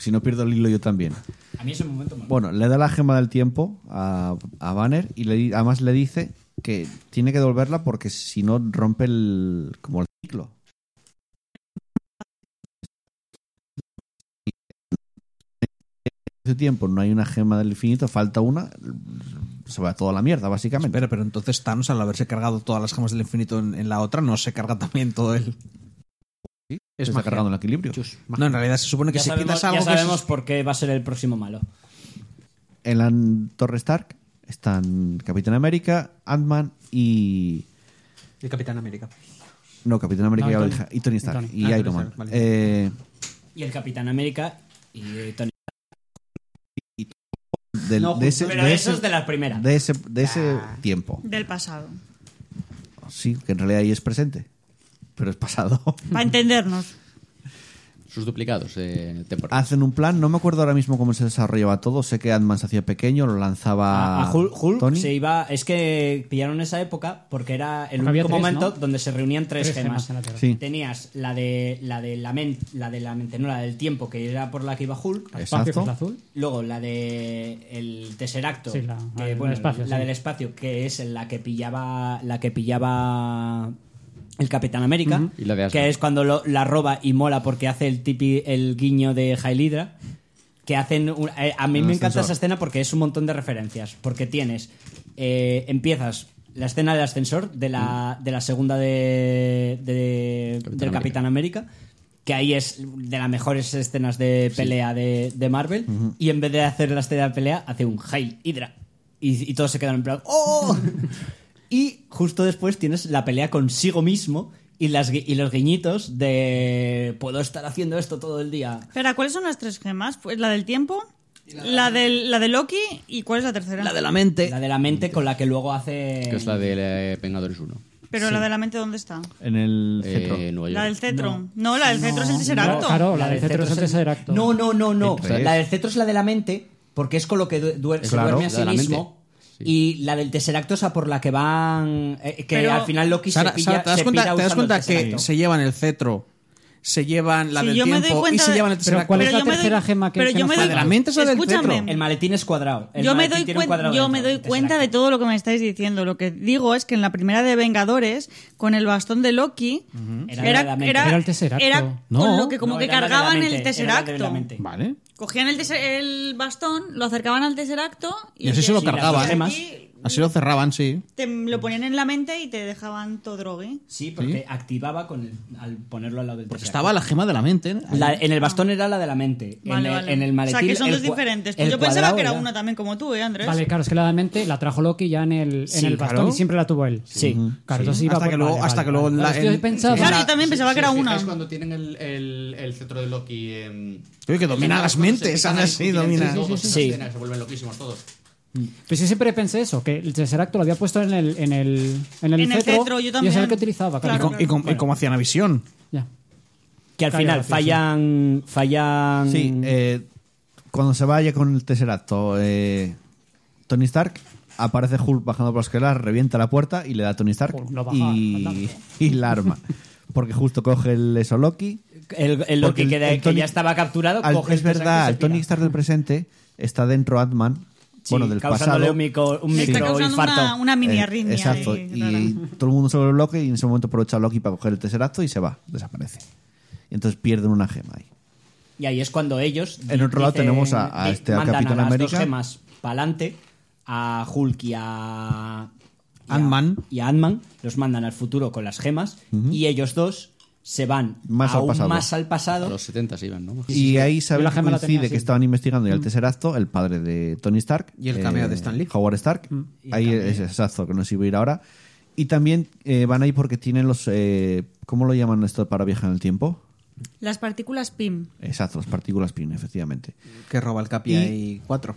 A: Si no pierdo el hilo yo también.
C: A mí ese momento me
A: Bueno, le da la gema del tiempo a, a Banner y le, di- además le dice que tiene que devolverla porque si no rompe el, como el ciclo. Hace tiempo no hay una gema del infinito, falta una, se va toda la mierda, básicamente.
D: Espera, pero entonces Thanos al haberse cargado todas las gemas del infinito en, en la otra, no se carga también todo el...
A: se está cargando el equilibrio.
D: No, en realidad se supone que
C: ya
D: si
C: sabemos,
D: quitas algo...
C: ya
D: que se-
C: sabemos por qué va a ser el próximo malo.
A: En la Torre Stark están Capitán América, Ant-Man y.
F: El Capitán América.
A: No, Capitán América
G: No,
A: ya lo
G: Tony.
A: dije, y Tony Stark.
G: Y Tony.
A: Y
F: Ah, Tony
A: Iron Man.
F: Stark, vale.
A: Eh,
C: Y el Capitán América y eh, Tony.
A: del-
F: No,
A: de ese,
C: Pero
A: de
C: eso
A: ese-
C: es de la primera.
A: de ese, de ese tiempo.
B: Del pasado.
A: Sí, que en realidad ahí es presente. Pero es pasado.
B: Para entendernos.
H: Sus duplicados eh, temporales.
A: Hacen un plan, no me acuerdo ahora mismo cómo se desarrollaba todo. Sé que Ant-Man se hacía pequeño, lo lanzaba.
C: A Ah, Hulk, Hulk
A: Tony.
C: se iba. Es que pillaron esa época porque era el
G: Porque había
C: único
G: tres,
C: momento
G: ¿no?
C: donde se reunían tres,
G: Tres
C: gemas.
G: gemas en la Tierra.
A: Sí.
C: Tenías la de la de la mente, la de la mente, no, la del tiempo, que era por la que iba Hulk.
G: Espacio, que es
A: Exacto.
G: la azul.
C: Luego la de el Tesseracto,
G: Sí, la-
C: que,
G: la del
C: bueno,
G: espacio,
C: la
G: sí.
C: del espacio, que es en la que pillaba la que pillaba el Capitán América,
H: Y la de Asgard.
C: que es cuando lo- la roba y mola porque hace el tipi, el guiño de Hydra, que hacen un- eh, a mí
A: El
C: me encanta
A: ascensor.
C: esa escena porque es un montón de referencias, porque tienes eh, empiezas la escena del ascensor de la, de la segunda de, de-
H: Capitán
C: del
H: América.
C: Capitán América, que ahí es de las mejores escenas de pelea de, de Marvel, y en vez de hacer la escena de pelea, hace un Hey Hydra. Y, y todos se quedan en plan, ¡Oh! y justo después tienes la pelea consigo mismo y, las, gui- y los guiñitos de puedo estar haciendo esto todo el día.
B: Espera, ¿cuáles son las tres gemas? Pues la del tiempo, la del, la de Loki y ¿cuál es la tercera?
Q: La de la
F: Eh,
Q: mente.
C: La de la mente con la que luego hace...
H: Que es la de eh, Vengadores 1.
B: Pero la de la mente, ¿dónde está?
A: En el
H: Eh,
A: centro.
H: Nueva York.
B: La del cetro. No, la del cetro es el tesseracto.
G: No, claro, la,
C: del
G: de Cetro es el tercer acto.
C: No, no, no, no.
A: Entonces-
C: La del cetro es la de la mente, porque es con lo que du- duer- se
A: Claro,
C: duerme a
H: la
C: sí
H: de la
C: mismo.
H: mente.
C: Y la del tesseracto es a por la que van... eh, que
B: Pero-
C: al final Loki
D: Sara,
C: se pilla...
D: Sara, ¿te das
C: se
D: cuenta,
C: pira
D: te das
C: usando el
D: cuenta que
C: Tesseracto.
D: se llevan el cetro, se llevan la
B: Sí,
D: del
B: yo me doy
D: tiempo y
B: cuenta
D: se
B: de-
D: llevan el
B: Pero
D: tercer
G: ¿cuál
D: acto?
G: es la
B: yo me
G: tercera
B: doy-
G: gema que-
B: pero
G: que
B: yo
G: nos
B: me
G: falta?
B: doy,
D: ¿La de la mente es la del
B: Escúchame,
D: cetro?
C: El maletín es cuadrado. El
B: yo me
C: maletín
B: doy,
C: tiene un
B: cuen-
C: cuadrado
B: yo
C: dentro,
B: me doy
C: el
B: cuenta de
C: tesseracto.
B: todo lo que me estáis diciendo. Lo que digo es que en la primera de Vengadores, con el bastón de Loki,
C: Era la de la mente.
G: Era el Tesseracto.
B: era
D: No.
B: con lo que como
C: No,
B: que
C: era la de la
B: cargaban
C: mente,
B: el
C: era la de la
B: tesseracto.
C: mente.
D: Vale.
B: Cogían el, tese- el bastón, lo acercaban al tesseracto y,
D: Y así se lo
B: te-
D: cargaban.
B: y aquí
D: Así lo cerraban, sí.
B: te lo ponían en la mente y te dejaban todo drogue.
C: Sí, porque activaba con el- al ponerlo al lado del
D: Porque
C: tesseracto.
D: estaba la gema de la mente. ¿eh? ¿no?
C: La- en el bastón era la de la mente.
B: Vale,
C: en, el,
B: vale.
C: en el maletín.
B: O sea, que son
C: el
B: dos
C: cua-
B: diferentes. Pues
C: el
B: yo pensaba
C: cuadrado
B: que era una también como tú, ¿eh, Andrés?
G: Vale, claro, es que la de mente la trajo Loki ya en el, en
C: Sí,
G: el bastón
D: claro.
G: y siempre la tuvo él.
C: Sí.
G: Claro, entonces iba
D: Hasta
G: por-
D: que luego-
G: vale,
D: hasta
G: vale,
D: que luego
G: vale.
D: la-
G: Es que yo
D: en-
G: pensaba-
B: Claro, yo
H: Ah,
B: también pensaba que era una.
H: Es cuando tienen el, el, el cetro de Loki. em,
D: Oye, que domina
H: cuando
D: las
H: se
D: mentes,
H: empiezan a
D: ahora sí,
H: discutir entre
D: domina.
H: todos,
C: Sí, sí,
H: esas
C: sí.
H: escenas, Se vuelven loquísimos todos.
G: Pues yo siempre pensé eso, que el tercer acto lo había puesto en el, en el, en el,
B: En el cetro, yo
G: Y es
B: también.
G: el que utilizaba,
D: Y,
G: claro.
D: con- y con- y cómo hacían la visión.
G: Ya.
C: Que al
G: Calla,
C: final
G: sí, sí.
C: fallan. Fallan.
A: Sí, eh, cuando se vaya con el tercer acto, eh, Tony Stark aparece Hulk bajando por la escalera, revienta la puerta y le da a Tony Stark
G: Hulk lo baja
A: y,
G: andando.
A: y la arma. Porque justo coge el eso Loki.
C: el, el
A: Porque
C: Loki
A: el-
C: que, de-
A: el
C: que
A: Tony-
C: ya estaba capturado.
A: al-
C: coge
A: es
C: el Tesseract
A: verdad,
C: y se
A: el Tony
C: pira.
A: Stark del presente está dentro Ant-Man,
C: Sí,
A: bueno, del
C: causándole
A: pasado.
C: un micro, un
B: Me está
C: micro
B: causando
C: infarto.
B: una, una mini
A: Eh,
B: arritmia.
A: Exacto.
B: ahí, rara.
A: Y todo el mundo sobre el bloque y en ese momento aprovecha Loki para coger el tercer acto y se va, desaparece. Y entonces pierden una gema ahí.
C: Y ahí es cuando ellos.
A: En otro lado tenemos a- a
C: di-
A: este, al
C: mandan
A: Capitán
C: a las
A: América.
C: dos gemas para adelante, a Hulk y a. y a-
D: Ant-Man.
C: Y a Ant-Man. Los mandan al futuro con las gemas. Y ellos dos se van
A: Más al
C: aún
A: pasado.
C: más al
H: A
C: pasado.
H: los 70 se iban, ¿no?
A: Y ahí
G: Yo
A: sabéis
G: la
A: que
G: gema la tenía
A: coincide
G: así.
A: que estaban investigando ya el Tesseracto, el padre de Eh, Tony Stark. eh,
F: Y el cameo
D: Eh,
F: de Stan Lee.
A: Howard Stark.
F: Mm,
A: Ahí es exacto, que nos iba a ir ahora. Y también eh, van ahí porque tienen los... eh, ¿Cómo lo llaman esto para viajar en el tiempo?
B: Las partículas PIM.
A: Exacto, las partículas PIN, efectivamente.
F: Que roba el capi y cuatro.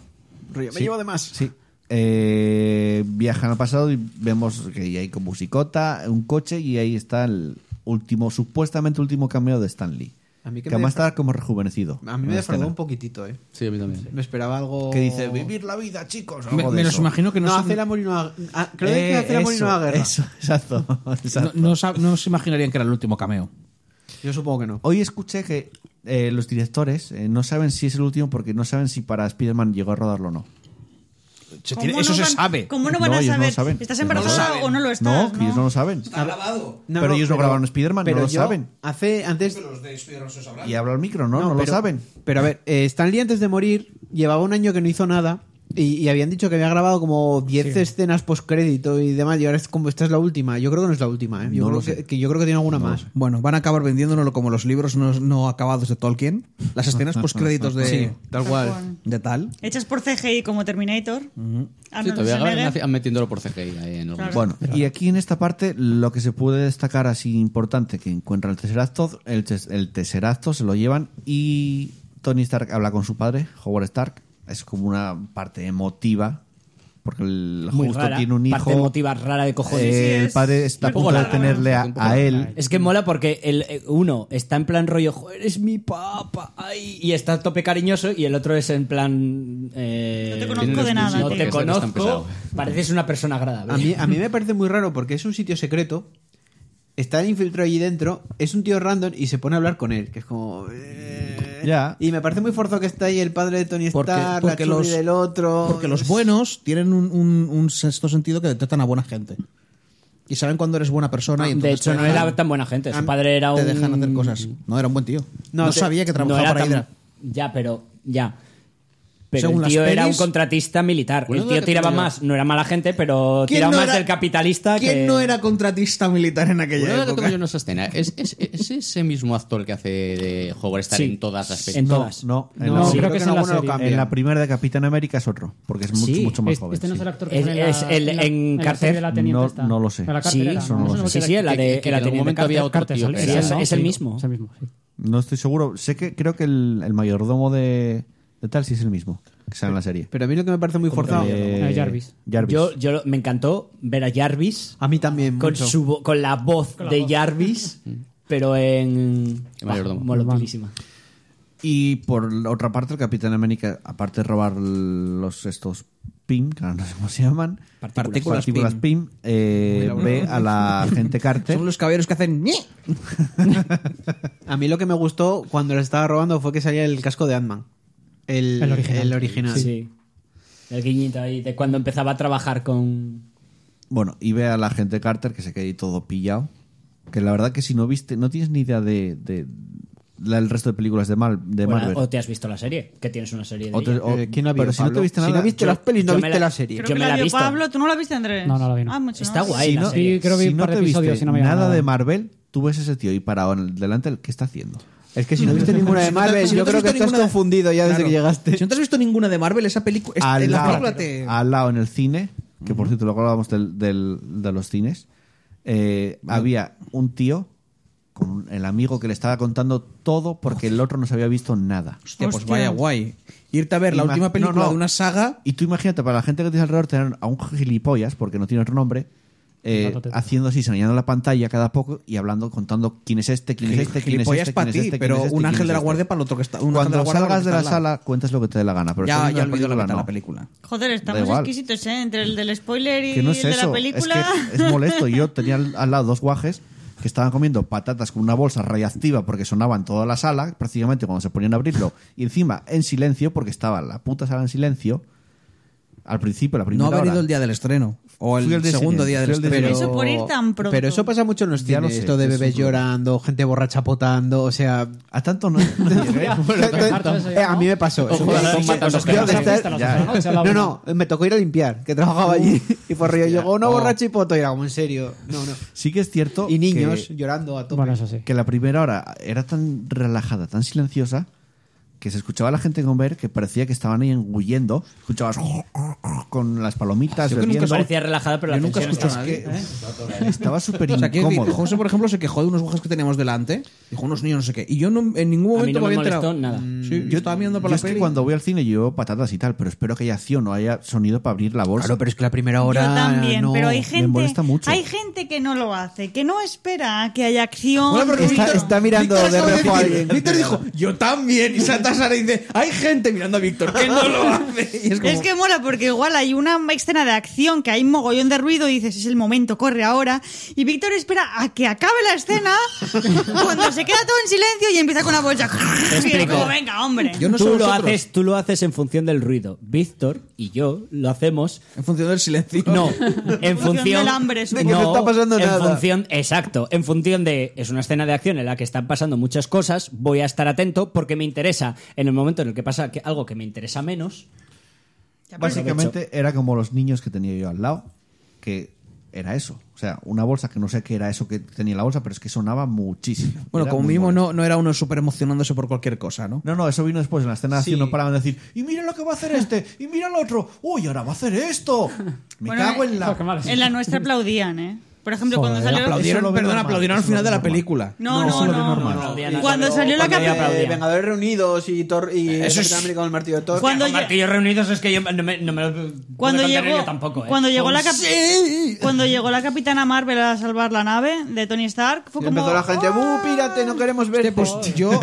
F: Rollo, Me llevo de más.
A: Sí. Eh, viajan al pasado y vemos que ahí hay como musicota, un coche y ahí está el último, supuestamente último cameo de Stan Lee.
F: A mí que
A: que
F: me
A: además
F: defra-
A: está como rejuvenecido.
F: A
A: en
F: mí me
A: la
F: defraudó
A: escena.
F: un poquitito, eh.
H: Sí, a mí también.
F: Me esperaba algo.
A: Que dice, vivir la vida, chicos. o
D: Me,
A: Pues algo de
D: me los
A: eso.
D: imagino que no,
F: No,
D: se-
F: hace la Morinoa. Ah, creo que
A: Eh,
F: hace la Morinoa
A: eso,
F: Guerra.
A: Eso, exacto.
D: no,
A: exacto.
D: no sa- no se imaginarían que era el último cameo.
F: Yo supongo que no.
A: Hoy escuché que eh, los directores eh, no saben si es el último porque no saben si para Spider-Man llegó a rodarlo o no.
D: Se
B: ¿Cómo
D: tiene-
B: no
D: eso se
B: van-
D: sabe.
B: ¿Cómo no van a
A: ellos
B: saber?
A: lo saben.
B: ¿Estás
A: Ellos no lo
B: embarazada
A: saben.
B: o no lo
A: No,
B: estás?
A: que ellos no lo saben. pero ellos no grabaron Spider-Man, no
F: pero
A: lo
F: yo
A: saben.
F: Hace, antes,
A: Y habla al micro, ¿no? No, lo
F: pero-
A: saben.
F: Pero a ver, eh, Stan Lee antes de morir llevaba un año que no hizo nada y, y habían dicho que había grabado como 10 escenas postcrédito y demás y ahora es como esta es la última. Yo creo que no es la última, ¿eh? Yo,
A: No
F: creo,
A: lo sé.
F: que, que yo creo que tiene alguna más.
D: Bueno, van a acabar vendiéndolo como los libros no, no acabados de Tolkien. Las escenas postcréditos de.
B: Tal cual.
D: De tal.
B: Hechas por CGI como Terminator.
H: Sí,
B: Arnold
H: todavía
B: Schwarzenegger.
H: acaban metiéndolo por CGI ahí en los
B: Claro.
A: Bueno, y aquí en esta parte lo que se puede destacar así importante que encuentra el Tesseracto, el, tes- el Tesseracto se lo llevan y Tony Stark habla con su padre, Howard Stark. Es como una parte emotiva porque el
C: Muy
A: justo
C: rara,
A: tiene un hijo.
C: parte emotiva rara de cojones.
A: eh, el
B: es
A: padre está a
B: un
A: punto
B: poco
A: de
B: rara,
A: tenerle a,
H: un poco
A: a
H: rara.
A: él.
C: Es que mola porque el eh, uno está en plan rollo, joder, es mi papá, ay", y está a tope cariñoso, y el otro es en plan. eh,
B: No te conozco de nada,
C: No
B: tío.
C: te
H: Porque eso está
C: conozco,
H: empezado.
C: pareces una persona agradable.
F: A mí, a mí me parece muy raro porque es un sitio secreto. Está el infiltrado allí dentro, es un tío random y se pone a hablar con él, que es como... eh,
A: Ya.
F: Y me parece muy forzado que está ahí el padre de Tony
D: Porque-
F: Stark,
D: porque
F: la churri
D: los-
F: del otro...
D: Porque los buenos tienen un, un- un sexto sentido que detectan a buena gente. Y saben cuando eres buena
A: Ah,
D: persona. y
C: de
D: entonces
C: hecho,
D: te
C: no era
D: dejan-
C: tan buena gente.
D: am-
C: Su padre era un.
D: Te dejan hacer cosas. No, era un buen tío. No,
F: No, te-
D: sabía que trabajaba
C: no era
D: para
C: tan-
D: Hydra.
C: Ya, pero. Ya. Pero
D: Según
C: el tío
D: las
C: era un
D: pelis-
C: contratista militar.
H: Bueno,
C: el
H: no
C: tío
H: que
C: tiraba
H: tenía-
C: más, no era mala gente, pero
D: ¿Quién
C: tiraba
D: no
C: más
D: era-
C: del capitalista
D: ¿Quién
C: que-
D: no era contratista militar en aquella
H: Bueno, ahora que
D: época?
H: tengo yo en esa escena, ¿es, es, es ese mismo actor que hace de Howard Starr
C: Sí.
H: en todas las
C: En
H: películas.
A: No,
C: todas.
A: no, en
G: No,
A: la,
G: creo que es en la
F: alguno lo
G: serie.
F: cambia.
A: en la primera de Capitán América es otro, porque es mucho,
C: Sí,
A: mucho más
G: Este-
A: joven.
G: Este no es
A: sí.
G: el actor que
C: Es-
G: sale en la-
C: es el-
G: la-
C: en
G: la
C: cárcel.
G: serie de la teniente
A: No-
G: esta.
A: no lo sé.
G: En la
C: Sí,
G: cartera,
A: eso no
G: ¿no?
A: lo
G: Eso
A: sé.
G: no
C: sí,
G: queda-
C: sí, en la
H: que-
C: de
H: que
C: en la
H: en algún
C: teniente
H: momento había
C: Carter.
H: otro
G: Carter,
H: tío
G: sale-
H: que
G: sí,
H: era-
G: es-
C: ¿no?
G: es el
C: Sí.
G: mismo. Es el mismo, sí.
A: No estoy seguro. Sé que creo que el, el mayordomo de, de tal sí es el mismo que sale en la serie.
F: Pero a mí lo que me parece muy forzado...
A: Eh,
G: Ah, Jarvis.
A: Jarvis. Ah,
C: Yo, yo lo- me encantó ver a Jarvis
F: A mí también,
C: con,
F: mucho.
C: su, vo- con la voz de Jarvis,
A: Mm.
C: pero en.
H: El mayordomo.
C: Molotilísima.
A: Y por la otra parte, el Capitán América, aparte de robar los estos PIM, que ahora no sé cómo se llaman,
F: Partículas
A: PIM, eh, ve a la gente Carter.
F: Son los caballeros que hacen... ñe. a mí lo que me gustó cuando les estaba robando fue que salía el casco de Ant-Man. El,
G: El original.
F: original.
C: Sí. El guiñito ahí de cuando empezaba a trabajar con.
A: Bueno, y ve a la gente Carter que se queda ahí todo pillado. Que la verdad que si no viste, no tienes ni idea de, de la- el resto de películas de, Mal, de
C: Bueno,
A: Marvel.
C: o te has visto la serie, que tienes una serie de.
A: O te-
C: ella.
A: o-
F: Eh, ¿quién la vio,
A: pero si no te
F: Pablo?
A: viste
F: Si
A: nada,
F: no viste las pelis, no
C: yo me
F: viste
C: la-
F: la serie.
C: Yo
B: Creo que
C: me la
B: la
C: he
B: vio
C: visto.
B: Pablo, ¿tú no la viste, Andrés?
G: No, no la vi, no.
B: Ah, mucho.
C: Está
B: no.
C: guay
A: si
C: la
A: no,
C: serie.
G: Sí, creo que vi
A: si
G: un
A: no
G: par de
A: te viste
G: episodios y no me llamaba
A: nada de
G: nada.
A: Marvel, tú ves a ese tío y parado en- delante del que está haciendo.
F: Es que si no viste ninguna de
D: Si no te-
F: Marvel,
D: si no
F: yo
D: te has
F: creo
D: visto
F: que estás
D: ninguna de-
F: confundido ya desde
D: Claro.
F: que llegaste.
D: Si no te has visto ninguna de Marvel, esa película.
A: al
D: la
A: lado,
D: película te.
A: al lado en el cine, que por cierto luego hablábamos del- del- de los cines, eh, había un tío con un- el amigo que le estaba contando todo porque el otro no se había visto nada.
D: Hostia, pues
B: Hostia.
D: vaya guay. Irte a ver la
A: Ima-
D: última película
A: no, no.
D: de una saga.
A: Y tú imagínate, para la gente que tienes alrededor, tener a un gilipollas, porque no tiene otro nombre, eh,
G: Gato teta.
A: haciendo así, señalando la pantalla cada poco y hablando, contando quién es este, quién es este, quién es
D: Gilipollas
A: este, quién
D: para
A: es
D: ti,
A: este, quién
D: pero
A: es este,
D: un
A: quién
D: ángel
A: es
D: de la
A: este.
D: guarda para el otro que está. un ángel de
A: Cuando
D: la guarda para
A: salgas
D: el que
A: de la
D: está al lado.
A: sala, cuentas lo que te dé la gana. Pero
D: Ya,
A: saliendo
D: ya
A: de
D: olvidó la
A: película,
D: mitad de
A: no.
D: la película.
B: Joder, estamos
A: igual.
B: exquisitos, ¿eh? Entre el del spoiler y
A: que no es
B: el de la
A: eso. Es
B: película.
A: que es molesto. Yo tenía al al lado dos guajes que estaban comiendo patatas con una bolsa radiactiva porque sonaban toda la sala, prácticamente cuando se ponían a abrirlo. Y encima, en silencio, porque estaba la puta sala en silencio. Al principio, la
D: No
A: primera
D: ha venido
A: hora.
D: el día del estreno. O el,
A: Fui el día
D: segundo
A: siguiente,
D: día del
A: fui el día
D: estreno.
B: siguiente. Eso por ir tan pronto.
F: Pero eso pasa mucho en los
A: Ya lo
F: cines,
A: sé,
F: esto de
A: eso
F: bebés
A: es un-
F: llorando, gente borracha potando, o sea...
A: A tanto no. llegué.
F: Eh, a mí me pasó. eso.
H: Ojo, son matando
F: Yo de
H: gente.
F: estar-
G: Las
A: Ya.
G: dos de la noche, a la
F: No,
G: una.
F: no, me tocó ir a limpiar, que trabajaba allí. Y por río llegó uno borracho y poto, y era como, en serio. No, no.
A: Sí que es cierto.
F: Y niños
A: que-
F: llorando a tope.
G: Bueno, eso sí.
A: que la primera hora era tan relajada, tan silenciosa, que se escuchaba a la gente comer que parecía que estaban ahí engullendo. Escuchabas con las palomitas,
D: Yo que nunca
A: bebiendo.
C: Parecía relajada, pero
D: Yo
C: la
D: nunca
C: tensión
D: escucho a
C: estaba-
D: nadie. ¿eh?
A: Estaba súper
D: O sea, que
A: incómodo.
D: José, por ejemplo, se quejó de unos guajes que teníamos delante. Dijo unos niños, no sé qué. Y yo no- en ningún
C: A mí
D: momento
C: no me
D: había
C: molestó
D: enterado.
C: nada.
D: Sí, yo estaba mirando para
A: Yo
D: la
A: es que
D: peli.
A: cuando voy al cine llevo patatas y tal, pero espero que haya acción o haya sonido para abrir la bolsa.
F: Claro, pero es que la primera
B: Yo
F: hora...
B: también,
F: no.
B: pero hay
A: me
B: gente,
A: molesta mucho.
B: hay gente que no lo hace, que no espera a que haya acción.
D: Bueno, pero
F: Está-
D: Víctor-
F: está mirando
D: Víctor
F: de
D: acaba
F: reojo a
D: decir-
F: alguien.
D: Víctor dijo, yo también. Y Santa Sara dice, hay gente mirando a Víctor que no lo hace. Y es como,
B: Es que mola porque igual hay una escena de acción que hay un mogollón de ruido y dices, es el momento, corre ahora. Y Víctor espera a que acabe la escena cuando se queda todo en silencio y empieza con la bolsa. Y es como, venga, hombre.
D: Yo no sé
C: tú, lo
D: vosotros.
C: haces, tú lo haces en función del ruido. Víctor y yo lo hacemos.
D: En función del silencio.
C: No, en
B: En función
C: función
B: del hambre, sí. De
F: que no está pasando
C: en
F: nada.
C: función, exacto, en función de es una escena de acción en la que están pasando muchas cosas, voy a estar atento porque me interesa en el momento en el que pasa que- algo que me interesa menos.
A: Básicamente era como los niños que tenía yo al lado, que era eso. O sea, una bolsa que no sé qué era eso que tenía en la bolsa, pero es que sonaba muchísimo.
D: Bueno,
A: Era
D: como
A: muy
D: mínimo
A: molesto.
D: no, no era uno súper emocionándose por cualquier cosa, ¿no?
A: No, no, eso vino después en la escena de acción.
F: Sí.
A: No paraban de decir, y mira lo que va a hacer este, y mira el otro, uy, ahora va a hacer esto. Me
B: Bueno,
A: cago en
G: Joder, qué
A: la.
G: mal.
B: En la nuestra aplaudían, ¿eh? Por ejemplo, cuando
D: Joder,
B: salió...
D: aplaudieron,
A: Eso lo veo
D: perdón,
A: normal,
D: aplaudieron al
A: eso lo
D: final
A: veo
D: de la
A: normal.
D: película.
B: No,
A: eso
B: no,
A: lo veo
B: no.
A: normal.
B: no.
C: Aplaudían, aplaudían.
B: Cuando salió la
C: Aplaudían,
B: cap-
C: aplaudían.
F: Vengadores reunidos y, Thor y
C: Eso
F: Capitán
C: es-
F: América con el martillo de Thor.
B: Cuando
C: Con
B: lle-
C: martillos reunidos es que yo no me, no me lo puedo
B: cuando
C: contener
B: llegó,
C: yo tampoco, ¿eh?
B: cuando llegó la
C: Con-
B: cap- cuando llegó la capitana Marvel a salvar la nave de Tony Stark fue
F: Y
B: como "Ah,
F: empezó la gente, ¡buh, pirate, no queremos verte!
D: Pues yo,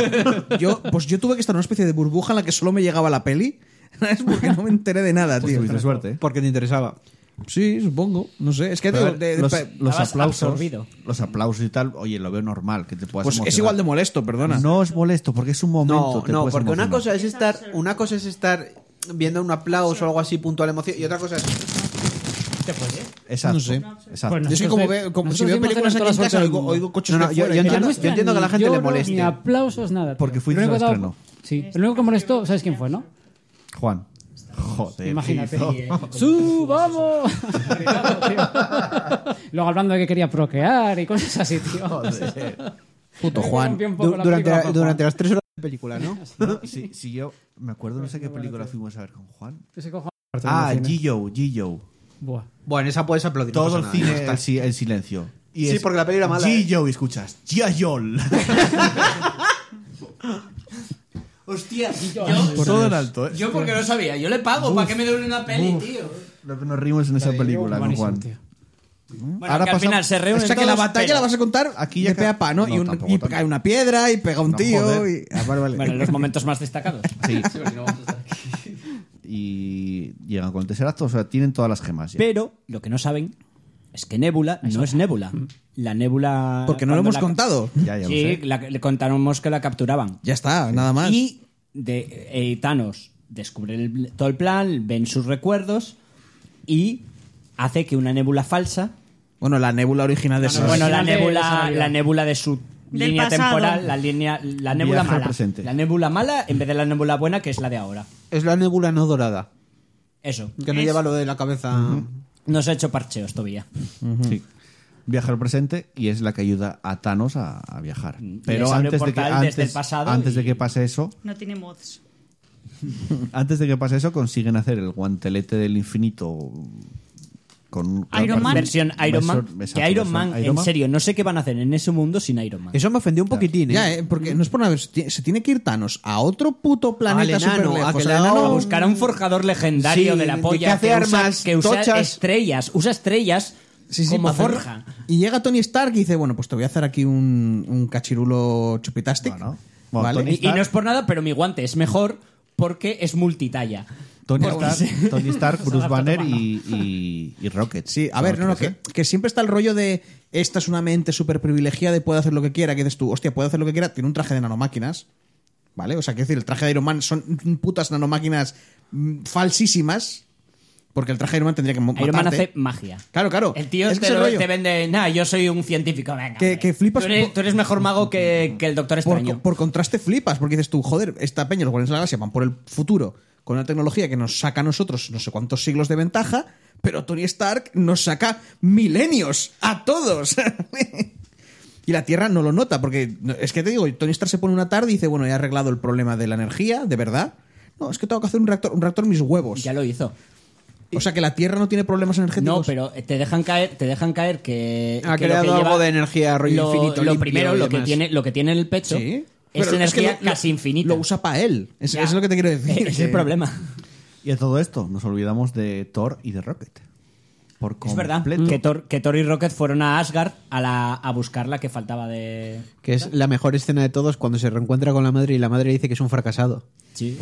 D: yo, pues yo tuve que estar en una especie de burbuja en la que solo me llegaba la peli. ¿sabes? Porque no me enteré de nada,
A: Pues
D: tío.
A: tuviste suerte, ¿eh?
F: Porque te interesaba.
D: Sí, supongo. No sé. Es que
A: Pero
D: de- de-
A: los,
D: de-
A: los
C: Estabas
A: aplausos
C: absorbido.
A: los aplausos y tal oye lo veo normal que te puedas
D: pues es
A: emocionar.
D: igual de molesto, perdona.
A: no es molesto porque es un momento
F: No,
A: te
F: no,
A: puedes
F: porque una
A: emocionar.
F: cosa es estar una cosa es estar viendo un aplauso o algo así puntual emoción y otra cosa es
A: exacto
D: No sé.
A: exacto.
G: Pues
D: Yo es que como, veo, como si veo películas aquí en casa, oigo, oigo coches
F: No, no,
D: de
F: yo-
D: fuera.
F: yo
D: y tal.
F: entiendo- yo entiendo que a la gente le moleste.
G: Ni aplausos, nada. tío.
A: Porque fuiste
G: El único
A: al
G: que daba- Sí. El único que molestó, ¿sabes quién fue, no?
A: Juan joder
G: Imagínate.
A: tío.
G: ¡Subamos! Luego hablando de que quería procrear y cosas así, tío.
A: Joder.
G: Puto Juan.
F: du- durante, durante las tres horas de película, ¿no?
A: No, si, si yo me acuerdo no sé qué película fuimos a ver con Juan
G: Ah,
A: ah G.O. G.O.
G: Buah.
F: Bueno, esa puedes aplaudir.
A: todo el
F: no pasa nada,
A: cine
F: ¿eh?
A: está si- en silencio y
F: Sí, porque la peli era mala, ¿eh?
A: G.O. y escuchas G.I.O.L. hostia
C: Yo-
A: todo en alto
D: Pues,
A: ¿eh?
C: Yo porque no sabía, yo le pago para que me dure una peli, tío.
A: lo que nos rimos en esa película con
G: Buenísimo,
A: Juan
G: tío.
C: Bueno,
A: Ahora
C: que al
A: pasamos-
C: final se reúnen
D: o sea que la
C: todos,
D: batalla
C: pero-
D: la vas a contar
A: Aquí
D: aquí
A: ya
D: de
A: ca-
D: pe a pa, ¿no?
A: No,
D: y, un-
A: tampoco,
D: y
A: tampoco.
D: cae una piedra y pega un
A: No,
D: tío.
A: joder.
D: y... Ah, vale, vale.
C: Bueno, los momentos más destacados.
H: Sí, porque no vamos a estar aquí.
A: y llegan con el Tesseract o sea tienen todas las
D: ¿eh?
A: gemas ya.
C: Pero lo que no saben es que Nebula no es Nebula. La Nebula.
D: Porque no lo
C: cuando
D: hemos
C: la-
D: contado.
A: ya ya lo
C: Sí,
A: sé
C: la- le contamos que la capturaban.
D: Ya está, nada más.
C: Y de, eh, Thanos descubre el- todo el plan, ven sus recuerdos y hace que una nébula falsa.
D: Bueno, la nébula original de Sars.
C: bueno, la
G: original de esa
C: nébula,
G: Navidad.
C: la nébula de su
B: Del
C: línea
B: pasado.
C: temporal, la línea, la nébula
A: Viaje al
C: mala.
A: presente.
C: La nébula mala en vez de la nébula buena, que es la de ahora.
F: Es la nebula no dorada.
C: Eso.
F: Que no
B: Es-
F: lleva lo de la cabeza.
C: Nos ha hecho parcheos todavía.
A: Sí. Viaja al presente y es la que ayuda a Thanos a, a viajar.
C: Mm, les
A: Pero
C: abre
A: antes
C: un
A: de, que,
C: portal
A: antes,
C: desde el pasado
A: antes de
C: y-
A: que pase eso,
B: no tiene mods
A: antes de que pase eso consiguen hacer el guantelete del infinito con
B: Iron Man.
C: Versión Iron Man.
A: Versión- exacto,
C: que Iron
A: versión
C: Man,
A: Iron
C: en serio, no sé qué van a hacer en ese mundo sin Iron Man.
F: Eso me ofendió un poquitín, ¿eh?
D: Ya, eh, porque no es por nada, pero se ti- se tiene que ir Thanos a otro puto planeta super
F: enano, a que
D: lejos.
F: le haga
C: A buscar a un forjador legendario
F: Sí,
C: de la
F: que
C: polla
F: hace armas
C: que usa
F: tochas.
C: estrellas, usa estrellas como forja.
D: Y llega Tony Stark y dice, bueno, pues te voy a hacer aquí un, un cachirulo chupitastic.
A: Bueno, bueno,
D: ¿vale?
A: Tony-
C: Y, y no es por nada, pero mi guante es mejor porque es multitalla.
A: Tony
C: Porque
A: Stark,
C: se-
A: Tony Stark, Bruce
C: adapta
A: Banner
C: todo.
A: y, y, y Rocket. ¿eh?
D: Sí, a ver, no, no, que, que siempre está el rollo de esta es una mente súper privilegiada y puede hacer lo que quiera, que dices tú, hostia, puede hacer lo que quiera, tiene un traje de nanomáquinas, ¿vale? O sea, quiero decir, el traje de Iron Man son putas nanomáquinas mm, falsísimas, porque el traje de Iron Man tendría que mo-
C: Iron Man
D: matarte.
C: hace magia.
D: Claro, claro.
C: El tío
D: Es
A: este
D: que
C: te,
D: ese
C: lo-
D: rollo.
C: te vende, nah, yo soy un científico, venga.
D: Que-
C: hombre.
D: que flipas
C: Tú eres,
D: por-
C: tú eres mejor mago que, que el Doctor
D: por,
C: Extraño.
D: co- por contraste flipas, porque dices tú, joder, esta peña, los Guardianes de la Galaxia van por el futuro con una tecnología que nos saca a nosotros no sé cuántos siglos de ventaja, pero Tony Stark nos saca milenios a todos. y la Tierra no lo nota, porque no- es que te digo, Tony Stark se pone una tarde y dice, bueno, he arreglado el problema de la energía, de verdad. No, es que tengo que hacer un reactor, un reactor mis huevos.
C: Ya lo hizo.
D: O sea que la Tierra no tiene problemas energéticos.
C: No, pero eh, te dejan caer, te dejan caer que
F: Ha
C: que lo que
F: creado algo de energía, rollo
C: lo,
F: infinito,
C: Lo
F: limpio
C: primero,
F: y
C: lo que
F: demás.
C: tiene, lo que tiene en el pecho
D: Sí.
C: es
D: Pero
C: energía
D: que lo- lo-
C: casi infinita.
D: Lo usa para él. Es,
C: Ya.
D: es lo que te quiero decir.
C: Es
D: que-
C: el problema.
A: Y a todo esto nos olvidamos de Thor y de Rocket. Por
C: Es verdad
A: completo.
C: que Thor, que Thor y Rocket fueron a Asgard a, la, a buscar la que faltaba de...
F: Que es la mejor escena de todos cuando se reencuentra con la madre y la madre le dice que es un fracasado.
C: Sí.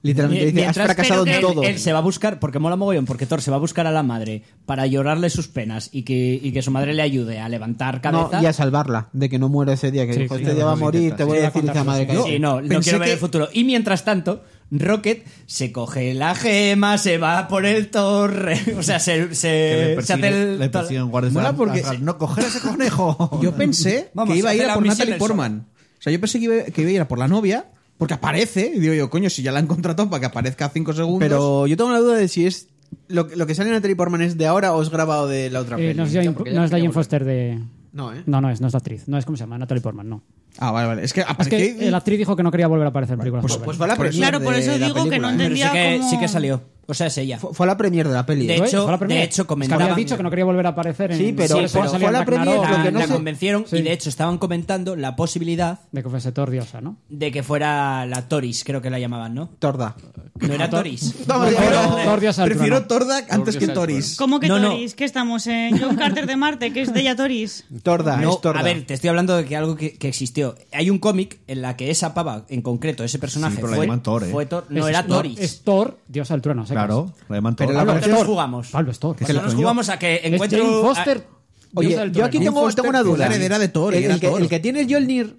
F: Literalmente dice, has fracasado en
C: él,
F: todo.
C: él se va a buscar, porque mola mogollón, porque Thor se va a buscar a la madre para llorarle sus penas y que, y que su madre le ayude a levantar
F: No,
C: cabeza.
F: y a salvarla de que no muera ese día. Que
G: Sí,
F: dijo,
G: sí,
F: este
G: sí,
F: día va a
A: sí,
F: morir,
A: intenta,
F: te voy
G: sí.
F: a decir
G: Sí,
F: hija madre.
D: yo-
C: Sí, no, no
D: pensé
C: quiero ver
D: que-
C: el futuro. Y mientras tanto, Rocket se coge la gema, se va por el torre. O sea, se,
A: Que le
F: Eh,
C: se, se hace
A: persiguen-
C: el.
A: le persiguen guardias de
D: Mola
A: la-
D: porque-
A: Asgard, no coger ese conejo.
D: Yo pensé
C: Vamos,
D: que iba a ir
C: hace
D: a
C: la
D: por
C: misión
D: Natalie
C: del
D: Portman. O sea, yo pensé que iba, que iba a ir a por la novia, porque aparece. Y digo yo, coño, si ya la han contratado para que aparezca cinco segundos.
F: Pero yo tengo la duda de si es lo, lo que sale en Natalie Portman es de ahora o es grabado de la otra
G: Eh,
F: peli.
G: no es, Jane- no es Diane Foster de...
F: No, ¿eh?
G: No, no es, no es la actriz. No es como se llama, Natalie Portman, no.
D: Ah, vale, vale. Es que
G: Es
D: aparece.
G: que la actriz dijo que no quería volver a aparecer en películas.
F: Pues,
G: Marvel.
F: pues va la
D: Por eso-
F: premiere
B: Claro, por
F: de
B: eso
F: la
B: digo que no
F: película, ¿eh?
C: Pero sí
B: entendía
C: que,
B: cómo-
C: sí que salió. O sea, es ella.
F: Fue, fue a la premier de la peli.
C: De
F: ¿eh?
C: hecho,
G: ¿Fue la premiere?
C: de hecho,
G: Es que
C: comentaba-
G: había dicho que no quería volver a aparecer en
F: Sí, pero-
G: Solo
F: pero
G: salía
F: fue
G: en
F: la
G: Ragnarok,
F: premier, lo que no
C: la
F: sé-
C: convencieron
G: Sí.
C: y de hecho estaban comentando la posibilidad
G: De que fuese Thor diosa, ¿no?
C: de que fuera la Toris, creo que la llamaban, ¿no?
F: Torda.
C: No era eh, Toris.
D: No,
G: Thor- Thor diosa al
D: prefiero
G: trono.
D: Tordak antes
H: Tordak
D: que
H: al
D: Toris.
B: ¿Cómo que
C: No, no.
B: Toris? Que estamos en John Carter de Marte, que es de ella Toris.
F: Torda,
C: No,
F: es Torda.
C: a ver, te estoy hablando de que algo que, que existió. Hay un cómic en la que esa pava, en concreto, ese personaje,
A: Sí, pero la
C: fue,
A: llaman Thor, ¿eh?
C: fue Thor- no
G: Es-
C: era Toris.
G: Es Thor, Dios al trueno. a secas.
A: Claro, la llaman
F: Pero
A: Thor.
F: la-
C: Pablo, ¿qué nos
F: Thor.
C: jugamos?
G: Pablo es Thor.
A: Que
C: ¿Qué
A: se la
C: nos
A: coñó.
C: jugamos a que
G: Es
C: encuentro...
G: Este, Jane Foster.
C: a-
F: Oye,
G: diosa del
F: yo aquí
G: trueno.
F: tengo,
D: Foster,
F: tengo una
D: que
F: duda.
D: era heredera de Thor,
F: el,
D: era
F: el que,
D: Thor.
F: el que tiene el Jolnir,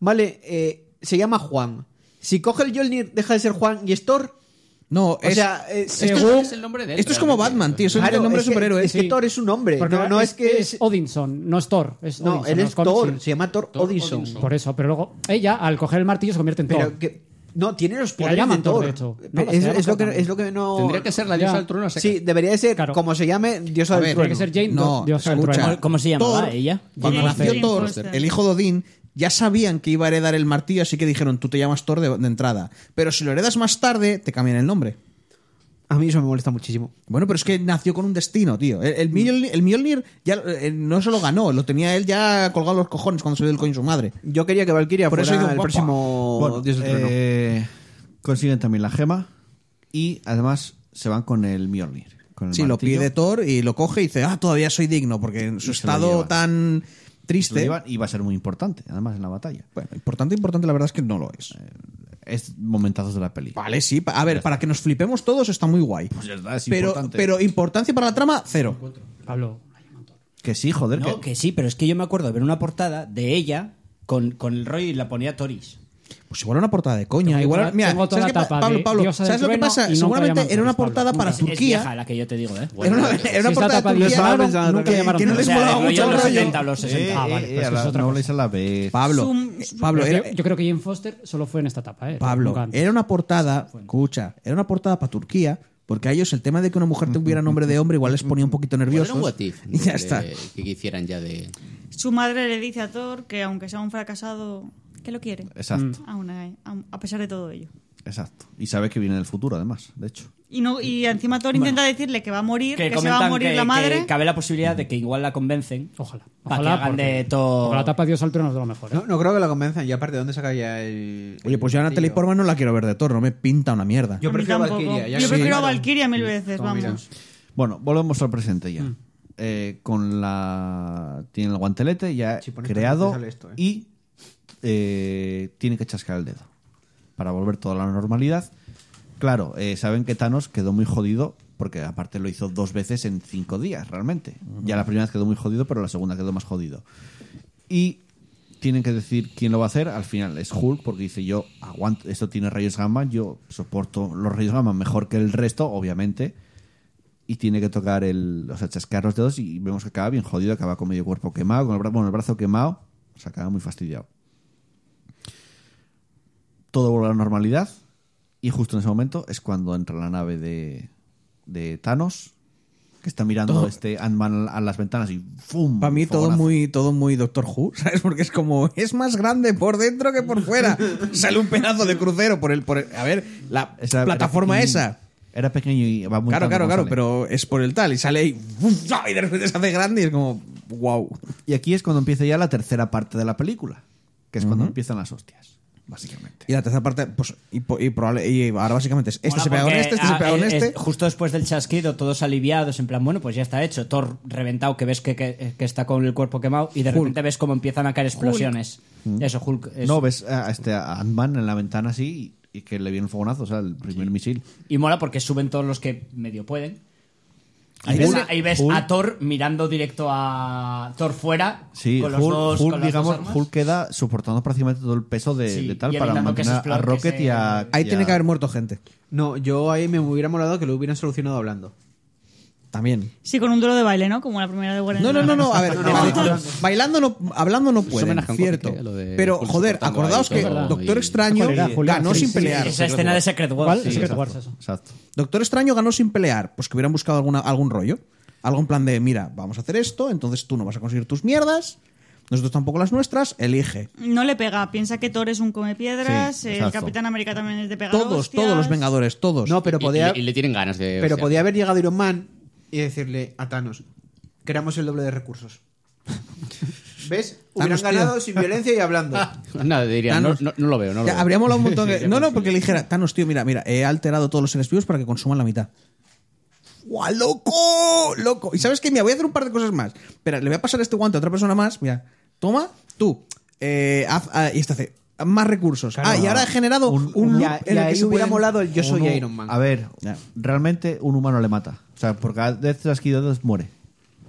F: vale, eh, se llama Juan. Si coge el Jolnir, deja de ser Juan y es Thor.
D: No,
F: O sea, eh,
D: según-
H: este es el nombre de él,
D: esto es como
H: realmente.
D: Batman, tío. Eso es
F: Claro,
D: el nombre
F: es
D: de
F: que-
D: superhéroe.
F: es que Thor es un hombre.
G: Porque
F: No, no es que
G: es
F: es.
G: Odinson, no es Thor. Es
F: No,
G: Odinson,
F: él
G: en
F: es
G: los cómics,
F: Thor.
G: sí.
F: Se llama Thor
H: Thor
F: Odinson.
H: Odinson.
G: Por eso, pero luego ella, al coger el martillo, se convierte en Thor.
F: Pero que. No, tiene los
G: Que la
F: poderes de
G: llaman Thor,
F: Thor.
G: de hecho.
F: Pero
G: No, la
F: es,
G: llaman
F: es lo
G: Thor
F: que,
G: también.
F: es lo que no.
H: Tendría que ser la diosa
G: Ya.
H: del trueno a secas.
F: Sí, debería de ser,
G: Claro.
F: como se llame, diosa
D: A
F: del
D: ver,
F: trueno.
G: Tiene que ser Jane,
D: No,
G: Dios del
D: escucha.
G: trueno.
C: ¿Cómo- ¿Cómo se llamaba
D: Thor.
C: ella?
D: Cuando
B: Jane
D: nació
B: Foster.
D: Thor,
B: Foster.
D: el hijo de Odín, ya sabían que iba a heredar el martillo, así que dijeron, tú te llamas Thor de, de entrada. Pero si lo heredas más tarde, te cambian el nombre.
F: A mí eso me molesta muchísimo.
D: Bueno, pero es que nació con un destino, tío. El, el, Mjolnir, el Mjolnir ya eh, no se lo ganó, lo tenía él ya colgado los cojones cuando salió del coño su madre.
F: Yo quería que Valkyria
D: Por eso
F: fuera
D: digo,
F: el
D: guapa.
F: próximo
A: Bueno,
F: dios del trueno.
A: eh, consiguen también la gema y además se van con el Mjolnir. Con el
D: Sí, lo
A: martillo.
D: pide Thor y lo coge y dice, ah, todavía soy digno, porque en su
A: Y se lo
D: estado
A: lleva.
D: tan
A: Se lo
C: ¿eh?
D: triste...
A: llevan y va a ser muy importante, además en la batalla.
D: Bueno, importante, importante, la verdad es que no lo es.
A: Es momentazos de la peli.
D: Vale, sí. pa- A ver, para que nos flipemos todos está muy guay.
A: Pues ya está, es
D: pero,
A: importante.
D: pero importancia para la trama, cero.
G: Pablo,
A: Que sí, joder.
C: No,
A: que-
C: que sí, pero es que yo me acuerdo de ver una portada de ella con, con el rollo y la ponía Toris.
D: Pues igual era una portada de coña.
G: Tengo
D: igual,
G: toda-
D: mira,
G: tengo toda
D: ¿sabes qué pa-
G: la tapa
D: Pablo,
G: de
D: Pablo,
G: Diosa del
D: ¿sabes lo que
G: trueno y
D: pasa?
G: nunca
D: Seguramente
G: llaman
D: era una
G: Pablo,
D: portada para
G: nunca.
C: Es
D: Turquía.
C: vieja la que yo te digo, ¿eh?
D: Era una, era una
G: Si esa
D: portada
G: tapa
D: de
G: de Diosa
D: Turquía
G: del Trueno,
D: que-
G: nunca
D: que,
G: llamaron
D: no
C: O
D: les
C: sea,
D: molaba
C: del rollo
D: mucho
C: de
D: el
C: los
D: rollo.
C: 70 o los 60.
G: Ah, vale, pues
A: a
G: eso
A: la-
G: es otra
A: no
G: cosa.
A: habléis a la
H: Eh,
A: vez.
D: Pablo, eh,
B: Zoom-
D: Pablo,
G: yo,
D: era,
G: yo creo que Jane Foster solo fue en esta etapa, ¿eh? Nunca
D: Pablo,
G: antes.
D: era una portada, escucha, era una portada para Turquía, porque a ellos el tema de que una mujer tuviera nombre de hombre igual les ponía un poquito
H: Era
D: nerviosos.
H: un eh, what if,
D: Y ya
H: de-
D: está.
H: Que hicieran ya de...
B: Su madre le dice a Thor que aunque sea un fracasado, que lo quiere.
A: Exacto,
B: Aún hay- aún- a pesar de todo ello.
D: Mm.
A: exacto. Y sabe que viene del futuro, además, de hecho.
B: Y, no, y encima Thor intenta decirle que va a morir, que, se va a
C: comentan
B: morir
C: que-
B: la madre.
C: que cabe la posibilidad de que igual la convencen.
G: Ojalá.
C: Pa' que
G: Ojalá.
C: hagan
G: porque-
C: de todo-
G: porque la tapa Dios al trueno es de lo mejor. ¿eh?
F: No, no creo que la convenzan. Y aparte, ¿dónde saca ya el.
D: Oye, pues yo a
F: el
D: Natalie
F: tío?
D: Portman no la quiero ver de Thor, no me pinta una mierda.
F: Yo
B: A mí
F: prefiero a
B: tampoco.
F: Valkyria. ya
B: Yo
F: que-
B: prefiero a Valkyria mil veces,
F: Toma, mira.
B: vamos.
A: Bueno, volvemos al presente
F: Mm.
A: ya. Eh, con la. Tiene el guantelete ya
F: Si pones
A: creado
F: tanto, te sale esto, eh.
A: y eh, tiene que chascar el dedo para volver toda la normalidad. Claro, eh, saben que Thanos quedó muy jodido porque aparte lo hizo dos veces en cinco días, realmente. Ya la primera vez quedó muy jodido, pero la segunda quedó más jodido. Y tienen que decir quién lo va a hacer. Al final es Hulk, porque dice yo aguanto, esto tiene rayos gamma, yo soporto los rayos gamma mejor que el resto, obviamente. Y tiene que tocar el, o sea, chasquear los dedos y vemos que acaba bien jodido, acaba con medio cuerpo quemado, con el, bra- bueno, el brazo quemado, o sea, acaba muy fastidiado. Todo vuelve a la normalidad y justo en ese momento es cuando entra la nave de, de Thanos, que está mirando este Ant-Man a las ventanas y ¡fum!
D: Para mí todo
A: Fogonazo.
D: muy, todo muy Doctor Who, ¿sabes? Porque es como, es más grande por dentro que por fuera. Sale un pedazo de crucero por el, por el- a ver, la
A: Esa-
D: plataforma
A: era pequeño-
D: esa.
A: Era pequeño y va muy
D: Claro,
A: tarde cuando
D: claro, claro,
A: sale.
D: pero es por el tal y sale y, y de repente se hace grande y es como, wow.
A: Y aquí es cuando empieza ya la tercera parte de la película, que es cuando empiezan las hostias, básicamente.
D: Y la tercera parte, pues, y, po- y probable- y ahora básicamente es este
C: Mola
D: se pega con
C: porque,
D: este, este se
C: ah,
D: pega con
C: es- es
D: este.
C: justo después del chasquido, todos aliviados, en plan, bueno, pues ya está hecho. Thor reventado, que ves que, eh, que- que está con el cuerpo quemado, y de repente ves cómo empiezan a caer explosiones. Eso, Hulk. es-
A: No, ves a, a este a Ant-Man en la ventana así y, y que le viene un fogonazo, o sea, el primer misil.
C: Y mola porque suben todos los que medio pueden.
A: Hulk-
C: Ahí ves, a, ahí ves
A: Hulk-
C: a Thor mirando directo a Thor fuera.
A: Sí,
C: con los
A: Hulk,
C: dos,
A: Hulk,
C: con las dos
A: digamos,
C: armas.
A: Hulk queda soportando prácticamente todo el peso de,
C: Sí,
A: de tal
C: y
A: para
C: evitando que se
A: mantener a
C: explote,
A: Rocket
C: que se-
A: y a...
D: Ahí
A: y
D: tiene
A: a-
D: que haber muerto gente.
F: No, yo ahí me hubiera molado que lo hubieran solucionado hablando.
D: También.
B: Sí, con un duelo de baile, ¿no? Como la primera de Warren.
D: No, no, no, no, a ver,
F: no,
D: vale,
F: no, no.
D: bailando no, hablando no pueden,
H: homenaje a un
D: cierto.
H: cómic, eh, lo de
D: Pero,
H: Hulk
D: joder,
H: soportando
D: acordaos
H: ahí
D: que
H: todo
D: Doctor
H: y-
D: Extraño
G: ¿Cuál era? Julián,
D: ganó
G: sí,
D: sin
G: sí,
D: pelear.
C: Esa escena de Secret Wars.
G: ¿Cuál?
C: sí.
G: Secret Wars, eso.
A: Exacto.
D: Doctor Extraño ganó sin pelear. Pues que hubieran buscado alguna, algún rollo. Algún plan de, mira, vamos a hacer esto, entonces tú no vas a conseguir tus mierdas. Nosotros tampoco las nuestras, elige.
B: No le pega. Piensa que Thor es un comepiedras.
D: Sí,
B: el
D: exacto.
B: Capitán América también es de pegar
D: Todos,
B: hostias.
D: todos los Vengadores, todos.
F: No, pero
H: Y- y
F: podía,
H: le- y, le tienen ganas de.
F: pero
H: o sea,
F: podía haber llegado Iron Man y decirle a Thanos, queramos el doble de recursos. ¿Ves? Hubieran
D: Thanos, tío.
F: ganado sin violencia y hablando.
H: Nada, diría, no,
D: Thanos.
H: no- no lo veo, no lo
D: Ya,
H: veo.
D: habría molado un montón. que- no, no, porque le dijera, Thanos, tío, mira, mira, he alterado todos los seres vivos para que consuman la mitad. ¡Guau, loco! ¡Loco! ¿Y sabes qué? Mira, voy a hacer un par de cosas más. Espera, le voy a pasar este guante a otra persona más. Mira, toma, tú. Eh, haz- ah, y esta hace más recursos.
F: Claro.
D: ah, y ahora he generado un, loop
F: Ya-
D: en
F: ya
D: el que
F: ahí
D: se
F: hubiera
D: pueden-
F: molado el yo soy
R: Uno-
F: Iron Man.
R: A ver, realmente un humano le mata. O sea, por cada vez las que dos muere.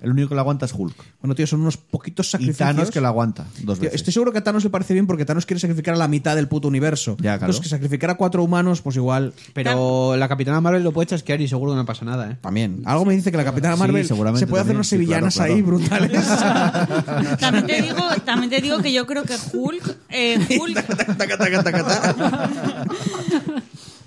R: El único que lo aguanta es Hulk.
D: Bueno, tío, son unos poquitos
R: Y
D: sacrificios.
R: Thanos que lo aguanta dos
D: Tío,
R: veces.
D: estoy seguro que a Thanos le parece bien porque Thanos quiere sacrificar a la mitad del puto universo.
R: Ya, claro.
D: Entonces, que sacrificar a cuatro humanos, pues igual.
F: Pero la Capitana Marvel lo puede chasquear y seguro que no pasa nada, ¿eh?
D: También. Algo me dice que la capitana
R: Sí,
D: Marvel se puede
R: seguramente
D: hacer
R: también.
D: unas
R: Sí, claro,
D: sevillanas
R: claro.
D: ahí brutales.
B: También te digo, también te digo que yo creo que Hulk, eh, Hulk.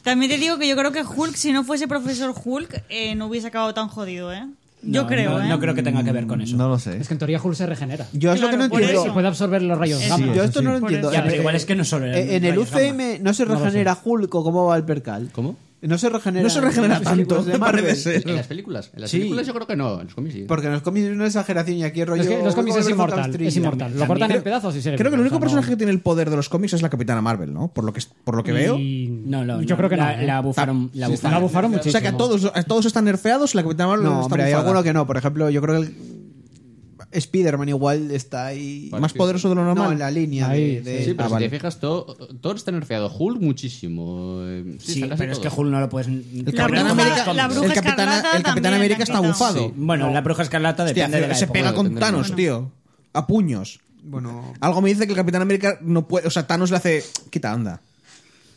B: También te digo que yo creo que Hulk, si no fuese profesor Hulk, eh, no hubiese acabado tan jodido, ¿eh? Yo
C: No,
B: creo,
C: no,
B: ¿eh?
C: no creo que tenga que ver con eso.
R: No lo sé.
G: Es que en teoría Hulk se regenera.
F: Yo es lo que no
B: Claro, por
F: entiendo.
B: eso.
G: Y puede absorber los rayos
B: Sí,
G: gamma.
F: Yo esto
R: sí.
F: no lo
B: Por
F: entiendo.
B: eso.
C: Ya, pero
F: Eh,
C: igual es que no solo en,
F: eh, en el
C: rayos gamma.
F: UCM no se
G: lo sé.
F: regenera Hulk o cómo va el percal.
H: ¿Cómo?
F: No se regenera.
D: no se regenera
F: en las películas
D: tanto,
F: de
D: me
F: Marvel.
D: parece ser.
H: En las películas. En las
F: Sí.
H: películas yo creo que no. En los cómics sí.
F: Porque en los cómics es una exageración y aquí el rollo.
G: Es que los cómics es
F: Wolverine
G: inmortal.
F: Thriller.
G: Es inmortal. Lo cortan en pedazos y se
D: Creo que el único personaje
G: que
D: que tiene el poder de los cómics es la capitana Marvel, ¿no? Por lo que, por lo que veo.
C: No, no,
G: Yo
C: no,
G: creo que
C: la,
G: no. ¿eh?
C: La bufaron, la
G: La
C: bufaron.
G: bufaron
D: O sea que a
G: muchísimo.
D: todos, a todos están nerfeados y la capitana Marvel
F: No,
D: está
F: hombre, hay
D: bufada.
F: alguno que no. Por ejemplo, yo creo que el Spider-Man igual está ahí.
D: Más poderoso de lo normal.
F: No, en la línea. de-
G: Ahí,
F: de-
H: Sí, pero
D: Ah,
H: si
D: vale.
H: te fijas, todo, todo está nerfeado. Hulk muchísimo. eh,
C: Sí,
H: Sí, está casi
C: pero es
H: todo.
C: que Hulk no lo puedes.
D: El
B: La
D: Capitán
B: bruja-
D: América,
B: la bruja
D: el Capitán,
B: escarlata
D: el Capitán
B: también
D: América
B: la
D: está
B: quitó.
D: bufado.
B: Sí.
C: Bueno, la bruja escarlata
D: Hostia,
C: depende de la
D: se
C: época.
D: pega con
H: depende de la
D: Thanos,
B: época.
D: tío. A puños.
F: Bueno.
D: Algo me dice que el Capitán América no puede. O sea, Thanos le hace. Quita, anda.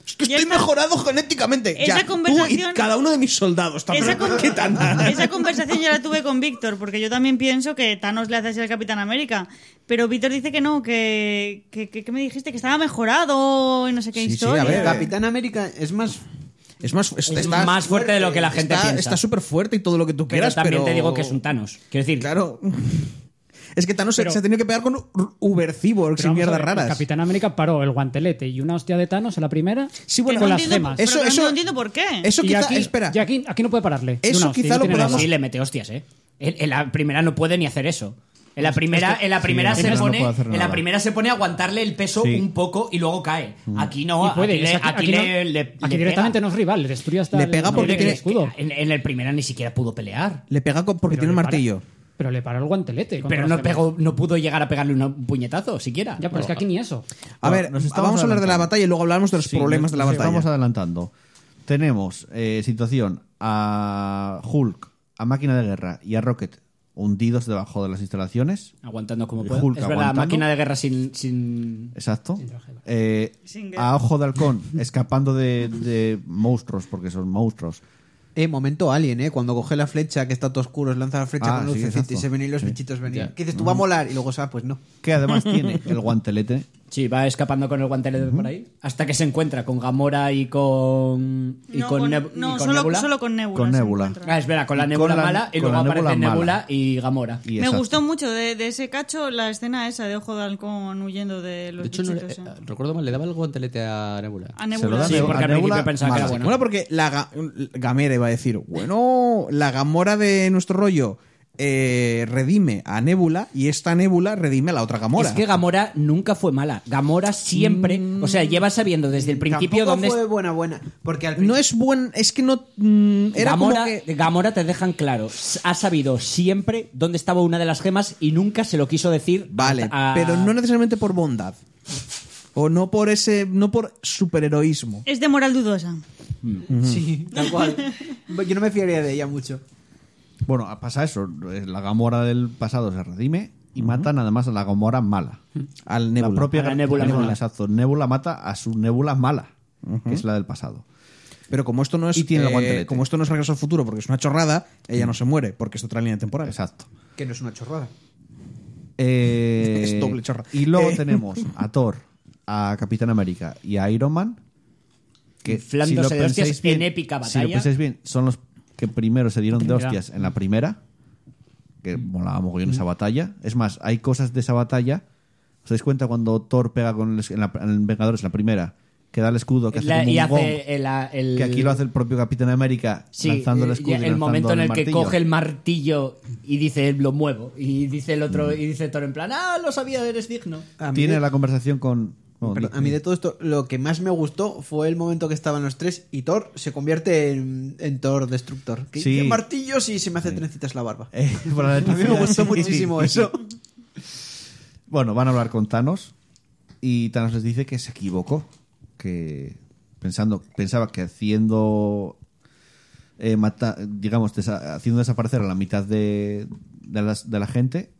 D: Es que
B: Y
D: estoy
B: esa-
D: mejorado genéticamente.
B: esa
D: ya, tú
B: conversación-
D: y cada uno de mis soldados también.
B: Esa, con-
D: Quita, anda.
B: esa conversación ya la tuve con Víctor, porque yo también pienso que Thanos le hace así al Capitán América. Pero Víctor dice que no, que, que, que- que me dijiste que estaba mejorado y no sé qué
D: Sí, sí,
B: historia.
D: a ver, eh.
F: Capitán América es más.
D: Es más, es-
C: Es
D: está
C: más fuerte de lo que la gente
D: está-
C: piensa.
D: Está súper fuerte y todo lo que tú
C: Pero
D: quieras,
C: también
D: pero-
C: te digo que es un Thanos. Quiero decir,
D: Claro. Es que Thanos se-
G: Pero-
D: se ha tenido que pegar con Uberciborgs y
G: Pero vamos a
D: mierdas
G: ver,
D: raras.
G: el Capitán América paró el guantelete y una hostia de Thanos en la primera
D: Sí, bueno,
G: con
B: no
G: las
B: entiendo,
G: gemas.
B: pero
D: Eso-
B: que
D: eso-
B: no entiendo por qué.
D: Eso
G: Y
D: quizá.
G: aquí,
D: espera.
G: y aquí, aquí no puede pararle.
D: Eso
G: De una hostia,
D: quizá
G: no
D: lo
G: tiene
D: podamos-
G: nada.
C: sí le mete hostias, ¿eh? En, en la primera no puede ni hacer eso. En la primera, en la primera
R: sí,
C: se
R: no
C: pone,
R: puede hacer
C: en la
R: nada.
C: primera se pone a aguantarle el peso
R: Sí.
C: un poco y luego cae.
D: Mm.
C: Aquí no,
G: Y puede,
C: aquí, le-
G: es aquí-
C: aquí
G: aquí no-
C: le- le-
G: aquí
C: le pega.
G: directamente no es rival, le destruye hasta
D: Le
G: el-
D: pega
G: no,
D: Ah, porque
G: le
D: tiene-
G: escudo.
C: En, en el primera ni siquiera pudo pelear.
D: Le pega con- porque
G: Pero
D: tiene
G: le
D: un
G: para-
D: martillo.
G: pero le paró el guantelete. contra
C: Pero
G: las
C: no
G: gemas.
C: pegó, no pudo llegar a pegarle un puñetazo siquiera.
G: Ya, pero es que aquí ni eso.
D: A
R: Bueno,
D: ver,
R: nos
D: vamos
R: estamos
D: a hablar de la
R: adelantando.
D: batalla y luego hablamos de los
R: Sí,
D: problemas de la
R: nos
D: batalla.
R: Vamos adelantando. Tenemos eh, situación a Hulk, a Máquina de Guerra y a Rocket hundidos debajo de las instalaciones.
C: Aguantando como
R: Y
C: puede.
R: Eh, Hulk
C: es verdad,
R: aguantando.
C: máquina de guerra sin. sin...
R: Exacto. Eh,
B: Sin guerra.
R: a Ojo de Halcón, escapando de, de monstruos, porque son monstruos.
F: Eh, momento alien, ¿eh? Cuando coge la flecha que está todo oscuro, se lanza la flecha
R: Ah,
F: con
R: sí,
F: lucecita y
R: exacto.
F: se ven y los
R: Sí.
F: bichitos venían.
H: Ya.
F: Que dices, tú va a molar y luego, ah, pues no.
R: Que además tiene el guantelete.
C: Sí, va escapando con el guantelete por ahí. Hasta que se encuentra con Gamora y con. Y
B: No,
C: con,
B: con-
C: Neb- y
B: no,
C: con
B: solo,
C: Nebula.
B: solo con Nebula.
R: Con
B: se
R: Nebula.
B: encuentra.
C: Ah, espera, con la
R: Y
C: nebula
R: con la-
C: mala y
R: con
C: luego
R: la nebula
C: aparece
R: mala.
C: Nebula y Gamora.
R: Y
B: Me
R: exacto.
B: gustó mucho de, de ese cacho la escena esa de Ojo de Halcón huyendo de los
H: De hecho, no le-
B: bichitos,
H: eh,
B: ¿eh? Ah,
H: recuerdo mal, le daba el guantelete a Nebula.
B: A
R: Se lo
B: Nebula.
R: da
C: Sí,
R: Neb-
C: porque
R: a
C: al principio
R: Nebula
C: pensaba que era
R: mala.
C: bueno.
D: Bueno, porque la ga- Gamera iba a decir, bueno, la Gamora de nuestro rollo eh, redime a Nebula y esta Nebula redime a la otra Gamora.
C: Es que Gamora nunca fue mala. Gamora siempre.
R: Mm.
C: O sea, lleva sabiendo desde el principio
F: Tampoco
C: dónde.
F: fue buena, buena. Porque al
D: no es buen, es que no mm, era
C: Gamora,
D: como que
C: Gamora te dejan claro. s- Ha sabido siempre dónde estaba una de las gemas y nunca se lo quiso decir.
D: vale,
C: a-
D: pero no necesariamente por bondad o no por ese, no por superheroísmo.
B: Es de moral dudosa.
F: Sí, tal cual. Yo no me fiaría de ella mucho.
R: Bueno, pasa eso. Eh, La Gamora del pasado se redime y matan además a la Gamora mala.
D: Al Nebula.
R: La propia
C: A la Nebula mala.
R: Exacto. Nebula mata a su Nebula mala, que es la del pasado.
D: Pero como esto no es
R: Y tiene el
D: eh,
R: guantelete.
D: como esto no es regreso al futuro porque es una chorrada, ella no se muere porque es otra línea temporal.
R: Exacto.
F: Que no es una chorrada.
R: Eh,
D: Es doble chorra.
R: Y luego
D: Eh.
R: tenemos a Thor, a Capitán América y a Iron Man. Que
C: Inflándose
R: si lo
C: de
R: pensáis
C: hostias
R: bien-
C: en épica
R: Si lo
C: batalla.
R: pensáis bien, son los que primero se dieron de
G: Primera.
R: hostias
C: Mm.
R: en la primera. Que molaba mogollón esa batalla. Es más, hay cosas de esa batalla
D: ¿Os dais cuenta cuando Thor pega con el, en, la, en Vengadores, la primera? Que da el escudo, que hace
C: La-
D: como
C: y
D: un gong,
C: hace el, el-
D: Que aquí lo hace el propio Capitán América
C: Sí,
D: lanzando el
C: eh,
D: escudo. y
C: el
D: lanzando
C: momento en el, que
D: martillo.
C: coge el martillo y dice lo muevo y dice el otro y dice Thor en plan ah lo sabía eres digno
S: A mí
D: Tiene
S: de-
D: la conversación con. bueno,
S: Pero
D: di-
S: a mí de todo esto, lo que más me gustó fue el momento que estaban los tres y Thor se convierte en, en Thor Destructor. Que
D: Sí.
S: dice martillos y se me hace trencitas la barba.
D: Eh, por la
S: A mí me gustó
D: electricidad.
S: muchísimo eso.
D: Bueno, van a hablar con Thanos y Thanos les dice que se equivocó, que pensando pensaba que haciendo eh, mata- digamos desa- haciendo desaparecer a la mitad de de, las- de la gente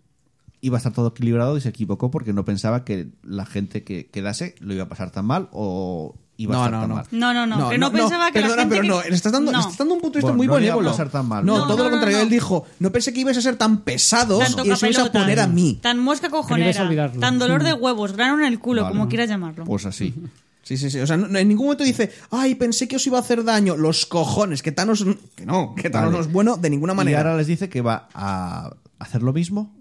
D: iba a estar todo equilibrado y se equivocó porque no pensaba que la gente que quedase lo iba a pasar tan mal o iba
F: No,
D: a estar
F: no,
D: tan
F: no.
D: mal.
B: No, no, no. que no, pensaba que
F: Perdona,
B: la gente
F: pero
B: que-
F: no, le estás dando, le estás dando un punto de vista
D: Bueno,
F: muy
D: no le iba a
F: benévolo.
D: pasar tan mal.
F: No,
D: No,
F: todo
B: no,
F: lo contrario.
B: no, no.
F: Él dijo, no pensé que ibais a ser tan pesados
B: Tanto
F: y os ibais a
B: capelota,
F: poner a mí.
B: Tan mosca
G: Queríais
B: cojonera.
G: olvidarlo.
B: Tan dolor de huevos, grano en el culo,
D: Vale.
B: como quieras llamarlo.
D: Pues así.
F: Sí, sí, sí. O sea, no- no- en ningún momento dice, ay, pensé que os iba a hacer daño. Los cojones, que Thanos... Que no, que Thanos
D: Vale.
F: no es bueno de ninguna
D: Y
F: manera.
D: ahora les dice que va a hacer lo mismo,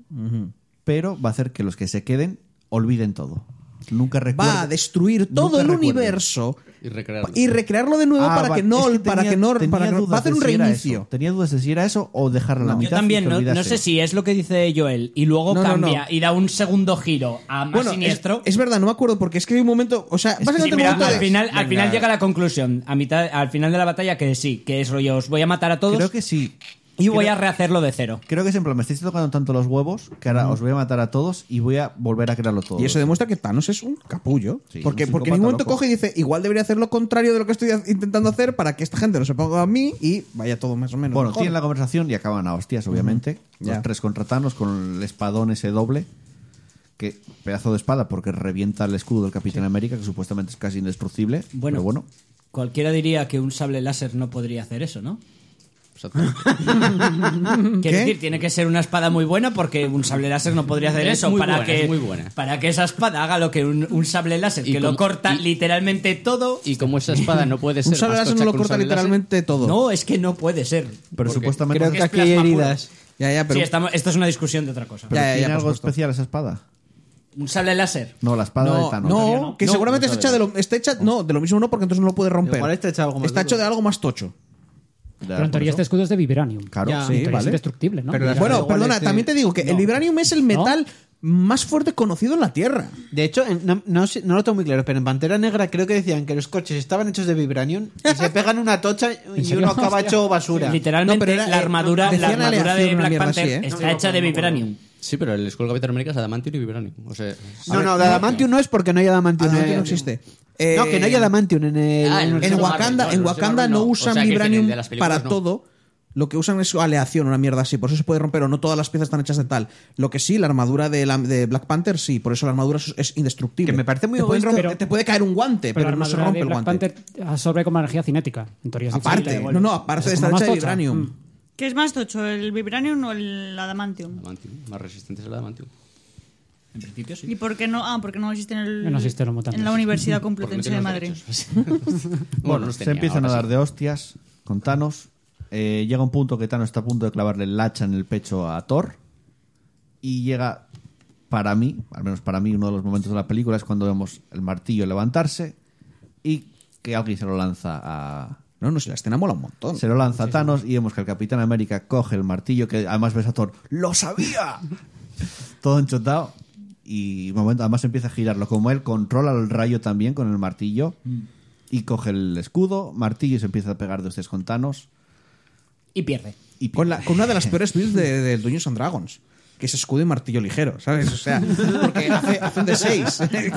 D: pero va a hacer que los que se queden olviden todo. Nunca recuerden.
F: Va a destruir
D: Nunca
F: todo el
D: recuerden.
F: universo
H: Y recrearlo.
F: y recrearlo de nuevo
D: Ah,
F: para,
D: va-
F: que no,
D: es que
F: para
D: tenía-
F: que no...
D: tenía
F: para que no-
D: dudas
F: va a hacer
D: de
F: un
D: si era
F: reinicio.
D: eso. Tenía dudas de si era eso o dejarla a la
F: No.
D: mitad.
F: Yo
D: y
C: también
D: que
C: no, no
D: olvidase.
C: sé si es lo que dice Joel y luego
F: No, no,
C: cambia
F: no.
C: y da un segundo giro a más
F: Bueno, es-
C: siniestro
F: Es, verdad, no me acuerdo porque es que hay un momento... O sea,
C: Sí,
F: básicamente
C: mira,
F: el momento
C: al
F: de-
C: final, al
F: Venga.
C: final llega la conclusión, a mitad, al final de la batalla que sí, que es rollo, os voy a matar a todos
D: Creo que sí.
C: y voy
D: creo-
C: a rehacerlo de cero.
D: Creo que es en plan, me estáis tocando tanto los huevos que ahora os voy a matar a todos y voy a volver a crearlo todo.
F: Y eso demuestra que Thanos es un capullo.
D: Sí,
F: porque
D: un
F: porque en ningún
D: psicópata
F: momento
D: loco.
F: coge y dice, igual debería hacer lo contrario de lo que estoy ha- intentando hacer para que esta gente no se ponga a mí y vaya todo más o menos.
D: Bueno,
F: mejor.
D: tienen la conversación y acaban a hostias, obviamente.
F: Ya.
D: Los tres contratanos con el espadón ese doble. Que pedazo de espada porque revienta el escudo del Capitán América, que supuestamente es casi indestructible.
C: Bueno.
D: Pero bueno.
C: Cualquiera diría que un sable láser no podría hacer eso, ¿no? Quiero decir, tiene que ser una espada muy buena porque un sable láser no podría hacer
H: Es
C: eso.
H: muy
C: para,
H: buena,
C: que,
H: es muy buena.
C: para que esa espada haga lo que un, un sable láser,
H: Y
C: que lo
H: como-
C: corta
H: y-
C: literalmente todo.
H: Y como esa espada no puede ser.
F: un sable
H: más
F: láser no
H: tocha
F: lo
H: que un
F: corta
D: ¿eh?
H: sable láser,
F: literalmente todo.
C: No, es que no puede ser.
D: Pero
H: Porque
D: supuestamente
S: Creo
C: que
S: que
C: es
S: aquí hay
C: plasma puro.
S: heridas.
F: Ya, ya, pero...
C: Sí, estamos- esto es una discusión de otra cosa.
D: ¿Pero
F: Ya, ya,
D: ¿Tiene
F: eh, ya, por
D: algo
F: supuesto.
D: especial esa espada?
C: ¿Un sable láser?
D: No, la espada de
F: No,
D: Thanos.
F: no, que
H: No,
F: seguramente
H: no
F: está hecha de lo, está hecha, no, de lo mismo no, porque entonces no lo puede romper.
S: Igual está hecha de algo más
F: Está
S: duro.
F: hecho de algo más tocho.
D: Ya,
G: Pero en
D: por
G: teoría
D: eso.
G: este escudo es de Vibranium.
D: Claro,
S: Ya.
D: sí,
G: En teoría Es
D: vale.
G: indestructible, ¿no?
S: Pero la-
G: Vibranium.
F: bueno,
S: igual
F: perdona,
S: este-
F: también te digo que el vibranium es el metal más fuerte conocido en la Tierra.
S: De hecho, en- no, no sé- no lo tengo muy claro, pero en Pantera Negra creo que decían que los coches estaban hechos de vibranium y se pegan una tocha y
G: serio?
S: uno acaba hecho basura.
C: Literalmente,
F: No, pero era,
C: la
F: eh,
C: armadura, la
F: decían
C: armadura de
F: aleación, una
C: Black
F: mierda
C: Panther
F: así, ¿eh?
C: está hecha de vibranium.
H: Sí, pero el escudo del Capitán América es adamantium y vibranium. O sea,
S: No, no, de Adamantium no es porque no hay Adamantium.
F: Adamantium
S: en-
F: no existe. Eh,
S: no, que no hay Adamantium en el.
H: Ah,
S: el
H: en el
F: En
H: Marvel,
F: Wakanda,
H: no,
F: en
H: los de
F: Wakanda
H: Marvel
F: no
H: no. O
F: usan
H: sea, que
F: vibranium
H: tienen de las películas,
F: para
H: no.
F: todo. Lo que usan es aleación, una mierda así. Por eso se puede romper o no todas las piezas están hechas de tal. Lo que sí, la armadura de, la- de Black Panther sí. Por eso la armadura es- es indestructible.
S: Que me parece muy
F: te, pueden
S: egoísta,
F: romper-
G: pero-
F: te puede caer un guante,
G: Pero
F: pero, no
G: la
F: se
G: armadura
F: rompe
G: de
F: el
G: Black
F: guante.
G: Panther absorbe como energía cinética. En teoría es infinita,
F: Aparte,
G: igual.
F: no, no, aparte de
G: Es
F: estar
G: como
F: hecha de
G: más tocha.
F: vibranium.
G: Mm.
B: ¿Qué es más tocho, el vibranium o el adamantium?
F: Ah,
H: Adamantium, más resistente es el adamantium.
C: En principio sí.
B: ¿Y por qué no? Ah, porque no existen el,
G: No existen los mutantes.
B: en la Universidad
H: Porque no
B: Complutense
H: tiene
B: de
H: los
B: Madrid.
H: derechos.
D: Bueno,
H: los
D: se
H: tenía,
D: empiezan a
H: ahora
D: dar
H: sí.
D: de hostias con Thanos. Eh, llega un punto que Thanos está a punto de clavarle el hacha en el pecho a Thor. Y llega, para mí, al menos para mí, uno de los momentos de la película es cuando vemos el martillo levantarse y que alguien se lo lanza a.
F: No, no, si la escena mola un montón.
D: Se lo lanza a Thanos y vemos que el Capitán América coge el martillo, que además ves a Thor, ¡lo sabía! Todo enchotado. Y momento, además empieza a girarlo. Como él controla el rayo también con el martillo. Y coge el escudo, martillo y se empieza a pegar de ustedes con Thanos.
C: Y pierde.
D: Y
F: Con, la- con una de las peores builds de, de Dungeons and Dragons. Que es escudo y martillo ligero, ¿sabes? O sea, porque hace, hace un de 6 hace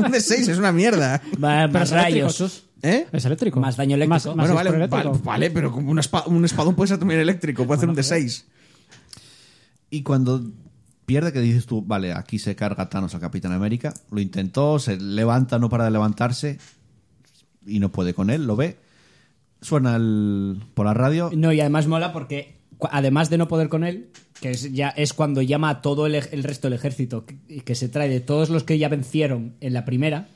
F: un de 6 es una mierda.
C: Va-
G: Pero
C: más
G: es eléctrico,
C: rayos.
G: Chus.
F: ¿Eh?
G: Es eléctrico.
C: Más daño eléctrico.
G: Más, más
F: Bueno, vale,
G: disparo
F: vale,
G: eléctrico.
F: vale, pero como una espa- un espadón puede ser también eléctrico, puede hacer un de 6
D: Y cuando pierde, que dices tú, vale, aquí se carga Thanos al Capitán América. Lo intentó, se levanta, no para de levantarse. Y no puede con él, lo ve. Suena el- por la radio.
C: No, y además mola porque cu- además de no poder con él, que es, ya, es cuando llama a todo el, ej- el resto del ejército que, que se trae de todos los que ya vencieron en la primera,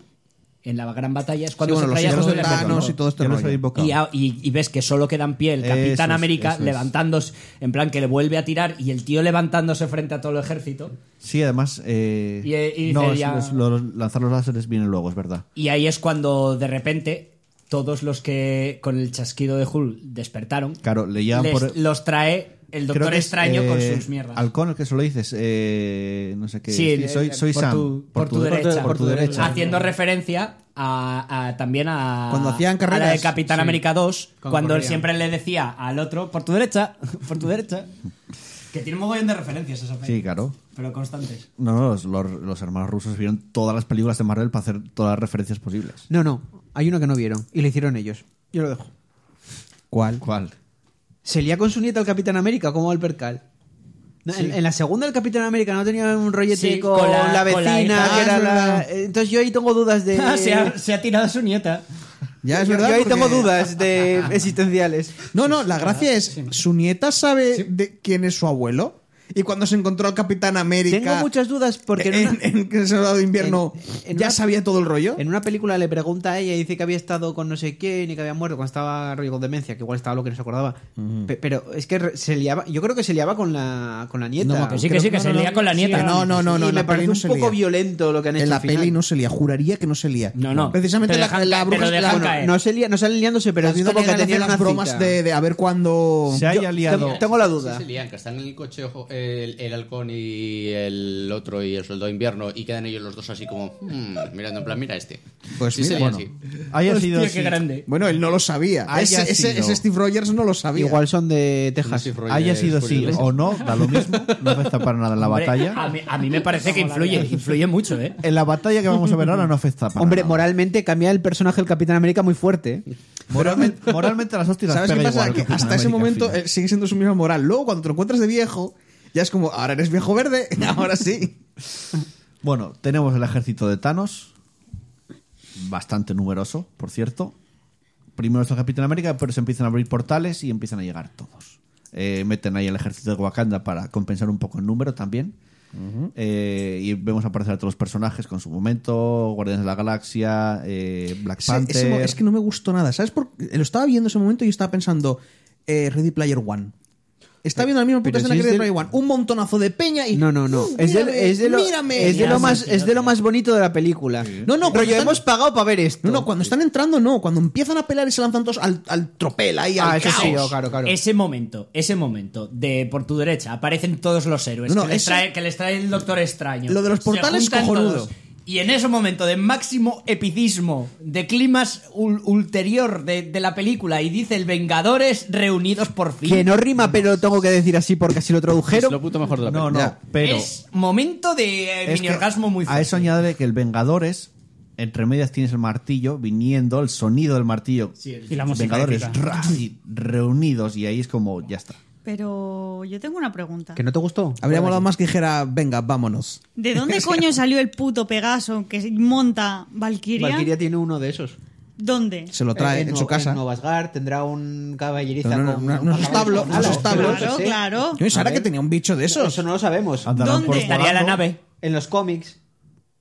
C: en la gran batalla es cuando
D: Sí,
C: se
D: bueno, los
C: traía
D: hijos
C: todo
D: de
C: el ejército.
D: Thanos y todo este
A: Ya los
D: rollo.
A: habéis bocado.
C: Y, a- y- y ves que solo queda en pie el Capitán
A: Eso es,
C: América
A: eso es.
C: levantándose, en plan que le vuelve a tirar y el tío levantándose frente a todo el ejército.
A: Sí, además. eh,
C: Y, eh, y
A: no,
C: dice
A: es-
C: ya-
A: es- los- lanzar los láseres vienen luego, es verdad.
C: Y ahí es cuando de repente todos los que con el chasquido de Hulk despertaron,
A: Claro, le llaman
C: les-
A: por.
C: los trae el
A: creo
C: Doctor
A: que es,
C: Extraño con
A: eh,
C: sus mierdas.
A: Halcón, el que solo dices. eh, no sé qué.
C: Sí, el-
A: soy,
C: el-
A: soy
C: por
A: Sam.
C: Tu, por tu
A: de-
C: derecha.
A: Por tu derecha.
C: Haciendo referencia a, a- también a.
D: Cuando hacían carreras,
C: a la de Capitán
D: sí.
C: América 2,
D: Cuando
C: cuando él
D: corrían.
C: siempre le decía al otro, por tu derecha, por tu derecha. que tiene un mogollón de referencias esa peli,
A: Sí, claro.
C: Pero constantes.
A: No, no, los, los- los hermanos rusos vieron todas las películas de Marvel para hacer todas las referencias posibles.
F: No, no. Hay uno que no vieron y lo hicieron ellos. Yo lo dejo.
A: ¿Cuál? ¿Cuál?
F: Se lía con su nieta el Capitán América, como Albert Cal. No, en, en la segunda del Capitán América no tenía un rollete
C: Sí,
F: con,
C: con la-
F: la,
C: con la
F: vecina,
C: hija. Ah,
F: que era
C: es
F: la...
C: verdad. Ah,
F: Entonces yo ahí tengo dudas de...
C: se, ha, se ha tirado a su nieta.
D: Ya es
F: yo,
D: verdad.
F: yo ahí
D: porque-
F: tengo dudas de existenciales.
D: No, no, la
C: Ah,
D: gracia es, ¿su nieta sabe de quién es su abuelo? Y cuando se encontró al Capitán América...
F: Tengo muchas dudas porque en
D: en,
F: una-
D: en El Soldado de Invierno
F: en- en
D: ya
F: una-
D: sabía todo el rollo.
F: En una película le pregunta a ella y dice que había estado con no sé quién y que había muerto cuando estaba rollo con demencia, que igual estaba lo que no se acordaba. Pe- Pero es que re- se liaba, yo creo que se liaba con la, con la nieta.
C: que sí, que sí, que se lía con la nieta.
D: Que no, no, no, no,
F: Y
D: en
F: me
D: la peli
F: parece
D: no
F: un
D: se
F: poco
D: lía.
F: violento lo que han hecho.
D: En la
F: al final.
D: peli no se lía, juraría que no se lía.
C: No, no.
D: Precisamente
C: Te
D: la,
C: dejan-
D: la
C: te
D: bruja
C: lo dejan
D: la-
C: caer.
F: No se lía, no salen liando, pero
D: Lo digo
F: porque
D: porque te hacen las bromas de, de a ver cuándo.
A: Se haya
D: Yo-
A: liado.
F: tengo- tengo la duda.
H: Sí, se lían, que están en el coche ojo, el, el halcón y el otro y el soldado de invierno y quedan ellos los dos así como hmm, mirando en plan, mira este.
D: Pues
H: sí,
D: mira,
H: se lían,
D: bueno.
H: sí.
A: Haya
C: Hostia,
A: sido.
C: qué
A: así.
C: grande.
D: Bueno, él no lo sabía.
A: Haya
D: Ese, ese-
A: sido.
D: ese Steve Rogers no lo sabía.
F: Igual son de Texas.
H: Sí, Roger
A: Haya sido así
H: Scurrillo.
A: o no, da lo mismo. No afecta para nada en la
C: Hombre,
A: batalla.
C: A mí, a mí me parece que influye, influye mucho, ¿eh?
A: En la batalla que vamos a ver ahora no afecta para
F: Hombre,
A: nada.
F: moralmente cambia el personaje del Capitán América muy fuerte. ¿eh?
A: Moralmente, moralmente las hostias
D: ¿Sabes qué
A: pega
D: pasa?
A: igual
D: Que
A: Capitán
D: hasta ese
A: América,
D: momento
A: al final.
D: eh, sigue siendo su misma moral. Luego, cuando te lo encuentras de viejo, ya es como, ahora eres viejo verde, ahora sí.
A: Bueno, tenemos el ejército de Thanos. Bastante numeroso, por cierto. Primero está el Capitán América, pero se empiezan a abrir portales y empiezan a llegar todos. Eh, meten ahí el ejército de Wakanda para compensar un poco el número también. Eh, y vemos aparecer a todos los personajes con su momento, Guardianes de la Galaxia, eh, Black
D: Ese-
A: Panther.
D: ese mo- es que no me gustó nada. ¿Sabes? por qué? Lo estaba viendo ese momento y yo estaba pensando, eh, Ready Player One.
A: Eh,
D: Está viendo la misma puta
F: Pero
D: escena
F: si
D: que
F: es
D: Ready
F: del-
D: Player One. Un montonazo de peña y.
F: No, no, no.
D: "Uh,
F: Es de,
D: mírame,
F: es de lo,
D: mírame".
F: es de lo más, es de lo más bonito de la película.
D: No, no,
F: Rollo,
D: cuando están-
F: hemos pagado para ver esto.
D: No, no, cuando están entrando, no. Cuando empiezan a pelear y se lanzan todos al, al tropel ahí,
F: Ah,
D: al
F: eso sí,
D: caos.
F: oh, claro, claro.
C: Ese momento, ese momento de por tu derecha aparecen todos los héroes
D: No, no,
C: que, les
D: eso-
C: trae, que les trae el Doctor Extraño.
D: Lo de los
C: Se
D: portales,
C: juntan
D: cojonudo.
C: todos. Y en ese momento de máximo epicismo, de climas ul- ulterior de, de la película, y dice el Vengadores reunidos por fin.
F: Que no rima, pero lo tengo que decir así porque así lo
H: Es
F: tradujeron.
H: lo puto mejor de la
A: No,
H: película.
A: no,
D: Ya.
A: pero.
C: Es momento de eh,
A: Es
C: mini
A: que
C: orgasmo muy fuerte.
A: A eso añade que el Vengadores, entre medias tienes el martillo viniendo, el sonido del martillo.
G: Y la música
A: Vengadores
G: épica.
A: ra, y reunidos y ahí es como, ya está.
B: Pero yo tengo una pregunta.
F: ¿Que no te gustó?
D: Habría molado más que dijera, venga, vámonos.
B: ¿De dónde coño salió el puto Pegaso que monta Valkyria?
F: Valkyria tiene uno de esos.
B: ¿Dónde?
D: Se lo trae
F: Eh,
D: en,
F: no-
D: su casa.
F: En Novasgar tendrá un caballeriza
D: No, no, no,
F: con...
D: no,
F: con
D: unos
F: caballos
D: establos,
F: con
D: unos
F: alas,
D: establos.
F: pero
B: Claro,
F: no sé.
B: claro.
D: Yo
F: A
D: Sara
F: ver.
D: que tenía un bicho de esos.
F: Eso no lo sabemos.
A: Andarán por
B: ¿Dónde?
A: volando.
C: Estaría la nave.
F: En los cómics.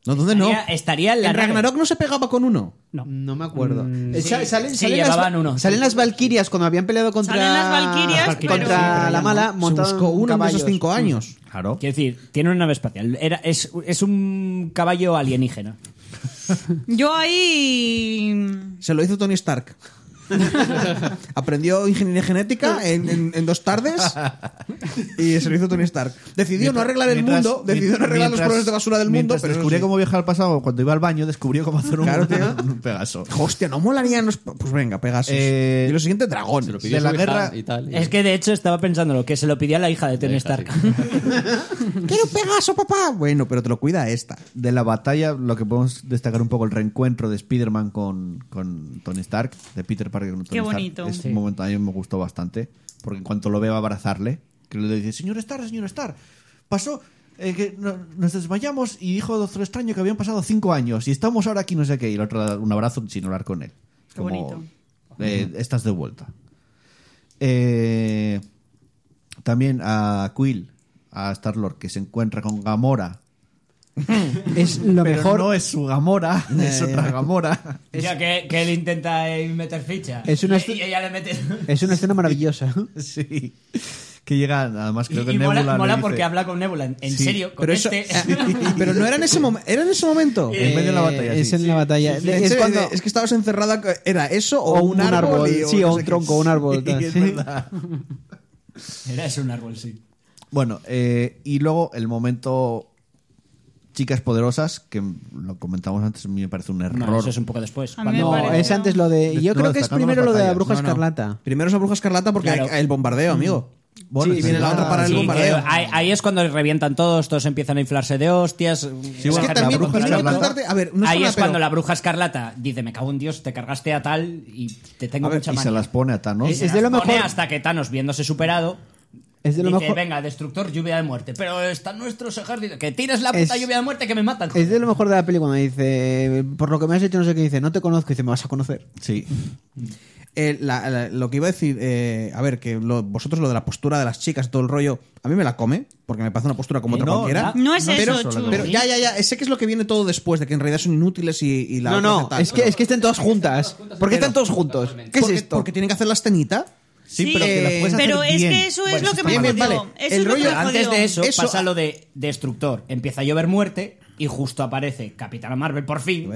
D: No, ¿dónde no?
C: Estaría, estaría en la
D: En
C: nave.
D: Ragnarok no se pegaba con uno.
G: No.
F: No me acuerdo. Eh,
C: Mm,
F: sa-
C: sí.
F: salen,
C: Sí,
F: salen las,
C: llevaban uno.
F: Salen las Valquirias cuando habían peleado contra.
B: Salen las Valquirias,
F: contra
B: pero-
F: la mala.
D: Se
F: Montaron
D: buscó uno de
F: caballos. Mm.
D: esos cinco años.
A: Claro.
C: Quiero decir, tiene una nave espacial. Era, es, es un caballo alienígena.
B: Yo ahí.
D: Se lo hizo Tony Stark. Aprendió ingeniería genética en, en- en dos tardes y se lo hizo Tony Stark. Decidió no arreglar el
A: Mientras-
D: mundo, decidió no
A: mientras-
D: arreglar los problemas de basura del mundo,
A: mientras
D: pero
A: descubrió
D: eso
A: cómo viajar al pasado cuando iba al baño, descubrió cómo hacer un,
D: Claro, tío.
A: un Pegaso.
D: sí. Hostia, no molarían los... Pues venga, Pegasus.
A: Eh,
D: y lo siguiente, dragón.
H: Se lo pidió
A: De
H: su
A: la
H: hija
A: guerra-
H: y tal. y-
C: Es que de hecho estaba pensando lo que se lo pidió a la hija de Tony
H: hija,
C: Stark.
H: sí.
D: Quiero un Pegaso, papá. Bueno, pero te lo cuida esta.
A: De la batalla, lo que podemos destacar un poco el reencuentro de Spider-Man con, con Tony Stark, de Peter Parker con Tony
B: Qué
A: Stark.
B: bonito.
A: Es
B: Sí.
A: un momento a mí me gustó bastante, porque en cuanto lo veo
D: Eh,
A: abrazarle, que le dice, señor Stark, señor Stark, pasó... eh, que no- nos desmayamos y dijo Doctor Extraño que habían pasado cinco años y estamos ahora aquí no sé qué y el otro da un abrazo sin hablar con él
B: Qué bonito.
A: eh, estás de vuelta Eh, también a Quill, a Star-Lord, que se encuentra con Gamora
G: es lo
A: Pero Eh.
G: mejor.
A: no es su Gamora, es
F: ya,
A: otra
F: ya.
A: Gamora.
C: Ya que, que él intenta eh, meter ficha.
F: Es una
C: y,
F: estu-
C: y ella le mete.
F: Es una escena maravillosa.
A: Sí. Que llega, además creo que
C: y, y mola,
A: Nebula le
C: mola
A: dice-
C: porque habla con Nebula. En, en
A: Sí,
C: serio, con
D: Pero, eso,
C: este.
D: pero no era en ese momento. ¿Era en ese momento?
A: En medio de la batalla,
F: Eh, Es
A: sí.
F: en la batalla.
D: De
F: es
D: hecho,
F: cuando.
D: de- es que estabas encerrada. ¿Era eso o, un, árbol? y-
F: sí,
D: no sé
F: o un
D: qué.
F: tronco, un árbol.
A: Sí,
F: tal.
A: es
F: Sí.
A: verdad.
C: Era eso un árbol, sí.
A: Bueno, eh, y luego el momento chicas poderosas, que lo comentamos antes, a mí me parece un error.
C: No, eso es un poco después.
B: A mí me
F: No,
B: parece
F: es
B: que no.
F: antes lo de.
A: De-
F: Yo
A: no,
F: creo que es
A: destacando
F: primero
A: las
F: lo de la
A: batallas.
F: bruja
A: No, no.
F: escarlata.
D: Primero es la bruja escarlata porque
C: Claro.
D: hay- el bombardeo, amigo.
A: Bueno,
D: sí,
A: es
D: viene la
A: verdad.
D: otra para el
C: Sí, que
D: bombardeo.
C: ahí, ahí es cuando revientan todos, todos empiezan a inflarse de hostias.
A: bueno,
D: es
A: la
D: que también
A: bruja
D: tiene que
A: escarlata-
D: contarte- A ver, no
C: ahí
D: suena,
C: es cuando
D: pero-
C: la bruja escarlata dice, me cago en Dios, te cargaste a tal y te tengo
A: A ver,
C: mucha
A: y se
C: manía.
A: las pone a Thanos.
C: Y
F: Es-
C: se
F: es de
C: las
F: lo
C: pone
F: mejor-
C: hasta que Thanos, viéndose superado,
F: Es de lo
C: dice,
F: mejor.
C: venga, destructor, lluvia de muerte. Pero están nuestros ejércitos. Que tires la puta
F: Es-
C: lluvia de muerte que me matan. joder.
F: Es de lo mejor de la peli cuando dice, por lo que me has hecho no sé qué, dice, no te conozco, dice, me vas a conocer.
A: Sí.
D: Eh, la- la- lo que iba a decir, eh, a ver, que lo- vosotros lo de la postura de las chicas, todo el rollo, a mí me la come, porque me parece una postura como
A: Eh,
D: otra
A: no,
D: cualquiera.
B: No es
D: pero,
B: eso, Chu.
D: pero ya, ya, ya, sé que es lo que viene todo después, de que en realidad son inútiles y, y la
F: no,
D: otra
F: no,
D: hace tal.
F: es que, es que estén todas juntas. ¿Por qué están todos juntos? ¿Qué es
D: porque,
F: esto?
D: Porque tienen que hacer la escenita.
A: Sí, pero que las puedes hacer
B: eh, pero es
A: bien.
B: que eso es
A: Bueno,
B: lo que
A: está
B: me
A: mal.
B: jodió.
D: vale.
B: Eso es
D: El
B: lo que
D: rollo
B: me
C: Antes
B: jodió.
C: de eso,
D: Eso-
C: pasa lo de Destructor. Empieza a llover muerte y justo aparece Capitana Marvel por fin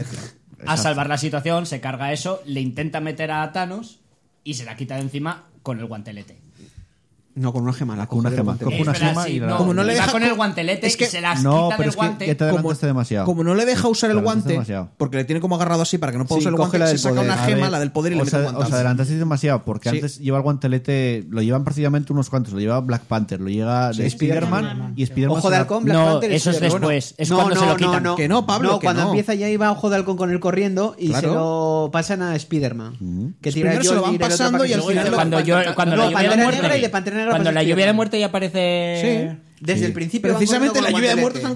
C: a salvar la situación, se carga eso, le intenta meter a Thanos y se la quita de encima con el guantelete.
F: No, con una gema, la
A: Con una
F: coge del
A: gema,
F: guante.
A: coge una
C: Es verdad,
A: gema
C: sí,
A: y la-
C: no,
D: Como no le
C: iba
D: deja-
C: con el guantelete
D: es que-
C: y se las
A: No,
C: quita
A: pero
C: del
A: es que
C: guante.
A: ya te adelantaste demasiado.
D: Como no le deja usar el
A: Claro,
D: guante,
A: es demasiado.
D: porque le tiene como agarrado así para que no pueda
F: Sí,
D: usar el
F: coge
D: guante,
F: la
D: se
F: del
D: saca
F: poder.
D: una
A: A
D: gema,
A: ver,
D: la del poder y le
A: os,
D: mete un
A: ad- os
D: guantazo.
A: adelantasteis demasiado porque
D: Sí.
A: antes lleva el guantelete, lo llevan precisamente unos cuantos, lo lleva Black Panther, lo lleva de Spider-Man y Spider-Man
F: Ojo
A: se
F: de
A: la-
F: halcón, Black
C: No,
F: Panther,
C: eso es
F: Spider-Man.
C: después, es
F: no,
C: cuando
F: no,
C: se lo
F: no,
C: quitan.
F: No,
D: Que no, Pablo,
F: No,
D: que
F: cuando
D: no.
F: empieza ya iba Ojo de Halcón con él corriendo y
D: Claro. Pues
F: se lo pasan a Spider-Man. Que tira
D: Primero se lo
F: Jolly
D: van
F: del otro
D: pasando
F: para que
D: y al
F: se-
D: final lo-
C: cuando yo, cuando
F: No,
C: la lluvia de
F: Pantera
C: muerte
F: Negra y de Pantera Negra
C: cuando
F: pasa
C: la lluvia de
F: Spiderman.
C: muerte ya aparece
F: Desde el principio van
D: Precisamente la
F: corriendo con
D: lluvia de muerte
F: guantelete.
D: están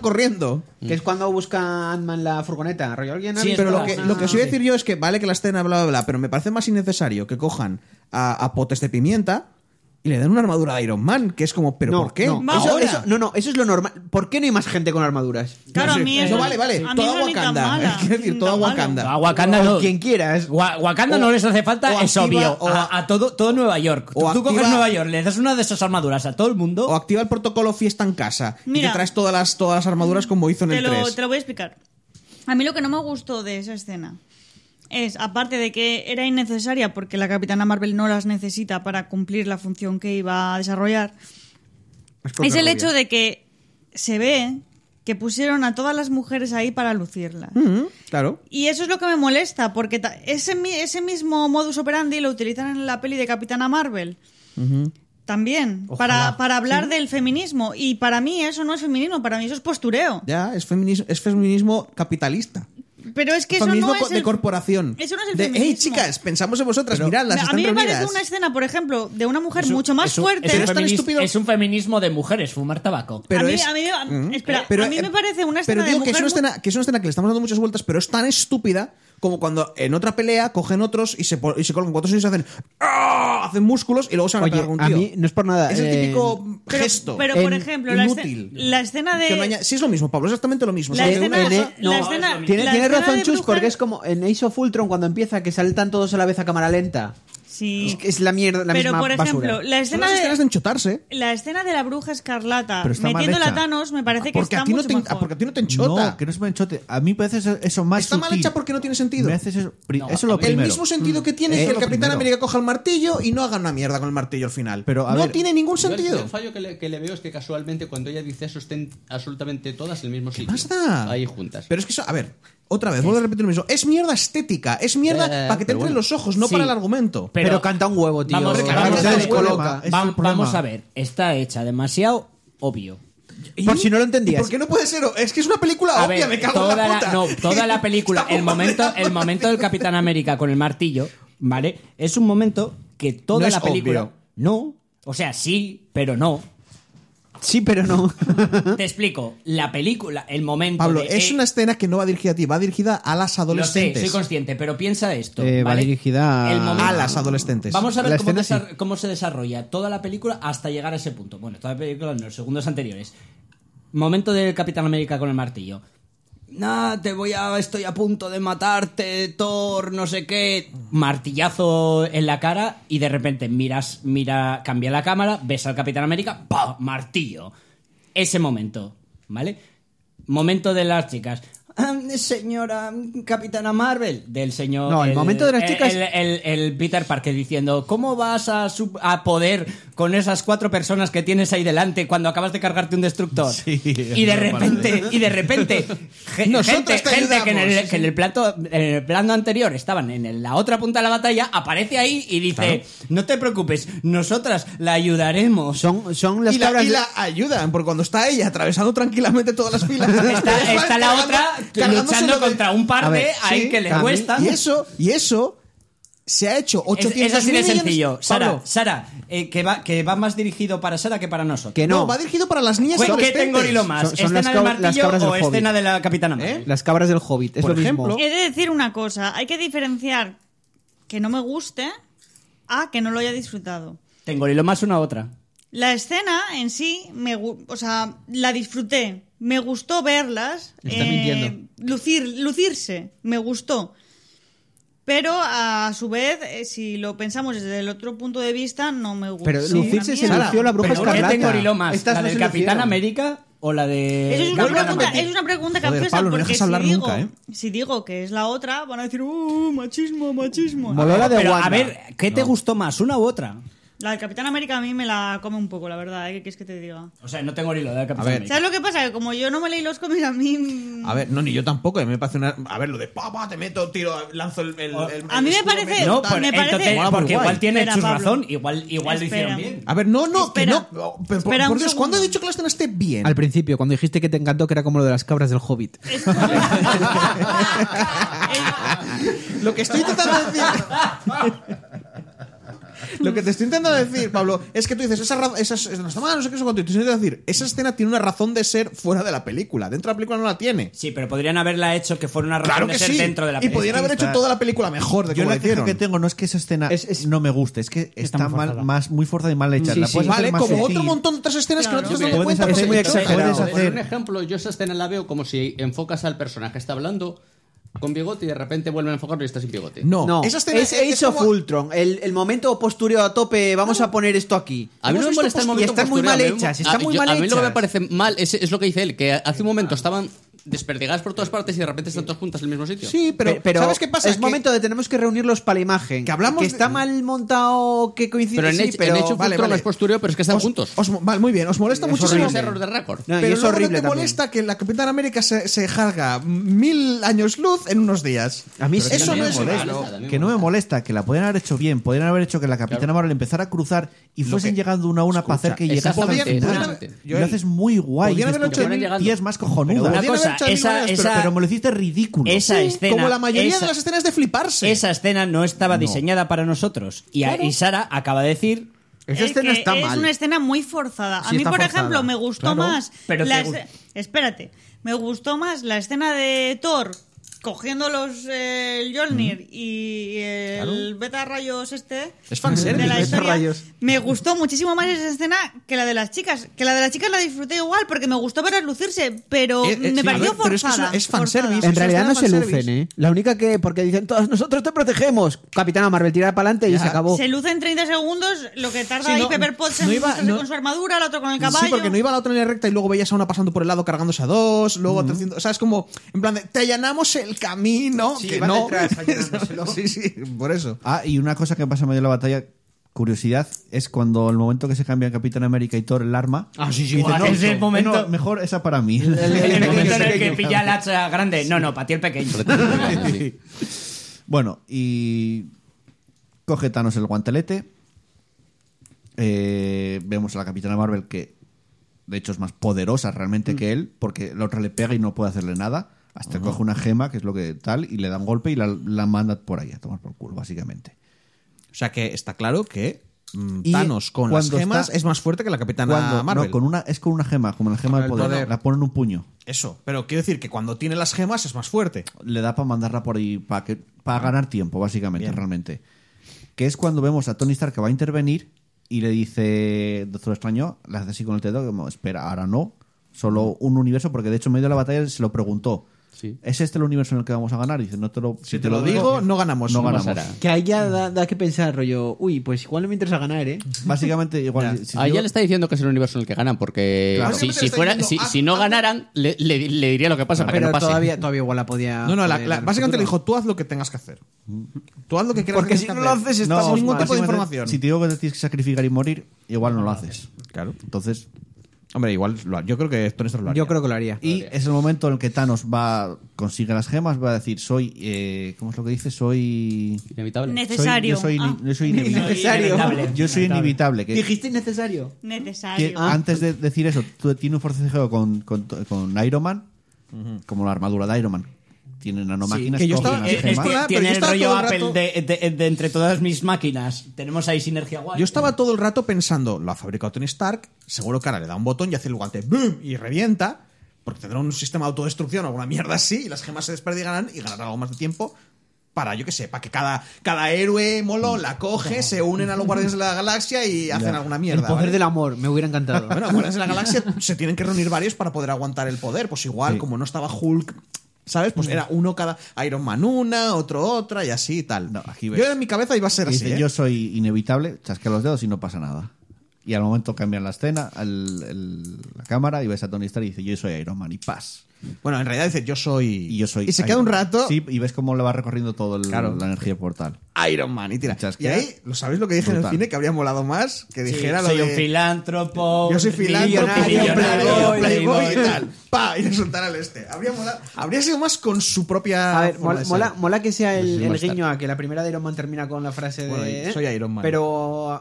D: corriendo.
F: Que es cuando busca Ant-Man la furgoneta. Rollo alguien ha
C: Sí,
F: visto
D: Pero lo
F: la-
D: que,
C: Ah,
D: lo que os iba a
C: sí.
D: decir yo es que vale que la escena, bla, bla, bla, pero me parece más innecesario que cojan a, a potes de pimienta y le den una armadura de Iron Man, que es como, ¿pero
F: No,
D: por qué?
F: No.
B: Más
F: Eso-
B: ahora.
F: eso- no, no, eso es lo normal. ¿Por qué no hay más gente con armaduras?
B: Claro, a mí
D: No,
B: eso-
D: vale, vale,
B: a mí
D: toda
B: no es ni tan
D: Wakanda.
B: mala,
D: Es decir,
B: ni
D: toda
B: tan malo.
C: A
D: Wakanda.
C: Wakanda
F: O
C: no.
F: Quien quieras.
C: Wa- Wakanda
D: O-
C: no les hace
D: o
C: falta, es
D: activa-
C: obvio.
D: o
C: a, a todo, todo Nueva York. Tú,
D: o
C: tú coges
D: activa-
C: Nueva York, le das una de esas armaduras a todo el mundo.
D: O activa el protocolo fiesta en casa y
B: Mira.
D: te traes todas las, todas las armaduras como hizo en
B: te
D: el
B: lo,
D: 3.
B: te lo voy a explicar. A mí lo que no me gustó de esa escena es, aparte de que era innecesaria porque la Capitana Marvel no las necesita para cumplir la función que iba a desarrollar, es el hecho de que se ve que pusieron a todas las mujeres ahí para lucirlas.
D: Mm, Claro.
B: Y eso es lo que me molesta, porque ta- ese, mi- ese mismo modus operandi lo utilizan en la peli de Capitana Marvel. También, para, para hablar del feminismo. Y para mí eso no es feminismo, para mí eso es postureo.
D: Ya, es feminismo, es feminismo capitalista.
B: Pero es que eso
D: feminismo
B: no
D: co-
B: es
D: de
B: el-
D: corporación.
B: Eso no es el
D: de,
B: feminismo.
D: hey, chicas, pensamos en vosotras, miradlas,
B: a
D: están
B: mí me
D: reunidas.
B: parece una escena, por ejemplo, de una mujer
C: Es un-
B: mucho más
C: es un-
B: fuerte.
C: Es un,
D: Pero es tan
C: feminis-
D: estúpido.
C: es un feminismo de mujeres, fumar tabaco.
D: Pero
B: a mí,
D: es-
B: a mí- a-
D: Mm.
B: espera,
D: Pero,
B: a mí me
D: eh,
B: parece una escena
D: Pero digo
B: de
D: que, es una
B: mujer
D: escena, que es una escena que le estamos dando muchas vueltas, pero es tan estúpida como cuando en otra pelea cogen otros y se, po- y se colgan cuatro y se hacen ¡Ah! hacen músculos y luego se van a
F: Oye,
D: pegar con un
F: a
D: tío.
F: mí no es por nada,
D: Es el
F: eh,
D: típico
B: Pero,
D: gesto.
B: pero, por
F: en-
B: ejemplo, la,
D: inútil.
B: escena- la escena de.
D: que no añade- sí, es lo mismo, Pablo, es exactamente lo mismo.
B: La
D: Solo que
B: escena,
D: una
F: en-
D: cosa-
B: la
F: no,
B: escena-
F: Tiene,
B: la
F: tiene
B: escena
F: razón
B: de
F: Chus,
B: bruja-
F: porque es como en Ace of Ultron cuando empieza que saltan todos a la vez a cámara lenta.
B: Sí.
F: Es, que es la mierda, la
B: pero
F: misma
B: por ejemplo,
F: basura.
B: la
D: son
B: escena
D: las
B: de
D: escenas de enchotarse.
B: la escena de la bruja escarlata
A: Pero está mal
B: metiéndola a
A: hecha.
B: Thanos me parece que
D: Porque
B: está
D: a, ti no
B: mucho
D: te,
B: mejor.
D: porque a ti no te enchota.
A: No, que no es manchote. A mí me parece eso, eso más
D: Está mal
A: sutil.
D: hecha porque no tiene sentido.
A: Me haces eso, pri-
C: No,
A: eso es lo
C: a mí-
A: primero.
D: El mismo sentido
C: Mm.
D: que tiene
A: Eh,
D: que el
A: lo
D: Capitán
A: primero.
D: América coja el martillo y no haga una mierda con el martillo al final.
A: Pero, a
D: no
A: ver,
D: tiene ningún
H: Yo el-
D: sentido.
H: El, fallo que le, que le veo es que casualmente cuando ella dice eso estén absolutamente todas en el mismo sitio.
D: pasa?
H: Ahí juntas.
D: Pero es que eso, a ver, otra vez, vuelvo a repetir lo mismo. Es mierda estética, es mierda
H: Ya, ya, ya,
D: para que te
H: pero
D: entren
H: bueno.
D: los ojos, no
C: Sí.
D: para el argumento.
C: Pero-
F: canta un huevo, tío.
C: Vamos,
F: Canta
C: vamos,
F: un
C: vamos,
F: huevo.
A: descoloca. Es
C: Va-
A: el problema.
C: vamos a ver, está hecha demasiado obvio.
F: Por si no lo
D: ¿Y
F: entendías.
D: por qué no puede ser? Es que es una película
C: A
D: obvia,
C: ver,
D: me cago
C: toda
D: en la, puta.
C: no, toda la película,
D: Está
C: el momento, el
D: bombardeando.
C: momento del Capitán América con el martillo, ¿vale? Es un momento que toda
D: No es
C: la película.
D: obvio.
C: No. O sea, sí, pero no.
F: Sí, pero no.
C: Te explico, la película, el momento.
D: Pablo,
C: de,
D: es
C: eh,
D: una escena que no va dirigida a ti, va dirigida a las
C: Lo sé,
D: adolescentes.
C: soy consciente, pero piensa esto.
F: Eh, va
C: ¿vale?
F: dirigida a-
C: El momento-
D: a las adolescentes.
C: Vamos a ver
F: La
C: cómo,
F: escena
C: desar- cómo se desarrolla toda la película hasta llegar a ese punto. Bueno, toda la película en los segundos anteriores. Momento del Capitán América con el martillo. Nah, te voy a. Estoy a punto de matarte, Thor, no sé qué. Martillazo en la cara y de repente miras, mira, cambia la cámara, ves al Capitán América, ¡pam! Martillo. Ese momento, ¿vale? Momento de las chicas. Ah, Señora Capitana Marvel, del señor.
D: No, el momento de las
C: el-
D: chicas-
C: El, el- el Peter Parker diciendo: ¿Cómo vas a, su- a poder con esas cuatro personas que tienes ahí delante cuando acabas de cargarte un destructor? y de repente, y de repente, ge- gente,
D: Nosotros te
C: gente que, en el,
D: ayudamos.
C: que en el plato, en el plano anterior estaban en el- la otra punta de la batalla, aparece ahí y dice: No te preocupes, nosotras la ayudaremos.
F: Son, son las
D: y, la,
F: cabras.
D: y la ayudan, porque cuando está ella atravesando tranquilamente todas las filas.
C: Está, está la otra luchando contra un par
F: A ver,
C: de ahí
F: sí,
C: que le
F: también.
C: cuesta.
D: Y eso, y eso se ha hecho
C: Es,
D: 800
C: es así de
D: millones-
C: sencillo. Sara,
D: Pablo,
C: Sara eh, que, va, que va más dirigido para Sara que para nosotros.
F: Que
D: no,
F: no.
D: va dirigido para las niñas
C: Bueno, ¿Qué tengo
D: adolescentes.
C: hilo más?
F: Son- son
C: ¿Escena
F: las
C: del
F: cab- las
C: martillo
F: cabras del
C: o escena
F: Hobbit. ¿Eh?
C: de la Capitana Marvel?
F: Las cabras del Hobbit, es
D: Por
F: lo
D: ejemplo,
F: mismo.
B: He de decir una cosa, hay que diferenciar que no me guste a que no lo haya disfrutado.
C: Tengo hilo más una otra.
B: La escena en sí, me, gu- o sea, la disfruté. Me gustó verlas. eh,
F: Está mintiendo.
B: lucir, lucirse, me gustó. Pero a su vez, eh, si lo pensamos desde el otro punto de vista, no me gustó.
F: Pero lucirse se
B: También.
F: lució la bruja
C: Pero ¿qué
F: escarlata.
C: tengo hilo más?
D: Estas
C: ¿La
D: no
C: del
D: se
C: Capitán
D: lucieron.
C: América o la de.?
B: Eso es una,
D: Vuelven a
B: pregunta,
D: repetir.
B: es una pregunta
D: Eh, Joder,
B: capciosa,
D: Pablo, no
B: porque
D: dejas
B: si,
D: hablar
B: digo,
D: nunca, ¿eh?
B: si digo que es la otra, van a decir, ¡uh, machismo, machismo!
F: Moló la de
C: Pero a
F: Wanda.
C: ver, ¿qué te gustó más, una u otra?
B: La del Capitán América a mí me la come un poco, la verdad, ¿eh? ¿qué quieres que te diga?
C: O sea, no tengo hilo de la Capitán
D: ver.
C: América.
B: ¿Sabes lo que pasa? Que como yo no me leí los cómics, a mí... mm,
D: A ver, no, ni yo tampoco. A mí me parece una. A ver, lo de papá, te meto, tiro, lanzo el. el- el-
B: A mí me
D: el
B: parece-
D: escudo,
C: No,
D: meto,
C: por-
B: me parece-
C: entonces,
D: Mola por
C: porque
D: guay.
C: igual tiene
B: Espera,
C: su
B: Pablo.
C: razón, igual, igual lo hicieron
B: Espera.
C: bien.
D: A ver, no, no, que
B: Espera.
D: no. oh, pero por,
B: Espera
D: por
B: un
D: Dios,
B: segundo.
D: ¿cuándo he dicho que la escena esté bien?
F: Al principio, cuando dijiste que te encantó, que era como lo de las cabras del Hobbit.
D: Lo que estoy intentando decir. Lo que te estoy intentando decir, Pablo, es que tú dices, esa ra- esas, no está mal, no sé qué, eso cuánto. Y te estoy intentando decir, esa escena tiene una razón de ser fuera de la película. Dentro de la película no la tiene.
C: Sí, pero podrían haberla hecho que fuera una razón
D: Claro
C: de
D: que
C: ser
D: sí.
C: dentro de la
D: y
C: película.
D: podrían haber hecho toda la película mejor de
A: Yo
D: como
A: la
D: la
A: queja
D: hicieron.
A: que tengo no es que esa escena
F: Es- es-
A: no me guste, es que
T: Está
A: está,
T: muy
A: mal,
T: forzada.
A: más, muy forzada y mal hecha.
F: Sí,
A: la
F: sí,
A: puedes
D: Vale,
A: hacer más
D: como
A: sutil.
D: otro montón de otras escenas
B: Claro.
D: que no te estás
A: Puedes
D: dando cuenta.
A: hacer-
D: porque
F: muy
D: se echan.
A: exagerado.
F: Puedes
H: Por
A: hacer-
H: un ejemplo, yo esa escena la veo como si enfocas al personaje está hablando con bigote y de repente vuelve a enfocarlo y está sin bigote.
D: No,
F: No,
D: esa
F: es
D: escena
F: Ace of
D: como-
F: Ultron. El, el momento postureo a tope, vamos a poner esto aquí.
H: A mí
F: Hemos
H: no me
F: visto
H: molesta el
F: postu-
H: momento
F: Y están muy
H: postureo,
F: mal
H: a mí-
F: hechas, están
H: a-
F: muy
H: yo-
F: mal
H: A mí lo que me
F: hechas.
H: parece mal es, es lo que dice él, que hace un momento estaban desperdigadas por todas partes y de repente están todas juntas en el mismo sitio.
D: Sí, pero,
F: Pe- pero
D: ¿sabes qué pasa?
F: Es
D: Que-
F: momento de tenemos que reunirlos para la imagen.
D: Que hablamos de-
F: está mal montado, que coincide.
H: pero en
F: sí,
H: hecho,
F: pero-
H: en hecho
D: vale,
H: Ultron
D: vale.
H: es postureo, pero es que están
D: os-
H: juntos.
D: os mo- vale, muy bien, os molesta muchísimo.
H: Es error de récord.
F: No, Ah, y
D: pero luego
F: es
D: no
F: horrible
D: te
F: también.
D: molesta que la Capitán América se, se jarga mil años luz en unos días.
F: A mí sí
D: eso
F: me
D: no es
H: molesta.
D: malo.
A: Que no me molesta, que la podían haber hecho bien, podían haber hecho que la Capitana Marvel empezara a cruzar y fuesen llegando una a una para hacer que
H: esa
A: llegase
H: podían-
A: al final.
H: podían-
A: Y lo haces muy guay. dices
D: podían haberlo
A: tú,
D: hecho en
A: "Joder,
H: llegando".
A: tía, es más cojonuda.
C: una
A: Pero,
D: Podrían haber
C: cosa,
D: hecho mil
C: esa-
D: millones, pero-
C: esa-
A: pero me lo hiciste ridículo.
C: Esa escena.
D: Como la mayoría
C: esa-
D: de las escenas de fliparse.
C: Esa escena no estaba diseñada para nosotros. Y, a- y Sara acaba de decir.
F: Esa
B: es
F: escena
B: que
F: este está
B: es
F: mal.
B: una escena muy forzada.
F: Sí,
B: a mí,
F: está
B: por
F: forzada.
B: ejemplo, me gustó
F: Claro.
B: más.
C: Pero
B: la
C: te
B: esce-
C: gust-
B: Espérate, me gustó más la escena de Thor cogiendo los eh, el Jolnir y el beta rayos este
D: Es fanservice,
B: de la
D: beta
B: historia.
D: rayos.
B: me gustó muchísimo más esa escena que la de las chicas que la de las chicas la disfruté igual porque me gustó verlas lucirse pero
D: Eh, eh, sí,
B: me
D: a
B: pareció
D: ver, pero es que es
B: forzada
D: una- es fanservice.
B: forzada.
F: En
D: Eso
F: realidad
D: está
F: no se
D: fanservice.
F: lucen, ¿eh? La única que, porque dicen todos nosotros te protegemos. Capitana Marvel, tira para adelante y se acabó.
B: Se luce en 30 segundos lo que tarda
D: Sí,
B: ahí
D: no,
B: Pepper Potts
D: no
B: en
D: iba-
B: hacerse
D: no-
B: con su armadura, el otro con el caballo.
D: Sí, porque no iba a la otra línea recta y luego veías a una pasando por el lado cargándose a dos, luego te haciendo- O sea, es como, en plan de, te allanamos el camino.
F: Sí,
D: que
F: van
D: no.
F: detrás allanándoselo.
D: sí, sí, por eso.
A: Ah, y una cosa que pasa en medio de la batalla, curiosidad, es cuando el momento que se cambia Capitán América y Thor el arma.
F: Ah, sí, sí,
A: dice,
F: guau,
A: "No,
C: es el
A: no,
C: momento".
A: no, mejor esa para mí.
C: En el momento en el que pilla el hacha grande. No, no, para ti el pequeño.
A: Bueno, y coge Thanos el guantelete. Eh, vemos a la Capitana Marvel que, de hecho, es más poderosa realmente que él, porque la otra le pega y no puede hacerle nada. Hasta que coge una gema, que es lo que tal, y le da un golpe y la, la manda por ahí a tomar por culo, básicamente.
D: O sea que está claro que mm,
A: Y
D: Thanos con las
A: cuando
D: gemas
A: está-
D: es más fuerte que la Capitana
A: Cuando-
D: Marvel.
A: No, con una, es con una gema, como la gema
D: Con
A: del
D: el
A: poder.
D: poder.
A: La pone en un puño.
D: Eso, pero quiero decir que cuando tiene las gemas es más fuerte.
A: le da para mandarla por ahí, para que para ganar tiempo, básicamente,
D: Bien.
A: realmente. Que es cuando vemos a Tony Stark que va a intervenir y le dice, Doctor Extraño, le hace así con el dedo, como, espera, ahora no, Solo un universo, porque de hecho en medio de la batalla se lo preguntó.
H: Sí.
A: ¿Es este el universo en el que vamos a ganar? Y dice, no te lo, si, te, lo, digo,
D: digo, no ganamos.
A: no
D: No
A: ganamos.
H: pasará.
F: Que ahí ya da,
C: Eh,
F: da que pensar, rollo, uy, pues igual no me interesa ganar, ¿eh?
A: Básicamente, igual. si- si
H: Ahí
A: digo-
H: ya le está diciendo que es el universo en el que ganan, porque
D: Claro.
H: si,
D: Básicamente
H: si
D: le está
H: fuera,
D: diciendo,
H: si,
D: haz-
H: si no
D: haz-
H: ganaran, le, le- le diría lo que pasa para que
F: Pero
H: no pase.
F: todavía, todavía igual la podía.
D: No, no, la-
F: podía
D: la-
F: ganar.
D: básicamente le dijo, tú haz lo que tengas que hacer. Tú haz lo que quieras
F: Porque
D: que
F: si
D: tengas
F: no
D: que
F: lo
D: hacer.
F: haces,
D: No,
F: estamos
D: ningún
F: mal.
D: tipo de
A: básicamente,
D: información.
A: Si te digo que te tienes que sacrificar y morir, igual no lo haces.
D: Claro.
A: Entonces,
D: Hombre, igual, lo- yo creo que Tony Stark lo haría.
F: Yo creo que lo haría.
A: Y es el momento en el que Thanos va consigue las gemas, va a decir, soy... eh, ¿Cómo es lo que dice? Soy...
H: Inevitable.
B: Necesario.
A: Soy- yo soy,
B: Ah,
A: yo soy inevitable.
F: Necesario.
A: Yo soy inevitable. que-
F: Dijiste innecesario.
A: que
B: necesario.
A: Antes de decir eso, tú- tiene un forcejeo con, con, con Iron Man, como la armadura de Iron Man. Tiene nanomáquinas,
D: que yo
A: cogen
C: eh,
D: estaba-
A: las
D: es- es
A: gemas.
D: que- Hola, pero
O: Tiene
D: yo
O: el
D: estaba
O: rollo
D: todo el
O: Apple
D: rato-
O: de, de- de entre todas mis máquinas. Tenemos ahí sinergia guay.
D: Yo estaba todo el rato pensando, lo ha fabricado Tony Stark, seguro que ahora le da un botón y hace el guante ¡boom! y revienta, porque tendrá un sistema de autodestrucción o alguna mierda así, y las gemas se desperdigarán y ganará algo más de tiempo para, yo que sé, para que cada, cada héroe molo la coge, se unen a los Guardianes de la Galaxia y hacen alguna
F: El
D: mierda.
F: poder
D: ¿vale?
F: del amor, me hubiera encantado.
D: Bueno, Guardianes de la Galaxia se tienen que reunir varios para poder aguantar el poder. Pues igual, como no estaba Hulk, ¿sabes?
A: Mm.
D: Pues era uno cada. Iron Man una, otro otra y así y tal.
A: No, aquí ves.
D: Yo en mi cabeza iba a ser así.
A: Dice,
D: ¿eh?
A: yo soy inevitable, chasquea los dedos y no pasa nada. Y al momento cambian la escena, el- el- la cámara, y ves a Tony Stark y dice, yo soy Iron Man, y paz.
D: Bueno, en realidad dice, yo soy.
A: Y yo soy...
D: Y se
A: Iron
D: queda un
A: Man.
D: rato.
A: Sí, y ves cómo le va recorriendo todo el- la energía portal.
D: Iron Man y tira. Y
A: Chasquea.
D: ahí, ¿lo sabéis lo que dije en el
A: Brutal.
D: cine? Que habría molado más que
O: Sí,
D: dijera
O: soy
D: lo
O: un
D: de-
O: filántropo.
D: Yo soy filántropo,
O: millonario,
D: playboy, playboy y
O: playboy.
D: tal. Pa, y le soltara al este. Habría, molado- habría sido más con su propia.
F: A ver,
D: forma
F: mola,
D: de ser.
F: mola, mola que sea el, el
A: más
F: guiño a que la primera de Iron Man termina con la frase
D: Pues Bueno,
F: de. ¿eh?
D: soy Iron Man.
F: Pero a,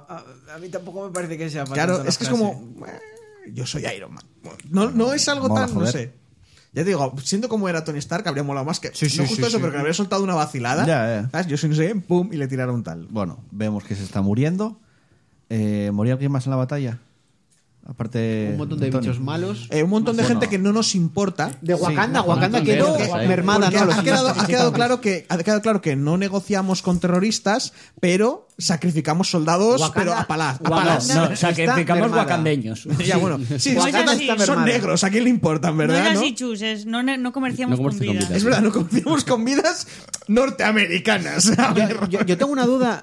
F: a- a mí tampoco me parece que sea para
D: Claro,
F: tanto la
D: es que es
F: frase.
D: como. "Eh, Yo soy Iron Man. No, no es algo
A: Mola,
D: tan. No
A: joder.
D: sé. Ya te digo, siendo como era Tony Stark, habría molado más que.
A: Sí, sí,
D: no
A: sí,
D: justo eso,
A: sí.
D: pero que le habría soltado una vacilada.
A: Ya, ya.
D: ¿sabes? Yo soy no sé qué, pum, y le tiraron un tal.
A: Bueno, vemos que se está muriendo. Eh, ¿Moría alguien más en la batalla? Aparte.
F: Un montón de
A: Tony.
F: bichos malos.
D: Eh, un montón de
A: Bueno.
D: gente que no nos importa.
F: De Wakanda,
H: Sí,
F: Wakanda
H: un montón
F: quedó
H: de cosas ahí.
F: mermada,
D: Porque
F: ¿no? Los
D: ha, quedado,
F: gigantes
D: ha quedado
F: gigantes.
D: claro que, ha quedado claro que no negociamos con terroristas, pero sacrificamos soldados,
F: Wakanda-
D: pero a palas. A
F: Wakanda-
D: palas.
O: No,
F: Está
O: sacrificamos
F: mermada.
O: guacandeños.
D: Ya, bueno. Sí,
B: Wakanda
D: son-
B: está
D: son,
F: mermada.
D: negros, ¿a quién le importan,
B: no
D: verdad?
B: era
D: ¿no?
B: así, Chus, es- no, ne- no comerciamos
H: No
B: con
H: comercio
B: vida.
H: con vida.
D: Es verdad, no confiamos con vidas norteamericanas. A ver.
F: Yo, yo tengo una duda.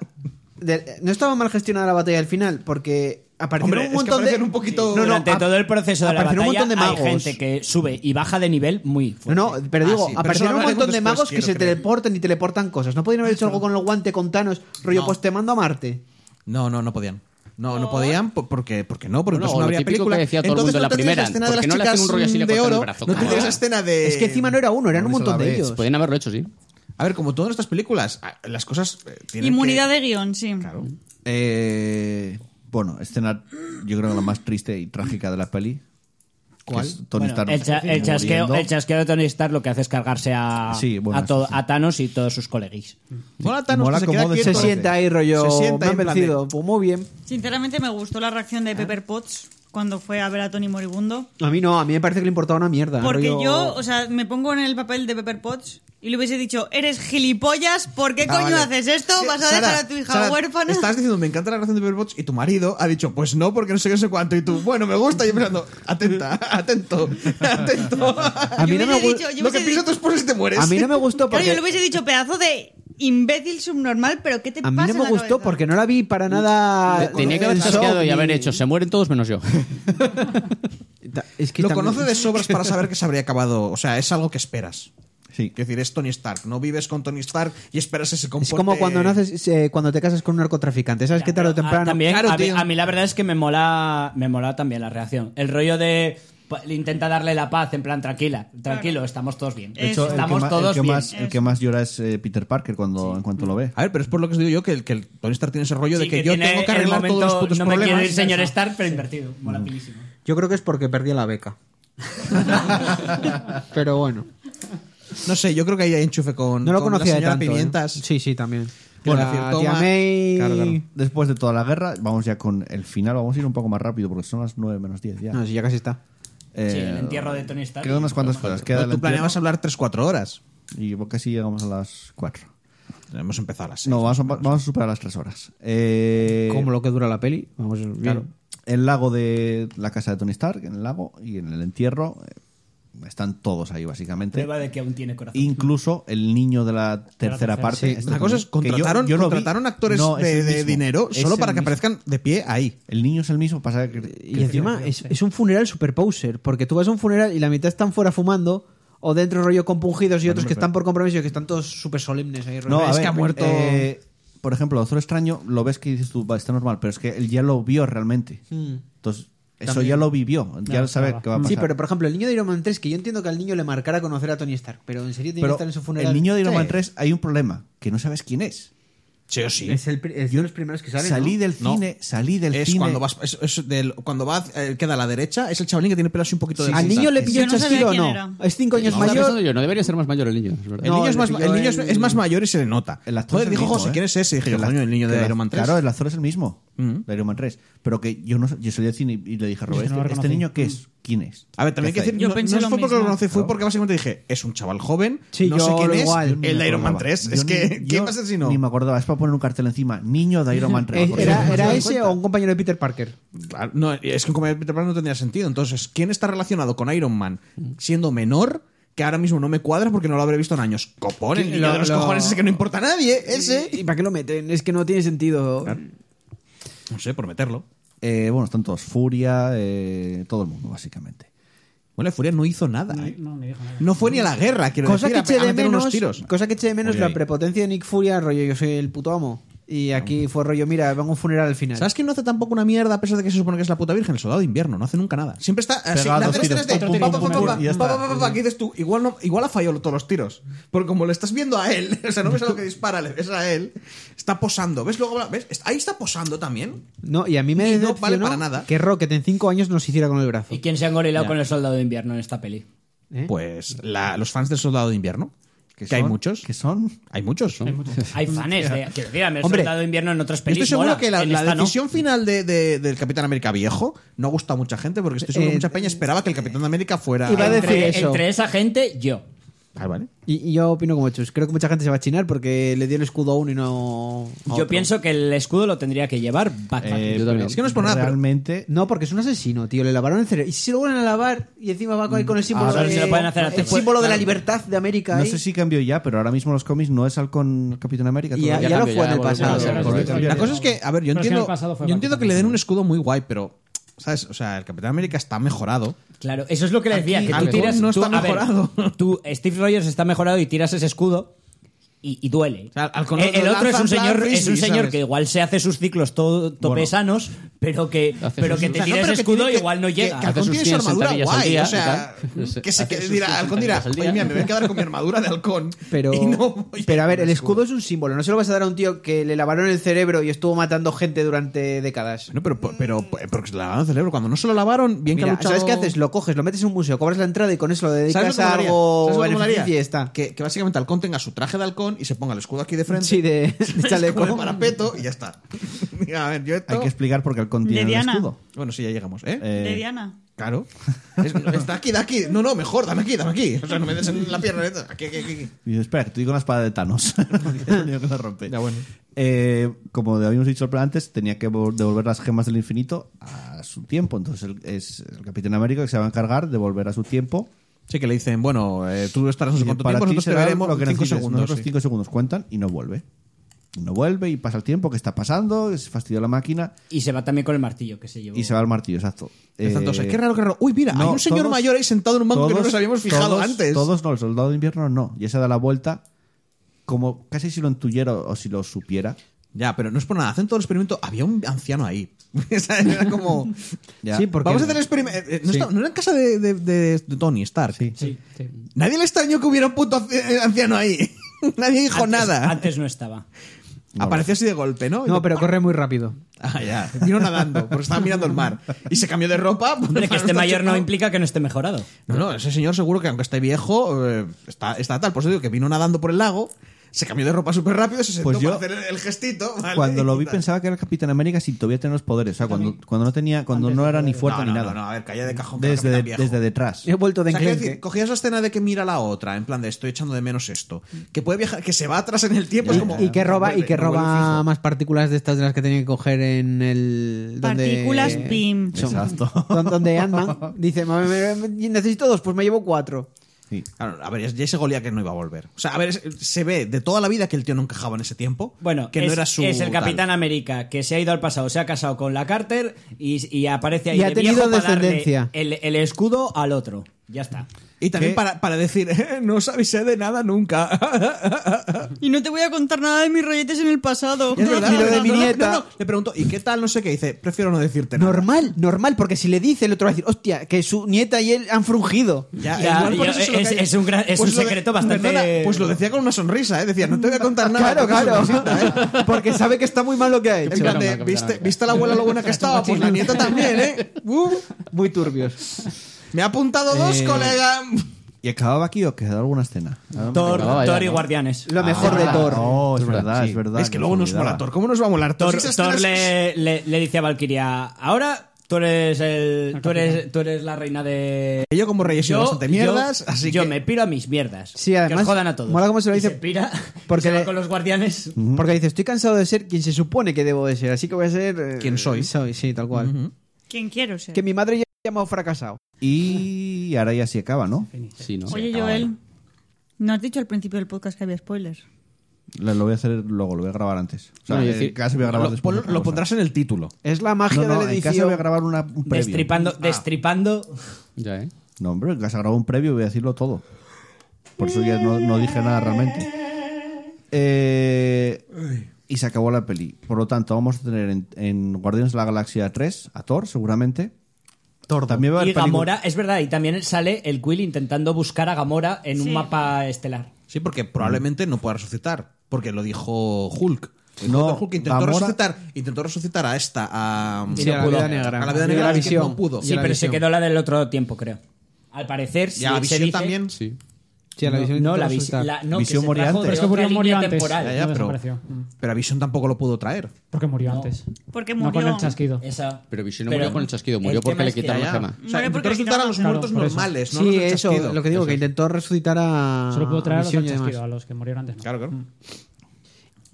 F: de- no estaba mal gestionada la batalla al final, porque aparecieron
D: Hombre, es
F: un
D: que
F: montón de.
D: aparecen un poquito-
F: No, no,
O: Durante
F: ap-
O: todo el proceso de la batalla
F: aparecieron un montón de
O: hay
F: magos.
O: gente que sube y baja de nivel muy
F: No,
O: fuerte.
F: no, pero digo,
D: sí, pero eso
F: aparecieron
D: lo
F: un montón
D: hablaremos
F: de
D: después,
F: magos que
D: quiero
F: se
D: creer.
F: teleportan y teleportan cosas. ¿No podían haber hecho algo con el guante con Thanos? Rollo, pues te mando a Marte.
D: No, no, no podían. No, no podían po- porque, porque no, porque
H: No,
D: entonces no
H: Oh. lo
D: habría
H: típico
D: película.
H: que decía todo el
D: entonces
H: mundo en
D: no
H: la
D: tendrías
H: primera,
D: escena de
H: ¿por
D: las
H: qué no le hacen
D: chicas
H: un rollo así y le
D: de
H: cortan el
D: oro,
H: brazo?
D: no tendrías
H: Claro.
D: la escena de...
F: Es que encima no era uno, eran un
A: Mauricio
F: montón de
A: Labrés,
F: ellos.
H: Podrían haberlo hecho, sí.
D: A ver, como todas nuestras películas, a- las cosas eh, tienen
B: Inmunidad
D: que...
B: de guión, sí.
D: Claro.
A: Eh, bueno, escena yo creo que la más triste y trágica de la peli. ¿Cuál? Tony
O: Bueno,
A: Stark.
O: el, cha- el chasqueo,
A: muriendo.
O: el chasqueo de Tony Stark lo que hace es cargarse a,
A: Sí, bueno,
O: a, to-
A: eso sí.
O: a Thanos y todos sus coleguis.
D: Mola Thanos
A: Mola
D: que se
A: cómo
D: queda
A: de-
D: quieto.
F: Se sienta ahí, rollo.
D: Se sienta
F: me
D: ahí
F: han
D: en plan de-
F: vencido. Pues muy bien.
B: Sinceramente me gustó la reacción
D: Ah.
B: de Pepper Potts cuando fue a ver a Tony moribundo.
F: A mí no, a mí me parece que le importaba una mierda.
B: Porque
F: rollo-
B: yo, o sea, me pongo en el papel de Pepper Potts y le hubiese dicho, eres gilipollas, ¿por qué
D: Ah,
B: coño
D: vale.
B: haces esto?
D: Sí,
B: ¿Vas a
D: Sara,
B: dejar a tu hija
D: Sara,
B: huérfana?
D: Estabas diciendo, me encanta la relación de Pepper Potts", y tu marido ha dicho, pues no, porque no sé qué, no sé cuánto. Y tú, bueno, me gusta. Y yo pensando, atenta, atento, atento.
F: A mí no me
B: hubiese
F: gu-
B: dicho- yo
D: Lo que
B: hubiese
D: piensa
B: di-
D: tu esposa es te mueres.
F: A mí no me gustó
B: Claro, yo
F: porque.
B: le hubiese dicho pedazo de imbécil subnormal, pero ¿qué te
F: A mí
B: pasa
F: no
B: en
F: me
B: la
F: gustó
B: cabeza?
F: porque no la vi para nada.
H: Tenía que haber
F: el
H: chasqueado
F: shock
H: y haber
F: ni-
H: hecho. Se mueren todos menos yo.
F: Ta- Es que
D: Lo
F: también-
D: conoce de sobras para saber que se habría acabado. O sea, es algo que esperas.
A: Sí.
D: Es decir, es Tony Stark. No vives con Tony Stark y esperas ese
F: Es
D: comporte.
F: como cuando naces, eh, cuando te casas con un narcotraficante. ¿Sabes que tarde o
O: Ah,
F: temprano?
O: también,
D: claro,
O: a, mí,
D: tío.
O: a mí la verdad es que me mola, me mola también la reacción. El rollo de pa- intenta darle la paz en plan tranquila, tranquilo, estamos todos bien.
B: De hecho,
A: El que
O: estamos
A: ma- el
O: todos
A: que
O: bien.
A: más- el que más llora es eh, Peter Parker cuando en cuanto lo ve.
D: A ver, pero es por lo que os digo yo que el, que el Tony Stark tiene ese rollo de
O: Sí,
D: que, yo
O: tiene
D: tengo que
O: el
D: arreglar todos los
O: momento,
D: putos
O: No me
D: problemas.
O: quiero ir, señor Stark, pero invertido. Mola pilísimo.
F: Yo creo que es porque perdí la beca. Pero bueno.
D: No sé, yo creo que ahí hay enchufe con,
F: No lo
D: con la
F: conocía de
D: señora
F: tanto. ¿eh?
D: Pimientas.
F: Sí, sí, también.
D: Bueno,
F: La
D: es decir,
F: tía
D: toma-
F: May-
D: Claro, claro.
A: Después de toda la guerra, vamos ya con el final. Vamos a ir un poco más rápido porque son las 9 menos 10 ya.
F: No, sí, ya casi está.
A: Eh,
O: Sí, el entierro de Tony Stark.
A: Quedan unas cuantas cosas. Queda el
D: Tú planeabas
A: entierro
D: hablar 3-4 horas.
A: y casi llegamos a las 4.
D: Hemos empezado a las seis.
A: No, vamos a, vamos a superar las 3 horas. Eh,
F: Como lo que dura la peli. Vamos, bien.
A: Claro. el lago de la casa de Tony Stark, en el lago y en el entierro, eh, están todos ahí básicamente.
O: Prueba de que aún tiene corazón.
A: Incluso el niño de la tercera
O: tercera.
A: parte. este
D: La cosa es,
A: que yo-
D: contrataron,
A: yo no vi-
D: contrataron actores
A: No, es
D: de,
A: el
D: de
A: mismo.
D: dinero
A: Es
D: solo
A: el
D: para que
A: mismo.
D: aparezcan de pie ahí.
A: El niño es el mismo, pasa que...
F: Y encima es, es un funeral super poser, porque tú vas a un funeral y la mitad están fuera fumando, o dentro rollo compungidos y otros que están por compromiso y que están todos súper solemnes ahí. rollo,
A: No, a
F: es
A: ver,
F: que ha muerto.
A: eh, por ejemplo, Doctor Extraño, lo ves que dices tú, "Va, está normal, pero es que él ya lo vio realmente. Entonces, eso
F: También.
A: ya lo vivió, ya
G: No,
A: sabe
G: estaba.
A: qué va a pasar.
F: Hmm. Sí, pero por ejemplo, el niño de Iron Man 3, que yo entiendo que al niño le marcara conocer a Tony Stark, pero en serio tiene
A: Pero
F: que estar en su funeral.
A: el niño de Iron Man
F: Sí.
A: 3 hay un problema, que no sabes quién es.
D: Sí o sí.
F: Es, el, pri- es de los primeros que salen.
A: salí del
D: No.
A: cine, salí del
D: Es
A: cine.
D: cuando, vas, es, es del- cuando va, eh, queda a la derecha, es el chavalín que tiene pelos y un poquito de
F: Al
D: punta.
F: niño le
D: Es-
F: pilló
B: Yo no sabía
F: chasquido o
B: quién
F: no.
B: era.
F: Es cinco años
H: No,
F: mayor.
H: yo, no debería ser más mayor el niño, es verdad.
D: El niño, es
F: le
D: más,
F: pilló
D: el niño es,
F: el-
D: es más mayor y se le nota.
A: El actor es
D: Joder,
A: el
D: dijo
A: mismo,
D: José,
A: ¿eh?
D: ¿quién es ese? Y dije,
A: Que la-
D: coño, el niño
A: que
D: de
A: la-
D: Iron Man 3.
A: Claro, el actor es el mismo,
D: Mm.
A: de Iron Man 3. Pero que yo, no, yo salí del cine y y le dije a Robert,
G: no lo
A: "Este- ¿este
G: reconocí".
A: niño qué
D: Mm.
A: es? ¿quién es?
D: A ver, también hay
A: ¿Qué
D: que
A: hace
D: decir,
B: Yo
D: no,
B: pensé
D: no
B: lo
D: fue porque lo
B: mismo.
D: conocí, fue porque básicamente dije, es un chaval joven,
F: Sí,
D: no sé
F: yo
D: quién es,
F: igual.
A: Yo ni
D: el
A: me
D: de Iron Man
A: acordaba.
D: 3.
A: Yo
D: Es que,
A: ni-
D: ¿qué
A: yo
D: pasa si no?
A: Ni me acordaba, es para poner un cartel encima, niño de Iron Man 3.
F: Eh,
A: porque
F: Era,
A: no
F: era
A: se dan
F: ese
A: cuenta.
F: o un compañero de Peter Parker.
D: Claro, no, es que un comedia de Peter Pan no tendría sentido. Entonces, ¿quién está relacionado con Iron Man siendo menor? Que ahora mismo no me cuadra porque no lo habré visto en años. Copón, el
F: Que
D: niño
F: lo-
D: de los
F: lo-
D: cojones ese que no importa a nadie, ese.
F: ¿Y para qué lo meten? Es que no tiene sentido.
D: No sé, por meterlo.
A: Eh, bueno, están todos Furia, eh, todo el mundo, básicamente.
D: Bueno, Furia no hizo nada.
G: No,
D: ¿eh?
G: no, ni dijo nada.
D: No fue ni a la guerra, quiero
F: Cosa que,
D: decir, a-
F: eché
D: a
F: de
D: meter
F: menos,
D: unos tiros.
F: cosa que eché de menos
D: Oye,
F: la
D: ahí.
F: prepotencia de Nick Furia, rollo, yo soy el puto amo. Y aquí fue rollo, mira, vengo a un funeral al final.
D: ¿Sabes quién no hace tampoco una mierda a pesar de que se supone que es la puta virgen? El soldado de invierno, no hace nunca nada. Siempre está así,
A: Pega
D: lanza
A: dos
D: los
A: tiros,
D: tres de
A: pum, pum, pum,
D: pa, pa, pa,
A: pum,
D: pa,
A: pum, y ya
D: pa,
A: está.
D: pa, pa, pa, que dices tú, igual, no, igual ha fallado todos los tiros. Porque como le estás viendo a él, o sea, no ves a lo que dispara, le ves a él, está posando. ¿Ves luego? ¿Ves? Ahí está posando también.
F: No, y a mí me
D: Y no
F: decepcionó
D: vale para nada.
F: que Rocket en cinco años nos hiciera con el brazo.
O: ¿Y quién se ha engorilado con el soldado de invierno en esta peli?
D: Pues la- los fans del soldado de invierno, que, hay
A: son-
D: muchos.
A: Que son...
D: Hay muchos. ¿no?
O: Hay fans de. Quiero decir, a mí el
D: Hombre,
O: soldado de invierno en otras
D: Yo
O: pelis.
D: estoy seguro
O: mola,
D: que la,
O: en
D: la
O: esta no.
D: decisión final de- de- del Capitán América viejo no ha gustado a mucha gente porque estoy seguro que
F: Eh,
D: mucha peña esperaba que el Capitán América fuera...
F: Iba a decir-
O: Entre,
F: eso.
O: entre esa gente, yo.
D: Ah, vale.
F: Y, y yo opino como Chus. Creo que mucha gente se va a chinar porque le dio el escudo a uno y no. a
O: Yo
F: otro.
O: pienso que el escudo lo tendría que llevar Batman.
A: eh,
H: yo también.
D: Es que no es por nada, pero-
A: Realmente...
F: No, porque es un asesino, tío. Le lavaron el cerebro. Y si se lo vuelven a lavar y encima va con, ahí con el símbolo,
O: solo
F: de,
O: se lo pueden hacer a
F: el
O: ti.
F: símbolo de la
O: Claro.
F: libertad de América.
A: No
F: ahí.
A: sé si cambió ya, pero ahora mismo los cómics no es al con Capitán América.
F: Y ya,
A: todavía.
F: ya lo
H: cambió,
F: fue
H: ya
F: en el
H: volvió,
F: pasado.
A: ya volvió.
F: Correcto.
A: Yo-
D: La cosa es que, a ver, yo
G: Pero es que en el
D: entiendo,
G: pasado fue
D: yo entiendo que le den
G: Batman.
D: un escudo muy guay, pero, ¿sabes? O sea, el Capitán América está mejorado.
O: Claro, eso es lo que le decía.
D: Aquí
O: que tú
D: Alcón
O: tiras.
D: no
O: tú-
D: está
O: a ver,
D: mejorado.
O: tú, Steve Rogers está mejorado y tiras ese escudo. Y, y duele.
D: sea, Alcón
O: el,
D: lo-
O: el
D: lo
O: otro es
D: lanza
O: un
D: en plan
O: señor, es un
D: frisbee,
O: señor
D: ¿sabes?
O: que igual se hace sus ciclos todo topesanos, pero que,
H: Hace
O: pero
H: sus-
O: que
H: O
O: te
D: sea, no,
O: tira
D: pero
O: ese
D: que
O: escudo
D: tiene que-
O: igual no
D: que-
O: llega.
D: que Alcón
H: sus
D: tiene su
H: 100
D: armadura
H: sentadillas al
D: guay,
H: día
D: o
H: y
D: sea,
H: tal. No sé,
D: que se
H: hace
D: que
H: sus
D: dirá,
H: 100
D: Alcón dirá,
H: sentadillas al
D: "Joder,
H: día".
D: mira, me voy a quedar con mi armadura de Halcón.
F: Pero,
D: y no voy a
F: pero a ver,
D: con
F: el escudo es un símbolo. No se lo vas a dar a un tío que le lavaron el cerebro y estuvo matando gente durante décadas.
D: Bueno, pero, pero, pero porque se lavaron el cerebro. Cuando no se lo lavaron, bien que
F: Mira,
D: ha luchado...
F: ¿Sabes qué haces? Lo coges, lo metes en un museo, cobras la entrada y con eso lo
D: ¿Sabes
F: dedicas
D: lo que
F: a
D: molaría?
F: algo
D: ¿Sabes lo que molaría?
F: beneficio y está.
D: Que, que básicamente Halcón tenga su traje de halcón y se ponga el escudo aquí de frente.
F: Sí, de, de
D: el
F: chaleco.
D: parapeto y ya está. Diga, a ver, yo esto...
A: Hay que explicar porque el
B: De
A: contiene el
B: Diana.
A: escudo.
D: Bueno, sí, ya llegamos, ¿eh?
A: Eh,
B: De Diana.
D: Claro. Es- está aquí, da aquí. No, no, mejor, dame aquí, dame aquí. O sea, no me des en la pierna. neta. Aquí, aquí, aquí.
A: Y dice, espera, que estoy con la espada de Thanos. Es el único que la rompe.
D: Ya, bueno.
A: Eh, como habíamos dicho antes, tenía que vol- devolver las gemas del infinito a su tiempo. Entonces el- es el Capitán América que se va a encargar de volver a su tiempo.
D: Sí, que le dicen, bueno, eh, tú estarás no sé
A: Y
D: cuánto
A: para
D: tiempo,
A: ti
D: nosotros te
A: será
D: veremos
A: lo que
D: cinco
A: necesites.
D: segundos.
A: Nosotros
D: sí.
A: cinco segundos cuentan y no vuelve. Y No vuelve y pasa el tiempo que está pasando, se fastidió la máquina
O: Y se va también con el martillo que se llevó.
A: y se va al martillo, exacto.
D: Eh,
A: Eh,
D: entonces, qué raro, qué raro. Uy, mira, hay
A: no,
D: un señor
A: todos-
D: mayor ahí sentado en un banco que no
A: todos-
D: nos habíamos fijado
A: todos-
D: antes.
A: Todos no, el soldado de invierno no. Ya se da la vuelta como casi si lo intuyera o o si lo supiera.
D: Ya, pero no es por nada. Hacen todo el experimento. Había un anciano ahí. O sea, Era como.
A: Ya.
D: Sí, porque- Vamos a hacer el experimento. Eh, eh, No, está- no era en casa de, de- de- de Tony Stark. Nadie le extrañó que hubiera un puto anci- eh, anciano ahí. Nadie dijo
O: Antes-
D: nada.
O: Antes no estaba.
D: Apareció así de golpe, ¿no?
F: No, pero corre muy rápido.
D: Ah, ya. Vino nadando, porque estaba mirando el mar. Y se cambió de ropa.
O: Hombre, que
D: para
O: este
D: estar
O: mayor no
D: chupado.
O: implica que no esté mejorado.
D: No, no, ese señor seguro que aunque esté viejo, eh, está, está tal. Por eso digo que vino nadando por el lago, se cambió de ropa súper rápido, se sentó
A: Pues yo-
D: para hacer el gestito. ¿vale?
A: Cuando lo vi
D: Y tal.
A: pensaba que era el Capitán América sin todavía tener los poderes. O sea, cuando, cuando no tenía, cuando no era ni fuerte
D: no,
A: ni
D: no,
A: nada.
D: No, no, a ver, calla de cajón. que era
A: desde,
D: Capitán Viejo.
A: desde detrás.
F: He vuelto
D: O
F: de
D: sea, quiero
F: enclenque.
D: decir, cogías la escena de que mira a la otra, en plan de estoy echando de menos esto, que puede viajar, que se va atrás en el tiempo, es como
F: y que roba y
D: vuelve,
F: que
D: vuelve
F: roba
D: fijo.
F: más partículas de estas de las que tenía que coger en el donde-
B: Partículas PIM.
F: Son-
A: Exacto.
F: don- donde Ant-Man dice "Me- me- me- necesito dos pues me llevo cuatro
A: Sí.
D: Claro, a ver, ya ese golía que no iba a volver. O sea, a ver, es- se ve de toda la vida que el tío no encajaba en ese tiempo.
C: Bueno,
D: que
C: es,
D: no era su.
C: es el
D: tal.
C: Capitán América que se ha ido al pasado, se ha casado con la Carter y, y aparece ahí
F: Y ha
C: de
F: tenido
C: viejo para darle
F: descendencia.
C: el, el escudo al otro. Ya está.
D: Y también para, para decir, "Eh, no os avisé de nada nunca.
B: Y no te voy a contar nada de mis rolletes en el pasado.
D: Y es verdad,
F: Y lo de
D: no,
F: mi
D: no, no,
F: nieta.
D: no, no. Le pregunto, ¿y qué tal? No sé qué. Dice, prefiero no decirte nada.
F: normal normal porque si le dice el otro va a decir hostia que su nieta y él han frungido
D: Ya,
C: Ya,
D: igual por
C: ya,
D: eso se lo
C: es-
D: calla.
C: es un gran- es un
D: lo de-
C: secreto bastante-
D: perdona, pues lo decía con una sonrisa, ¿eh? Decía, no te voy a contar nada.
F: claro
D: con una
F: claro
D: sonrisita, ¿eh?
F: porque sabe que está muy mal lo que ha
D: En
F: hecho
D: plan de,
H: Capitán
D: ¿viste,
H: América.
D: ¿viste a la abuela lo buena que estaba? Pues la nieta también, ¿eh? Uh,
F: muy turbios
D: me ha apuntado dos, colega.
A: ¿Y acababa aquí o quedó alguna escena?
C: Thor,
H: acababa ya,
C: Thor y
H: ¿no?
C: Guardianes.
F: lo mejor de
A: Ah,
F: Thor
A: No, es
H: Es verdad,
A: verdad,
H: sí.
A: es verdad.
D: Es que luego nos mola Thor. ¿Cómo nos va a molar Thor?
C: Thor,
D: Si esas
C: Thor
D: escenas-
C: le, le- le dice a Valkyria, ahora tú eres, el, tú, eres, tú eres la reina de...
D: Yo como rey he sido bastante mierdas,
C: yo-
D: así
C: yo
D: que...
C: me piro a mis mierdas.
F: Sí,
C: que
F: además,
C: os jodan a todos.
F: mola cómo se lo
C: Y
F: dice,
C: Se pira
F: porque
C: porque
F: le-
C: con los guardianes.
F: porque dice estoy cansado de ser quien se supone que debo de ser así que voy a ser eh,
D: Quien soy.
F: soy sí tal cual
B: ¿Quién quiero ser?
F: que mi madre ya me ha llamado fracasado
A: Y ahora ya sí acaba, ¿no?
H: Sí, ¿no?
B: Oye, Joel, ¿no has dicho al principio del podcast que había spoilers?
A: Lo, lo voy a hacer luego, lo voy a grabar antes. O sea,
H: No, y
A: eh,
H: decir-
A: casi voy a grabar
D: Lo,
A: después
D: pon-
A: otra
D: lo
A: cosa.
D: pondrás en el título.
F: es la magia
A: No, no,
F: de la
A: en casa voy a
F: edición
A: grabar una, un previo.
C: Destripando, destripando...
H: Ya, ¿eh?
A: No, hombre, en casa grabo un previo y voy a decirlo todo. Por eso ya no, no dije nada realmente. Eh, y se acabó la peli. Por lo tanto, vamos a tener en, en Guardianes de la Galaxia 3 a Thor, seguramente. Thor también va a
C: Y
A: haber película-
C: Gamora, es verdad, y también sale el Quill intentando buscar a Gamora en
B: Sí.
C: un mapa estelar.
D: Sí, porque probablemente no pueda resucitar, porque lo dijo Hulk. El
A: No,
D: Hulk intentó
A: Gamora-
D: resucitar, intentó resucitar a esta, a,
F: Sí, a la
D: pudo.
F: Viuda Negra.
D: A la vida
F: Y a la
D: negra, visión.
F: Visión.
D: no pudo.
C: Sí,
F: la
C: pero
F: visión.
C: se quedó la del otro tiempo, creo. Al parecer,
D: y a la
C: sí, se
D: visión
C: dice-
D: también.
H: Sí.
F: Sí, a la
C: No,
F: visión
C: no,
F: intentó
C: la
F: resucitar.
C: visión. No,
A: Visión
C: que se
A: murió
C: trajo de
A: antes.
G: Es que
C: otra
G: murió- murió
C: línea
G: antes.
C: temporal.
D: Ya, ya,
G: No
D: pero,
G: desapareció. Mm.
D: pero a Visión tampoco lo pudo traer.
G: Porque murió antes.
B: Porque
G: No con
B: murió.
G: el chasquido.
C: Esa-
H: Pero Visión no murió con el chasquido, murió
C: el
H: porque
C: tema
H: le
C: es que-
H: quitaron
C: Ya,
H: la
C: ya.
H: gema.
D: O sea,
B: Muere
D: intentó
B: porque
D: resucitar a los
B: quitaron-
D: muertos
G: Claro, por eso.
D: normales, no
F: sí,
D: los del
F: eso,
D: chasquido.
F: lo que digo, que intentó resucitar a.
G: Solo pudo traer a los
F: Visión
G: del
F: y demás.
G: chasquido, a los que murieron antes. no.
D: Claro, claro.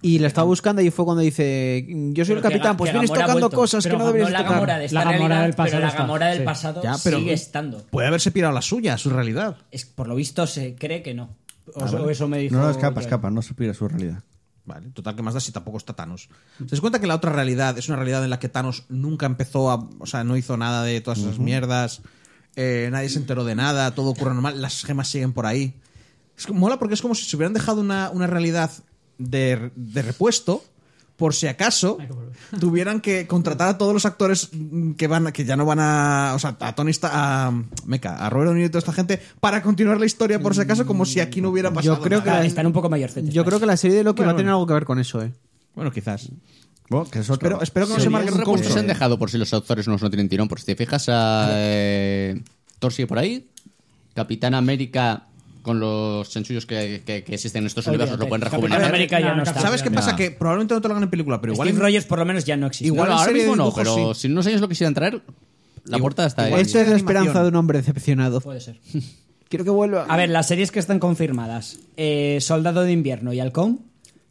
F: Y la estaba buscando y fue cuando dice: Yo soy
C: Pero
F: el
C: que
F: capitán,
C: Ga-
F: pues
C: que
F: vienes
C: Gamora ha
F: tocando
C: vuelto.
F: cosas
G: Pero
F: que no
G: Gamora-
C: No
F: deberías
C: la
F: tocar.
C: Gamora de esta
G: La Gamora
C: realidad,
G: del pasado
C: pero la
G: está,
C: Gamora del
G: sí.
C: pasado
D: Ya, pero-
C: sigue estando.
D: Puede haberse pirado la suya, su realidad.
C: Es, por lo visto se cree que no. O o eso me dijo.
A: No, no, escapa,
C: Joel.
A: escapa, no se pira su realidad.
D: Vale, total, que más da si tampoco está Thanos? ¿Se das cuenta que la otra realidad es una realidad en la que Thanos nunca empezó a. O sea, no hizo nada de todas esas mierdas. eh, nadie se enteró de nada, todo ocurre normal, las gemas siguen por ahí. Es que mola porque es como si se hubieran dejado una, una realidad de, de repuesto. Por si acaso tuvieran que contratar a todos los actores mm, que van a- que ya no van a. O sea, a Tony Sta- a Meca, a Robert Downey y toda esta gente para continuar la historia por si acaso, como si aquí no hubiera pasado.
F: creo que
D: nada.
C: Ah, Están un poco mayorcetes.
F: Yo creo que la serie de Loki va a tener algo que ver con eso, eh.
D: Bueno, quizás.
A: Bueno, que es otra.
D: Espero, espero que no se
H: Sería
D: marque
H: un
D: un
H: recurso.
D: coach.
H: Se han dejado por si los autores no, no tienen tirón. Por si te fijas a eh, Thor sigue por ahí. Capitán América con los chanchullos que, que- que existen en estos universos lo pueden
C: Olvídate,
H: rejuvenecer.
C: Capitán América ya
G: No,
C: no
G: no,
C: está.
D: ¿Sabes qué pasa? Que probablemente no te lo hagan en película, pero igual.
C: Steve
D: en-
C: Rogers por lo menos ya no existe.
D: Igual en
H: No, ahora
D: serie de
H: mismo no,
D: dibujos,
H: pero
D: sí.
H: si en unos años lo quisieran traer, la
D: Igual-
H: puerta está ahí.
D: igual-
F: Esta Este es la
D: animación.
F: esperanza de un hombre decepcionado.
C: Puede ser.
F: Quiero que vuelva.
C: A ver, las series que están confirmadas: eh, Soldado de Invierno y Halcón,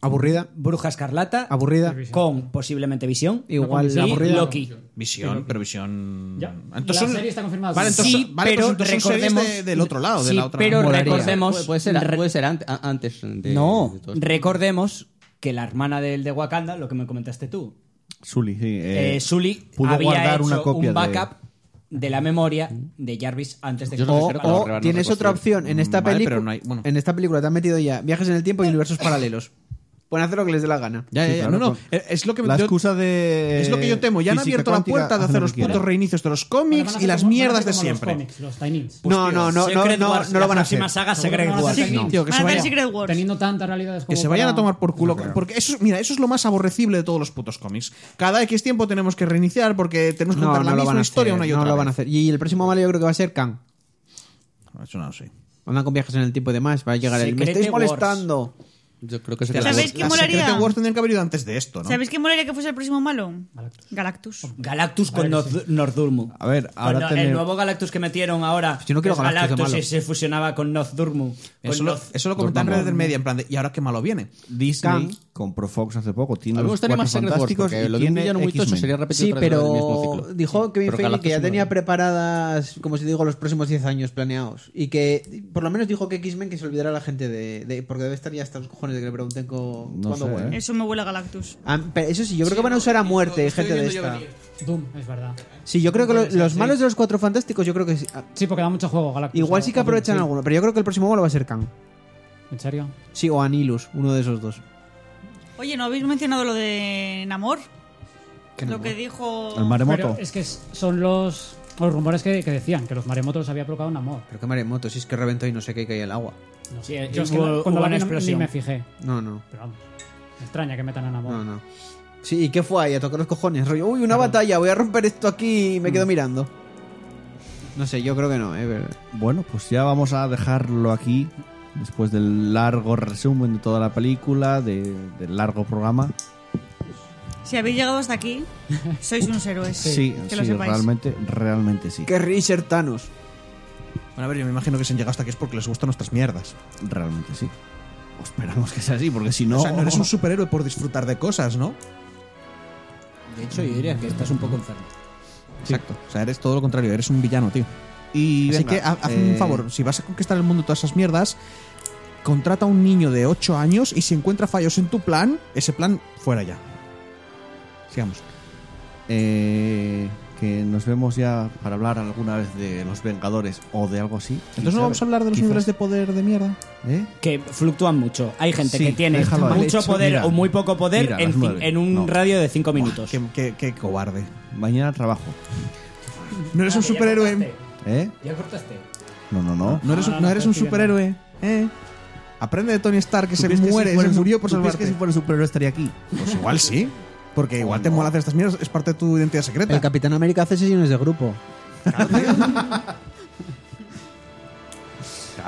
F: Aburrida.
C: Bruja Escarlata,
F: Aburrida.
C: con posiblemente Visión,
F: Igual
C: y
F: aburrida.
C: Loki.
D: Visión, pero visión.
G: Ya.
D: Entonces
G: La
D: son-
G: serie está confirmada.
D: Vale, entonces,
C: Sí,
D: vale,
C: pero
D: pues entonces son series
C: recordemos-
D: de- del otro lado, de
C: Sí,
D: la otra.
C: pero
D: Molaría.
C: recordemos-
H: Puede, puede ser,
C: Re-
H: puede ser ante- a- antes de.
C: No,
H: de todo esto.
C: recordemos que la hermana del de Wakanda, lo que me comentaste tú,
A: Sully, sí. eh,
C: eh, Sully,
A: pudo
C: había
A: guardar
C: hecho
A: una copia
C: un
A: de-
C: backup de... la memoria de Jarvis antes de
H: Yo
C: que
H: no
F: O,
H: sé, claro,
F: o
H: Revan no
F: tienes
H: reconstruye.
F: otra opción. En esta,
D: Mm, vale,
F: película,
D: pero no hay- bueno.
F: en esta película te han metido ya viajes en el tiempo y universos paralelos. Pueden hacer lo que les dé la gana.
D: Ya, ya, ya.
A: claro,
D: no, no.
A: con-
D: eh, Es lo que, me-
A: La
D: yo-
A: excusa de.
D: es lo que yo temo. Ya han
A: física
D: abierto la
A: cuántica,
D: puerta de
A: hacen
D: hacer
A: lo
D: los
A: que quieran.
D: putos reinicios de los cómics y las mierdas de siempre.
G: Los tie-ins.
D: Pues,
F: no,
D: tío,
F: no, no, no,
C: Secret
F: no,
C: Wars,
F: no lo van a
C: la
F: hacer.
C: próxima saga
G: Seguro
C: Secret
G: que no van a
C: Wars.
G: hacer
D: No,
G: ni-
D: tío, que
B: Van
D: se
B: a ver
D: vayan.
B: Secret Wars.
G: Teniendo tantas realidades como.
D: Que se vayan
G: para-
D: a tomar por culo. Porque eso, es- mira, eso es lo más aborrecible de todos los putos cómics. Cada X tiempo tenemos que reiniciar porque tenemos que
F: No,
D: Pues contar la
F: no lo van
D: misma
F: a
D: historia
F: hacer.
D: una y
F: No
D: otra.
F: lo van a
D: vez.
F: hacer. Y el próximo malo yo creo que va a ser Kang.
D: Eso no lo sé.
F: Andan con viajes en el tiempo y demás. Va a llegar el. ¡Me
C: Secret
F: estáis
C: Wars.
F: molestando!
H: Yo creo que se queda
B: ¿Sabéis
H: corto.
B: qué molaría?
D: Secret Wars tendrían que haber ido antes de esto, ¿no?
B: ¿Sabéis qué molaría que fuese el próximo malo? Galactus.
O: Galactus con North- Northdurmu.
A: A ver,
O: Con
A: ahora
O: no-
A: tener-
O: El nuevo Galactus que metieron ahora.
D: Yo no quiero
O: que es
D: Galactus de malo.
O: y se fusionaba con Northdurmu. Con
D: Eso lo,
O: North-
D: eso lo comentan en Red Dead Media, en plan de, ¿y ahora qué malo viene?
A: Disney
D: Kang.
A: compró Fox hace poco.
H: A
A: Tiene
H: mí me
A: los
H: gustaría
A: Cuatro
H: más Secret Wars,
A: Fantásticos
H: porque
A: y
H: lo de un
A: tiene
H: villano muy tocho
A: X-Men.
H: sería repetido
F: Sí,
H: otra vez del mismo
F: pero
H: ciclo.
F: dijo Kevin Feige
H: Pero
F: que
H: Galactus
F: ya
H: no.
F: tenía preparadas, como si digo, los próximos 10 años planeados. Y que, por lo menos dijo que X-Men que se olvidara la gente de, de- Porque debe estar ya hasta los cojones de que le pregunten co-
A: No
F: cuándo
A: sé,
F: vuelve.
B: Eso me huele a Galactus.
F: Ah, pero eso sí, yo creo que van a usar a muerte
H: estoy
F: gente de
H: viendo yo
F: esta.
H: venir.
G: Doom, es verdad.
F: Sí, yo creo que lo- los malos de los cuatro fantásticos, yo creo que sí. Ah,
G: Sí, porque da mucho juego, Galactus.
F: Igual
G: o-
F: sí que
G: o Doom,
F: aprovechan
G: sí.
F: alguno, pero yo creo que el próximo malo va a ser Kang.
G: ¿En serio?
F: Sí, o Anilus, uno de esos dos.
B: Oye, ¿no habéis mencionado lo de Namor? Lo que dijo...
A: El maremoto.
G: Pero es que es- son los, los rumores que, que decían, que los maremotos los había provocado un amor.
F: Pero qué maremoto, si es que reventó y no sé qué cae el agua.
G: No
O: Sí,
G: sé.
O: eh,
G: Yo es que
O: hubo- hubo
G: cuando
O: una
G: la vi no- ni
O: explosión.
G: me fijé.
F: No, no,
G: Pero vamos, me extraña que metan a Namor.
F: no, no. Sí, ¿y qué fue ahí? A tocar los cojones, rollo, uy, una batalla, voy a romper esto aquí y me quedo mirando. No sé, yo creo que no, eh. pero-
A: Bueno, pues ya vamos a dejarlo aquí. Después del largo resumen de toda la película, de- del largo programa.
B: Si habéis llegado hasta aquí, sois unos héroes.
A: Sí,
B: Pues que
A: sí,
B: lo sepáis.
A: realmente, realmente sí.
F: Que Richard Thanos.
D: Bueno, a ver, yo me imagino que se han llegado hasta aquí es porque les gustan nuestras mierdas.
A: Realmente sí. Pues Esperamos que sea así, porque si no.
D: O sea, no eres un superhéroe por disfrutar de cosas, ¿no?
O: De hecho, yo diría que estás un poco enfermo.
D: Exacto. O sea, eres todo lo contrario, eres un villano, tío.
A: Y
D: Así
A: venga,
D: que ha- haz
A: eh,
D: un favor, si vas a conquistar el mundo todas esas mierdas, contrata a un niño de 8 años y si encuentra fallos en tu plan, ese plan fuera ya. Sigamos.
A: eh, que nos vemos ya para hablar alguna vez de los Vengadores o de algo así.
D: Entonces no vamos a hablar de los
A: Quizás.
D: niveles de poder de mierda.
A: ¿Eh?
O: Que fluctúan mucho. Hay gente
A: Sí,
O: que tiene
A: déjalo ahí.
O: mucho
A: Hecho,
O: poder
A: mira.
O: o muy poco poder
A: Mira,
O: en,
A: las
O: cin-
A: nueve.
O: en un
A: No.
O: radio de 5 minutos.
D: Qué, qué- qué cobarde.
A: Mañana trabajo.
D: No eres un superhéroe.
A: ¿Eh?
O: Ya cortaste.
A: No, no, no.
D: No eres,
G: Ah,
D: un-
G: no,
D: no eres un
G: estoy viendo.
D: superhéroe. ¿eh? Aprende de Tony Stark que
A: ¿Tú
D: se
A: crees que si
D: muere,
A: fuera
D: se
A: un-
D: murió por
A: ¿tú crees
D: salvarte.
A: que si fuera un superhéroe estaría aquí?
D: Pues igual sí. Porque igual te mola hacer estas mierdas, es parte de tu identidad secreta.
F: El Capitán América hace sesiones de grupo.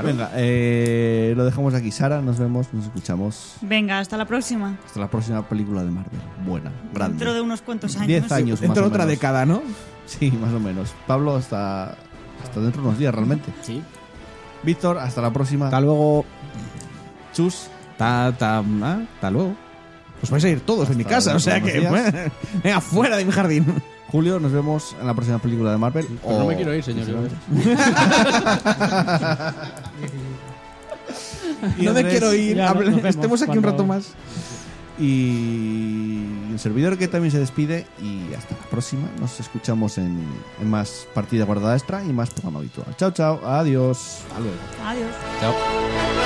A: Venga, eh, lo dejamos aquí. Sara, nos vemos, nos escuchamos.
B: Venga, hasta la próxima.
A: Hasta la próxima película de Marvel. Buena, grande.
B: Dentro de unos cuantos años.
A: 10 años más
D: Dentro
A: o
D: de otra
A: menos.
D: década, ¿no?
A: Sí, más o menos. Pablo, hasta, hasta dentro de unos días, realmente.
O: Sí.
A: Víctor, hasta la próxima.
F: Hasta luego.
A: Chus.
D: Ta, ta, ah, ta luego. Pues vais a ir todos de mi
A: Hasta
D: casa, o sea
A: luego,
D: que. pues,
A: buenos
D: venga, fuera de mi jardín.
A: Julio, nos vemos en la próxima película de Marvel. Oh.
H: Pero no me quiero ir, señor.
D: no me
A: Andrés,
D: quiero ir.
G: ya,
D: habla-
G: nos vemos
D: Estemos aquí un
G: cuando-
D: rato más.
A: Y el servidor que también se despide. Y hasta la próxima. Nos escuchamos en, en más partida guardada extra y más programa habitual. Chao, chao. Adiós. Hasta luego.
B: Adiós.
H: Chao.
A: Chao.